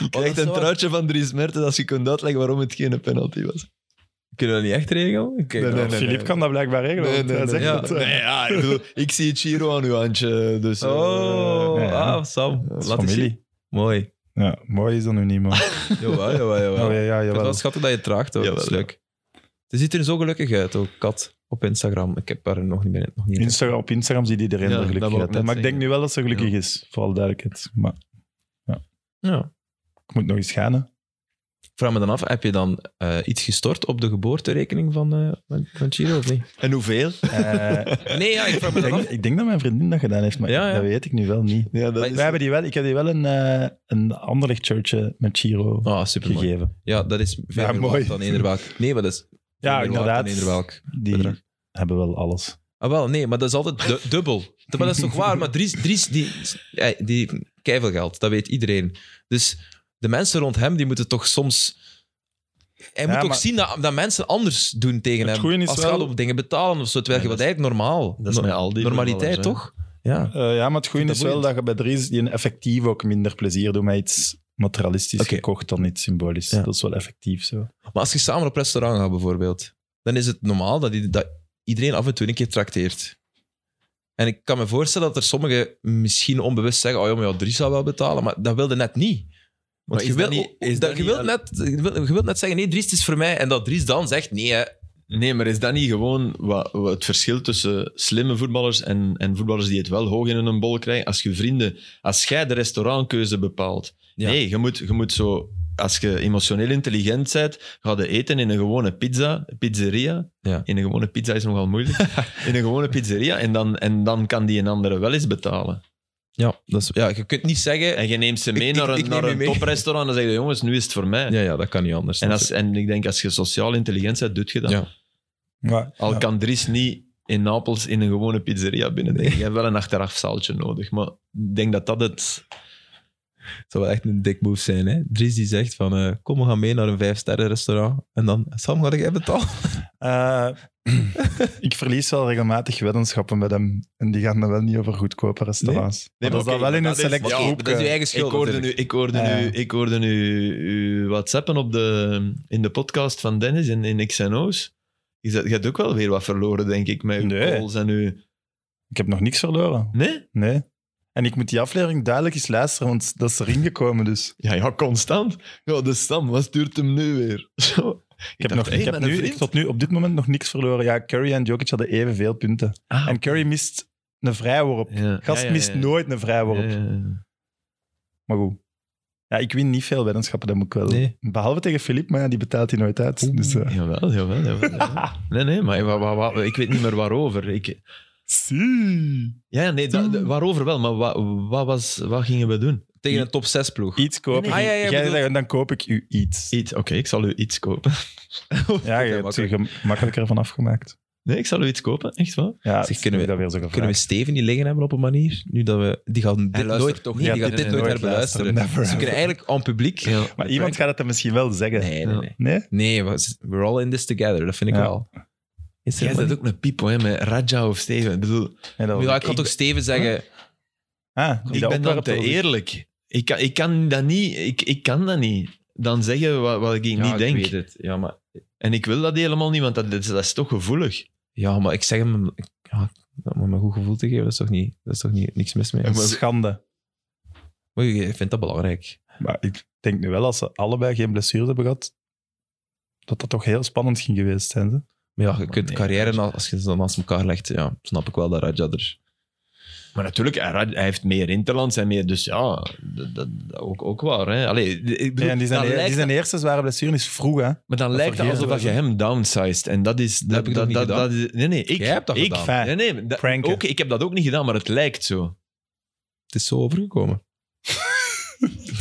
Speaker 1: is
Speaker 4: krijgt een
Speaker 1: waar.
Speaker 4: truitje van Dries Mertens als je kunt uitleggen waarom het geen penalty was.
Speaker 1: Kunnen we dat niet echt regelen? Oké.
Speaker 4: Nee, nee, nee.
Speaker 3: Philippe kan dat blijkbaar regelen. want hij zegt
Speaker 1: ja.
Speaker 3: dat, eh,
Speaker 4: Nee, ja, ik, bedoel, ik zie het Giro aan uw handje. Dus, eh,
Speaker 1: Oh,
Speaker 3: Ja, ja.
Speaker 1: ah, Sam.
Speaker 3: dat is
Speaker 1: laat eens zien.
Speaker 3: familie.
Speaker 1: Mooi.
Speaker 3: Ja, mooi is dat nu niet, man.
Speaker 4: [laughs]
Speaker 1: Jawel, jawel, jawel.
Speaker 3: Oh, ja, ja,
Speaker 1: Ik vind
Speaker 3: jawel.
Speaker 1: het wel schattig dat je het draagt, hoor. dat is
Speaker 4: Jawel, ja.
Speaker 1: leuk. Ze ziet er zo gelukkig uit, ook, Kat, op Instagram. Ik heb haar nog niet meer... Nog niet
Speaker 3: Insta- op Instagram ziet iedereen
Speaker 4: Ja,
Speaker 3: er
Speaker 4: dat
Speaker 3: gelukkig
Speaker 4: wou ik
Speaker 3: uit, hè.
Speaker 4: net
Speaker 3: Maar ik denk
Speaker 4: zeggen.
Speaker 3: nu wel dat ze gelukkig is, voor alle duidelijkheid. Maar
Speaker 1: ja.
Speaker 3: ik moet nog eens gaan,
Speaker 4: [laughs]
Speaker 3: hè.
Speaker 1: Ik vraag me dan af, heb je dan eh, iets gestort op de geboorterekening van, eh, van, van Chiro, of niet?
Speaker 4: En hoeveel?
Speaker 3: Eh,
Speaker 1: [laughs] Nee, ja, ik vraag me
Speaker 3: ik,
Speaker 1: dat
Speaker 3: denk,
Speaker 1: af.
Speaker 3: ik denk dat mijn vriendin dat gedaan heeft, maar
Speaker 1: Ja, ja.
Speaker 3: dat weet ik nu wel niet.
Speaker 4: Ja, dat
Speaker 1: Maar
Speaker 4: is-
Speaker 3: We hebben die wel, ik heb die wel een, eh een anderlecht shirtje met Chiro
Speaker 1: Ah, supermooi.
Speaker 3: gegeven.
Speaker 1: Ja, dat is veel
Speaker 3: Ja,
Speaker 1: meer
Speaker 3: mooi.
Speaker 1: waard dan eender welk. Nee, maar dat is veel meer
Speaker 3: Ja,
Speaker 1: waard
Speaker 3: inderdaad.
Speaker 1: dan eender welk.
Speaker 3: Die
Speaker 1: bedrag.
Speaker 3: hebben wel alles.
Speaker 1: Ah, wel, nee, maar dat is altijd
Speaker 4: [laughs]
Speaker 1: du- dubbel. Maar dat is toch waar? Maar Dries, Dries die, eh, die keivel geld, dat weet iedereen. Dus de mensen rond hem, die moeten toch soms... Hij
Speaker 3: Ja,
Speaker 1: moet ook
Speaker 3: maar-
Speaker 1: zien dat, dat mensen anders doen tegen
Speaker 3: Het
Speaker 1: hem.
Speaker 3: goeie is
Speaker 1: Als het
Speaker 3: wel-
Speaker 1: gaat om dingen betalen of zo, terwijl je
Speaker 4: Ja,
Speaker 1: wat
Speaker 4: dat
Speaker 1: eigenlijk normaal.
Speaker 4: Dat is
Speaker 1: No-
Speaker 4: met al die
Speaker 1: Normaliteit,
Speaker 4: voetballers,
Speaker 1: toch? Ja.
Speaker 3: Eh, ja, maar het goede
Speaker 1: Vind dat
Speaker 3: is wel
Speaker 1: boeiend.
Speaker 3: dat je bij Dries die een effectief ook minder plezier doet met iets materialistisch
Speaker 1: Oké.
Speaker 3: gekocht dan iets symbolisch.
Speaker 1: Ja.
Speaker 3: Dat is wel effectief zo.
Speaker 1: Maar als je samen op restaurant gaat, bijvoorbeeld, dan is het normaal dat, i- dat iedereen af en toe een keer trakteert. En ik kan me voorstellen dat er sommigen misschien onbewust zeggen: Oh ja, maar ja, Dries zal wel betalen, maar dat wilde net niet. Want
Speaker 4: is
Speaker 1: je
Speaker 4: dat
Speaker 1: wilt,
Speaker 4: niet- is
Speaker 1: dat-
Speaker 4: dat
Speaker 1: je,
Speaker 4: niet
Speaker 1: wilt net, je, wilt, je wilt net zeggen, nee, Dries, het is voor mij. En dat Dries dan zegt, nee, hè.
Speaker 4: Nee, maar is dat niet gewoon wat, wat het verschil tussen slimme voetballers en, en voetballers die het wel hoog in hun bol krijgen? Als je vrienden, als jij de restaurantkeuze bepaalt.
Speaker 1: Ja.
Speaker 4: Nee, je moet, je moet zo, als je emotioneel intelligent bent, ga je eten in een gewone pizza, pizzeria.
Speaker 1: Ja.
Speaker 4: In een gewone pizza is nogal
Speaker 1: [laughs]
Speaker 4: moeilijk. in een gewone pizzeria en dan, en dan kan die een andere wel eens betalen.
Speaker 1: Ja, dat is, ja, je kunt niet zeggen...
Speaker 4: En je neemt ze
Speaker 1: Ik-
Speaker 4: mee
Speaker 1: ik-
Speaker 4: naar een,
Speaker 1: ik neem
Speaker 4: naar
Speaker 1: u
Speaker 4: een
Speaker 1: mee.
Speaker 4: toprestaurant en dan zeg je, jongens, nu is het voor mij.
Speaker 1: Ja, ja, dat kan niet anders.
Speaker 4: En, als, en ik denk, als je sociaal intelligent bent, doet je dat.
Speaker 1: Ja.
Speaker 3: Maar,
Speaker 4: Al
Speaker 3: ja.
Speaker 4: kan Dries niet in Napels in een gewone pizzeria binnen. denk ik. Je hebt wel een achterafzaaltje nodig. Maar ik denk dat dat het...
Speaker 1: Het zou wel echt een dik move zijn, hè. Dries die zegt van, eh, kom, we gaan mee naar een vijfsterren restaurant. En dan, Sam, ga ik even betalen?
Speaker 3: Eh, [clears throat] ik verlies wel regelmatig weddenschappen met hem. En die gaan dan wel niet over goedkope restaurants. Nee, maar dat is
Speaker 4: oké,
Speaker 3: dan wel in
Speaker 4: maar
Speaker 3: een eh,
Speaker 4: dat is-
Speaker 3: select
Speaker 4: ja,
Speaker 3: groepje.
Speaker 1: dat is je eigen
Speaker 4: eh, Ik
Speaker 1: schuld.
Speaker 4: hoorde, nu,
Speaker 1: natuurlijk.
Speaker 4: ik, hoorde
Speaker 3: Ja, ja.
Speaker 4: nu, ik hoorde nu uw whatsappen op de, in de podcast van Dennis in, in XNO's. Je zet- je hebt ook wel weer wat verloren, denk ik, met uw
Speaker 3: Nee.
Speaker 4: calls en uw...
Speaker 3: Ik heb nog niks verloren.
Speaker 4: Nee?
Speaker 3: Nee. En ik moet die aflevering duidelijk eens luisteren, want dat is erin gekomen dus.
Speaker 4: Ja, ja, constant. Ja, de Sam, wat stuurt hem nu weer? [laughs] Zo.
Speaker 3: Ik heb,
Speaker 4: dacht,
Speaker 3: nog,
Speaker 4: hey,
Speaker 3: ik heb
Speaker 4: mijn
Speaker 3: nu,
Speaker 4: vriend.
Speaker 3: ik tot nu op dit moment nog niks verloren. Ja, Curry en Jokic hadden evenveel punten.
Speaker 4: Ah,
Speaker 3: En Curry mist een vrijworp.
Speaker 4: ja.
Speaker 3: Gast
Speaker 4: Ja, ja,
Speaker 3: mist
Speaker 4: ja.
Speaker 3: nooit een vrijworp.
Speaker 4: Ja, ja, ja.
Speaker 3: Maar goed. Ja, ik win niet veel weddenschappen, dat moet ik wel.
Speaker 1: Nee.
Speaker 3: Behalve tegen Filip, maar ja, die betaalt hij nooit uit. Dus, eh,
Speaker 4: Jawel, jawel, jawel.
Speaker 3: [laughs]
Speaker 4: jawel. nee, nee, maar wa- wa- wa- ik weet niet meer waarover. Ik,
Speaker 3: zie.
Speaker 4: ja, ja, nee, da- da- waarover wel, maar wa- wat, was, wat gingen we doen?
Speaker 1: Tegen een top 6 ploeg.
Speaker 3: Iets
Speaker 1: Nee,
Speaker 3: kopen.
Speaker 1: nee. Ah, ja, ja,
Speaker 3: Jij
Speaker 1: bedoel-
Speaker 3: zegt, dan koop ik u iets.
Speaker 4: Iets, oké, ik zal u iets kopen. [laughs]
Speaker 3: Ja, je
Speaker 1: Ja,
Speaker 3: hebt er gem- makkelijker van afgemaakt.
Speaker 4: Nee, ik zal u iets kopen, echt wel.
Speaker 3: Ja,
Speaker 1: Zeg, kunnen we-
Speaker 3: dat weer zo
Speaker 1: Kunnen we Steven niet liggen hebben op een manier? Nu dat we, die gaan dit
Speaker 4: luistert
Speaker 1: nooit,
Speaker 4: toch
Speaker 1: nee,
Speaker 4: niet.
Speaker 1: die gaan
Speaker 4: Ja,
Speaker 1: dit
Speaker 4: nee,
Speaker 1: nooit
Speaker 4: nooit
Speaker 1: hebben luisteren.
Speaker 3: Never
Speaker 1: Ze kunnen
Speaker 3: ever.
Speaker 1: eigenlijk aan publiek...
Speaker 3: Maar iemand gaat het dan misschien wel zeggen.
Speaker 1: Nee, nee, nee.
Speaker 3: Nee?
Speaker 1: Nee, we- we're all in this together. Dat vind ik
Speaker 3: Ja.
Speaker 1: wel. Is er
Speaker 4: Jij
Speaker 1: helemaal
Speaker 4: bent
Speaker 1: niet?
Speaker 4: ook een pipo, hè, met Raja of Steven. Ik bedoel,
Speaker 3: Nee, dat was
Speaker 1: Ja,
Speaker 3: ik.
Speaker 1: ik kan toch Steven zeggen...
Speaker 3: Ah, die
Speaker 4: ik
Speaker 3: dat
Speaker 4: ben dan
Speaker 3: opwerpt
Speaker 4: te
Speaker 3: was ik.
Speaker 4: eerlijk. Ik, kan- ik kan dat niet, ik, ik kan dat niet. Dan zeggen wat, wat ik
Speaker 1: Ja,
Speaker 4: niet denk.
Speaker 1: Ik weet het. Ja, maar
Speaker 4: En ik wil dat helemaal niet, want dat, dat is- dat is toch gevoelig.
Speaker 1: Ja, maar ik zeg hem... ik- Ja, dat moet me een goed gevoel te geven, dat is toch, niet, dat is toch niet, niks mis mee?
Speaker 4: Ja, maar-
Speaker 3: Schande.
Speaker 1: Maar ik vind dat belangrijk.
Speaker 3: Maar ik denk nu wel, als ze allebei geen blessures hebben gehad, dat dat toch heel spannend ging geweest zijn. Ze.
Speaker 1: Maar ja, je
Speaker 4: Maar
Speaker 1: kunt
Speaker 4: nee,
Speaker 1: carrière,
Speaker 4: Raja.
Speaker 1: na- als je ze dan naast elkaar legt, ja, snap ik wel dat Raja er...
Speaker 4: Maar natuurlijk, hij, ra- hij heeft meer interlands en meer, dus ja, dat, dat, dat ook, ook waar. Hè. Allee, de- ik bedoel,
Speaker 3: Ja, en die
Speaker 4: dan
Speaker 3: zijn, e- die
Speaker 4: lijkt-
Speaker 3: zijn eerste zware blessure is vroeg, hè.
Speaker 4: maar dan lijkt het
Speaker 3: vergeten
Speaker 4: alsof
Speaker 3: we
Speaker 4: je hem downsized. En dat is... Dat,
Speaker 1: heb ik nog niet gedaan.
Speaker 4: is- nee, nee, ik...
Speaker 1: Jij hebt dat
Speaker 4: ik,
Speaker 1: gedaan.
Speaker 3: Fijn.
Speaker 4: Nee, nee, dat-
Speaker 3: Pranken.
Speaker 4: ook, ik heb dat ook niet gedaan, maar het lijkt zo.
Speaker 1: Het is zo overgekomen. [laughs]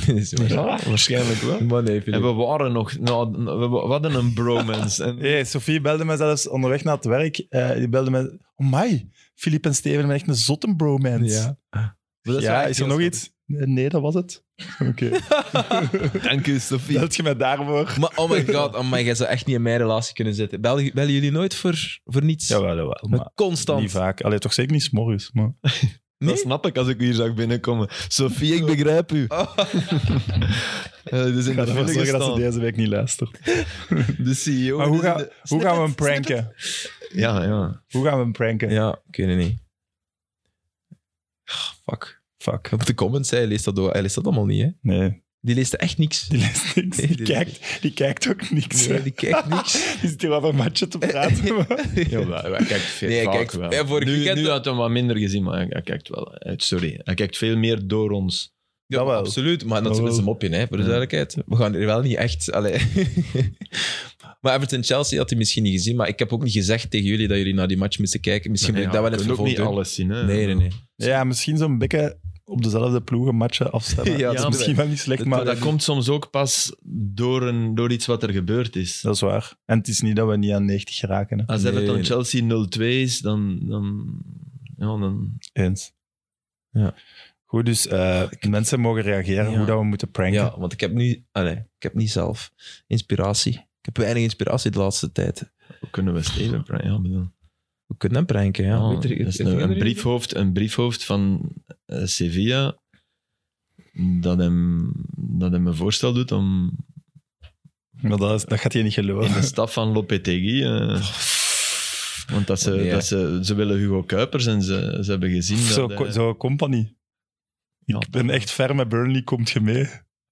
Speaker 1: Is zo.
Speaker 4: waarschijnlijk wel.
Speaker 1: Maar nee,
Speaker 4: En
Speaker 1: Filip.
Speaker 4: we waren nog... Nou, we, we hadden een bromance. [laughs] En,
Speaker 3: Hey, Sophie belde me zelfs onderweg naar het werk. eh, die belde me, oh my, Filip en Steven hebben echt een zotte bromance.
Speaker 1: Ja. Maar dat
Speaker 3: Ja,
Speaker 1: is wel echt
Speaker 3: is er
Speaker 1: heel
Speaker 3: nog
Speaker 1: schattig.
Speaker 3: iets? Nee, nee, dat was het. Oké, [laughs]
Speaker 4: Dank u, Sophie.
Speaker 3: belt je me daarvoor?
Speaker 1: Maar oh my god, oh my, jij zou echt niet in mijn relatie kunnen zitten. Bellen, bellen jullie nooit voor, voor niets?
Speaker 3: Jawel, jawel.
Speaker 1: Maar
Speaker 3: Maar
Speaker 1: constant.
Speaker 3: niet vaak. Allee, toch zeker niet s'morgens. Maar...
Speaker 1: Nee?
Speaker 4: Dat snap ik als ik u hier zag binnenkomen. Sophie, ik begrijp u.
Speaker 1: Oh.
Speaker 4: Eh, dus in
Speaker 3: Ik ga
Speaker 4: de
Speaker 3: ervoor
Speaker 4: file
Speaker 3: zorgen dat ze
Speaker 4: gestaan.
Speaker 3: deze week niet luistert.
Speaker 4: De CEO.
Speaker 3: Maar hoe,
Speaker 4: dus in
Speaker 3: ga-
Speaker 4: de-
Speaker 3: hoe gaan we hem
Speaker 4: Snippet, snippet.
Speaker 3: pranken?
Speaker 4: Ja, ja.
Speaker 3: Hoe gaan we hem pranken?
Speaker 1: [laughs] Ja, ik weet het niet. Ah, Fuck. Fuck. Op de comments, hij leest dat, door. hij leest dat allemaal niet. Hè.
Speaker 3: Nee,
Speaker 1: Die leest echt niks.
Speaker 3: die leest niks.
Speaker 1: Nee,
Speaker 3: Die,
Speaker 1: die-
Speaker 3: kijkt, die kijkt ook niks.
Speaker 1: Nee, die kijkt
Speaker 4: [laughs]
Speaker 1: niks.
Speaker 3: Die zit hier over een matje te praten. maar-
Speaker 4: hij kijkt veel
Speaker 1: Nee, hij
Speaker 4: vaak
Speaker 1: kijkt-
Speaker 4: wel.
Speaker 1: ja, vorig
Speaker 4: nu,
Speaker 1: weekend-
Speaker 4: nu had hij hem wat minder gezien, maar hij, hij kijkt wel. Hij- Sorry, hij kijkt veel meer door
Speaker 1: [laughs]
Speaker 4: ons.
Speaker 1: Ja,
Speaker 3: Jawel.
Speaker 1: absoluut. Maar natuurlijk is een mopje, hè, voor de
Speaker 4: Ja.
Speaker 1: duidelijkheid. We gaan er wel niet echt... Allee. [laughs] maar Everton-Chelsea had hij misschien niet gezien. Maar ik heb ook niet gezegd tegen jullie dat jullie naar die match moesten kijken. Misschien moet ik dat wel
Speaker 4: je
Speaker 1: even
Speaker 4: kunt ook
Speaker 1: vervolg
Speaker 4: niet
Speaker 1: doen.
Speaker 4: alles zien. Hè?
Speaker 1: Nee, nee, nee.
Speaker 3: [laughs] Ja, misschien zo'n beetje op dezelfde ploegen matchen afstemmen. [laughs]
Speaker 1: Ja,
Speaker 3: dat is
Speaker 4: maar-
Speaker 3: misschien wel niet slecht,
Speaker 4: Maar
Speaker 3: maar
Speaker 4: dat komt soms ook pas door, een, door iets wat er gebeurd is.
Speaker 3: dat is waar. En het is niet dat we niet aan 90 geraken. hè.
Speaker 4: Als
Speaker 1: Nee,
Speaker 4: Everton
Speaker 1: nee.
Speaker 4: Chelsea 0-2 is, dan... dan ja, dan...
Speaker 3: Eens.
Speaker 1: Ja.
Speaker 3: Goed, dus eh, mensen mogen reageren
Speaker 1: Ja.
Speaker 3: hoe dat we moeten pranken.
Speaker 1: Ja, want ik heb nu... Allee, ik heb niet zelf inspiratie. Ik heb weinig inspiratie de laatste tijd.
Speaker 4: Hoe kunnen we Steven praten? Ja, bedoel.
Speaker 1: We kunnen hem pranken, ja.
Speaker 4: Oh,
Speaker 1: Weet er-
Speaker 4: dat is
Speaker 1: heeft
Speaker 4: een,
Speaker 1: iemand
Speaker 4: een,
Speaker 1: er
Speaker 4: briefhoofd, een briefhoofd van eh, Sevilla dat hem, dat hem een voorstel doet om
Speaker 3: Maar dat, is- dat gaat je niet
Speaker 1: [laughs]
Speaker 4: in
Speaker 3: geloven.
Speaker 4: de staf van Lopetegui. eh, want dat ze,
Speaker 1: Nee.
Speaker 4: dat ze, ze willen Hugo Kuipers en ze, ze hebben gezien
Speaker 3: Zo,
Speaker 4: dat... eh,
Speaker 3: co- zo company. Ik
Speaker 4: Ja.
Speaker 3: ben echt ver met Burnley, komt je mee?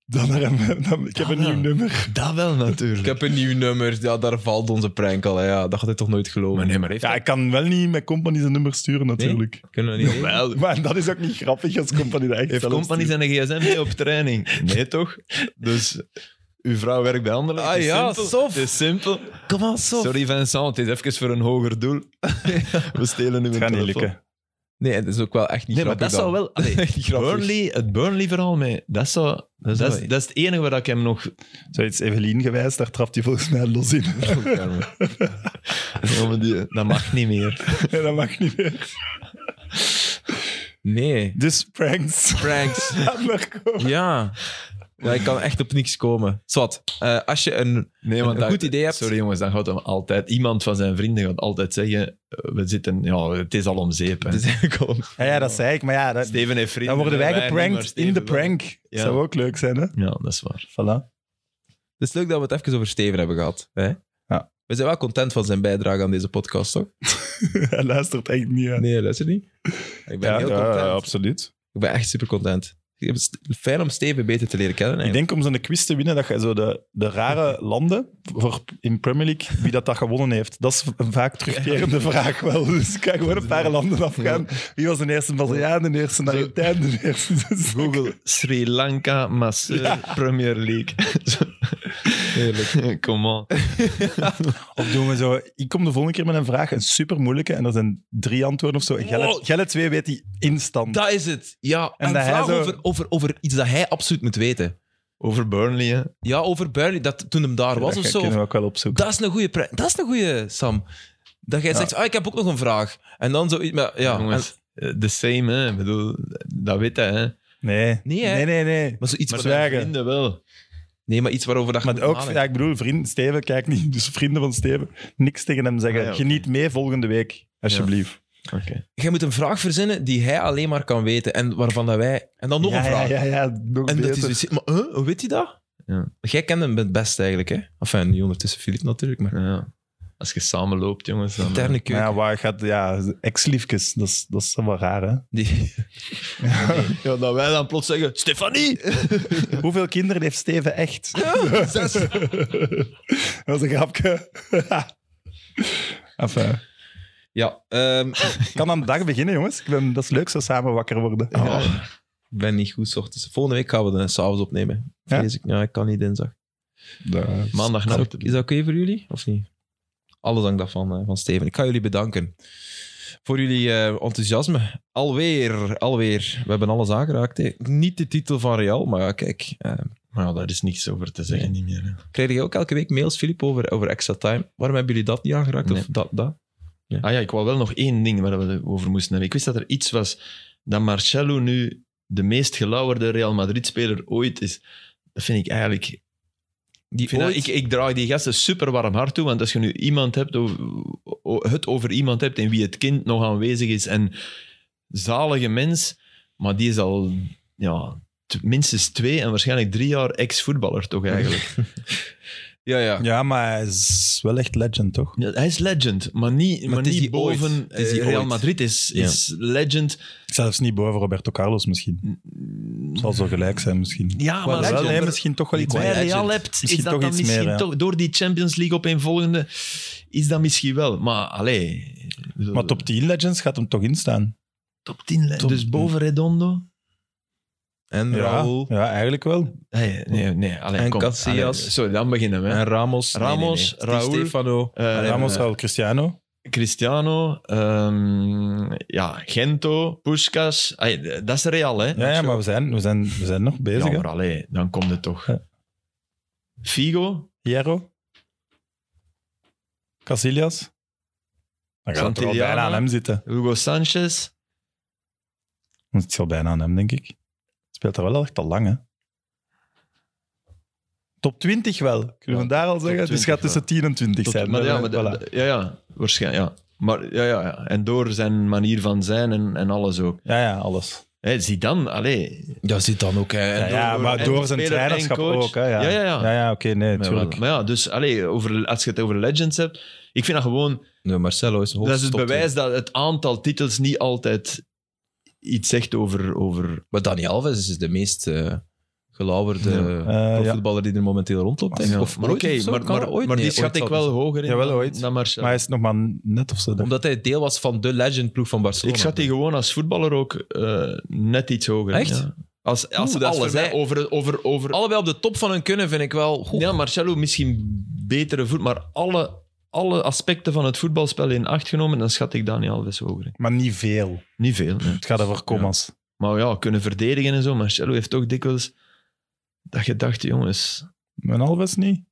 Speaker 3: Dan naar hem, dan- ik heb een
Speaker 4: Ah,
Speaker 3: nieuw
Speaker 4: ja.
Speaker 3: nummer.
Speaker 4: [laughs] Dat wel natuurlijk.
Speaker 1: Ik heb een nieuw nummer. Ja, daar valt onze prank al. hè. Ja, dat gaat hij toch nooit geloven.
Speaker 4: Maar nee, maar heeft
Speaker 3: Ja, ik kan wel niet met Company zijn nummer sturen, natuurlijk.
Speaker 1: Kunnen we niet.
Speaker 4: Wel,
Speaker 3: Maar dat is ook niet grappig als Company dat echt
Speaker 4: heeft
Speaker 3: zelf
Speaker 4: Company
Speaker 3: stuurt.
Speaker 4: zijn gsm mee op training? Nee, toch? Dus uw vrouw werkt bij anderen.
Speaker 1: Ah
Speaker 4: het is
Speaker 1: ja,
Speaker 4: simpel.
Speaker 1: sof.
Speaker 4: Het is simpel.
Speaker 1: Kom aan, zo.
Speaker 4: Sorry Vincent, het is even voor een hoger doel. We stelen nu
Speaker 3: Het
Speaker 4: een
Speaker 3: gaat niet lukken.
Speaker 1: Nee, dat is ook wel echt niet
Speaker 4: Nee, maar dat
Speaker 1: grappig
Speaker 4: zou
Speaker 1: dan.
Speaker 4: wel...
Speaker 1: [laughs]
Speaker 4: allee,
Speaker 1: Echt grappig.
Speaker 4: Burnley, het Burnley-verhaal mee, dat, zou, dat, is,
Speaker 1: zou-
Speaker 4: dat is het enige waar ik hem nog...
Speaker 3: Zoiets Evelien gewijs, daar trapt hij volgens mij los in. [laughs]
Speaker 1: [laughs]
Speaker 4: Ja, maar die- dat mag niet meer.
Speaker 3: En dat mag niet meer.
Speaker 1: Nee.
Speaker 3: Dus [laughs] pranks.
Speaker 1: Pranks.
Speaker 3: Aan narco.
Speaker 1: Ja. ja. Ik kan echt op niks komen. Zwat, eh, als je een...
Speaker 4: Nee,
Speaker 1: Een goed idee hebt.
Speaker 4: Sorry jongens, dan gaat hem altijd... Iemand van zijn vrienden gaat altijd zeggen... eh, We zitten... Ja, het is al om zeep.
Speaker 1: [laughs]
Speaker 4: hè.
Speaker 1: Het is eigenlijk al-
Speaker 3: Ja, ja, dat zei ik. Maar ja, dat-
Speaker 4: Steven heeft vrienden.
Speaker 3: dan worden wij
Speaker 4: niet, maar
Speaker 3: geprankt
Speaker 4: Steven
Speaker 3: in de
Speaker 4: wel.
Speaker 3: prank.
Speaker 4: Ja.
Speaker 3: Zou ook leuk zijn, hè?
Speaker 4: Ja, dat is waar.
Speaker 3: Voilà.
Speaker 1: Het is leuk dat we het even over Steven hebben gehad. Hè?
Speaker 3: Ja.
Speaker 1: We zijn wel content van zijn bijdrage aan deze podcast, toch?
Speaker 3: [laughs] Hij luistert echt niet aan.
Speaker 1: Nee, luister niet. Ik ben
Speaker 3: Ja,
Speaker 1: heel
Speaker 3: ja,
Speaker 1: content.
Speaker 3: ja, absoluut.
Speaker 1: Ik ben echt super content. Ik heb het Fijn om Steven beter te leren kennen.
Speaker 3: Ik
Speaker 1: Eigenlijk.
Speaker 3: denk om zo'n quiz te winnen dat je zo de, de rare [laughs] landen voor in Premier League, wie dat, dat gewonnen heeft. Dat is een vaak terugkerende vraag wel. Dus ik kan gewoon een paar landen afgaan. Wie was de eerste Braziliaan, de eerste Argentijn, de eerste... [laughs] Dus-
Speaker 4: Google [laughs] Sri Lanka Masseur Premier League. [laughs] Heerlijk. Kom on.
Speaker 3: Of doen we zo... Ik kom de volgende keer met een vraag, een super moeilijke, en er zijn drie antwoorden of zo. En Gellet,
Speaker 1: Wow.
Speaker 3: Gellet 2 weet die instant.
Speaker 1: Dat is het. Ja,
Speaker 3: En
Speaker 1: en,
Speaker 3: dat hij
Speaker 1: vraag
Speaker 3: zo-
Speaker 1: over, over, over iets dat hij absoluut moet weten.
Speaker 4: Over Burnley, hè.
Speaker 1: Ja, over Burnley, dat toen hem daar was
Speaker 3: Dat
Speaker 1: of zo.
Speaker 3: kunnen we ook wel opzoeken.
Speaker 1: Dat is een goede prijs. Dat is een goede, Sam. Dat jij zegt, ah, ik heb ook nog een vraag. En dan zoiets, maar ja. en-
Speaker 4: Jongens, eh, the same, hè. Ik bedoel, dat weet hij, hè.
Speaker 3: Nee.
Speaker 1: Nee, hè?
Speaker 3: nee, nee, nee.
Speaker 1: maar zoiets
Speaker 3: Maar
Speaker 1: waar-
Speaker 3: zwijgen.
Speaker 4: Vrienden wel.
Speaker 1: Nee, maar iets waarover dat je
Speaker 3: Maar
Speaker 1: moet
Speaker 3: ook,
Speaker 1: nadenken.
Speaker 3: ja, ik bedoel, vriend, Steven, kijk niet. Dus vrienden van Steven, niks tegen hem zeggen.
Speaker 4: Ah, ja, oké.
Speaker 3: Geniet mee volgende week, alsjeblieft.
Speaker 4: Oké.
Speaker 1: Jij moet een vraag verzinnen die hij alleen maar kan weten en waarvan dat wij... En dan nog
Speaker 3: ja,
Speaker 1: een vraag.
Speaker 3: Ja, ja, ja, nog
Speaker 1: En dat
Speaker 3: beter.
Speaker 1: is dus... Maar huh, hoe weet hij dat?
Speaker 4: Ja.
Speaker 1: Jij kent hem het best eigenlijk, hè? Enfin, niet ondertussen Filip natuurlijk, maar...
Speaker 4: Ja. Als je samen loopt, jongens, dan...
Speaker 1: Interne
Speaker 3: Maar
Speaker 1: keuken.
Speaker 3: ja, waar gaat... Ja, ex-liefkes, dat is, dat is wel raar, hè?
Speaker 1: Die...
Speaker 4: Ja, dat wij dan plots zeggen, Stefanie!
Speaker 3: Hoeveel kinderen heeft Steven
Speaker 1: [laughs]
Speaker 3: echt?
Speaker 1: Zes.
Speaker 3: [laughs] Dat is een grapje. [laughs] enfin,
Speaker 1: Ja, ehm,
Speaker 3: ik kan aan de dag beginnen, jongens. Ik ben, dat is leuk, zo samen wakker worden.
Speaker 1: oh, ik ben niet goed 's ochtends. Volgende week gaan we het s'avonds opnemen.
Speaker 3: Ja?
Speaker 1: Vrees ik. Ja, ik kan niet dinsdag.
Speaker 3: Dat-
Speaker 4: Maandag
Speaker 1: Dus Is
Speaker 4: nacht.
Speaker 1: dat, is dat oké voor jullie, of niet? Alles hangt af van, eh, van Steven. Ik ga jullie bedanken voor jullie eh, enthousiasme. Alweer, alweer. We hebben alles aangeraakt. hè. Niet de titel van Real, maar ja, kijk. eh,
Speaker 4: Maar ja, daar is niks over te zeggen, niet meer. Hè.
Speaker 1: krijg je ook elke week mails, Filip, over, over extra time? Waarom hebben jullie dat niet aangeraakt? Of
Speaker 4: Nee.
Speaker 1: dat, dat?
Speaker 4: Ah ja, ik wou wel nog één ding waar we het over moesten hebben. Ik wist dat er iets was dat Marcelo nu de meest gelauwerde Real Madrid-speler ooit is. Dat vind ik eigenlijk... Ik,
Speaker 1: Die
Speaker 4: vind dat-
Speaker 1: ooit-
Speaker 4: ik, ik draag die gasten super warm hart toe, want als je nu iemand hebt over, o- het over iemand hebt in wie het kind nog aanwezig is en zalige mens, maar die is al ja, t- minstens twee en waarschijnlijk drie jaar ex-voetballer toch eigenlijk.
Speaker 1: ja, ja.
Speaker 3: Ja, maar hij is wel echt legend, toch?
Speaker 4: Ja, hij is legend, maar niet, maar
Speaker 1: het is
Speaker 4: niet
Speaker 1: die ooit.
Speaker 4: boven...
Speaker 1: Het is die
Speaker 4: eh, Real
Speaker 1: ooit.
Speaker 4: Madrid is, is legend...
Speaker 3: Zelfs niet boven Roberto Carlos misschien. Zal zo gelijk zijn misschien.
Speaker 1: Wel,
Speaker 4: Ja, maar
Speaker 3: Maar
Speaker 1: legend.
Speaker 3: wel, hij
Speaker 4: als
Speaker 3: misschien toch wel
Speaker 4: je
Speaker 3: iets
Speaker 4: bij
Speaker 3: meer.
Speaker 4: Real
Speaker 1: legend.
Speaker 4: hebt, is
Speaker 3: Misschien
Speaker 4: dat
Speaker 3: toch
Speaker 4: dan
Speaker 3: iets
Speaker 4: misschien
Speaker 3: meer, ja.
Speaker 4: toch... Door die Champions League opeenvolgende is dat misschien wel. Maar, allee...
Speaker 3: Maar top 10 legends gaat hem toch instaan.
Speaker 4: top 10,
Speaker 3: top-
Speaker 4: dus boven Redondo?
Speaker 1: En Raúl.
Speaker 3: ja eigenlijk wel.
Speaker 4: Ah, Nee, nee, nee allee,
Speaker 1: En
Speaker 4: kom.
Speaker 1: Casillas.
Speaker 4: Allee, sorry, dan beginnen we. hè.
Speaker 1: En Ramos.
Speaker 4: Ramos,
Speaker 1: Di
Speaker 4: Raúl.
Speaker 1: Stefano.
Speaker 4: Eh,
Speaker 1: Allee,
Speaker 3: Ramos,
Speaker 4: eh,
Speaker 3: Raul, Cristiano.
Speaker 4: Cristiano, ehm, ja, Gento, Puskas. Allee, dat is Real, hè?
Speaker 3: Ja, ja maar we zijn, we, zijn, we zijn nog bezig.
Speaker 4: Ja,
Speaker 3: hè.
Speaker 4: maar allee, dan komt het toch.
Speaker 3: Ja.
Speaker 4: Figo,
Speaker 3: Hierro. Casillas. Dan gaat het toch wel
Speaker 4: Santillana.
Speaker 3: bijna aan hem zitten.
Speaker 4: Hugo Sanchez.
Speaker 3: Dan zit het wel bijna aan hem, denk ik. Speelt er wel echt al lang, hè? Top 20 wel, kunnen we
Speaker 4: Ja,
Speaker 3: daar al zeggen. Dus
Speaker 4: 20
Speaker 3: het gaat tussen 10 en 20
Speaker 4: Tot-
Speaker 3: zijn.
Speaker 4: maar ja,
Speaker 3: hè.
Speaker 4: maar de-
Speaker 3: Voilà.
Speaker 4: de- ja, ja, waarschijnlijk. Ja. Maar ja, ja, ja, en door zijn manier van zijn en, en alles ook.
Speaker 3: ja, ja, alles.
Speaker 4: Hé, zie dan, allee.
Speaker 1: Ja, zit dan ook. Hè.
Speaker 3: Ja,
Speaker 1: En
Speaker 3: ja,
Speaker 4: door-
Speaker 3: maar
Speaker 4: en
Speaker 3: door zijn
Speaker 4: speler en
Speaker 3: trainerschap
Speaker 4: coach.
Speaker 3: ook. Hè, ja,
Speaker 4: Ja, ja, ja.
Speaker 3: oké, nee,
Speaker 4: Maar, wel-
Speaker 3: natuurlijk.
Speaker 4: maar Ah. ja, dus allee, over, als je het over legends hebt, ik vind dat gewoon,
Speaker 1: Nee, Marcelo is
Speaker 4: dat is het bewijs dat het aantal titels niet altijd iets zegt over, over
Speaker 1: Maar Dani Alves is de meest eh, gelauwerde
Speaker 3: ja.
Speaker 1: voetballer die er momenteel rondloopt. denk ik.
Speaker 4: Eh, Ja.
Speaker 1: Of
Speaker 4: maar
Speaker 1: ooit
Speaker 4: oké,
Speaker 1: of zo,
Speaker 4: maar,
Speaker 1: kan
Speaker 4: maar,
Speaker 1: dat ooit?
Speaker 4: maar die
Speaker 1: Nee,
Speaker 4: schat
Speaker 1: ooit
Speaker 4: ik
Speaker 1: zal het
Speaker 4: wel hoger in
Speaker 3: Jawel,
Speaker 4: dan-
Speaker 3: ooit.
Speaker 4: dan Marcel.
Speaker 3: Maar hij is nog maar net of zo. dacht ik.
Speaker 1: Omdat hij deel was van de legendploeg van Barcelona.
Speaker 4: ik schat die gewoon als voetballer ook eh, net iets hoger. in,
Speaker 1: Echt?
Speaker 4: ja. Als, als
Speaker 1: Oeh,
Speaker 4: ze
Speaker 1: dat is
Speaker 4: alles,
Speaker 1: voor
Speaker 4: hè,
Speaker 1: mij-
Speaker 4: over, over, over...
Speaker 1: Allebei op de top van hun kunnen vind ik wel... Goh,
Speaker 4: Ja, Marcelo misschien betere voet, maar alle, alle aspecten van het voetbalspel in acht genomen, dan schat ik Dani Alves hoger. in.
Speaker 3: Maar niet veel.
Speaker 4: Niet veel. nee.
Speaker 3: Het gaat over commas.
Speaker 4: Maar ja, kunnen verdedigen en zo. Marcelo heeft toch dikwijls dat gedachte, jongens.
Speaker 3: Mijn Alves niet.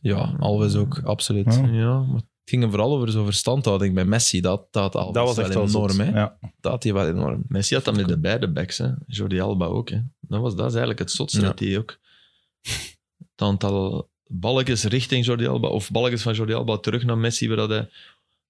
Speaker 1: Ja, Alves ook, absoluut.
Speaker 3: Ja.
Speaker 4: Ja, maar
Speaker 1: Het ging hem vooral over zo'n verstandhouding bij Messi. Dat, dat, Alves
Speaker 3: dat was echt
Speaker 1: wel
Speaker 3: wel zot.
Speaker 1: enorm. Hè?
Speaker 3: Ja.
Speaker 1: Dat had hij wel enorm.
Speaker 4: Messi had dat met de beide backs. Hè. Jordi Alba ook. Hè. Dat, was, dat is eigenlijk het zotste
Speaker 1: Ja.
Speaker 4: dat hij ook. Het aantal balkjes richting Jordi Alba of balkjes van Jordi Alba terug naar Messi, waar dat hij,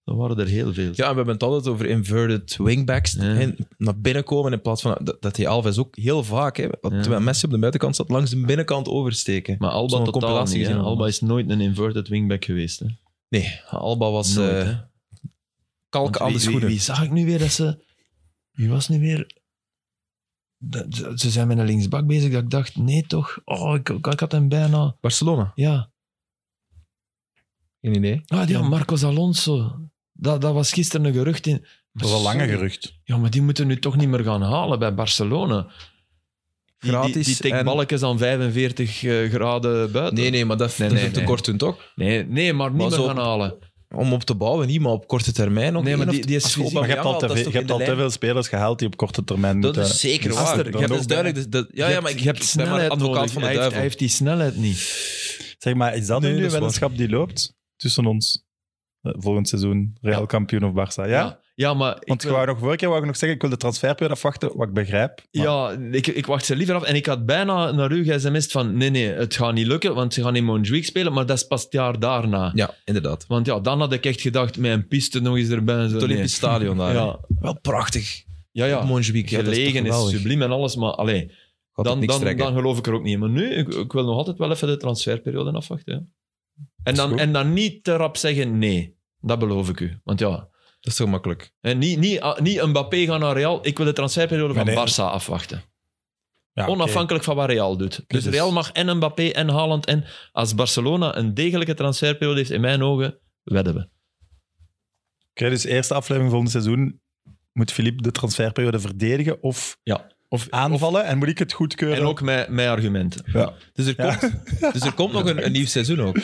Speaker 4: dat waren er heel veel.
Speaker 1: Ja, en we hebben het altijd over inverted wingbacks.
Speaker 4: Ja.
Speaker 1: Heen- naar binnen komen in plaats van... Dat, dat hij Alves ook heel vaak, hè, want
Speaker 4: Ja.
Speaker 1: terwijl Messi op de buitenkant zat, langs de binnenkant oversteken.
Speaker 4: Maar Alba
Speaker 1: Zo'n
Speaker 4: totaal
Speaker 1: compilatie
Speaker 4: niet. hè.
Speaker 1: gezien allemaal.
Speaker 4: Alba is nooit een inverted wingback geweest. Hè.
Speaker 1: Nee, Alba was
Speaker 4: Nooit,
Speaker 1: eh,
Speaker 4: hè.
Speaker 1: kalk
Speaker 4: Want
Speaker 1: aan
Speaker 4: wie-
Speaker 1: de schoenen.
Speaker 4: Wie, wie zag ik nu weer dat ze... Wie was nu weer... Dat, ze- ze zijn met een linksbak bezig, dat ik dacht, nee toch? Oh, ik, ik, ik had hem bijna...
Speaker 1: Barcelona,
Speaker 4: Ja.
Speaker 1: geen idee.
Speaker 4: Ah, ja, Marcos Alonso. Dat, dat was gisteren een gerucht in...
Speaker 3: Dat was al lange gerucht.
Speaker 4: Ja, maar die moeten nu toch niet meer gaan halen bij Barcelona. Die- Die,
Speaker 1: Gratis
Speaker 4: die, tikt
Speaker 1: en-
Speaker 4: balkjes aan 45 eh, graden buiten.
Speaker 1: Nee, nee, maar dat,
Speaker 4: Nee,
Speaker 1: dat
Speaker 4: nee,
Speaker 1: is een
Speaker 4: nee.
Speaker 1: tekort toen toch?
Speaker 4: nee, nee, maar niet
Speaker 1: Maar
Speaker 4: meer
Speaker 1: zo-
Speaker 4: gaan halen.
Speaker 1: Om op te bouwen, niet, maar op korte termijn. Nog
Speaker 4: Nee, maar
Speaker 1: één
Speaker 4: die-
Speaker 1: of-
Speaker 4: die is
Speaker 1: als
Speaker 3: Maar
Speaker 4: fysiek.
Speaker 3: je
Speaker 1: Aubameyang
Speaker 3: hebt al te
Speaker 1: haalt, dat is
Speaker 3: veel, je
Speaker 1: toch in
Speaker 3: hebt
Speaker 1: de
Speaker 3: al te
Speaker 1: lijn?
Speaker 3: veel spelers gehaald die op korte termijn
Speaker 1: Dat
Speaker 3: moeten...
Speaker 1: is zeker
Speaker 3: Dus
Speaker 1: waar.
Speaker 3: Aster,
Speaker 1: Je
Speaker 3: dan
Speaker 1: hebt-
Speaker 3: nog
Speaker 1: dat is duidelijk. dat- dat- ja,
Speaker 4: Je
Speaker 1: ja,
Speaker 4: hebt-
Speaker 1: maar ik,
Speaker 4: je hebt
Speaker 1: ik ben maar
Speaker 4: snelheid
Speaker 1: advocaat
Speaker 4: nodig.
Speaker 1: van de
Speaker 4: Hij heeft,
Speaker 1: duivel.
Speaker 4: hij heeft die snelheid niet.
Speaker 3: Zeg maar, is dat
Speaker 1: Nee,
Speaker 3: nu
Speaker 1: dat
Speaker 3: de
Speaker 1: is waar.
Speaker 3: weddenschap die loopt tussen ons eh, volgend seizoen, Real kampioen of Barça? Ja?
Speaker 4: Ja, ja maar... ik
Speaker 3: Want ik
Speaker 4: wil-
Speaker 3: wou nog vorige keer wou ik nog zeggen, ik wil de transferperiode afwachten, wat ik begrijp. Maar
Speaker 4: Ja, ik, ik wacht ze liever af. En ik had bijna naar u gesmist van, nee, nee, het gaat niet lukken, want ze gaan in Montjuïc spelen, maar dat is pas het jaar daarna.
Speaker 1: Ja, inderdaad.
Speaker 4: Want ja, dan had ik echt gedacht, mijn piste nog eens erbij. en Zo,
Speaker 1: Het
Speaker 4: nee.
Speaker 1: Olympisch
Speaker 4: [laughs]
Speaker 1: Stadion daar.
Speaker 4: Ja,
Speaker 1: Wel prachtig.
Speaker 4: ja, ja.
Speaker 1: Montjuïc. ja, dat is toch
Speaker 4: Gelegen is,
Speaker 1: geweldig.
Speaker 4: subliem en alles, maar allee,
Speaker 1: Gaat
Speaker 4: dan,
Speaker 1: het niks
Speaker 4: dan,
Speaker 1: trekken.
Speaker 4: dan geloof ik er ook niet in. Maar nu, ik, ik wil nog altijd wel even de transferperiode afwachten. ja. En, dan,
Speaker 3: goed.
Speaker 4: en dan niet te rap zeggen nee. Dat beloof ik u. Want ja,
Speaker 1: Dat is zo makkelijk.
Speaker 4: en niet, niet, ah, niet Mbappé gaan naar Real. Ik wil de transferperiode van
Speaker 3: Maar nee.
Speaker 4: Barça afwachten.
Speaker 3: ja,
Speaker 4: Ah,
Speaker 3: oké.
Speaker 4: Onafhankelijk van wat Real doet. Dus
Speaker 3: dus-
Speaker 4: Real mag en Mbappé en Haaland. En als Barcelona een degelijke transferperiode heeft, in mijn ogen, wedden we.
Speaker 3: Oké, dus eerste aflevering volgend seizoen moet Philippe de transferperiode verdedigen of,
Speaker 4: Ja. Of,
Speaker 3: aanvallen en moet ik het goedkeuren.
Speaker 4: en ook mijn, mijn argumenten.
Speaker 1: Dus er
Speaker 3: Ja.
Speaker 1: komt, dus er komt nog een, een nieuw seizoen ook.
Speaker 3: ah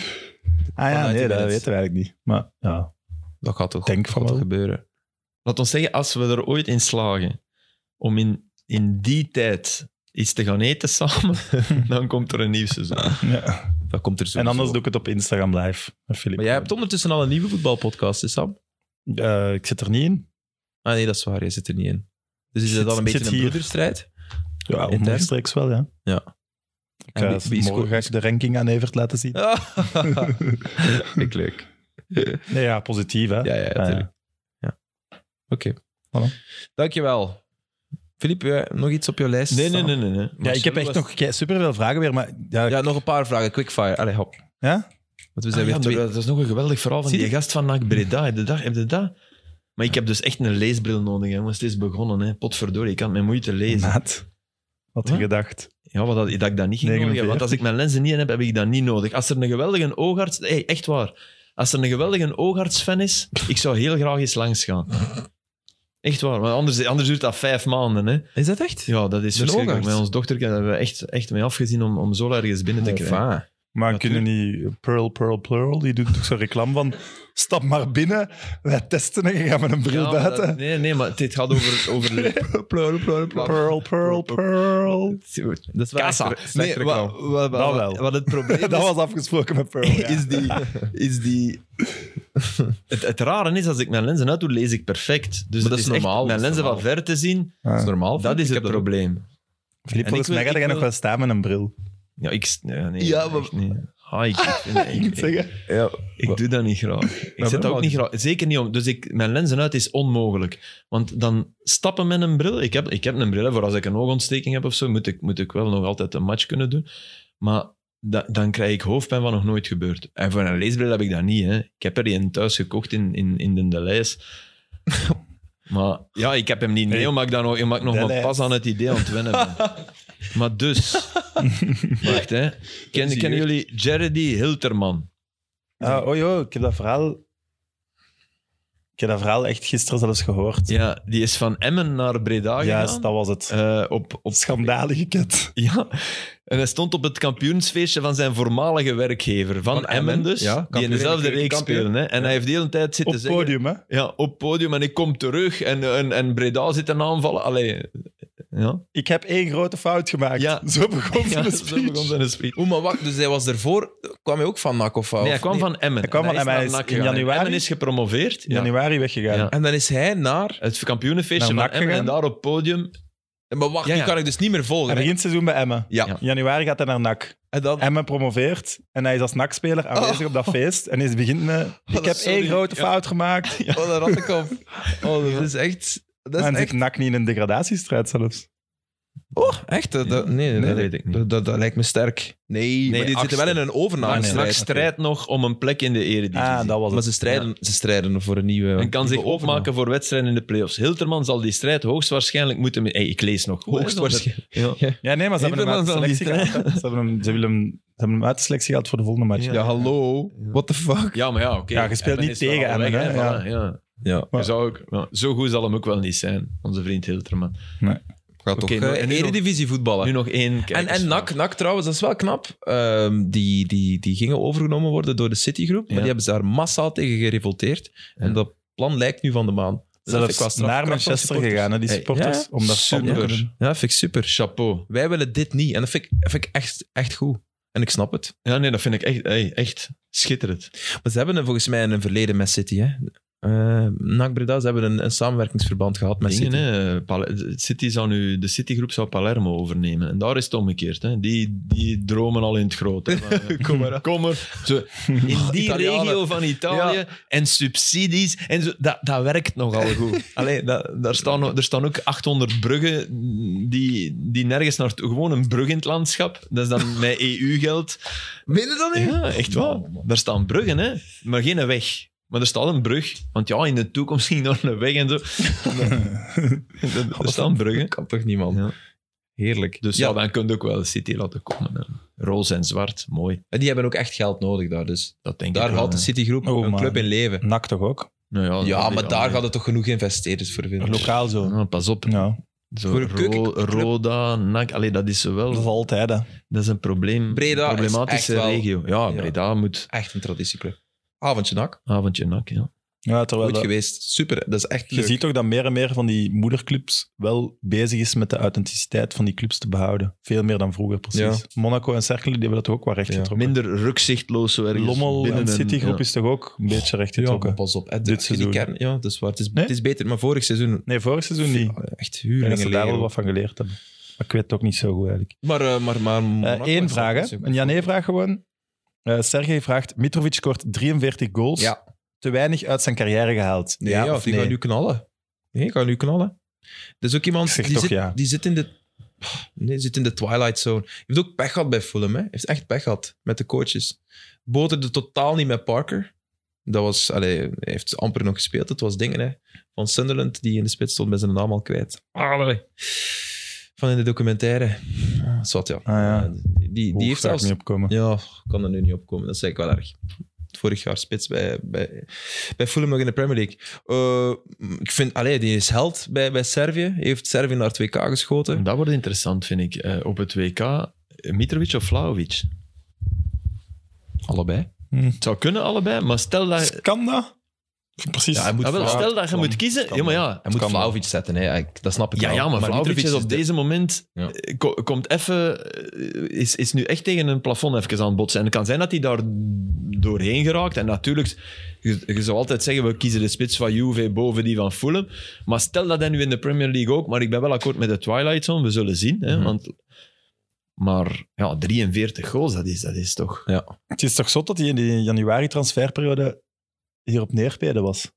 Speaker 3: ja,
Speaker 1: vanuit
Speaker 3: nee,
Speaker 1: die
Speaker 3: dat
Speaker 1: minutes.
Speaker 3: weten we eigenlijk niet. Maar ja,
Speaker 1: Dat gaat toch
Speaker 3: Denk
Speaker 1: dat
Speaker 3: van
Speaker 1: gaat
Speaker 3: wel.
Speaker 1: toch gebeuren.
Speaker 4: Laat ons zeggen, als we er ooit in slagen om in, in die tijd iets te gaan eten [laughs] samen, dan komt er een nieuw seizoen.
Speaker 3: ja.
Speaker 1: Dat komt er zo.
Speaker 3: En anders doe ik het op Instagram live, met Philippe.
Speaker 1: Maar jij hebt ondertussen al een nieuwe voetbalpodcast, hè, Sam?
Speaker 3: Eh, ik zit er niet in.
Speaker 1: Ah nee, dat is waar. Jij zit er niet in. Dus is
Speaker 3: Zit-
Speaker 1: dat dan een beetje
Speaker 3: zit
Speaker 1: een
Speaker 3: hier.
Speaker 1: broederstrijd?
Speaker 3: Ja,
Speaker 1: Intern?
Speaker 3: omstreeks wel, ja.
Speaker 1: Ja.
Speaker 3: Ik, eh,
Speaker 1: En wie- wie is
Speaker 3: morgen ga ik de ranking aan Evert laten zien.
Speaker 1: Vind [laughs] ik leuk.
Speaker 3: Nee, Ah, ja, positief, hè. Eh,
Speaker 1: Ja, ja, natuurlijk. Oké.
Speaker 3: Voilà.
Speaker 1: Dankjewel. Filip, eh, nog iets op jouw lijst?
Speaker 4: Nee, nee,
Speaker 1: staan?
Speaker 4: nee, nee. nee.
Speaker 3: Ja, ik heb echt nog superveel vragen weer, maar ja,
Speaker 1: Ja, nog een paar vragen. Quickfire. Allee, hop.
Speaker 3: ja?
Speaker 1: Want we
Speaker 4: Ah,
Speaker 1: zijn
Speaker 4: ja,
Speaker 1: weer twee.
Speaker 4: dat dat is nog een geweldig verhaal van
Speaker 1: Zie
Speaker 4: die,
Speaker 1: je?
Speaker 4: gast van NAC Breda. Heb je dat? Heb je dat? Maar ik heb dus echt een leesbril nodig, hè, jongens. Het is begonnen, hè. Potverdorie, ik kan het met moeite lezen.
Speaker 3: Maat. Had je
Speaker 4: Wat?
Speaker 3: gedacht.
Speaker 4: Ja, wat dat, dat ik dat niet ging nodig hebben.
Speaker 3: 49.
Speaker 4: Want als ik mijn lenzen niet in heb, heb ik dat niet nodig. Als er een geweldige oogarts... Hey, echt waar. Als er een geweldige oogarts-fan is, ik zou heel graag eens langs gaan. Echt waar. Want anders, anders duurt dat vijf maanden, hè.
Speaker 1: Is dat echt?
Speaker 4: Ja, dat is
Speaker 1: Een
Speaker 4: verschrikkelijk.
Speaker 1: oogarts?
Speaker 4: Met ons dochter hebben we echt, echt mee afgezien om, om zo ergens binnen
Speaker 1: Oh,
Speaker 4: te krijgen.
Speaker 1: Enfin.
Speaker 3: Maar kunnen niet Pearl, Pearl, Pearl, die doet toch zo'n reclame van stap maar binnen, wij testen en je gaat met een bril
Speaker 4: Ja, maar dat-
Speaker 3: buiten.
Speaker 4: nee, nee, maar dit gaat over... over
Speaker 1: Pleuren, pleuren,
Speaker 3: [laughs] Pearl, Pearl, Pearl.
Speaker 1: Dat is wel
Speaker 4: Kassa.
Speaker 1: echt- slecht
Speaker 4: Nee,
Speaker 1: reclame.
Speaker 4: wa- wa- wa-
Speaker 3: Dat wel.
Speaker 4: Wat het [laughs] probleem
Speaker 3: [laughs] Dat was afgesproken met Pearl.
Speaker 4: is,
Speaker 3: ja.
Speaker 4: is die... Is die het, het rare is, als ik mijn lenzen uit doe, lees ik perfect. Dus
Speaker 1: dat
Speaker 4: het
Speaker 1: is
Speaker 4: echt-
Speaker 1: normaal, dat
Speaker 4: mijn
Speaker 1: is
Speaker 4: lenzen van
Speaker 1: normaal.
Speaker 4: ver te zien,
Speaker 1: Dat is normaal.
Speaker 4: dat is het probleem.
Speaker 3: Ah. Filip,
Speaker 4: En ik
Speaker 3: volgens
Speaker 4: wil-
Speaker 3: mij ga
Speaker 4: ik
Speaker 3: jij nog
Speaker 4: wil-
Speaker 3: wel staan met een bril.
Speaker 4: Ja, ik... Nee, nee,
Speaker 1: Ja, maar-
Speaker 4: echt niet. Ah, ik, ik vind- ik-
Speaker 3: Ik moet zeggen.
Speaker 1: Ja.
Speaker 4: ik doe dat niet graag. Ik
Speaker 1: hebben
Speaker 4: zet dat
Speaker 1: al
Speaker 4: ook niet graag. Zeker niet om. Dus ik, mijn lenzen uit is onmogelijk. Want dan stappen met een bril. Ik heb, ik heb een bril hè, voor als ik een oogontsteking heb of zo. Moet ik, moet ik wel nog altijd een match kunnen doen. Maar da- dan krijg ik hoofdpijn van nog nooit gebeurd. En voor een leesbril heb ik dat niet. Hè. Ik heb er een thuis gekocht in, in, in de [laughs] Delijs. Maar ja, ik heb hem niet mee,
Speaker 3: Hey.
Speaker 4: omdat ik, dan nog, omdat ik nog maar
Speaker 3: Delhaize.
Speaker 4: [laughs] pas aan het idee aan het wennen ben. Maar dus, Wacht, hè. Ken, kennen jullie Jerry Hilterman?
Speaker 3: Ah, oh joh, ik heb dat verhaal... Ik heb dat verhaal echt gisteren zelfs gehoord. Ja,
Speaker 4: Ja, die is van Emmen naar Breda
Speaker 3: Juist,
Speaker 4: gegaan.
Speaker 3: dat was het.
Speaker 4: Ah, Eh, op, op,
Speaker 3: Schandalige ket.
Speaker 4: ja. En hij stond op het kampioensfeestje van zijn voormalige werkgever, van,
Speaker 1: Van Emmen,
Speaker 4: Emmen dus,
Speaker 1: ja,
Speaker 4: die in
Speaker 1: kampioen,
Speaker 4: dezelfde reeks
Speaker 1: kampioen.
Speaker 4: spelen. Hè. En hij heeft de hele tijd
Speaker 3: Op
Speaker 4: [laughs] zitten
Speaker 3: het
Speaker 4: zeggen...
Speaker 3: podium, hè?
Speaker 4: Ja, op podium en ik kom terug en, en, en Breda zit een aanvallen. Allee, ja.
Speaker 3: Ik heb één grote fout gemaakt.
Speaker 4: Ja.
Speaker 3: Zo begon
Speaker 4: [laughs] Ja,
Speaker 3: mijn
Speaker 4: zo
Speaker 3: speech.
Speaker 4: begon zijn speech.
Speaker 1: Oeh, maar wacht, dus hij was ervoor, kwam hij ook van NAC of wat?
Speaker 4: Nee, hij
Speaker 1: Of
Speaker 4: kwam van Emmen.
Speaker 3: Hij kwam
Speaker 4: En
Speaker 3: van Emmen.
Speaker 4: naar
Speaker 3: Hij is
Speaker 4: NAC
Speaker 3: in
Speaker 4: gegaan. En
Speaker 3: januari-
Speaker 4: Emmen is gepromoveerd.
Speaker 3: In
Speaker 4: Ja.
Speaker 3: januari weggegaan.
Speaker 4: Ja.
Speaker 1: En dan is hij naar...
Speaker 4: Het kampioenenfeestje
Speaker 3: Naar NAC
Speaker 4: van Emmen en
Speaker 3: gegaan.
Speaker 4: daar op podium.
Speaker 1: Maar wacht,
Speaker 4: Ja,
Speaker 1: die
Speaker 4: ja.
Speaker 1: kan ik dus niet meer
Speaker 3: Hij
Speaker 1: volgen. hè?
Speaker 3: begint het seizoen bij Emmen.
Speaker 1: Ja.
Speaker 4: Ja.
Speaker 3: In januari gaat hij naar NAC.
Speaker 1: En dan...
Speaker 3: Emmen promoveert en hij is als
Speaker 4: Oh.
Speaker 3: NAC-speler aanwezig op dat feest. En hij begint
Speaker 4: [laughs]
Speaker 3: met... Ik heb
Speaker 1: sorry.
Speaker 3: één grote
Speaker 1: Ja.
Speaker 3: fout gemaakt.
Speaker 1: Oh, de rattenkop. Oh, dat is echt... Dat is
Speaker 3: en
Speaker 1: echt...
Speaker 3: zit NAC niet in een degradatiestrijd
Speaker 4: Ah,
Speaker 3: zelfs.
Speaker 1: Oh, echt? Dat, dat- nee,
Speaker 4: Nee,
Speaker 1: dat,
Speaker 4: weet ik niet.
Speaker 1: Dat, dat- dat lijkt me sterk. Nee, maar die
Speaker 4: achtste.
Speaker 1: zitten wel in een
Speaker 4: Maar
Speaker 1: overnamestrijd.
Speaker 4: NAC strijdt nog om een plek in de eredivisie.
Speaker 3: Ah, dat was
Speaker 1: Maar
Speaker 3: het.
Speaker 1: ze strijden, ze strijden voor een nieuwe...
Speaker 4: en kan zich
Speaker 1: nieuwe overname.
Speaker 4: opmaken voor wedstrijden in de play-offs. Hilterman zal die strijd hoogstwaarschijnlijk moeten... me- Hey, ik lees nog. goed, hè,
Speaker 1: Hoogstwaarschijnlijk.
Speaker 4: zonder- Ja.
Speaker 3: Ja, nee, maar ze
Speaker 4: Ik
Speaker 3: hebben hem uit
Speaker 4: ben
Speaker 3: de
Speaker 4: wel van die
Speaker 3: selectie gehaald. hè. Ze hebben hem, ze willen hem, ze hebben hem uit de selectie gehaald voor de volgende match.
Speaker 1: Ja, hallo. What the fuck?
Speaker 4: Ja, maar ja, oké.
Speaker 3: Ja, je speelt
Speaker 4: Emmen
Speaker 3: niet
Speaker 4: is wel
Speaker 3: tegen
Speaker 4: al weg,
Speaker 3: Emmen, hè,
Speaker 4: voilà, ja.
Speaker 1: Ja,
Speaker 4: Je Zou ook, ja, Zo goed zal hem ook wel niet zijn, onze vriend Hilterman.
Speaker 1: gaat toch
Speaker 4: Oké, nou,
Speaker 1: eh,
Speaker 4: en nu nog-
Speaker 1: eredivisie voetballen.
Speaker 4: Nu nog één
Speaker 1: En, en
Speaker 4: kijkersvraag.
Speaker 1: NAC, NAC trouwens, dat is wel knap. Ehm, die, die, die gingen overgenomen worden door de Citigroep, maar
Speaker 4: Ja.
Speaker 1: die hebben ze daar massaal tegen gerevolteerd. En
Speaker 4: Ja.
Speaker 1: dat plan lijkt nu van de maan. Dus dat vind ik wel
Speaker 3: Zelfs
Speaker 1: straf.
Speaker 3: naar
Speaker 1: Kracht van
Speaker 3: Manchester
Speaker 1: supporters.
Speaker 3: gegaan, hè, die
Speaker 4: Hey,
Speaker 3: supporters.
Speaker 1: ja,
Speaker 3: om dat van te
Speaker 1: super.
Speaker 3: kunnen.
Speaker 1: Ja, vind ik super.
Speaker 4: Chapeau.
Speaker 1: Wij willen dit niet. En dat vind ik, dat vind ik echt, echt goed. En ik snap het.
Speaker 4: Ja, nee, dat vind ik echt, hey, echt schitterend.
Speaker 1: Maar ze hebben een- volgens mij een verleden met City. Hè. Eh, NAC Breda, ze hebben een, een samenwerkingsverband gehad met
Speaker 4: Dingen,
Speaker 1: City.
Speaker 4: hè. Pal- City zou nu, de Citygroep zou Palermo overnemen. En daar is het omgekeerd. Hè. Die, die dromen al in het
Speaker 1: [laughs]
Speaker 4: grote.
Speaker 1: Kom
Speaker 4: [laughs]
Speaker 1: maar.
Speaker 4: eh, Kom er. Zo, in die
Speaker 1: Italianen.
Speaker 4: regio van Italië en subsidies. En zo, dat, dat werkt nogal
Speaker 1: [laughs]
Speaker 4: goed. Allee, dat, daar staan, ook- er staan ook 800 bruggen die, die nergens naartoe... Gewoon een brug in het landschap. Dat is dan
Speaker 1: [laughs]
Speaker 4: met EU-geld.
Speaker 1: Minder dan nu?
Speaker 4: Ja, echt waar.
Speaker 1: Oh,
Speaker 4: Daar staan bruggen, hè? maar geen weg. Maar er staat een brug. Want ja, in de toekomst [laughs] ging er een weg en zo.
Speaker 1: [laughs]
Speaker 4: er, er
Speaker 1: Dus
Speaker 4: staan bruggen.
Speaker 1: Kan toch niemand?
Speaker 4: Ja.
Speaker 1: Heerlijk.
Speaker 4: Dus ja,
Speaker 1: ja,
Speaker 4: dan kun je ook wel City laten komen. hè. Roze en zwart, mooi.
Speaker 1: en die hebben ook echt geld nodig daar. Dus
Speaker 4: Dat denk
Speaker 1: daar
Speaker 4: ik wel,
Speaker 1: houdt de
Speaker 4: hè.
Speaker 1: Citigroep
Speaker 3: Oh,
Speaker 1: een
Speaker 3: man.
Speaker 1: club in leven.
Speaker 3: NAC toch ook?
Speaker 4: Nou ja,
Speaker 1: Ja,
Speaker 4: dat-
Speaker 1: maar daar
Speaker 4: nee.
Speaker 1: gaan er toch genoeg investeerders voor vinden.
Speaker 3: Lokaal zo.
Speaker 4: Ah, pas op.
Speaker 3: Ja,
Speaker 4: Zo,
Speaker 1: Voor een
Speaker 4: Ro-
Speaker 1: keukenclub.
Speaker 4: Roda, NAC, allee, dat is wel...
Speaker 3: dat is altijd, hè.
Speaker 4: Dat is een probleem,
Speaker 1: Breda is echt
Speaker 4: problematische
Speaker 1: wel-
Speaker 4: regio. Ja,
Speaker 1: Ja.
Speaker 4: Breda moet...
Speaker 1: Echt een traditieclub. Avondje nak.
Speaker 4: Avondje NAC, ja.
Speaker 3: Ja, terwijl
Speaker 1: Goed
Speaker 3: dat-
Speaker 1: geweest. Super. Dat is echt
Speaker 3: eh, je
Speaker 1: leuk.
Speaker 3: ziet toch dat meer en meer van die moederclubs wel bezig is met de authenticiteit van die clubs te behouden. Veel meer dan vroeger, precies. Monaco en Cercle, die hebben dat toch ook wel recht
Speaker 1: Ja.
Speaker 3: getrokken.
Speaker 4: Minder rukzichtloos ergens
Speaker 3: Lommel
Speaker 4: binnen
Speaker 3: en
Speaker 4: een-
Speaker 3: Citygroep
Speaker 4: ja.
Speaker 3: is toch ook een beetje recht
Speaker 1: ja, maar
Speaker 3: getrokken?
Speaker 1: pas op. Hè,
Speaker 3: Dit
Speaker 1: dit
Speaker 3: seizoen.
Speaker 1: seizoen. ja, dat is waar. Het is,
Speaker 3: Nee?
Speaker 1: het is beter, maar vorig seizoen...
Speaker 3: Nee, vorig seizoen niet.
Speaker 1: Ja, Echt
Speaker 3: Ik denk dat
Speaker 1: huurlingen
Speaker 3: ze daar wel wat van geleerd hebben. Maar ik weet het ook niet zo goed eigenlijk.
Speaker 1: Maar, eh, maar, maar
Speaker 3: Eén
Speaker 1: Monaco is-
Speaker 3: vraag,
Speaker 1: is
Speaker 3: hè.
Speaker 1: ook-
Speaker 3: Een ja-nee-vraag gewoon. Eh Sergej vraagt, Mitrovic scoort 43 goals.
Speaker 1: Ja.
Speaker 3: Te weinig uit zijn carrière gehaald.
Speaker 1: Nee, ja,
Speaker 3: of
Speaker 1: die
Speaker 3: nee?
Speaker 1: gaan nu knallen. Nee, gaan nu knallen. Er is ook
Speaker 3: Ik
Speaker 1: iemand
Speaker 3: zeg
Speaker 1: die,
Speaker 3: toch
Speaker 1: zit,
Speaker 3: ja.
Speaker 1: die zit in de... Nee, zit in de twilight zone. Heeft ook pech gehad bij Fulham. Hè. Heeft echt pech gehad met de coaches. Boterde totaal niet met Parker. Dat was... Allee, hij heeft amper nog gespeeld. Het was dingen hè, van Sunderland die in de spits stond met zijn naam al kwijt. Allee. Van in de documentaire. Ah, Zat, ja.
Speaker 3: Ah, ja.
Speaker 1: Die, die, die heeft
Speaker 3: daar
Speaker 1: zelfs...
Speaker 3: niet opkomen.
Speaker 1: Ja, kan er nu niet opkomen. Dat is eigenlijk wel erg. Vorig jaar spits bij, bij, bij Fulham nog in de Premier League. Eh, ik vind, allee, die is held bij, bij Servië. Heeft Servië naar het WK geschoten.
Speaker 4: Dat wordt interessant, vind ik. Eh, op het WK, Mitrovic of Vlaovic?
Speaker 1: Allebei.
Speaker 4: Het zou kunnen allebei, maar stel dat...
Speaker 3: Kan dat? Precies.
Speaker 1: Ja, hij moet
Speaker 4: Ah, wel,
Speaker 1: Vlahovic-
Speaker 4: stel dat je moet kiezen... Ja, maar ja.
Speaker 1: Hij moet
Speaker 3: Kan
Speaker 1: Vlaovic zetten, hè. Ik- dat snap ik
Speaker 4: Ja,
Speaker 1: wel.
Speaker 4: ja, maar Vlaovic
Speaker 1: Mitrovic
Speaker 4: is op
Speaker 1: de-
Speaker 4: deze moment...
Speaker 1: Ja.
Speaker 4: eh, ko- komt even... eh, Is, is nu echt tegen een plafond even aan het botsen. En het kan zijn dat hij daar doorheen geraakt. En natuurlijk, je, je zou altijd zeggen, we kiezen de spits van Juve boven die van Fulham. Maar stel dat hij nu in de Premier League ook... Maar ik ben wel akkoord met de Twilight Zone, we zullen zien. Hè,
Speaker 1: Mhm.
Speaker 4: want, maar ja, 43 goals, dat is, dat is toch...
Speaker 3: Het is toch zot dat hij in die januari-transferperiode hier op neerpeden was?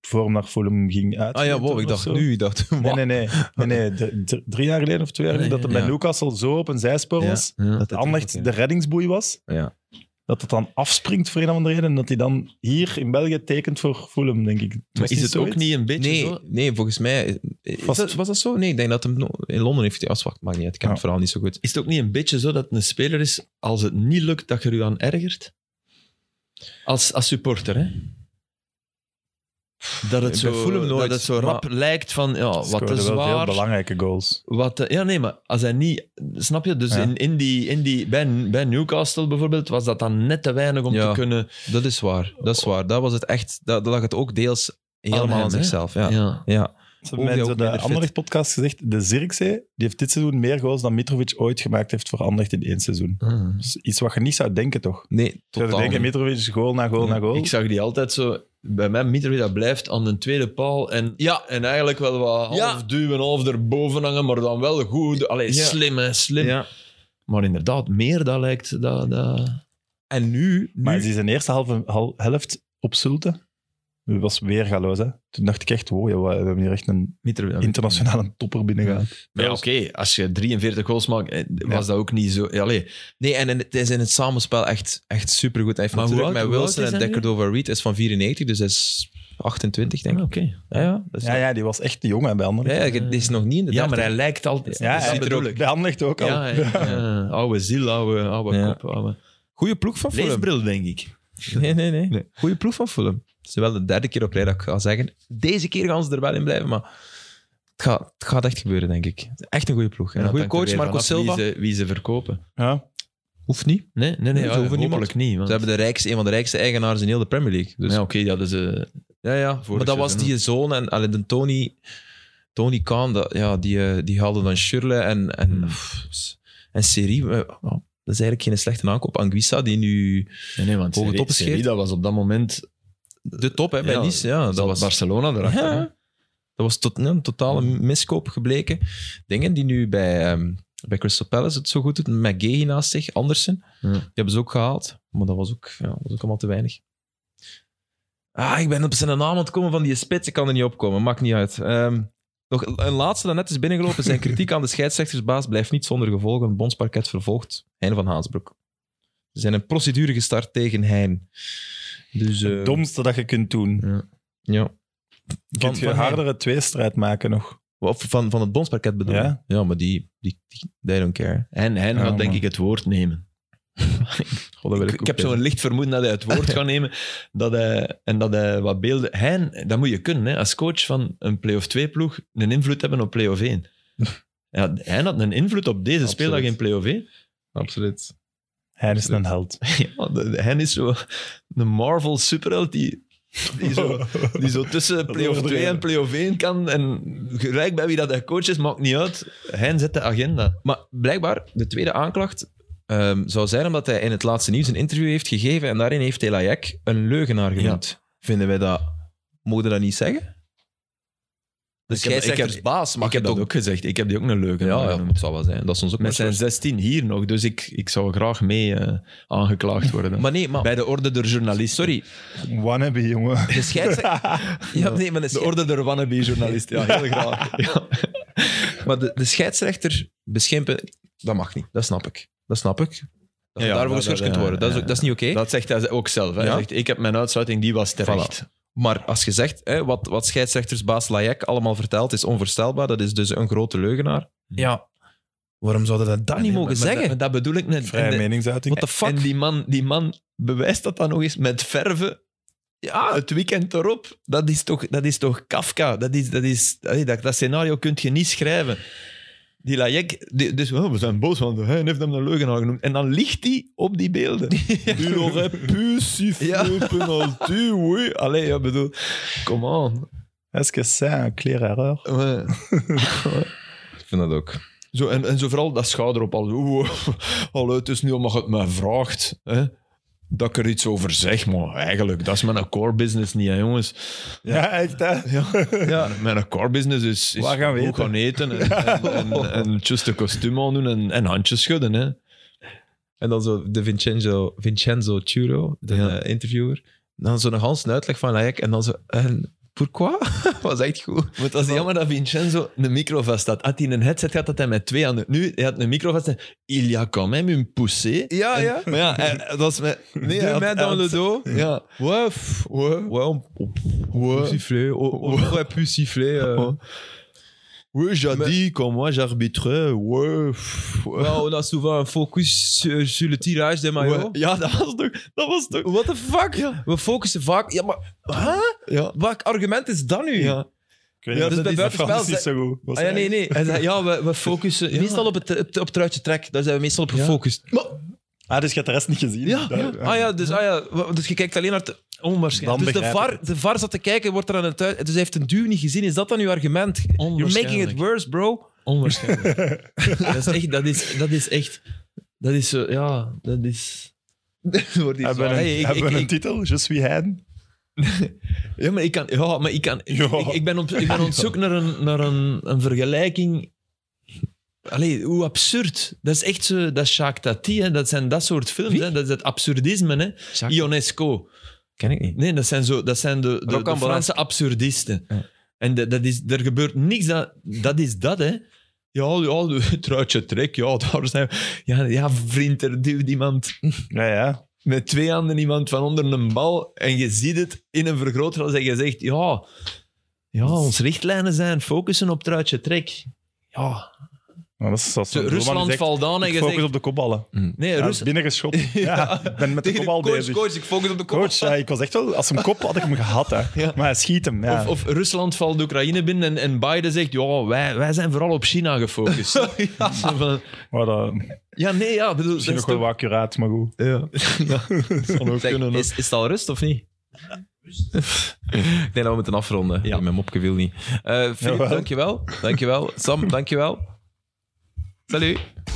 Speaker 3: Voor hem naar Fulham ging uit.
Speaker 1: Ah ja, wow, ik dacht nu. Ik dacht,
Speaker 3: Nee, nee, nee. nee, nee. De- de- drie jaar geleden of twee jaar geleden, dat hij bij
Speaker 1: Ja.
Speaker 3: Newcastle zo op een zijspoor was.
Speaker 4: Ja.
Speaker 3: Dat Anderlecht de reddingsboei was.
Speaker 1: Ja.
Speaker 3: dat het dan afspringt voor een of andere reden. En dat hij dan hier in België tekent voor Fulham, denk ik.
Speaker 4: Maar is het ook niet een beetje
Speaker 1: Nee,
Speaker 4: zo?
Speaker 1: nee, volgens mij... is
Speaker 3: Vast-
Speaker 1: dat- was dat zo? Nee, ik denk dat hem no- in Londen heeft hij afzwakt. Maakt niet uit, ik ken
Speaker 3: Ja.
Speaker 1: het verhaal niet zo goed.
Speaker 4: Is het ook niet een beetje zo dat het een speler is, als het niet lukt, dat je er u aan ergert? Als, als supporter, hè? Dat het,
Speaker 1: Bij
Speaker 4: zo,
Speaker 1: Fulham nooit,
Speaker 4: dat het zo rap lijkt van, ja, wat is
Speaker 3: heel
Speaker 4: waar.
Speaker 3: belangrijke goals.
Speaker 4: Wat, eh, ja, nee, maar als hij niet... Snap je? Dus
Speaker 3: Ja.
Speaker 4: in, in die, in die, bij, bij Newcastle bijvoorbeeld was dat dan net te weinig om
Speaker 1: Ja.
Speaker 4: te kunnen...
Speaker 1: Dat is waar, dat is waar. Dat was het echt... Dat, dat lag het ook deels helemaal
Speaker 4: Aan
Speaker 1: aan,
Speaker 4: hem, hè?
Speaker 1: zichzelf. Ja. Ja.
Speaker 4: Ja.
Speaker 3: Ze
Speaker 1: Ook
Speaker 3: hebben mij
Speaker 1: die
Speaker 3: zo
Speaker 1: ook
Speaker 3: de
Speaker 1: minder fit.
Speaker 3: Anderlecht-podcast gezegd, de Zirkzee, die heeft dit seizoen meer goals dan Mitrovic ooit gemaakt heeft voor Anderlecht in één seizoen.
Speaker 4: Ah.
Speaker 3: Dus iets wat je niet zou denken, toch?
Speaker 1: Nee,
Speaker 3: Zou je
Speaker 1: totaal
Speaker 3: denken,
Speaker 1: niet.
Speaker 3: Mitrovic, goal na goal na goal.
Speaker 4: Ik zag die altijd zo... Bij mij, Mitrovic, dat blijft aan de tweede paal. En,
Speaker 1: Ja.
Speaker 4: en eigenlijk wel wat half
Speaker 1: Ja.
Speaker 4: duwen, half erboven hangen, maar dan wel goed. Allee,
Speaker 1: Ja.
Speaker 4: slim, hè, slim.
Speaker 1: Ja.
Speaker 4: Maar inderdaad, meer dat lijkt... Dat, dat...
Speaker 1: En nu... nu
Speaker 3: Maar is die zijn eerste halve, hal- helft op Zulte was weer galoos, hè? Toen dacht ik echt, wow, ja, we hebben hier echt een
Speaker 4: Mitrovic.
Speaker 3: internationale topper binnengehaald.
Speaker 4: Maar ja, oké, als je 43 goals maakt, eh, was dat ook niet zo... ja, Allee,
Speaker 1: Nee, en in- het is in het samenspel echt, echt supergoed. Hij heeft
Speaker 4: Maar hoe
Speaker 1: natuurlijk
Speaker 4: oud-
Speaker 1: met
Speaker 4: hoe oud
Speaker 1: Wilson
Speaker 4: is
Speaker 1: en
Speaker 4: hij nu?
Speaker 1: Deckard over Reed is van 94, dus hij is 28, denk
Speaker 4: ah,
Speaker 1: ik.
Speaker 4: oké.
Speaker 1: Ja, ja, Dus dat is
Speaker 3: Ja, ja, die was echt de jongen bij Anderlecht.
Speaker 1: Ja, ja, die is nog niet in de
Speaker 4: Ja, maar
Speaker 1: 30.
Speaker 4: hij lijkt altijd...
Speaker 3: Ja,
Speaker 4: dat
Speaker 3: hij
Speaker 1: ziet er
Speaker 4: bedoel
Speaker 1: ook-
Speaker 4: ik.
Speaker 3: Bij Anderlecht ook al.
Speaker 4: Ja, ja, ja. oude ziel, oude, oude
Speaker 1: Ja.
Speaker 4: kop. Oude...
Speaker 1: Goeie ploeg van Fulham.
Speaker 4: Leesbril, denk ik.
Speaker 1: Nee, nee, nee.
Speaker 4: Nee.
Speaker 1: Goeie ploeg van Fulham. Het is wel de derde keer op rij dat ik ga zeggen. Deze keer gaan ze er wel in blijven, maar het gaat, het gaat echt gebeuren, denk ik. Echt een goede ploeg. En
Speaker 4: Ja,
Speaker 1: een goede
Speaker 4: hangt er
Speaker 1: coach,
Speaker 4: weer
Speaker 1: Marco
Speaker 4: vanaf
Speaker 1: Silva.
Speaker 4: Wie ze, wie ze verkopen.
Speaker 3: Ja.
Speaker 1: Hoeft niet.
Speaker 4: Nee, nee, nee,
Speaker 1: ze
Speaker 4: ja,
Speaker 1: hoeven
Speaker 4: hopelijk
Speaker 1: niemand.
Speaker 4: niet. Want...
Speaker 1: Ze hebben de rijkste, een van de rijkste eigenaars in heel de Premier League. Dus,
Speaker 4: Ja,
Speaker 1: ja,
Speaker 4: oké, dat is... eh,
Speaker 1: ja. Maar dat was
Speaker 4: seizoen
Speaker 1: die zoon en allee, de Tony, Tony Khan, dat, ja, die, eh, die haalde dan Shirley en, en,
Speaker 4: Hmm.
Speaker 1: pff, en Serie. Dat is eigenlijk geen slechte aankoop. Anguissa, die nu
Speaker 4: Nee, nee, want
Speaker 1: Hoge
Speaker 4: Serie-
Speaker 1: toppen scheert.
Speaker 4: Serie, dat was op dat moment...
Speaker 1: de top hè, bij
Speaker 4: Ja,
Speaker 1: Nice. Ja, dat
Speaker 4: zat
Speaker 1: was
Speaker 4: Barcelona erachter.
Speaker 1: Ja.
Speaker 4: hè.
Speaker 1: Dat was tot, een totale miskoop gebleken. Dingen die nu bij, ehm, bij Crystal Palace het zo goed doet. McGahey naast zich, Andersen.
Speaker 4: Ja.
Speaker 1: Die hebben ze ook gehaald. Maar dat was ook, ja, was ook allemaal te weinig. Ah, ik ben op zijn naam aan het komen van die spits. Ik kan er niet opkomen. Maakt niet uit. Ehm, nog een laatste dat net is binnengelopen. Zijn kritiek aan de scheidsrechtersbaas blijft niet zonder gevolgen. Bondsparket vervolgt Hein van Haasbroek. Ze zijn een procedure gestart tegen Hein. Dus, eh,
Speaker 3: Het domste dat je kunt doen.
Speaker 1: Ja.
Speaker 3: Kun je
Speaker 1: van Hein.
Speaker 3: hardere tweestrijd maken nog?
Speaker 1: Of van, van het bondsparket bedoel je?
Speaker 3: Ja.
Speaker 1: Ja, maar die, die, die they don't care.
Speaker 4: En hij
Speaker 3: Ja,
Speaker 4: gaat denk
Speaker 3: man.
Speaker 4: ik het woord nemen.
Speaker 1: God, dat wil
Speaker 4: Ik,
Speaker 1: ik,
Speaker 4: ik
Speaker 1: ook
Speaker 4: heb
Speaker 1: weten.
Speaker 4: zo'n licht vermoeden dat hij het [laughs] woord gaat nemen dat hij, en dat hij wat beelden... Hij, dat moet je kunnen, hè, als coach van een play-off 2 ploeg, een invloed hebben op play-off 1. [laughs] Ja, hij had een invloed op deze speeldag in play-off 1.
Speaker 1: Absoluut.
Speaker 3: Hij is een held.
Speaker 4: Ja, de- de- hij is zo [laughs] een Marvel superheld die, die, zo,
Speaker 3: [laughs]
Speaker 4: die zo tussen play-off 2 en play-off 1 kan. En gelijk bij wie dat hij coach is, maakt niet uit. Hij zet de agenda.
Speaker 1: Maar blijkbaar, de tweede aanklacht ehm, zou zijn omdat hij in het laatste nieuws een interview heeft gegeven en daarin heeft Elayek een leugenaar genoemd. Vinden wij dat... Mogen we dat niet zeggen? Dus De
Speaker 4: Ik heb- Dus ik heb-
Speaker 1: scheidsrechtersbaas mag
Speaker 4: ik heb
Speaker 1: het
Speaker 4: dat ook gezegd. Ik heb die ook een leuke
Speaker 1: Ja,
Speaker 4: naam
Speaker 1: ja,
Speaker 4: genoemd.
Speaker 1: het zal wel zijn. Dat is ons ook
Speaker 4: Met
Speaker 1: wel
Speaker 4: zijn 16 hier nog, dus ik, ik zou graag mee eh, aangeklaagd
Speaker 1: [laughs]
Speaker 4: worden.
Speaker 1: Maar nee, maar...
Speaker 4: Bij de orde der journalisten.
Speaker 1: Sorry,
Speaker 3: Wannabe, jongen.
Speaker 1: de
Speaker 4: [laughs]
Speaker 1: scheidsrechter... ja, nee, maar de,
Speaker 4: De
Speaker 1: scheids-
Speaker 4: orde der
Speaker 1: [laughs]
Speaker 4: wannabe-journalisten, ja, heel graag. Ja.
Speaker 1: maar de, de scheidsrechter beschimpen, dat mag niet. Dat snap ik. Dat snap ik. Dat je
Speaker 4: Ja,
Speaker 1: daarvoor
Speaker 4: dat-
Speaker 1: geschorst
Speaker 4: dat- eh,
Speaker 1: kunt worden. Dat is, ook- dat is niet oké.
Speaker 4: Dat zegt hij ook zelf. Hij
Speaker 1: Ja.
Speaker 4: zegt, ik heb mijn uitsluiting, die was terecht.
Speaker 1: Maar als je zegt, hè, wat, wat scheidsrechtersbaas Layek allemaal vertelt, is onvoorstelbaar. Dat is dus een grote leugenaar. Ja. Waarom zouden dat dan
Speaker 4: Nee,
Speaker 1: niet
Speaker 4: maar-
Speaker 1: mogen
Speaker 4: maar
Speaker 1: zeggen?
Speaker 4: Dat, dat bedoel ik net.
Speaker 3: Vrije
Speaker 4: En de-
Speaker 3: meningsuiting.
Speaker 1: What the fuck?
Speaker 4: En die man, die man bewijst dat dan nog eens met verven. Ja, het weekend erop. Dat is toch, dat is toch Kafka. Dat, is, dat, is, allee, dat, dat scenario kun je niet schrijven. Die Lajek, die- dus oh, we zijn boos, want hij heeft hem een leugenaar genoemd. En dan ligt hij op die
Speaker 1: [laughs]
Speaker 4: beelden. U l'aurait pu siffler penalty, oui. Allee, ja, bedoel, come on.
Speaker 3: Est-ce que c'est un clear error?
Speaker 4: Ja.
Speaker 1: [laughs] Ik vind dat ook.
Speaker 4: Zo, en, en zo vooral dat schouder op al. Oeh, hallo, het is niet omdat je het mij vraagt. Hè? Dat ik er iets over zeg, maar eigenlijk, dat is mijn core business niet, hè,
Speaker 1: [laughs]
Speaker 4: jongens.
Speaker 3: Ja, echt hè?
Speaker 4: Ja. Mijn core business is, is
Speaker 3: Wat gaan we
Speaker 4: goed
Speaker 3: eten?
Speaker 4: gaan eten en, en, en, en just een kostuum aandoen en, en handjes schudden. Hè.
Speaker 1: En dan zo de Vincenzo, Vincenzo Churo, de
Speaker 4: Ja.
Speaker 1: eh, interviewer. Dan zo nog Hans een uitleg van Layek. En dan zo... En, Pourquoi? [laughs] was echt goed.
Speaker 4: Want dat is jammer dat Vincenzo een micro vast had. Had hij een headset gehad, had hij met twee handen. Nu, hij had een micro vast. Il y a quand même une poussée.
Speaker 1: Ja, ja. eh,
Speaker 4: Maar ja, hij- dat was met... Nee,
Speaker 1: Deux
Speaker 4: hij had-
Speaker 1: mains
Speaker 4: hij
Speaker 1: dans le
Speaker 4: had-
Speaker 1: dos.
Speaker 4: Ja.
Speaker 1: Ouais, pff, ouais, ouais, on, on- on peut siffler. On, on [laughs] aurait pu siffler. euh.
Speaker 4: Ouais. Oui, j'ai dit, comme moi, j'arbitrais. Ouais, pff, ouais.
Speaker 1: Ouais, on a souvent un focus sur, sur le tirage des maillots.
Speaker 4: Ouais. Ja, dat was toch... Dat was toch...
Speaker 1: What the fuck?
Speaker 4: Ja.
Speaker 1: We focussen vaak. Ja, maar huh?
Speaker 4: Ja.
Speaker 1: welk argument is dat nu?
Speaker 4: Ja.
Speaker 3: Ik weet
Speaker 1: Ja,
Speaker 3: niet,
Speaker 1: dus
Speaker 3: dat
Speaker 1: bij
Speaker 3: is
Speaker 1: buitenspel
Speaker 3: in Frans niet
Speaker 1: ze-
Speaker 3: zo goed. Was
Speaker 1: Ah, ja, nee, nee. Hij zei, ja, we, we focussen
Speaker 4: Ja.
Speaker 1: meestal op het, op, op het truitje trek. Daar zijn we meestal op
Speaker 4: Ja.
Speaker 1: gefocust.
Speaker 3: Ah, dus je hebt de rest niet gezien?
Speaker 1: Ja,
Speaker 3: Dat-
Speaker 1: Ah ja, dus, ah, ja. wa- dus je kijkt alleen naar het onwaarschijnlijk.
Speaker 3: Dan
Speaker 1: Dus de
Speaker 3: begrijp ik
Speaker 1: VAR, de VAR zat te kijken, wordt er aan het uit. Dus hij heeft een duw niet gezien. Is dat dan uw argument? You're making it worse, bro.
Speaker 4: Onwaarschijnlijk. dat is echt... Dat is, dat is echt... Dat is zo... Ja, dat is... Wordt iets
Speaker 3: Hebben we
Speaker 4: waar.
Speaker 3: een,
Speaker 4: Hey, ik-
Speaker 3: hebben we
Speaker 4: ik-
Speaker 3: een
Speaker 4: ik-
Speaker 3: titel? Je suis Hein?
Speaker 4: Ja, maar ik kan... Ja, maar ik kan... Ik,
Speaker 3: Ja.
Speaker 4: ik ben, op, ik ben op zoek naar een, naar een, een vergelijking... Allee, hoe absurd. Dat is echt zo... Dat is Jacques Tati, hè. Dat zijn dat soort films,
Speaker 1: Wie?
Speaker 4: hè. Dat is het absurdisme, hè. Ionesco.
Speaker 1: Ken ik niet.
Speaker 4: Nee, dat zijn, zo, dat zijn de, de, de
Speaker 1: Rocambolesque.
Speaker 4: Franse absurdisten.
Speaker 1: Ja.
Speaker 4: En de- dat is, er gebeurt niks. Dat, dat is dat, hè. Ja, ja, de truitje trek, ja, daar zijn we. Ja, ja vriend, er duwt iemand
Speaker 3: Ja, ja.
Speaker 4: met twee handen iemand van onder een bal en je ziet het in een vergrootglas en je zegt, ja, ja onze richtlijnen zijn focussen op truitje trek. Ja,
Speaker 3: Maar dat is zoals
Speaker 4: Zo,
Speaker 3: zo'n doelman
Speaker 4: Rusland
Speaker 3: die zegt,
Speaker 4: valt aan en
Speaker 3: ik
Speaker 4: je
Speaker 3: focus
Speaker 4: zegt...
Speaker 3: op de kopballen.
Speaker 4: Nee,
Speaker 3: Ja,
Speaker 4: Rus-
Speaker 3: binnengeschopt. [laughs] Ja. ik ben met de kopbal bezig. Coach,
Speaker 1: ik focus op de
Speaker 3: ja, ik was echt wel... Als hem kop had ik hem gehad, hè.
Speaker 4: Ja.
Speaker 3: Maar hij schiet hem, ja.
Speaker 4: Of, of Rusland valt Oekraïne binnen en, en Biden zegt, ja, wij, wij zijn vooral op China gefocust. [laughs] ja. Van,
Speaker 3: Maar dat,
Speaker 4: ja, nee, ja, bedoel, dat
Speaker 3: misschien
Speaker 4: is
Speaker 3: nog wel
Speaker 4: toch...
Speaker 3: wat accuraat, maar goed.
Speaker 4: Ja. ja, [laughs] dat zou ook kunnen. hoor.
Speaker 1: is, is het al rust of niet? Ik denk dat we moeten afronden.
Speaker 4: Ja.
Speaker 1: Mijn mopje wil niet. Eh Filip,
Speaker 3: Jawel.
Speaker 1: dankjewel. Dankjewel. Sam, dankjewel. Salut.